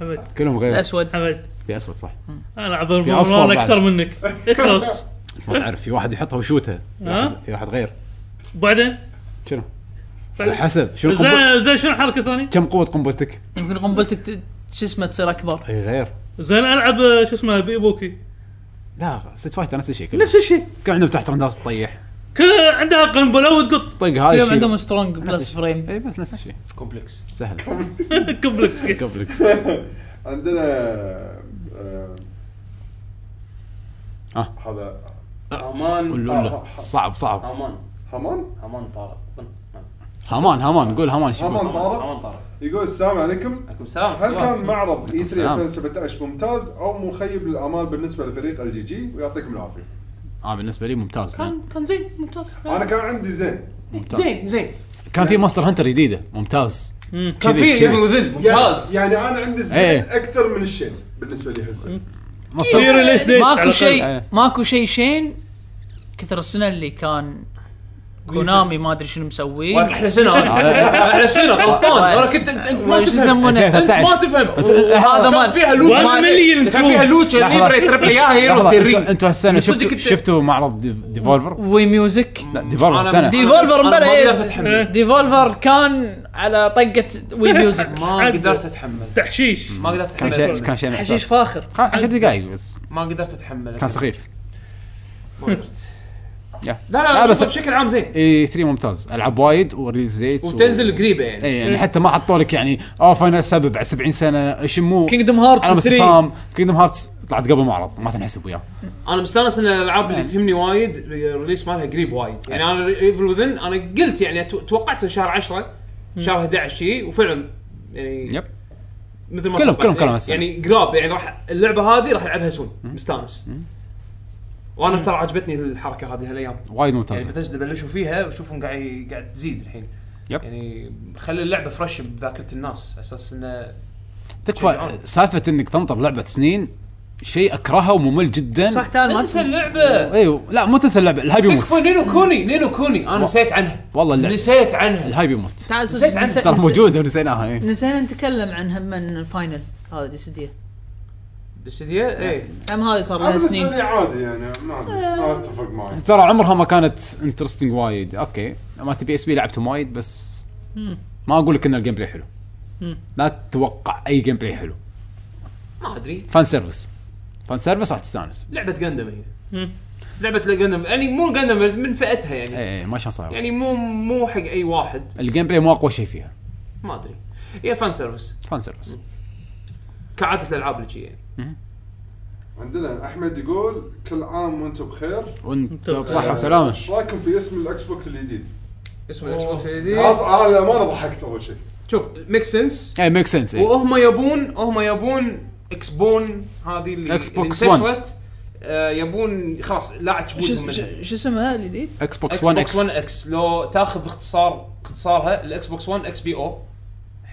S6: حمد
S2: كلهم غير
S5: الاسود
S6: حمد
S2: في اسود صح
S6: انا اعبر
S2: في أصفر
S6: بمران
S2: بعد.
S6: اكثر منك إيه، اخلص
S2: ما تعرف في واحد يحطها ويشوتها
S6: ها
S2: في واحد غير
S6: وبعدين
S2: شنو
S6: طيب.
S2: على حسب شنو قنبل-
S6: زين زين شنو الحركه الثانيه؟
S2: كم قوه قنبلتك
S5: يمكن قنبلتك ت- شو اسمه تصير اكبر
S2: اي غير
S6: زين العب آه، شو اسمه بيبوكي
S2: لا ست فايتر نفس الشيء كله.
S6: نفس الشيء
S2: كان عندهم تحت ناس تطيح
S6: كل عندها قنبله وتقط
S2: طق هذا
S5: اليوم
S2: الشيء
S5: عندهم سترونج
S2: نفس
S5: بلس
S2: الشيء.
S5: فريم
S2: اي بس نفس الشيء
S4: كومبلكس
S2: سهل
S6: قبلك
S2: كومبلكس
S3: عندنا آه،
S2: آه.
S3: هذا
S4: آه، هامان
S2: قول له صعب صعب
S4: هامان
S3: همان
S4: هامان طارق
S2: هامان هامان قول هامان شو
S3: همان
S2: يقول؟
S3: طارق
S4: هامان طارق
S3: يقول السلام عليكم
S4: عليكم السلام
S3: هل كان معرض E
S2: عليكم
S3: اي 3
S2: السلام.
S3: 2017 ممتاز او مخيب للامال بالنسبه لفريق الجي جي ويعطيكم العافيه.
S2: اه بالنسبه لي ممتاز نعم،
S4: كان زين ممتاز
S3: انا كان عندي زين
S2: ممتاز
S4: زين زين
S2: كان في ماستر هانتر جديده ممتاز
S4: كان
S2: كذي-
S4: في
S2: كذي.
S4: ليفل وذن
S3: يعني,
S4: ممتاز
S3: يعني انا عندي الزين
S2: إيه.
S3: اكثر من الشين بالنسبه لي هسه.
S6: في
S2: ماستر
S6: ريليس ديت على
S5: ماكو
S6: الأقل.
S5: شيء
S2: إيه.
S5: ماكو شيء شين كثر السنه اللي كان كونامي ما ادري شنو مسوي
S4: احلى سنه انا احلى سنه غلطان انا كنت انت أنت ما
S5: وش
S4: تفهم
S5: يسمونه
S2: 2013.
S4: انت ما تفهم
S5: هذا
S4: كان
S5: مال
S4: فيها لوت
S6: One
S4: مال-
S6: million
S4: كان فيها
S6: troops.
S4: لوت كان
S2: لحظة.
S4: ريت ريبل اياها
S2: لحظة،
S4: وتدري
S2: انتوا- انتوا هالسنه
S4: صدق
S2: شفتوا
S4: كنت-
S2: شفتوا معرض ديف- ديفولفر؟
S5: وي ميوزك
S2: لا ديفولفر
S4: أنا-
S2: السنه
S5: ديفولفر
S4: أنا ما
S5: مبلا
S4: قدرت
S5: إيه.
S4: أتحمل.
S5: ديفولفر كان على طقه وي ميوزك
S4: ما
S6: عدل.
S4: قدرت اتحمل
S6: تحشيش
S4: ما قدرت
S2: كان شيء
S4: اتحمل
S2: كان شيء
S5: حشيش
S2: مأساة.
S5: فاخر
S2: كان 10 دقائق بس
S4: ما قدرت اتحمل
S2: كان سخيف
S4: ما قدرت.
S2: يا.
S4: لا
S2: لا،
S4: لا
S2: بس- إيه.
S4: بس بشكل عام زين
S2: اي 3 ممتاز العاب وايد وريليز ديت
S4: وتنزل قريبه يعني
S2: اي يعني حتى ما حطوا لك يعني اه فاينل سبب بعد 70 سنه شموه
S5: كينجدم هارت
S2: علامة
S5: 3
S2: استفهام كينجدم هارتس طلعت قبل معرض ما تنحسب وياه
S4: انا مستانس ان الالعاب
S2: إيه.
S4: اللي تهمني وايد الريليس مالها قريب وايد يعني انا ايفل وذن انا قلت يعني أتو- توقعتها شهر 10 شهر 11 شيء وفعلا يعني
S2: يب
S4: مثل ما
S2: كلهم-
S4: توقعت.
S2: كلهم- كلهم
S4: يعني-
S2: هالسنة.
S4: يعني قراب يعني راح اللعبه هذه راح العبها سون مستانس وانا ترى عجبتني الحركه هذه هالايام
S2: وايد
S4: يعني
S2: ممتاز
S4: بتزدا بلشوا فيها وشوفهم قاعد قاعد تزيد الحين
S2: يب.
S4: يعني خلي اللعبه فرش بذاكره الناس على اساس انه
S2: تكفى سالفه انك تنطر لعبه سنين شيء اكرهه وممل جدا
S5: صح تعال ما
S4: تنسى اللعبه
S2: ايوه لا مو تنسى اللعبه الهايب يموت
S4: تكفى نينو كوني نينو كوني انا نسيت عنها
S2: والله اللعبه
S4: نسيت عنها
S2: الهايب يموت
S5: تعال
S4: نسيت عنها.
S5: نسيت-
S2: ترى
S5: نسيت-
S2: موجوده ونسيناها إيه. اي
S5: نسينا نتكلم عن هم الفاينل هذا ديسيديا
S4: بس هي ايه
S5: هم هذه صار
S3: أنا
S5: لها
S3: بالنسبه
S5: سنين إيه.
S3: لي عادي يعني ما أدري، ما اتفق معي.
S2: ترى عمرها ما كانت انترستنج وايد اوكي ما تبي اس بي لعبتهم وايد بس ما اقول لك ان الجيم بلاي حلو لا تتوقع اي جيم بلاي حلو
S4: ما ادري
S2: فان سيرفس فان سيرفس راح تستانس
S4: لعبه جندم هي لعبه جندم يعني مو جندم بس من فئتها
S2: اي
S4: يعني
S2: اي إيه، ما شان صاير
S4: يعني مو مو حق اي واحد
S2: الجيم بلاي مو اقوى شيء فيها
S4: ما ادري هي فان سيرفيس
S2: فان سيرفس
S4: كعاده الالعاب اللي جي يعني
S3: عندنا احمد يقول كل عام وانتم بخير.
S2: وانت
S6: طيب.
S2: بصحه
S3: آه،
S2: وسلامه
S3: ايش رايكم في اسم الاكس بوكس الجديد؟
S4: اسمه الاكس بوكس
S5: إيه.
S4: الجديد
S3: أص- انا للامانه ضحكت اول شيء.
S4: شوف ميك سنس
S2: اي ميك سنس اي
S4: وهم يبون هم يبون اكسبون هذه اللي
S2: إكس بوكس
S4: اللي انتشرت آه، يبون خلاص لا
S5: شو
S4: تشبوكهم منها
S5: شو- شو اسمها الجديد؟
S2: اكس بوكس 1 اكس
S4: 1 اكس لو تاخذ اختصار اختصارها الاكس بوكس 1 اكس بي او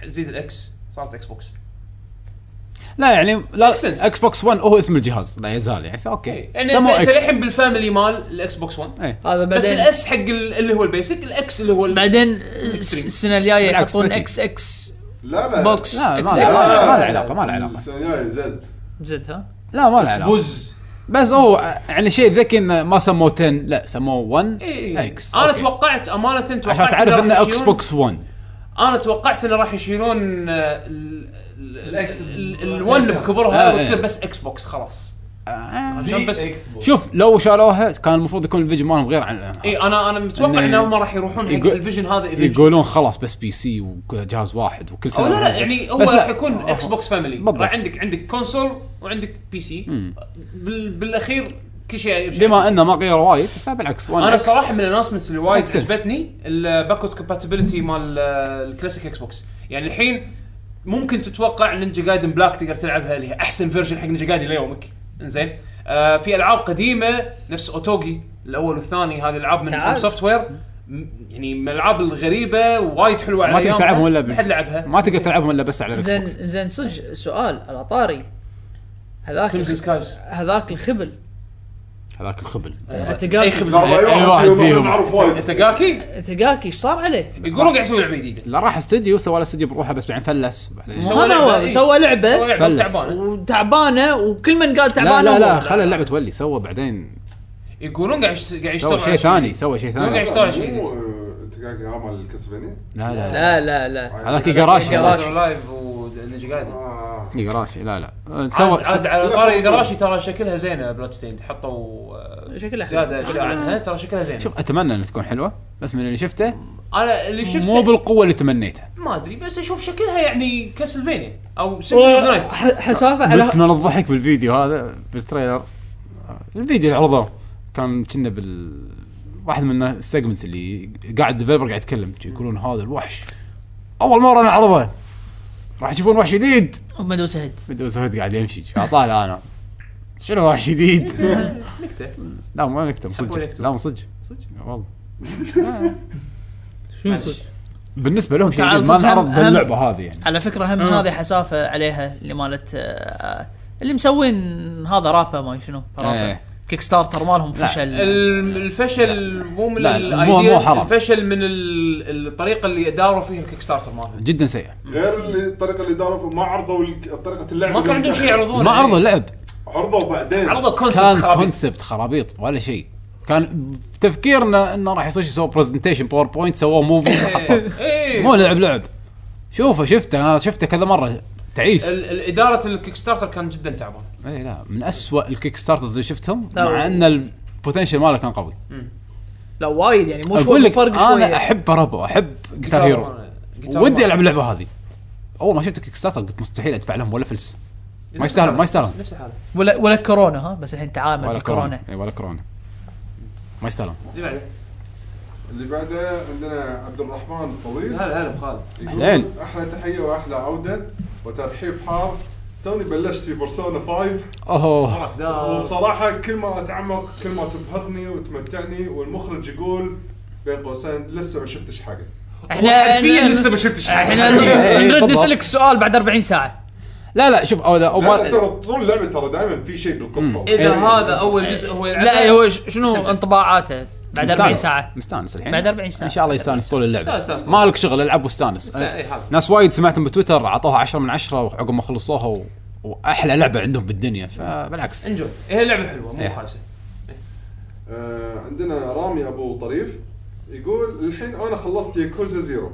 S4: زيد الاكس صارت اكس بوكس
S2: لا يعني لا
S4: Makes sense.
S2: اكس بوكس 1 هو اسم الجهاز لا يزال يعني فاوكي
S4: يعني انت
S2: سموه إيه.
S4: انت
S2: اكس
S4: الحين بالفاميلي مال الاكس بوكس 1
S2: اي
S5: هذا
S4: بس
S5: بعدين
S4: الاس حق ال- اللي هو البيسك الاكس اللي هو ال-
S5: بعدين
S4: Extreme.
S5: السنه الجايه
S2: بالعكس،
S5: يحطون
S2: متى؟
S5: اكس اكس
S3: لا لا
S5: بوكس
S2: لا ما
S5: اكس
S2: له ما
S5: اكس
S2: له- ما له علاقه ما له إيه، علاقه
S3: السنه زد
S5: زد ها
S2: لا ما له علاقه
S4: بوز
S2: بس هو يعني شيء ذكي انه ما سموه 10 لا سموه 1 اكس
S4: انا
S2: أوكي.
S4: إيه. توقعت امانه توقعت
S2: عشان تعرف
S4: راح
S2: انه اكس
S4: يشيلون-
S2: بوكس 1
S4: انا توقعت انه راح يشيلون آه،
S8: الإكس-
S4: الون
S2: آه،
S4: بكبرها
S2: إيه.
S4: وتصير بس اكس بوكس خلاص عشان بس
S8: اكس بوكس
S2: شوف لو شالوها كان المفروض يكون الفيجن مالهم غير عن
S4: اي انا انا متوقع
S2: إنه
S4: انهم راح يروحون حق
S2: يقول-
S4: الفيجن هذا ايفنت
S2: يقولون خلاص بس بي سي وجهاز واحد وكل
S4: او
S2: سنه
S4: لا لا
S2: ننزل.
S4: يعني هو
S2: بس لا.
S4: راح يكون
S2: آه،
S4: اكس بوكس فاميلي
S2: بالضبط.
S4: راح عندك عندك كونسول وعندك بي سي بال بالاخير كل شيء يمشي.
S2: بما انه ما غير وايد فبالعكس وأنا
S4: انا
S2: أكس.
S4: صراحه من الانونسمنتس اللي
S2: Makes
S4: وايد
S2: sense.
S4: عجبتني الباكورد كومباتيبلتي مال آه، الكلاسيك اكس بوكس يعني الحين ممكن تتوقع نينجا جايدن بلاك تقدر تلعبها اللي هي احسن فيرجن حق نينجا جايدن ليومك انزين آه في العاب قديمه نفس اوتوجي الاول والثاني هذه العاب من
S5: تعال.
S4: سوفت وير يعني من الالعاب الغريبه وايد حلوه على
S2: ما تقدر
S4: أيامها.
S2: تلعبهم إلا بال-
S4: ما حد لعبها
S2: ما تقدر تلعبهم الا بس على الاكس
S5: زين
S2: بوكس
S5: زين صدق سؤال على طاري هذاك
S4: كيمز سكايز
S5: هذاك الخبل
S2: هذاك الخبل
S4: اي
S5: تقاكي
S4: خبل
S3: لا،
S2: أي إيه، واحد
S3: فيهم
S2: فيهم.
S3: معروف وايد
S4: تقاكي
S5: تقاكي ايش صار عليه؟
S4: يقولون قاعد يسوي لعبه جديده
S2: لا راح استديو سوى له استديو بروحه بس بعدين فلس بعدين
S5: مو هذا
S4: لعبة،
S5: هو
S4: إيه،
S5: سوى لعبه
S4: سوى لعبه
S2: فلس.
S4: تعبانه
S5: وتعبانه وكل من قال
S2: لا
S5: تعبانه
S2: لا
S5: هو.
S2: لا خلى اللعبه تولي سوى بعدين
S4: يقولون قاعد يشت- قاعد يشتغل
S2: سوى
S4: يعني على
S2: شيء ثاني سوى شيء
S4: مو قاعد
S2: ثاني
S4: يشتغل على شيء جديد.
S3: مو، آه، انت قاعد يا مال الكاسلفينيا
S2: لا لا لا
S5: لا لا لا
S2: هذاك قراشي
S5: قراشي.
S2: هذاك.
S4: قراشي لايف ونينجا جايدن
S3: آه.
S2: قراشي يعني. لا لا
S4: سوى
S2: سوى
S4: عاد على طاري قراشي ترى شكلها زينه بلاد ستيند حطوا آه،
S5: شكلها حلو.
S4: زياده اشياء عنها ترى شكلها زينه
S2: شوف اتمنى انها تكون حلوه بس من اللي شفته
S4: انا اللي
S2: مو
S4: شفته
S2: بالقوه اللي تمنيتها
S4: ما ادري بس اشوف شكلها يعني كاسلفينيا او سيمبل نايت
S5: ح- حسافه على
S2: بنت من الضحك بالفيديو هذا بالتريلر الفيديو اللي عرضه كان كنا بال واحد من السيجمنتس اللي قاعد ديفلوبر قاعد يتكلم يقولون هذا الوحش اول مره نعرضه راح يشوفون وحش جديد
S5: مدوسه هد
S2: بدو سويت قاعد يمشي طالع انا شنو وحش جديد؟
S4: نكته
S2: لا مو نكته
S4: أبوي
S2: صدق
S4: نكتة.
S2: لا مو صدق صدق والله
S6: شو
S4: معلش.
S2: بالنسبه لهم شيء
S5: تعال
S2: جديد ما
S5: صدق
S2: انعرض
S5: هم-
S2: باللعبه هذه يعني
S5: على فكره هم
S6: آه.
S5: هذه حسافه عليها اللي مالت آه، اللي مسوين هذا رابا ما شنو رابا
S2: إيه.
S5: كيك ستارتر مالهم
S2: لا.
S5: فشل
S4: ال- الفشل مو من
S2: لا، لا، مو- مو
S4: الايدياز
S2: حرام.
S4: الفشل من ال- الطريقه اللي داروا فيها الكيك ستارتر مالهم
S2: جدا سيء
S3: غير اللي- الطريقه اللي داروا ما عرضوا الك- طريقه اللعب
S4: ما كان عندهم شيء يعرضونه
S2: ما عرضوا اللعب
S3: عرضوا بعدين
S4: عرضوا كونسبت
S2: كان
S4: خرابي
S2: كونسبت خرابيط ولا شيء كان تفكيرنا انه راح يصير شيء سووا برزنتيشن باوربوينت سووه موفي فقط.
S4: إيه.
S2: مو لعب لعب شوفه شفته انا شفته كذا مره تعيس
S4: ال- ال- اداره الكيك ستارتر كان جدا تعبان
S2: اي لا من اسوء الكيك ستارترز اللي شفتهم
S5: لا،
S2: مع
S5: و-
S2: ان البوتنشل ماله كان قوي
S5: لا وايد يعني مو
S2: اقول
S5: شوي
S2: لك
S5: فرق شويه
S2: انا احب ربو احب جيتار هيرو
S4: جيتار
S2: ودي
S4: مان.
S2: العب اللعبه هذه اول ما شفت كيك ستارتر قلت مستحيل ادفع لهم ولا فلس ما يستاهلون- ما يستاهلون.
S4: نفس الحاله
S5: ولا ولا كورونا ها بس الحين تعامل
S2: ولا
S5: بالكورونا
S2: كورونا اي إيه، ولا كورونا ما يستاهلون
S4: اللي بعده
S3: اللي بعده عندنا عبد الرحمن الطويل
S4: هلا هلا بخالد
S3: يقول
S2: أهلين.
S3: احلى تحيه واحلى عوده وترحيب حار توني بلشت في بيرسونا 5
S2: اوه
S4: راك دار
S3: وبصراحه كل ما اتعمق كل ما تبهرني وتمتعني والمخرج يقول بين قوسين لسه ما شفتش حاجه
S5: احنا
S4: حرفيا
S5: إحنا-
S4: لسه ما شفتش
S5: احنا
S2: إيه،
S5: نرد
S2: بالضبط.
S5: نسالك السؤال بعد 40 ساعه
S2: لا لا شوف أو أو
S3: لا، لا،
S2: ما
S3: ترى طول اللعبه ترى دائما في شيء بالقصه
S4: اذا
S2: إيه.
S4: هذا اول جزء إيه، هو يلعبه
S5: لا هو ش- شنو
S4: استمتع.
S5: انطباعاته بعد 40
S2: مستانس.
S5: ساعه
S2: مستانس الحين
S5: بعد 40 ساعة.
S2: ان شاء الله يستانس طول اللعبه
S4: استانس، استانس.
S2: مالك شغل العب واستانس
S4: لا، أي حاجة.
S2: ناس وايد سمعتهم بتويتر اعطوها 10 من 10 وعقب ما خلصوها و... واحلى لعبه عندهم بالدنيا فبالعكس
S4: انجوي هي اللعبه حلوه مو
S2: إيه.
S4: خايسه
S3: آه، عندنا رامي ابو طريف يقول الحين انا خلصت ياكوزا زيرو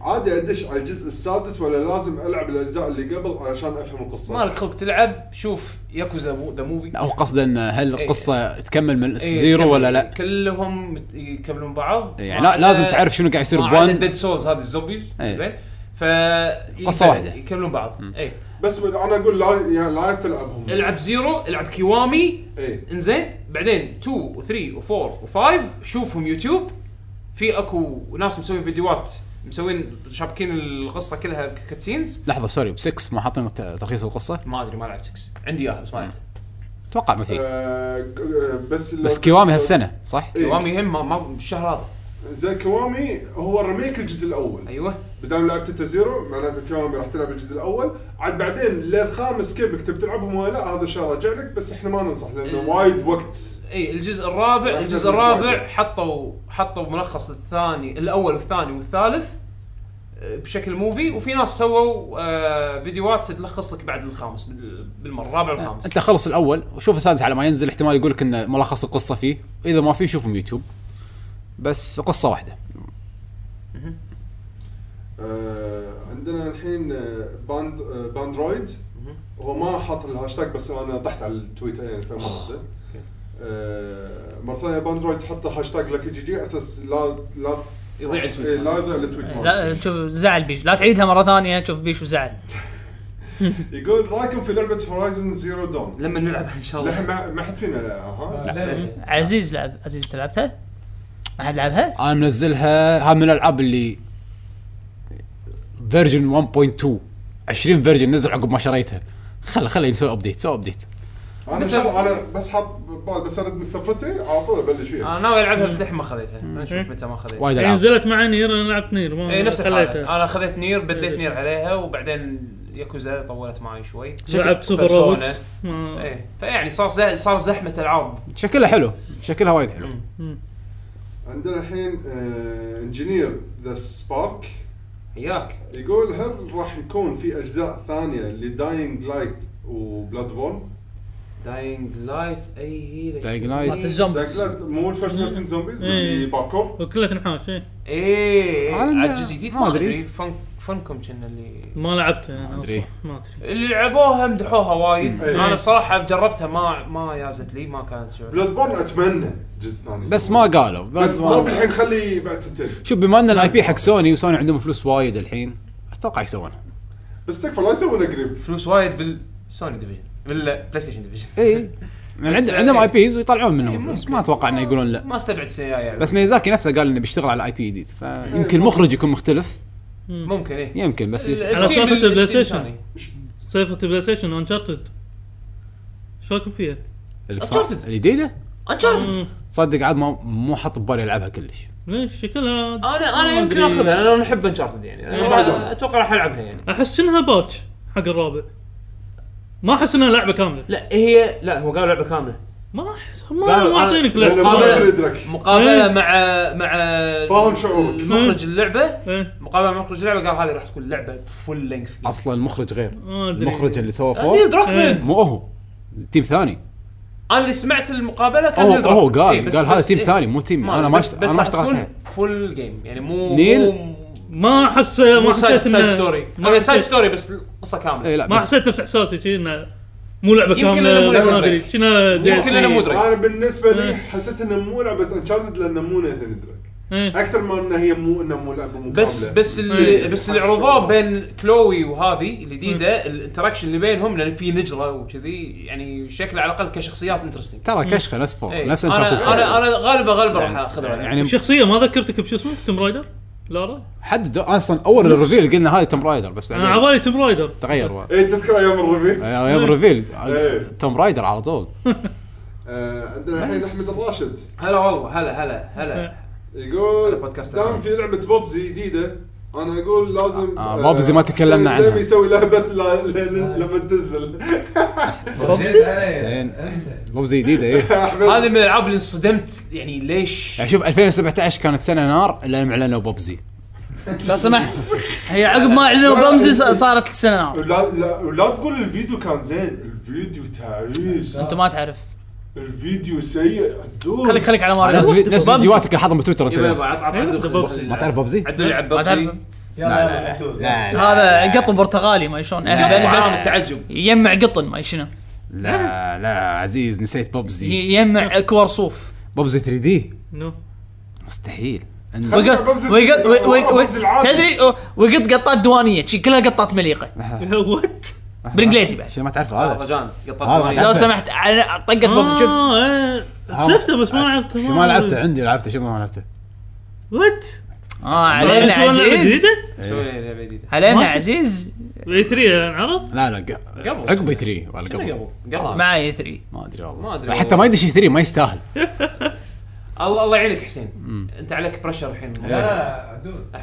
S3: عادي ادش على الجزء السادس ولا لازم العب الاجزاء اللي قبل علشان افهم القصه؟
S4: مالك خلق تلعب شوف ياكوزا مو- ذا موفي
S2: لا هو قصده ان هل
S4: إيه.
S2: القصه تكمل من
S4: إيه،
S2: زيرو
S4: كمل-
S2: ولا لا
S4: كلهم مت- يكملون بعض
S2: يعني لا- لازم تعرف شنو قاعد يصير بوان.
S4: ديد سولز هذه الزومبيز
S2: إيه.
S4: زين ف
S2: قصة واحدة.
S4: يكملون بعض إيه. اي
S3: بس انا اقول لا يعني لا تلعبهم
S4: العب زيرو العب كيوامي
S3: ايه
S4: انزين بعدين 2 و3 و4 و5 شوفهم يوتيوب في اكو ناس مسوين فيديوهات مسوين شابكين القصه كلها كاتسينز
S2: لحظه سوري ب 6 ما حاطين الت- تلخيص القصه
S4: ما ادري ما لعبت 6 عندي اياها بس ما لعبت
S2: اتوقع ما في
S3: آه، ك- آه، بس
S2: بس كيوامي هالسنه صح
S3: كيوامي
S4: كيوامي هم ما, ما الشهر هذا
S3: زين كيوامي هو رميك الجزء الاول
S4: ايوه
S3: بدام لعبت انت زيرو معناته كيوامي راح تلعب الجزء الاول عاد بعدين للخامس كيفك تبي تلعبهم ولا لا هذا ان شاء الله راجع لك بس احنا ما ننصح
S4: إيه.
S3: لانه وايد وقت
S4: اي الجزء الرابع الجزء الرابع حطوا حطوا ملخص الثاني الاول والثاني والثالث آه، بشكل موفي وفي ناس سووا آه فيديوهات تلخص لك بعد الخامس بال- بالمره الرابع والخامس
S2: انت خلص الاول وشوف السادس على ما ينزل احتمال يقول لك ان ملخص القصه فيه واذا ما فيه شوفهم يوتيوب بس قصه واحده
S3: آه، عندنا الحين آه، باند آه، باندرويد هو ما حاط الهاشتاج بس انا طحت على التويتر يعني فما عرفته. آه، مره ثانيه باندرويد حط هاشتاج لك جي جي على اساس لا لا
S4: يضيع التويت.
S3: إيه، لا يضيع التويت مالك.
S5: لا شوف زعل بيش لا تعيدها مره ثانيه شوف بيش وزعل
S3: يقول رايكم في لعبه هورايزن زيرو دون
S4: لما نلعبها ان شاء الله
S3: لا ما- ما حد فينا لعبها ها
S5: عزيز لعب عزيز أنت لعبتها؟ ما حد لعبها؟
S2: انا منزلها هاي من الالعاب اللي فيرجن 1.2 20 فيرجن نزل عقب ما شريتها خل خل يسوي ابديت سوي ابديت
S3: انا إن شاء الله انا بس حاط ببال بس ارد من سفرتي على طول ابلش فيها
S4: انا ناوي العبها بس للحين ما خذيتها نشوف متى ما خذيتها
S2: وايد
S6: يعني
S2: العاب
S6: نزلت مع نير انا لعبت نير ما
S4: اي نفس الحاله
S6: خليتها.
S4: انا خذيت نير بديت نير عليها وبعدين ياكوزا طولت معي شوي
S6: لعبت سوبر
S4: Persona.
S6: روبوت ما-
S4: ايه فيعني صار زه... صار زحمه العاب
S2: شكلها حلو شكلها وايد حلو
S3: عندنا الحين آه، انجينير ذا سبارك
S4: وياك
S3: يقول هل راح يكون في اجزاء ثانيه لداينج لايت وبلاد بورن؟
S4: داينج لايت اي هي إيه. ذا-
S2: Dying Light.
S5: مالت الزومبيز
S3: مو الفيرست بيرسون زومبيز اللي
S6: إيه.
S3: باركور
S6: وكلها تنحاش ايه
S4: ايه
S2: أنا ما-
S4: على الجزء الجديد
S2: ما
S4: ما
S2: أدري.
S4: ادري فن فنكم كنا اللي
S6: ما لعبت أنا
S2: ما أدري.
S6: أصلاً، ما ادري
S4: اللي لعبوها مدحوها وايد
S3: إيه.
S4: انا بصراحه جربتها ما ما يازت لي ما كانت شو
S3: بلاد بورن اتمنى جزء ثاني
S2: بس ما قالوا
S3: بس ما بالحين خلي بعد سنتين
S2: شوف بما ان الاي بي حق سوني وسوني عندهم فلوس وايد الحين اتوقع يسوونها
S3: بس تكفى لا يسوون قريب
S4: فلوس وايد بالسوني ديفيجن بالبلاي ستيشن ديفيجن
S2: اي يعني عند-
S4: بس-
S2: عندهم اي بيز ويطلعون منهم
S4: إيه،
S2: فلوس
S4: ممكن.
S2: ما اتوقع انه يقولون لا
S4: ما استبعد السنه الجايه
S2: بس ميزاكي نفسه قال انه بيشتغل على اي بي جديد فيمكن المخرج يكون مختلف
S4: ممكن ايه
S2: يمكن يعني بس يس-
S4: التيم-
S6: على صفحة
S4: التيم
S6: البلاي ستيشن.
S4: الثاني.
S6: صيفة بلاي ستيشن وانشارتد شو رايكم فيها؟
S2: الإكسبوكس الجديده
S4: انشارتد
S6: مم.
S2: صدق عاد ما مو حاط ببالي العبها كلش
S6: ليش شكلها
S4: انا انا يمكن
S6: أدري.
S4: اخذها انا احب انشارتد يعني
S3: بعدها.
S4: انا اتوقع راح العبها يعني
S6: احس انها باتش حق الرابع ما احس انها لعبه كامله
S4: لا هي لا هو قال لعبه كامله
S6: ما احس
S4: لا،
S6: ما
S4: لا،
S6: ما اعطينك
S3: لأن ما
S4: قابل.
S3: يصير
S6: لعبه
S3: يدرك
S4: مقابله
S6: إيه.
S4: مع مع
S3: فاهم شعورك
S4: المخرج اللعبه
S6: إيه.
S4: مقابله مع مخرج اللعبه قال هذه راح تكون لعبه فول لينث
S2: اصلا المخرج غير
S6: ما أدري.
S2: المخرج اللي سوى
S4: نيل
S2: فور
S4: دراكمان
S2: مو هو تيم ثاني
S4: انا اللي سمعت المقابله كان
S2: هو
S4: نيل
S2: هو
S4: دراكمان.
S2: قال
S4: إيه، بس-
S2: قال هذا
S4: بس-
S2: تيم
S4: إيه.
S2: ثاني مو تيم انا ما اشت- انا ما اشتغلت عليه.
S4: فول جيم يعني مو
S2: نيل؟
S4: مو-
S6: ما احس ما
S4: مو سايد
S6: حسيت
S4: سايد
S6: إنه-
S4: ستوري
S6: ما
S4: هي سايد
S6: حسيت-
S4: ستوري بس القصه
S2: اي
S4: كامله
S2: إيه، لا
S6: ما
S2: بس
S6: حسيت نفس احساسي شي انه مو لعبه
S4: يمكن
S6: كامله
S4: لأنه مو لعبة
S6: ما ادري
S4: Drake.
S6: كنا
S4: يمكن أنا مو دريك.
S3: انا بالنسبه لي
S6: إيه.
S3: حسيت انه مو لعبه انشارتد لانه مو نيثن دريك
S6: إيه.
S3: اكثر ما انها هي مو انها مو لعبه مو
S4: بس
S3: كاملة.
S4: بس اللي
S3: إيه.
S4: بس اللي عرضوه بين كلوي وهذه الجديده الانتراكشن اللي بينهم لان في نجره وكذي يعني شكله على الاقل كشخصيات انترستنج
S2: ترى كشخه نفس فور
S4: ايه.
S2: نفس
S4: انا
S2: انشارتد
S4: انا انا غالبا غالبا راح اخذها يعني
S2: يعني
S6: الشخصيه ما ذكرتك بشو اسمه توم رايدر لارا
S2: حد اصلا اول الريفيل قلنا هذه توم رايدر بس
S6: انا على
S2: بعدين
S6: بالي توم رايدر
S2: تغير و-
S3: اي تذكر ايام الربيع
S2: أي- يوم الريفيل
S3: إيه.
S2: توم رايدر على طول
S3: آه، عندنا الحين احمد الراشد
S4: هلا والله هلا هلا هلا
S3: يقول
S4: هذا بودكاست
S3: دام
S4: الرابع.
S3: في لعبه بوبزي جديده انا اقول لازم
S2: آه، بوبزي ما تكلمنا
S3: حسين الديمي
S2: عنها.
S3: يسوي لها بث لا- لا- لا- لما تنزل
S2: زين بوبزي جديده ايه
S4: هذه من الالعاب اللي انصدمت يعني ليش
S2: يعني شوف 2017 كانت سنه نار لما اعلنوا بوبزي
S5: لو سمحت هي عقب ما اعلنوا بمزي ص- صارت السنه نار
S3: لا لا لا تقول الفيديو كان زين الفيديو تعيس
S5: انت ما تعرف
S3: الفيديو سيء عدول
S5: خليك خليك على
S2: ناس
S5: ماريو
S2: ناس
S5: بمزي.
S2: فيديوهاتك لاحظهم بتويتر انت
S4: يبا
S2: اليوم.
S4: يبا عط عط عدو
S6: ببجي.
S4: خل-
S2: ما تعرف ببجي؟
S4: عدو يلعب
S5: ما تعرف
S4: ببجي
S2: لا لا
S5: هذا قطن برتغالي ما شلون
S4: طبعاً،
S5: أهبل بس
S4: تعجب
S5: يجمع قطن ما شنو
S2: لا لا عزيز نسيت بوبزي
S5: يجمع كور صوف
S2: بوبزي 3 دي
S6: نو
S2: مستحيل
S3: خليك
S5: وقط
S3: بمزي-
S5: وقط وقط- وقط
S3: بمزي العادي.
S5: تدري وقط قطات دوانيه شي كلها قطات مليقه
S4: آه.
S6: وات
S5: بالانجليزي بعد
S2: شيء ما تعرف هذا
S4: رجان
S2: هذا
S4: قطعت
S5: لو
S2: عفوا.
S5: سمحت على طقت بوبزي شوف
S6: آه، إيه.
S4: آه.
S6: شفته بس ما لعبته
S2: شو ما لعبته عندي لعبته شو ما لعبته
S6: وات
S2: آه،
S5: اه علينا عزيز
S4: مسوي لعبه جديده
S5: علينا
S6: ماشي.
S5: عزيز
S6: اي 3 انعرض
S2: لا لا ق-
S4: قبل.
S2: عقب 3 ولا
S4: شنو
S2: قبل
S4: قبل قبل
S5: معي 3
S2: ما ادري والله
S4: ما أدري
S2: حتى
S4: والله.
S2: ما يدش 3 ما يستاهل
S4: الله الله يعينك حسين انت عليك بريشر الحين أحمد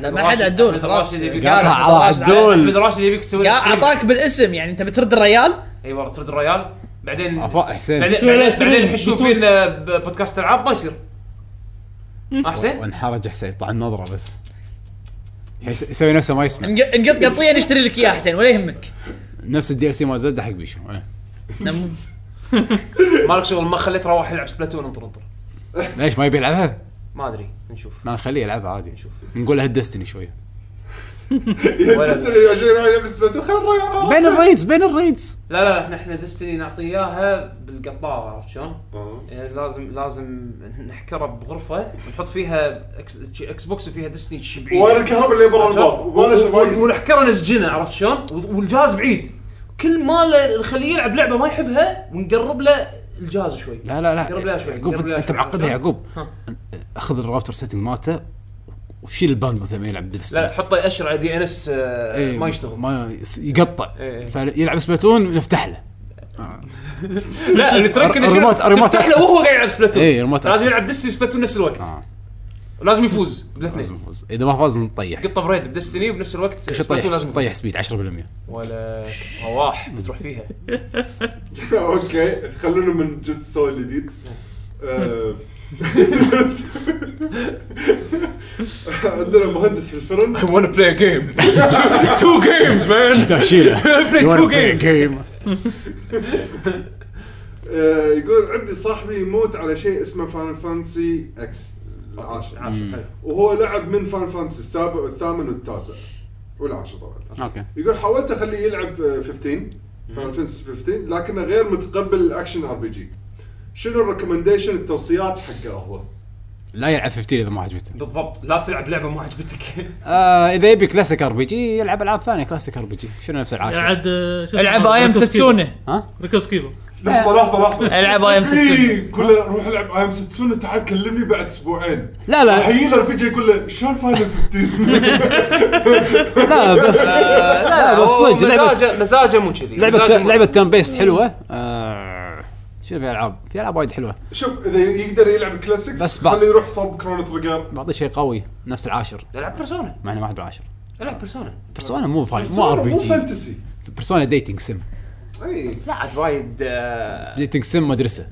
S5: لا، ما
S4: راشد-
S5: حد عدول،
S4: أحمد
S5: خلاص.
S4: راشد يبيك-
S5: قال
S2: قالها
S5: أحمد
S2: على
S5: راشد
S4: احمد
S2: عدول
S4: راشد يبيك تسوي
S5: يا
S4: لك ستريم.
S5: اعطاك بالاسم يعني انت بترد الريال
S4: اي ورا ترد أيوة، الريال بعدين بعدين
S2: عفا حسين
S4: بعدين
S6: لها
S4: بعدين
S6: ستريم.
S4: يحشون
S6: بتقول-
S4: فينا بودكاست العاب ما يصير ما حسين؟
S2: وانحرج حسين طعن نظره بس يس- يسوي نفسه ما يسمع
S5: نق- نقط قطيه نشتري لك اياها حسين ولا يهمك
S2: نفس الدي ال سي مال زلده حق بيشو إيه.
S5: نم-
S4: مالك شغل ما خليت روح يلعب سبلاتون انطر انطر
S2: ليش ما يبي يلعبها؟
S4: ما ادري نشوف
S2: ما نخليه يلعبها عادي
S4: نشوف.
S2: نقول له دستني شويه
S4: ولا-
S3: يستلم يا شيخ راح يلبس باتو خل الريال
S2: بين الريدز بين الريدز
S4: لا لا احنا احنا دستني نعطي اياها بالقطار عرفت شلون؟ إيه، لازم لازم نحكرها بغرفه ونحط فيها اكس, اكس بوكس وفيها دستني شبعين
S3: وانا الكهرباء اللي برا الباب وانا شباب
S4: ونحكره نسجنه عرفت شلون؟ و- والجهاز بعيد كل ما ل- نخليه يلعب لعبه ما يحبها ونقرب له الجهاز شوي
S2: لا لا لا
S4: قرب لها شوي،
S2: يعقوب
S4: قرب لها
S2: انت
S4: شوي.
S2: معقدها يا يعقوب
S4: ها.
S2: اخذ الراوتر سيتنج مالته وشيل الباند مثل ما يلعب دستني
S4: لا لا حطه اشعه دي ان اس آه، ما يشتغل
S2: ما يس- يقطع
S4: إيه، إيه.
S2: فيلعب سبلاتون نفتح له
S4: لا الترك
S2: الريموت- الريموت
S4: تفتح له
S2: أكسس.
S4: وهو قاعد يلعب سبلاتون
S2: إيه، الريموت
S4: لازم
S2: أكسس.
S4: يلعب ديستني سبلاتون نفس الوقت
S2: آه.
S4: ولازم يفوز بالاثنين
S2: لازم نفوز اذا ما فاز نطيح
S4: قطه بريد بدستني وبنفس الوقت
S2: شو
S4: سبلاتون
S2: طيح
S4: لازم
S2: طيح سبيد 10%
S4: ولا رواح بتروح فيها
S3: اوكي خلونا من جد السؤال الجديد آه، عندنا مهندس في الفرن
S4: I wanna play a game two games man
S2: تاشيله
S4: play two games
S3: آه، يقول عندي صاحبي يموت على شيء اسمه فان فانسي اكس العاشر
S4: عاشق.
S3: وهو لعب من فان فانسي السابع والثامن والتاسع والعاشر طبعا
S2: اوكي
S3: يقول حاولت اخليه يلعب آه، 15 فان فانسي 15 لكنه غير متقبل الاكشن ار بي جي شنو الريكومنديشن التوصيات حقه هو؟
S2: لا يلعب 15 اذا ما عجبته
S4: بالضبط لا تلعب لعبه ما عجبتك
S2: آه اذا يبي كلاسيك ار بي جي يلعب العاب ثانيه كلاسيك ار بي جي شنو نفس العاشر
S6: قاعد آه، شو
S5: العب
S6: اسمه؟
S5: اي ام
S6: ريكوز
S5: ساتسونا
S2: ها
S6: كيبر. ريكوز كيبر
S3: لحظه لحظه لحظه
S5: العب اي ام ساتسونا
S3: إيه، قول له روح العب اي ام ستسونا تعال كلمني بعد اسبوعين
S2: لا لا
S3: احيي له رفيجه يقول له شلون فاينل 15
S2: لا بس لا بس
S4: هو
S2: صدق لعبه
S4: مزاجه مزاجه مو كذي
S2: لعبه
S4: مزاجه مو-
S2: لعبه تيرن بيست حلوه آه شنو في العاب؟ في العاب وايد حلوه
S3: شوف اذا يقدر يلعب كلاسيكس
S2: بس
S3: بس
S2: بعد-
S3: خليه يروح صوب كرونو تريجر
S2: بعطيه شيء قوي نفس العاشر
S4: العب بيرسونا
S2: مع اني ما احب العاشر
S4: العب بيرسونا
S2: بيرسونا مو فاين مو
S3: بيرسونا
S2: ار بي
S3: مو إيه.
S2: جي
S3: فانتسي
S2: بيرسونا ديتنج سم
S3: اي
S4: لا عاد وايد آه،
S2: ديتنج سم مدرسه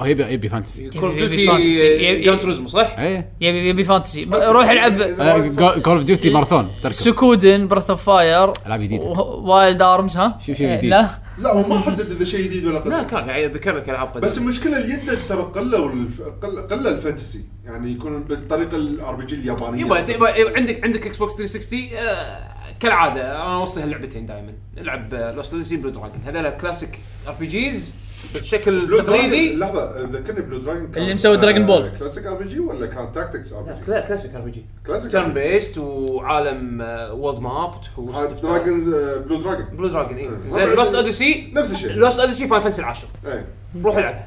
S2: اه يبي يبي فانتسي
S4: كول اوف
S5: يبي
S4: ديوتي
S5: فانتسي. يبي-
S4: جراند توريزمو آه، صح؟
S2: ايه
S5: يبي يبي فانتسي ب- روح العب
S2: آه، كول اوف ديوتي ماراثون تركب
S5: سكودن براث اوف فاير
S2: العاب جديده
S5: وايلد ارمز ها
S2: شو- شو
S5: إيه،
S2: جديد؟
S5: لا
S3: لا هو ما حدد اذا شيء جديد ولا
S4: لا
S3: قديم
S4: كان يعني قاعد يذكر لك العاب قديمه
S3: بس المشكله اليد ترى قلوا الف- قل قل الفانتسي يعني يكون بالطريقه الار بي جي اليابانيه
S4: يبا تبا- يبا عندك عندك اكس بوكس 360 آه، كالعاده انا اوصي هاللعبتين دائما العب لوست اوديسي بلو دراجون هذول كلاسيك ار بي جيز بشكل
S3: بلو
S4: تقليدي
S3: دراجون لحظه ذكرني بلو دراجون كان-
S5: اللي مسوي دراجون
S3: آه،
S5: بول.
S3: كلاسيك ار بي جي ولا كان تاكتكس ار بي
S4: لا
S3: جي؟
S4: كلا- كلاسيك ار بي جي
S3: كلاسيك
S4: تيرن بيست وعالم آه، وولد ماب تحوس
S3: آه،
S4: تفتح.
S3: دراجونز آه، بلو دراجون
S4: بلو دراجون اي
S3: آه.
S4: إيه. زين
S3: آه.
S4: لوست اوديسي
S3: نفس الشيء
S4: لوست اوديسي فاين فانتسي العاشر
S3: إيه.
S4: روح العبها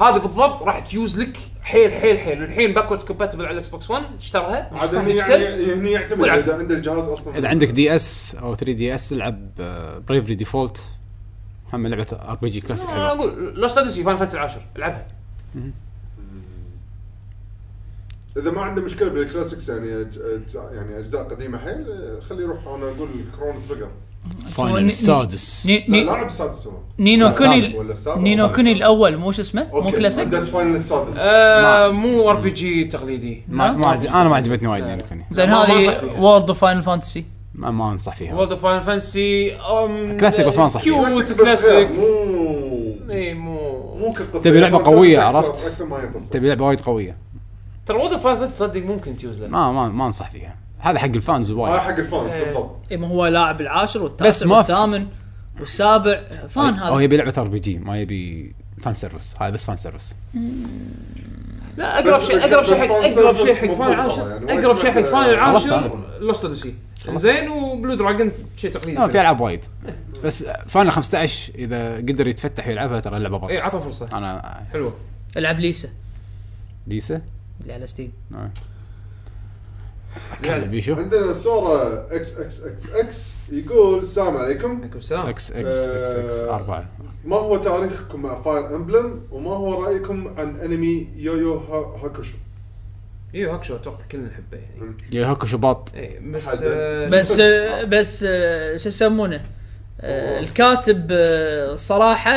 S4: هذا بالضبط راح تيوز لك حيل حيل حيل الحين باكوردز كومباتبل على الاكس بوكس 1 اشترها
S3: عاد
S4: صح
S3: هني
S4: ديجيتال.
S3: يعني هني يعتمد
S4: والعب.
S3: اذا عنده الجهاز اصلا
S2: اذا عندك دي اس او 3 دي اس العب بريفري ديفولت آه، هم لعبه ار بي جي كلاسيك
S4: انا
S2: حلوه
S4: اقول لوست اوديسي فاين فانتسي العاشر العبها
S3: اذا ما عنده مشكله بالكلاسيكس يعني أج- أج- يعني اجزاء قديمه حيل آه، خليه يروح انا اقول كرون تريجر
S2: فاينل السادس
S5: ني-
S3: لا
S5: ني-
S3: لاعب سادس هو
S5: نينو
S2: لا،
S5: كوني
S2: سابق
S3: ولا السابع
S5: نينو
S3: السادس.
S5: كوني الاول مو شو اسمه مو
S3: أوكي،
S5: كلاسيك
S3: بس فاينل السادس
S4: آه، مو ار بي جي تقليدي
S2: ما ما عجب- انا ما عجبتني وايد يعني كوني
S4: ما-
S5: زين
S4: ما أنصح
S5: هذه
S4: فيها.
S5: وورد اوف فاينل فانتسي
S2: ما, ما انصح فيها
S4: وولد اوف فاين فانسي أم
S2: كلاسيك بس ما أنصح فيه.
S4: كيوت
S3: بس غير،
S4: كلاسيك
S3: مو
S4: اي إيه، مو
S3: مو كقصه
S2: تبي لعبة قوية،
S3: أكثر-
S2: عرفت؟
S3: اكثر ما ينقص
S2: تبي لعبه وايد قويه
S4: ترى وولد اوف فاين فانسي صدق ممكن تيوز له
S2: ما ما ما انصح فيها هذا حق الفانز
S3: ما
S2: وايد
S3: آه، حق الفانز
S5: إيه.
S3: بالضبط
S5: اي ما هو لاعب العاشر
S2: بس
S5: والتاسع
S2: ما في-
S5: والثامن والسابع فان
S2: او
S5: هذا
S2: يبي لعبه ار بي جي ما يبي فان سيرفس هذا بس فان سيرفس
S4: لا اقرب
S3: بس-
S4: شيء اقرب
S3: بس
S4: شيء حق
S3: فان
S4: اقرب شيء
S3: سيرفيس
S4: حق فاين
S3: مضبوط
S4: العاشر
S3: طبعاً، يعني
S4: اقرب شيء حق فاين
S2: خلصت
S4: العاشر
S2: أنا.
S4: لوست اوديسي زين وبلو دراجون شيء تقليدي
S2: ما يعني في العاب وايد بس فاينل 15 اذا قدر يتفتح ويلعبها ترى اللعبه
S4: اي
S5: إيه.
S2: بط
S4: عطها فرصه
S2: انا
S4: حلوه
S5: العب ليسا
S2: ليسا
S5: اللي على ستيم
S2: كان بيشو
S3: عندنا سورا اكس اكس اكس اكس يقول السلام عليكم
S4: عليكم السلام
S2: اكس اكس اكس اكس
S3: آه.
S2: اربعه
S3: ما هو تاريخكم مع فاير امبلم وما هو رايكم عن انمي يويو ها- هاكوشو
S4: ايوه هاكشو اتوقع كلنا نحبه يعني
S2: يا هوكو شباط
S4: اي بس
S3: حد.
S4: آه،
S5: بس آه، بس آه، شو يسمونه آه، الكاتب آه، الصراحه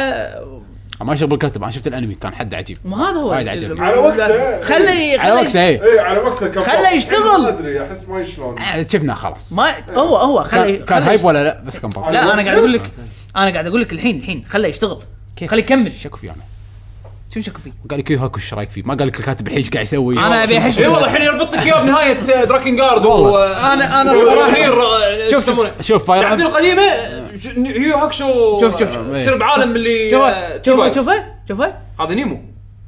S2: ما شغل بالكاتب انا شفت الانمي كان حد عجيب
S5: ما هذا هو
S2: وايد
S5: ال-
S2: عجبني.
S5: ال-
S3: على وقته.
S5: خليه
S2: على إيه. وقته
S5: خليه
S2: اي
S3: اي على وقتها كان
S5: خله
S3: فاضي.
S5: يشتغل.
S3: الحين ما ادري احس ما شلون
S2: آه، شفناه خلاص
S5: ما هو هو خليه
S2: كان, كان
S5: خليه
S2: هايب ولا لا بس كان بط
S5: لا
S3: على
S5: انا
S3: وقته؟
S5: قاعد اقول لك انا قاعد اقول لك الحين الحين خليه يشتغل
S2: كيف؟
S5: خليه يكمل
S2: شكو فيه انا
S5: شو شكو فيه
S2: قال لك يو هاكو ايش رايك فيه ما قال لك الكاتب الحين ايش قاعد يسوي
S5: انا ابي احس
S2: إيه
S4: اي إيه، والله الحين يربط لك اياه بنهايه دراكن جارد آه،
S2: والله.
S5: انا انا الصراحه
S2: شوف شوف- شوف فاير
S4: العابين
S2: أمبلم-
S4: القديمه ش- هيو هاكشو
S5: شوف- شوف-
S2: شوف.
S4: تصير بعالم اللي آه،
S5: شوفه شوفه
S4: تيوايس.
S5: شوفه شوفه
S4: هذا نيمو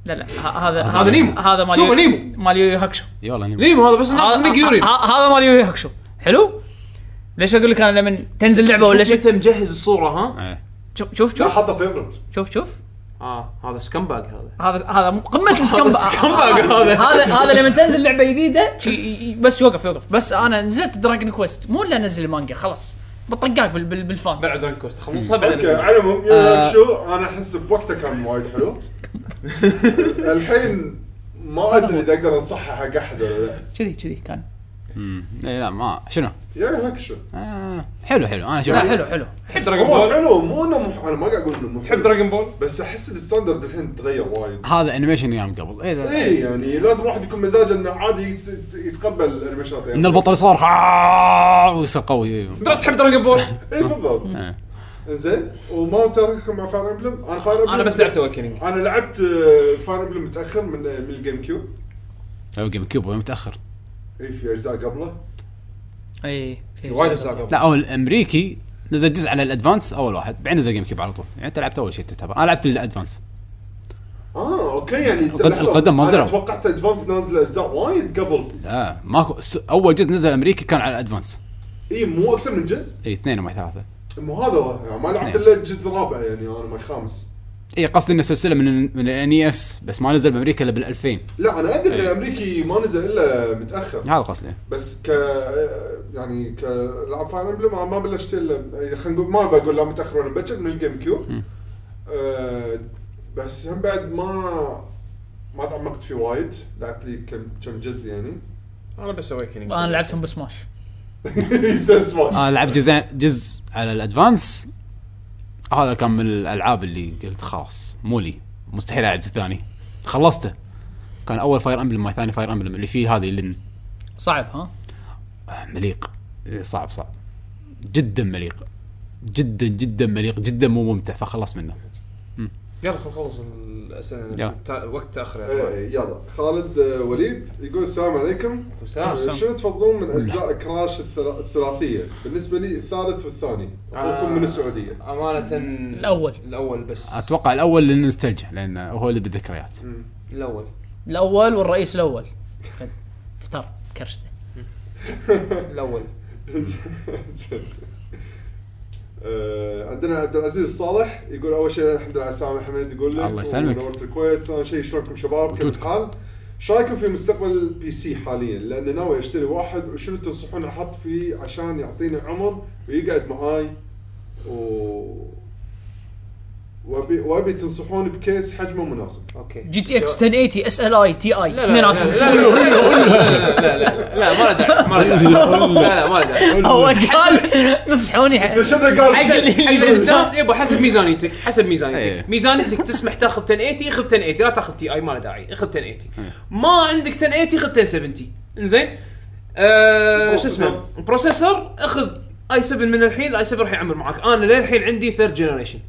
S5: لا لا ه- هذا
S4: هذا نيمو.
S5: هذا مال
S4: شوفه
S5: يو-
S4: نيمو.
S5: مال يو يو هاكشو
S2: اي والله أنا-
S4: نيمو هذا بس ناقص
S5: هذا-
S4: نيك يورين
S5: ه- هذا مال يو يو هاكشو حلو ليش اقول لك انا لما تنزل لعبه ولا شيء
S4: انت مجهز الصوره ها
S2: إيه.
S5: شوف شوف
S3: لا
S5: شوف
S3: حطه فيفرت
S5: شوف شوف
S4: اه هذا سكم باج هذا
S5: هذا هذا مو- قمه السكمبا
S4: السكمبا هذا.
S5: هذا هذا لما تنزل لعبه جديده شي- ي- ي- بس يوقف يوقف بس انا نزلت دراجون كويست مو الا انزل المانجا خلاص بالطقاق بال بال بالفانز
S4: بعد دراجون كوست خلصها
S3: اوكي
S4: بعدين
S3: على العموم يويو
S2: آه.
S3: هاكوشو انا احس بوقته كان وايد حلو الحين ما ادري اذا اقدر انصحها حق احد ولا لا
S5: كذي كذي كان
S2: امم إي لا ما شنو؟
S3: يعني هيك شو
S2: آه حلو حلو انا شوف
S5: لا حلو حلو
S4: تحب دراجون
S3: هو
S4: بول؟
S3: حلو مو انه مو- انا ما قاعد اقول انه مو
S4: تحب
S3: حلو
S4: دراجون بول؟
S3: بس احس الستاندرد الحين تغير وايد
S2: هذا انيميشن ايام قبل إيه، إي لا-
S3: اي يعني لازم الواحد يكون مزاجه انه عادي يس- يتقبل الانميشنات يعني
S2: ان البطل صار آه، ويصير قوي إي.
S4: درست تحب دراجون بول؟
S3: اي بالضبط
S2: إيه.
S3: زين وما ترككم مع فاير امبلم انا فاير امبلم
S4: انا بس لعبت اوكننج
S3: انا لعبت آه، فاير امبلم متاخر من آه، من الجيم كيوب
S2: أو جيم كيوب وين متاخر
S3: اي إيه، في اجزاء قبله
S5: اي في
S4: وايد اجزاء قبل
S2: لا اول الامريكي نزل جزء على الادفانس اول واحد بعدين نزل جيم كيوب على طول يعني انت لعبت اول شيء تعتبر انا لعبت الادفانس
S3: اه اوكي يعني
S2: القد- القدم ما
S3: انا
S2: زرعوا.
S3: توقعت ادفانس نازله اجزاء وايد قبل
S2: لا ماكو س- اول جزء نزل امريكي كان على الادفانس
S3: اي مو اكثر من جزء
S2: اي اثنين وما ثلاثه
S3: مو هذا هو، يعني ما
S2: نعم.
S3: لعبت الا الجزء الرابع يعني انا ما الخامس
S2: اي إيه، قصدي انه سلسله من من الان اس بس ما نزل بامريكا الا بال 2000
S3: لا انا ادري ان
S2: إيه.
S3: الامريكي ما نزل الا متاخر
S2: هذا قصدي
S3: بس ك يعني كالعاب فاير امبلم أنا ما بلشت الا يعني خلينا نقول ما بقول لا متاخر ولا مبكر من الجيم كيوب
S2: مم.
S3: آه بس هم بعد ما ما تعمقت فيه وايد لعبت لي كم كم جزء يعني
S4: انا بس اوكننج
S5: انا لعبتهم بسماش
S3: تسمع
S2: انا لعبت جزء جزء على الادفانس هذا كان من الالعاب اللي قلت خلاص مو لي مستحيل العب جزء ثاني خلصته كان اول فاير امبلم ماي ثاني فاير امبلم اللي فيه هذه اللي
S5: صعب ها
S2: مليق إيه، صعب صعب جدا مليق جدا جدا مليق جدا مو ممتع فخلص منه
S4: يلا خل نخلص الاسئله
S2: يلا.
S4: تا- وقت تاخر يا
S3: آه،
S4: أخوان.
S3: يلا خالد آه، وليد يقول السلام عليكم
S4: وسلام
S3: آه، شنو تفضلون من اجزاء كراش الثلا- الثلاثيه؟ بالنسبه لي الثالث والثاني
S4: آه.
S3: اخوكم من السعوديه
S4: امانه
S5: الأول.
S4: الاول بس
S2: اتوقع الاول للنوستالجيا لان هو اللي بالذكريات
S4: الاول
S5: الاول والرئيس الاول افتر كرشته
S4: الاول
S3: زين. آه، عندنا عبد العزيز صالح يقول اول شيء الحمد لله على السلامه حميد يقول لك
S2: الله يسلمك.
S3: ونورت الكويت ثاني شيء شلونكم شباب كيف
S2: وجودكم.
S3: الحال؟ ايش رايكم في مستقبل البي سي حاليا؟ لان ناوي اشتري واحد وشنو تنصحون احط فيه عشان يعطيني عمر ويقعد معاي و وابي وابي تنصحوني بكيس حجمه مناسب.
S4: اوكي
S5: جي تي اكس 1080 اس ال اي تي اي
S4: لا لا لا لا لا لا لا لا لا ما له داعي ما له داعي لا لا ما له داعي
S5: هو قال نصحوني
S3: انت شنو
S5: حق
S3: قال؟
S5: اللي-
S4: حسب ميزان يبا إيه، حسب ميزانيتك حسب
S2: إيه.
S4: ميزانيتك ميزانيتك تسمح تاخذ 1080 خذ 1080 لا تاخذ تي اي ما له داعي اخذ 1080 ما عندك 1080 خذ 1070 انزين آه، شو اسمه بروسيسور اخذ اي 7 من الحين الاي 7 راح يعمر معك انا للحين عندي ثيرد جنريشن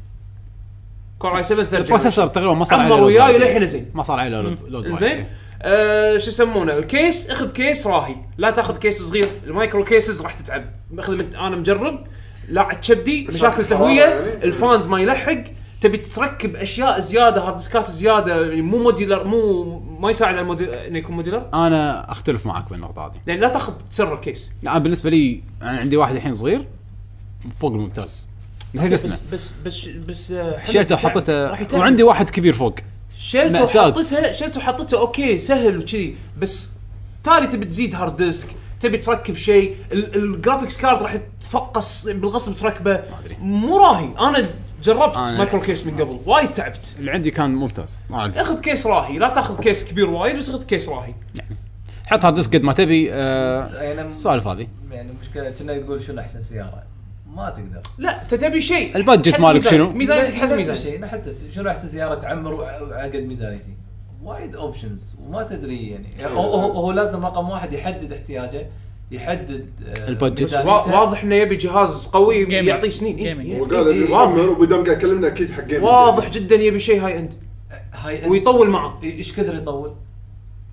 S4: كور اي 7 ثيرد جنريشن
S2: البروسيسور تقريبا ما صار عليه
S4: عمر
S2: لود
S4: وياي
S2: واحد.
S4: للحين زين
S2: ما صار عليه لود لود واحد.
S4: زين آه شو يسمونه الكيس اخذ كيس راهي لا تاخذ كيس صغير المايكرو كيسز راح تتعب اخذ من انا مجرب لاعب كبدي مشاكل تهويه
S3: حرارة يعني.
S4: الفانز ما يلحق تبي تركب اشياء زياده هارد ديسكات زياده يعني مو موديلر مو ما يساعد على الموديل انه يكون موديلر
S2: انا اختلف معك بالنقطه هذه
S4: لان لا تاخذ سر الكيس
S2: انا بالنسبه لي انا عندي واحد الحين صغير فوق الممتاز نسيت اسمه
S4: بس بس بس آه، حلو
S2: شلته
S4: يتعب.
S2: وحطته
S4: راح يتعب.
S2: وعندي واحد كبير فوق
S4: شلته
S2: مأساة.
S4: وحطتها شلته وحطتها اوكي سهل وكذي بس تالي تبي تزيد هارد ديسك تبي تركب شيء ال- الجرافيكس كارد راح تفقص بالغصب تركبه
S2: أدري.
S4: مو راهي انا جربت
S2: أنا-
S4: مايكرو كيس من قبل وايد تعبت
S2: اللي عندي كان ممتاز ما اعرف
S4: اخذ كيس راهي لا تاخذ كيس كبير وايد بس اخذ كيس راهي
S2: حط هارد ديسك قد ما تبي آه،
S8: يعني
S2: السوالف هذه
S8: يعني مشكله كنا تقول شنو احسن سياره ما تقدر
S4: لا انت تبي شيء
S2: البادجت
S4: حسب
S2: مالك
S4: ميزانيتك.
S2: شنو؟
S4: ميزانيتك حسب
S8: نفس
S4: ميزانيتك
S8: الشيء حتى س- شنو احسن سياره تعمر عقد ميزانيتي وايد اوبشنز وما تدري يعني
S4: إيه.
S8: هو, هو, هو لازم رقم واحد يحدد احتياجه يحدد آه،
S2: البادجت.
S8: ميزانيته.
S4: وا- واضح انه يبي جهاز قوي
S5: Gaming.
S4: يعطيه سنين إيه،
S5: Gaming.
S4: إيه،
S3: وقال
S4: إيه،
S3: ابي
S4: واضح
S3: عمر وبدام قاعد يكلمنا اكيد حق جيمنج.
S4: واضح جدا يبي شيء هاي اند
S8: هاي إن-
S4: ويطول معه
S8: ايش كثر يطول؟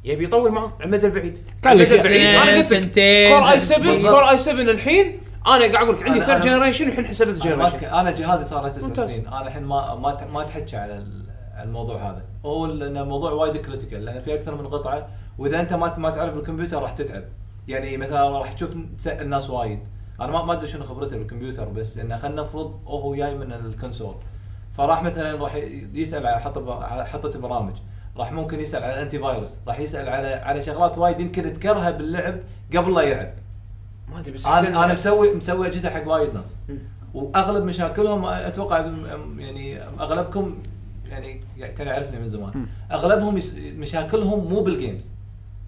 S4: يبي يطول معه على المدى البعيد
S2: قال لك
S4: على المدى البعيد. أنا قلت لك،
S5: سنتين
S4: كور اي 7
S8: بالضبط.
S4: كور اي 7 الحين انا قاعد اقول لك عندي
S8: أنا-
S4: ثيرد
S8: أنا-
S4: جنريشن الحين حسبت
S8: أنا ما
S4: جنريشن
S8: أتك- انا جهازي صار له تسع
S4: ممتاز.
S8: سنين انا الحين ما ما ت- ما اتحكى على ال- على الموضوع هذا هو لان الموضوع وايد كريتيكال لان في اكثر من قطعه واذا انت ما ت- ما تعرف الكمبيوتر راح تتعب يعني مثلا راح تشوف تسال ناس وايد انا ما ما ادري شنو خبرته بالكمبيوتر بس انه خلينا نفرض هو جاي من الكونسول فراح مثلا راح ي- يسال على حط على حطه البرامج راح ممكن يسال على الانتي فايروس راح يسال على على شغلات وايد يمكن تكرهها باللعب قبل لا يلعب
S4: ما ادري بس حسين-
S8: انا انا مسوي مسوي اجهزه حق وايد ناس واغلب مشاكلهم اتوقع يعني اغلبكم يعني كان يعرفني من زمان اغلبهم يس... مشاكلهم مو بالجيمز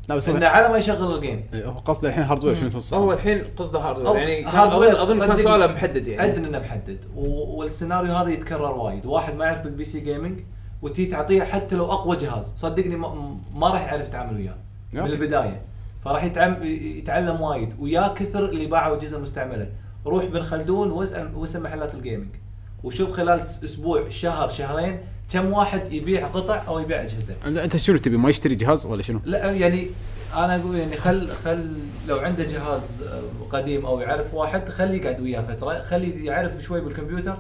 S2: لا بس
S8: انه
S2: هو
S8: على ما يشغل الجيم
S2: إيه، هو قصده الحين هاردوير شنو توصل
S4: هو الحين قصده هاردوير
S8: أو-
S4: يعني كان
S8: هاردوير،
S4: أظن- اظن كان
S8: صدقني.
S4: سؤاله محدد يعني
S8: ادري انه محدد و... والسيناريو هذا يتكرر وايد واحد ما يعرف البي سي جيمنج وتي تعطيه حتى لو اقوى جهاز صدقني ما, ما راح يعرف يتعامل وياه من
S2: أوكي.
S8: البدايه فراح يتعم... يتعلم وايد ويا كثر اللي باعوا اجهزه مستعمله روح بن خلدون واسال واسال محلات الجيمنج وشوف خلال س- اسبوع شهر شهرين كم واحد يبيع قطع او يبيع اجهزه
S2: إنزين، انت شنو تبي ما يشتري جهاز ولا شنو؟
S8: لا يعني انا اقول يعني خل خل لو عنده جهاز آه، قديم او يعرف واحد خليه يقعد وياه فتره خليه يعرف شوي بالكمبيوتر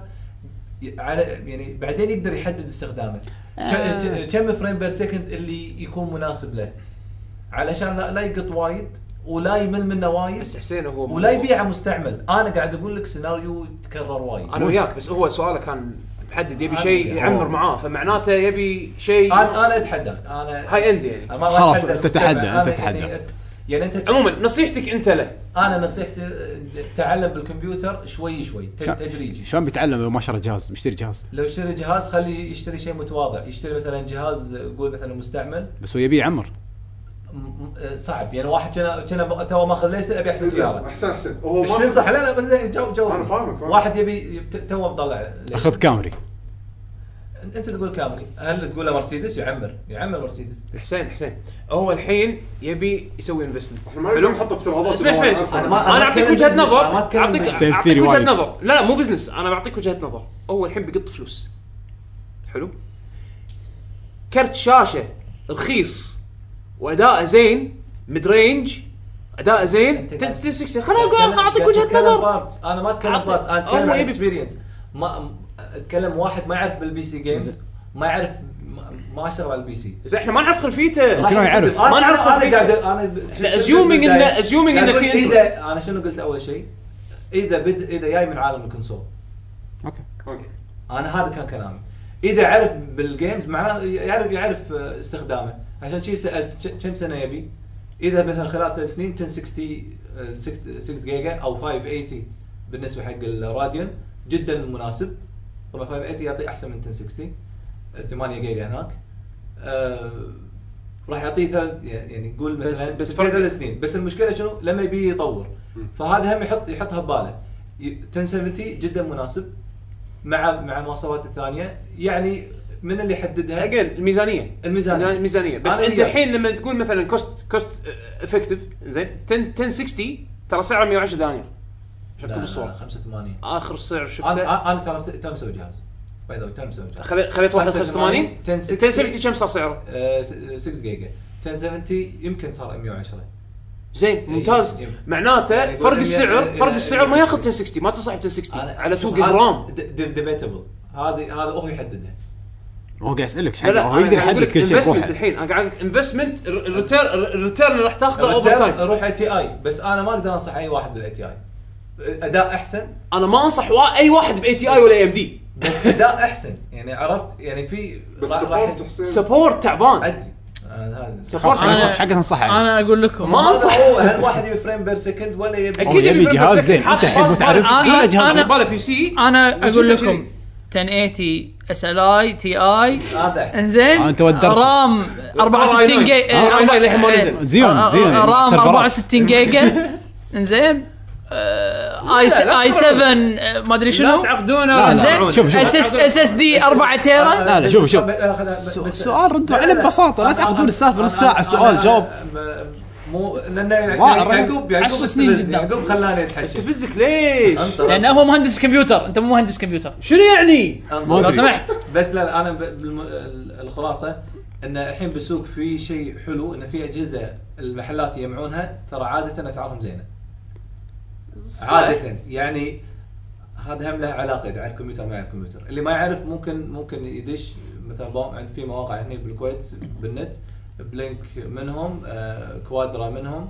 S8: ي- على يعني بعدين يقدر يحدد استخدامه ك- ك- كم فريم بير سكند اللي يكون مناسب له علشان لا, لا يقط وايد ولا يمل منه وايد
S4: بس حسين هو
S8: ولا يبيعه مستعمل انا قاعد اقول لك سيناريو يتكرر وايد
S4: انا وياك بس هو سؤاله كان محدد يبي شيء
S8: أنا-
S4: يعمر معاه فمعناته يبي شيء
S8: انا انا اتحداك انا
S4: هاي اند يعني
S8: أنا ما راح
S2: خلاص،
S8: أتحدى
S2: أنت تتحدى،
S8: المستعمل.
S2: أنت
S8: أنا يعني-
S2: تتحدى.
S8: يعني انت
S4: عموما نصيحتك انت له
S8: انا نصيحتي آه، تعلم بالكمبيوتر شوي شوي ت- تدريجي
S2: شلون بيتعلم لو ما شرى جهاز بيشتري جهاز
S8: لو اشتري جهاز خليه يشتري شيء متواضع يشتري مثلا جهاز آه، قول مثلا مستعمل
S2: بس هو يبي يعمر
S8: م- م- آه، صعب يعني واحد كان كان تو ماخذ ليس ابي احسن سياره
S3: احسن احسن إيه، هو
S8: ايش
S3: ما-
S8: تنصح لا لا بس جو جو
S3: أنا فاهمك، فاهمك.
S8: واحد يبي يب- تو مطلع ليس.
S2: اخذ كامري
S8: انت تقول كامري هل تقول له مرسيدس يعمر يعمر مرسيدس
S4: حسين حسين هو الحين يبي يسوي انفستمنت
S3: احنا ما نبي نحط افتراضات
S4: اسمع
S3: ما
S4: اسمع
S3: نعرفها.
S4: اسمع.
S8: ما- أنا
S4: انا اعطيك
S8: أتكلم
S4: وجهه
S8: بزنس،
S4: نظر
S8: أنا ما أتكلم
S4: اعطيك
S8: بزنس.
S4: اعطيك
S2: سيلف
S4: وجهه
S2: وايد.
S4: نظر لا لا مو بزنس انا بعطيك وجهه نظر هو الحين بيقط فلوس حلو كرت شاشه رخيص واداءه زين مid رينج اداءه زين
S8: أنت
S4: 1060 خليني اقول اعطيك وجهه
S8: أتكلم
S4: نظر
S8: parts. انا ما اتكلم
S4: أعطي-
S8: بارتس انا اتكلم
S4: هو
S8: عن
S4: يبي-
S8: اكسبيرينس ما م- اتكلم واحد ما يعرف بالبي سي جيمز ما يعرف ما- ما اشتغل على البي سي
S4: اذا احنا ما نعرف خلفيته
S2: يمكن هو يعرف.
S8: ما
S4: ما نعرف
S8: نعرف انا
S4: خلفيته.
S8: قاعد انا
S4: لا، assuming إنه- assuming إنه في interest.
S8: اذا انا شنو قلت اول شيء؟ اذا بد اذا جاي من عالم الكونسول
S2: اوكي
S3: أوكي.
S8: انا هذا كان كلامي اذا عرف بالجيمز معناه يعرف يعرف آه، استخدامه عشان شي سالت ك- كم سنه يبي؟ اذا مثلا خلال ثلاث سنين 1060 آه، 6 6 جيجا او 580 بالنسبه حق الراديون جدا مناسب طبعا 580 يعطي احسن من 1060 آه، 8 جيجا هناك آه، راح يعطيه ثلاث يعني نقول مثلا
S4: بس
S8: بس ثلاث سنين بس المشكله شنو؟ لما يبي يطور فهذا هم يحط يحطها بباله ي- 1070 جدا مناسب مع مع المواصفات الثانيه يعني من اللي يحددها
S4: اجين الميزانيه
S8: الميزانية.
S4: الميزانيه بس
S8: أنا
S4: انت
S8: وياك.
S4: الحين لما تقول مثلا كوست كوست افكتيف زين 10 1060 ترى سعره 110 دنانير عشان تكون بالصوره
S8: 85
S4: اخر سعر شفته
S8: انا انا ترى ت- تو مسوي جهاز باي ذا تو مسوي جهاز
S4: خلي- خليت واحد
S8: 85
S4: 85
S8: 1060
S4: 1070 كم صار سعره؟
S8: آه، س- 6 جيجا 1070 يمكن صار 110
S4: زين ممتاز
S8: إيه.
S4: معناته
S8: يعني
S4: فرق
S8: يقول
S4: السعر
S8: إن-
S4: فرق
S8: إن-
S4: السعر ما
S8: إن-
S4: ياخذ 1060 ما تصح 1060
S8: أنا-
S4: على 2
S8: شوف،
S4: جيج
S8: هذا يعني
S4: رام
S8: د- د- debatable هذه هذا هو يحددها
S2: هو قاعد يسالك شحال
S4: لا لا
S2: هو يقدر يحدد كل شيء
S4: انفستمنت
S2: بروحه
S4: الحين انا قاعد انفستمنت الريتيرن الريتيرن اللي راح تاخذه اوفر تايم
S8: روح اي تي اي بس انا ما اقدر انصح اي واحد بالاي تي اي اداء احسن
S4: انا ما انصح وا- اي واحد باي تي اي ولا اي ام دي
S8: بس اداء احسن يعني عرفت يعني في
S3: بس
S8: راح- راح-
S3: سبورت حسين
S4: سبورت تعبان
S8: ادري آه، هذا
S2: خلاص
S4: سبورت
S5: أنا-
S2: حقك حقك انصحه يعني.
S5: انا اقول لكم
S4: ما
S8: هذا
S4: انصح
S8: هو هل واحد يبي فريم بير سكند ولا يبي
S4: أكيد.
S2: هو يبي
S4: يبي
S2: جهاز
S4: بس-
S2: زين انت الحين مو تعرف
S5: أنا-
S2: ولا جهاز
S5: أنا-
S2: زين
S4: باله بي سي
S5: انا اقول
S4: وجهه
S5: لكم 1080 اس ال اي تي اي
S8: هذا احسن
S5: انزين
S2: آه، أنت ودرت.
S5: رام
S4: آه،
S5: 64
S4: R i9.
S5: جيجا
S4: R i9 للحين ما نزل.
S2: زين زين
S5: آه، رام
S2: سيرفرات.
S5: 64 جيجا انزين آه، اي س-
S4: لا، لا
S5: اي 7 آه، ما ادري شنو
S4: تعقدونه
S2: لا، لا.
S5: زين
S2: شوف، شوف.
S5: اس اس اس اس دي 4
S8: آه،
S5: تيرا
S2: لا، لا، شوف، شوف.
S8: شوف
S2: سؤال ردوا عليه ببساطة، لا تعقدون السالفة نص ساعة، سؤال، جاوب.
S8: مو لان
S2: واعر.
S8: يعقوب يعقوب
S5: عشر سنين
S8: استفزني،
S5: قدام.
S8: يعقوب خلاني اتحكى
S4: استفزك ليش؟
S8: انطر
S5: لانه هو مهندس كمبيوتر انت مو مهندس كمبيوتر
S4: شنو يعني؟
S8: انطر.
S2: أدري.
S5: لو سمحت
S8: بس لا لا انا ب- بالم- ال- الخلاصه ان الحين بالسوق في شيء حلو ان في اجهزه المحلات يجمعونها ترى عاده اسعارهم زينه. عاده يعني هذا هم له علاقه اذا يعرف كمبيوتر ما يعرف كمبيوتر، اللي ما يعرف ممكن ممكن يدش مثلا بو- عند في مواقع هنا بالكويت بالنت بلينك منهم آه كوادرا منهم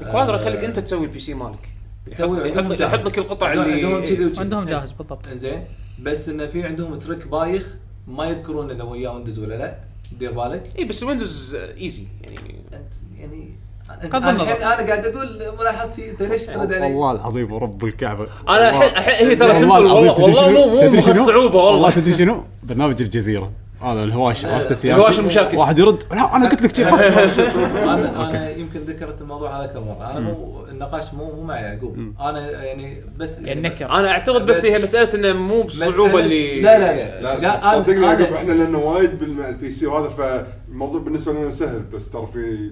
S4: الكوادرا
S8: آه،
S4: خليك انت تسوي البي سي مالك
S8: تسوي
S4: يحط-
S8: عندهم
S4: يحط-
S8: جاهز.
S4: يحط لك القطع
S8: عندهم-
S4: اللي-
S8: عندهم كذي وكذي.
S5: عندهم جاهز بالضبط
S8: زين بس انه في عندهم تريك بايخ ما يذكرون اذا وياه ويندوز ولا لا دير بالك
S4: اي بس ويندوز ايزي يعني
S8: انت يعني أنا-
S5: قد
S8: انا
S5: النظر.
S8: الحين انا قاعد اقول ملاحظتي انت ليش ترد علي؟
S2: والله العظيم ورب الكعبة
S4: انا الحين- الحين هي ترى سمبل
S2: العظيم
S4: والله
S2: تدري
S4: والله
S2: شنو؟
S4: مو مو
S2: تدري
S4: مخ
S2: شنو؟
S4: الصعوبه
S2: والله
S4: والله آه.
S2: تدري شنو؟ برنامج الجزيره هذا الهواش عرفت السياسي
S4: الهواش المشاكس.
S2: واحد يرد لا انا قلت لك شي خلاص
S8: انا انا يمكن ذكرت الموضوع هذا اكثر مره انا مو النقاش مو مو مع يعقوب انا يعني بس
S5: يعني نكر
S4: انا اعتقد بس هي مساله انه مو بالصعوبه
S8: مسألة-
S4: اللي
S8: لا لا لا
S3: لا,
S8: أنا-
S3: صدقني
S8: أنا-
S3: يعقوب احنا لانه وايد بالبي سي وهذا فالموضوع بالنسبه لنا سهل بس ترى في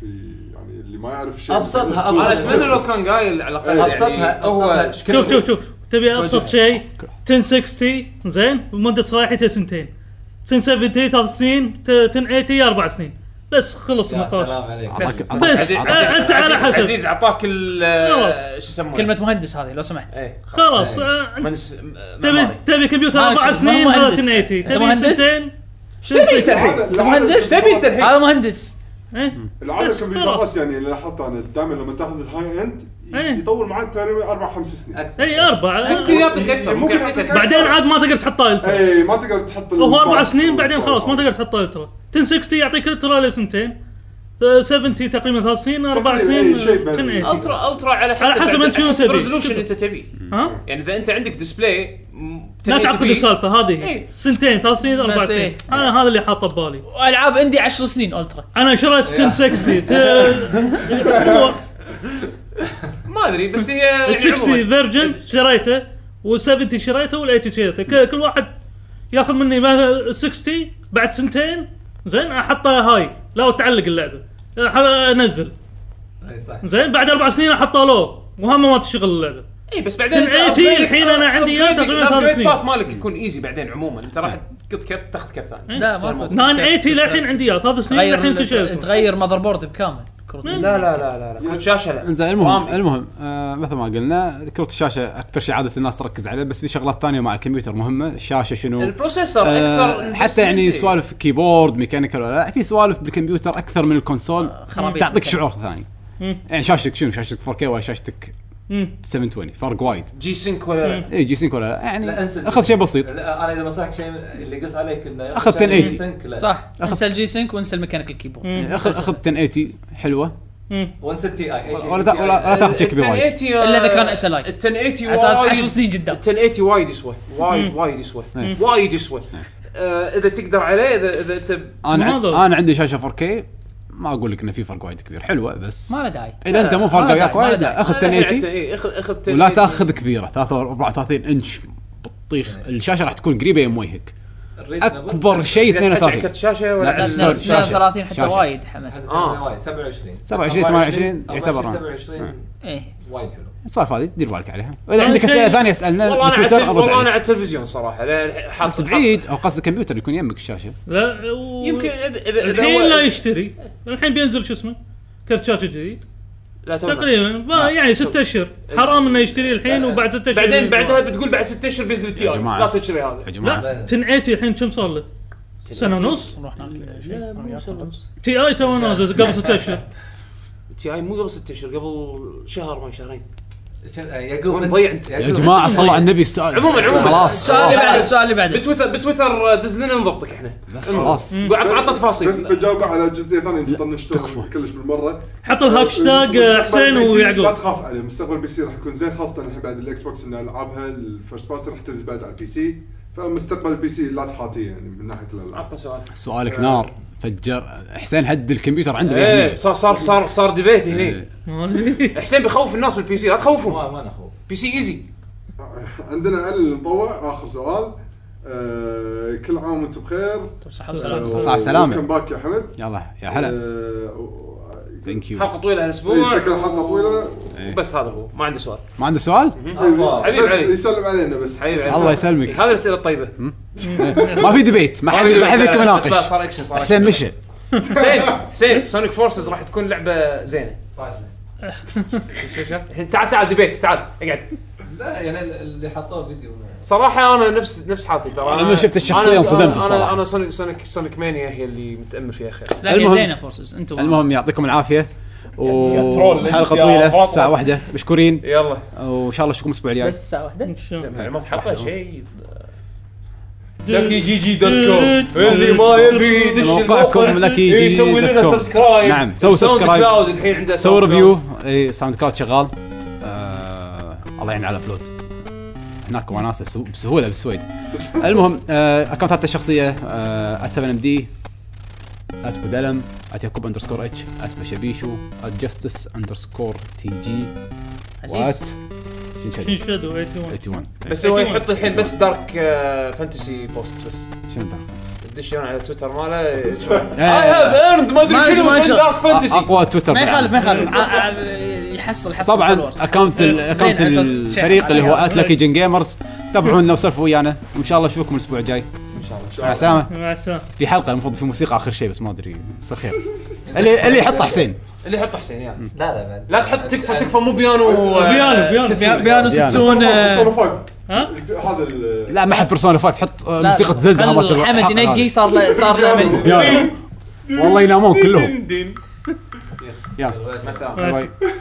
S3: في يعني اللي ما يعرف شيء
S8: أبسطها-
S3: بس-
S4: انا
S8: أبسطها.
S4: اتمنى لو كان قايل على الاقل يعني
S8: ابسطها
S4: هو
S8: ابسطها
S6: شوف شوف شوف تبي ابسط شيء 1060 زين ومده صلاحيته سنتين 1070 ثلاث سنين ت- 1080 اربع سنين بس خلص
S8: يا سلام
S6: النقاش
S8: عليك
S2: أعطاك-
S4: طيب.
S2: أعطاك-
S6: بس
S2: أعطاك-
S6: آه، انت على
S4: عزيز-
S6: حسب
S4: عزيز اعطاك ال آه،
S6: خلاص.
S4: شو يسمونه
S2: طيب.
S5: كلمه مهندس هذه لو سمحت
S4: إيه.
S6: خلاص آه، أنت
S4: منس- م-
S6: تبي
S4: معماري.
S6: تبي كمبيوتر
S5: أنا
S6: اربع
S5: شوف، ما
S6: سنين
S5: هو
S6: هذا
S5: مهندس.
S6: 1080
S5: أنت
S6: تبي
S5: مهندس؟
S6: سنتين
S4: انت الحين؟
S3: هذا-
S5: انت مهندس؟
S3: العالم-
S4: تبي انت الحين
S5: هذا مهندس
S6: إيه؟
S3: العالم
S6: بس
S3: الكمبيوترات
S6: خلاص.
S3: يعني لاحظت انا دائما لما تاخذ الهاي اند ي-
S6: إيه.
S3: يطول معك تقريبا اربع خمس سنين
S8: أكثر.
S6: اي اربع
S4: ممكن يعطيك اكثر
S3: ممكن
S4: ممكن
S3: يعطيك
S4: يعطيك
S3: أكثر.
S4: اكثر
S6: إيه، بعدين عاد ما تقدر تحط الترا
S3: اي ما تقدر تحط
S6: هو اربع
S3: الباص
S6: سنين
S3: والسوالف
S6: بعدين خلاص ما
S3: هذه.
S6: تقدر تحط الترا 1060 يعطيك الترا لسنتين th- 70 تقريبا ثلاث سنين اربع
S3: تقريباً أي
S6: سنين
S3: شيء بين-
S6: 1080
S4: الترا الترا على حسب
S6: على حسب أنت شنو تبي.
S4: الريزولوشن اللي انت تبيه
S6: ها
S4: يعني اذا انت عندك ديسبلاي م-
S6: لا
S4: 1080p
S6: تعقد السالفه هذه
S4: إيه.
S6: سنتين ثلاث سنين اربع
S5: بس
S6: سنين
S5: إيه.
S6: انا هذا اللي حاطه ببالي
S5: والعاب عندي 10 سنين الترا
S6: انا شريت 1060 ت-
S4: ما ادري بس هي يعني
S6: ال 60
S4: عموماً.
S6: فيرجن شريته وال70 شريته وال80 شريته ك- كل واحد ياخذ مني مثلا 60 بعد سنتين زين احطه هاي لا تعلق اللعبه أح- انزل
S8: اي صح
S6: زين بعد اربع سنين احطه لو وهم ما تشتغل اللعبه
S4: اي إيه، بس بعدين
S6: 1080 الحين أنا عندي إياه تقريباً ثلاث سنين.
S4: الباث مالك يكون ايزي بعدين عموما انت راح تقط كرت تاخذ كرت ثاني
S5: لا، ما
S4: تستعمل.
S5: أخذ.
S6: 980 للحين عندي اياه ثلاث سنين
S5: تغير
S6: للحين كل شيء
S5: ال- تغير ماذر بورد بكامل كرة
S4: لا لا لا لا لا كروت شاشه لا
S2: انزين المهم
S4: رامي.
S2: المهم آه مثل ما قلنا كرة الشاشة أكثر شيء عادة الناس تركز عليه بس في شغلات ثانية مع الكمبيوتر مهمة الشاشة شنو
S4: البروسيسور
S2: آه
S4: اكثر
S2: حتى يعني سوالف كيبورد ميكانيكال ولا لا في سوالف بالكمبيوتر أكثر من الكونسول
S4: آه،
S5: خرابيط
S2: تعطيك
S5: ميكانيك.
S2: شعور ثاني
S6: مم.
S2: يعني شاشتك شنو شاشتك 4K ولا شاشتك 720 فرق وايد
S4: جي سينك ولا
S2: اي جي سينك ولا لا يعني
S8: لا، انسى
S2: اخذ شيء بسيط
S8: لا انا اذا بنصحك شيء اللي قص عليك انه
S2: أخذ 1080.
S8: صح
S5: صح انسى الجي سينك وانسى الميكانيك الكيبورد
S2: يعني اخذ اخذ 1080 حلوة
S8: وانسى التي اي اي شيء
S2: ولا تا-
S8: TI.
S2: ولا, ولا تاخذ شيء كبير وايد
S4: 1080 آه،
S5: إلا إذا كان SLI.
S4: 1080
S5: على اساس 10
S4: وايد
S5: سنين قدام
S4: 1080 وايد يسوى وايد وايد يسوى وايد يسوى آه، اذا تقدر عليه اذا اذا انت
S2: انا
S6: ما
S2: عن-
S6: هذا.
S2: انا عندي شاشة 4K ما اقول لك انه في فرق وايد كبير حلوة بس
S5: ما له داعي
S2: اذا انت إيه، مو
S5: ما
S2: فارقه
S5: داعي،
S2: وياك
S5: ما
S2: وايد
S5: داعي.
S2: لا اخذ 1080
S4: إيه، اخذ اخذ
S2: ولا
S4: 1080.
S2: تاخذ كبيره 33 34 انش بطيخ الشاشه راح تكون قريبه يم وجهك
S8: الريزنبل.
S2: اكبر شيء
S4: إذا تحتاج
S2: 32
S4: كرت شاشه
S2: لا،
S4: ولا
S2: لا.
S5: لا
S2: سوري، شاشة.
S5: 30 حتى
S2: شاشة.
S5: وايد حمد
S8: هذا
S4: آه.
S8: وايد 27
S2: 27 28 يعتبر نعم.
S8: 27
S5: ايه
S8: وايد حلو
S2: السوالف هذه دير بالك عليها واذا
S6: أنا
S2: عندك اسئله
S6: شايف-
S2: ثانيه اسالنا
S4: والله انا على
S2: بتويتر
S4: التل-
S2: نرد
S4: والله انا
S2: عليك
S4: على التلفزيون صراحه لا حاط-
S2: بس
S4: حاط-
S2: بعيد او قصد الكمبيوتر يكون يمك الشاشه
S6: لا و-
S4: يمكن اذا إذا- اذا
S6: الحين
S4: هو-
S6: لا يشتري الحين بينزل شو اسمه كرت شاشه جديد
S4: لا تو نفس.
S6: تقريبا ما يعني ست اشهر حرام انه يشتري الحين وبعد ست اشهر
S4: نعم. بعدين
S6: ينزل.
S4: بعدها بتقول بعد ست اشهر بينزل التي اي
S2: جماعة.
S4: لا تشتري هذا
S2: يا جماعه
S6: لا 1080 الحين كم صار له؟ سنه ونص
S5: نروح ناكل شيء
S6: تي اي تو نازل قبل ست اشهر
S4: التي اي مو قبل ست اشهر قبل شهر ما شهرين
S8: شو- آه، يعقوب
S4: وين ضيع
S8: أنت-
S4: أنت؟
S2: يا جماعه صلى على النبي السؤال
S4: عموماً- عموماً.
S2: خلاص
S5: السؤال اللي
S2: خلاص
S5: بعده السؤال اللي بعده
S4: بتويتر بتويتر دز لنا نضبطك احنا
S2: بس خلاص
S4: عط- عطنا تفاصيل
S3: بس بجاوب على جزئيه ثانيه انت طنشتهم
S2: تكفى.
S3: كلش بالمره
S6: حط الهاشتاج حسين
S3: مستقبل PC لا
S6: ويعقوب
S3: تخاف عليه مستقبل بي سي راح يكون زين خاصه الحين بعد الاكس بوكس ان العابها الفيرست بارتي راح تنزل بعد على البي سي فمستقبل البي سي لا تحاتيه يعني من ناحيه الالعاب
S4: عطنا سؤال
S2: سؤالك نار فجر حسين هد الكمبيوتر يعني عنده
S4: ايه
S2: بيهني
S4: صار صار صار صار ديبيت هنا
S2: إيه.
S4: حسين بيخوف الناس بالبي سي لا تخوفهم
S8: ما ما نخوف
S4: بي سي ايزي
S3: عندنا علي المطوع اخر سؤال آه كل عام وانتم بخير
S5: صحة وسلامة
S2: صح، سلامة.
S3: كم باك يا حمد
S2: يلا يا هلا
S3: آه، و-
S2: ثانك يو
S4: حلقه طويله
S3: إيه،
S4: هالاسبوع
S3: شكلها حلقه طويله
S4: بس هذا هو ما عندي سؤال
S2: ما عنده سؤال؟
S8: أفا.
S4: حبيب
S3: بس
S4: علي
S3: يسلم علينا بس
S4: حبيب علي
S2: الله يسلمك.
S4: هذه الاسئله الطيبه
S2: ما في ديبيت ما حد ما حد فيكم
S4: آه، بس لا،
S2: يناقش
S4: صار اكشن صار
S2: حسين
S4: أكشن.
S2: مشى
S4: حسين حسين سونيك فورسز راح تكون لعبه زينه
S8: فاشلة.
S4: الحين تعال تعال ديبيت تعال اقعد
S8: لا يعني اللي حطوه فيديو
S4: صراحه انا نفس نفس حالتي ترى
S2: أنا لما شفت الشخصية
S4: أنا-
S2: انصدمت
S4: أنا-
S2: الصراحة.
S4: انا انا سونيك سونيك سونيك مانيا هي اللي متامل فيها خير
S5: لا هي
S2: المهم-
S5: زينه فورسز انتم
S2: المهم يعطيكم العافيه وحلقه طويله ساعه واحده مشكورين
S4: يلا
S2: وان شاء الله اشوفكم الاسبوع الجاي
S5: بس ساعه واحده
S4: معلومات حلقه شيء
S6: لكي
S4: جي جي
S6: اللي
S4: ما يبي يدش
S2: موقعكم لكي جي
S4: يسوي لنا
S2: دوت كوم.
S4: سبسكرايب
S2: نعم، سووا
S4: ساوند
S2: سبسكرايب.
S4: كلاود الحين عنده
S2: سووا
S4: ساوند
S2: ريفيو إيه، ساوند كلاود شغال آه الله يعين على ابلود هناك وناسه سو- بسهوله بالسويد المهم آه اكونتات الشخصيه آه 7 ام دي ات بدلم ات يعقوب اندرسكور اتش ات بشبيشو ات جستس اندرسكور تي جي وات
S5: عزيز
S6: شين
S2: شنشد
S6: شادو 81
S2: 81
S4: بس هو يحط الحين بس دارك آه، فانتسي بوست بس
S2: شنو ده؟
S4: تدش يوم على تويتر ماله اي هاف
S2: آه،
S4: ايرند ما
S5: ما
S4: ادري شنو
S5: ما
S4: من
S5: شاء-
S4: دارك فانتسي
S2: اقوى تويتر
S5: ما يخالف ما
S2: بالعالم.
S5: يخالف ع- ع- يحصل يحصل
S2: طبعا
S5: followers.
S2: اكونت ال-
S5: زين
S2: اكونت
S5: على أساس
S2: الفريق
S5: شيء
S2: اللي هو
S5: على
S2: ات لكي جن جيمرز تابعونا وسولفوا ويانا وان شاء الله اشوفكم الاسبوع الجاي مع السلامه
S6: مع السلامه
S2: في حلقه المفروض في موسيقى اخر شيء بس ما ادري صار خير اللي اللي يحطه حسين
S4: اللي يحط حسين يعني
S8: لا لا بعد
S4: لا تحط تكفى تكفى مو بيانو آه،
S6: بيانو بيانو
S5: بيا- بيانو
S2: بيانو.
S5: ستون آه،
S3: Persona 5
S6: ها؟
S3: هذا ال
S2: لا ما حد بيرسونا 5 حط آه، موسيقى
S5: لا،
S2: زلدة
S5: خل
S2: مالت الحق
S5: حمد
S2: هذا.
S5: ينقي صار له صار له من-
S2: يلا. والله ينامون كلهم
S4: دين
S2: يلا
S4: مساء
S2: باي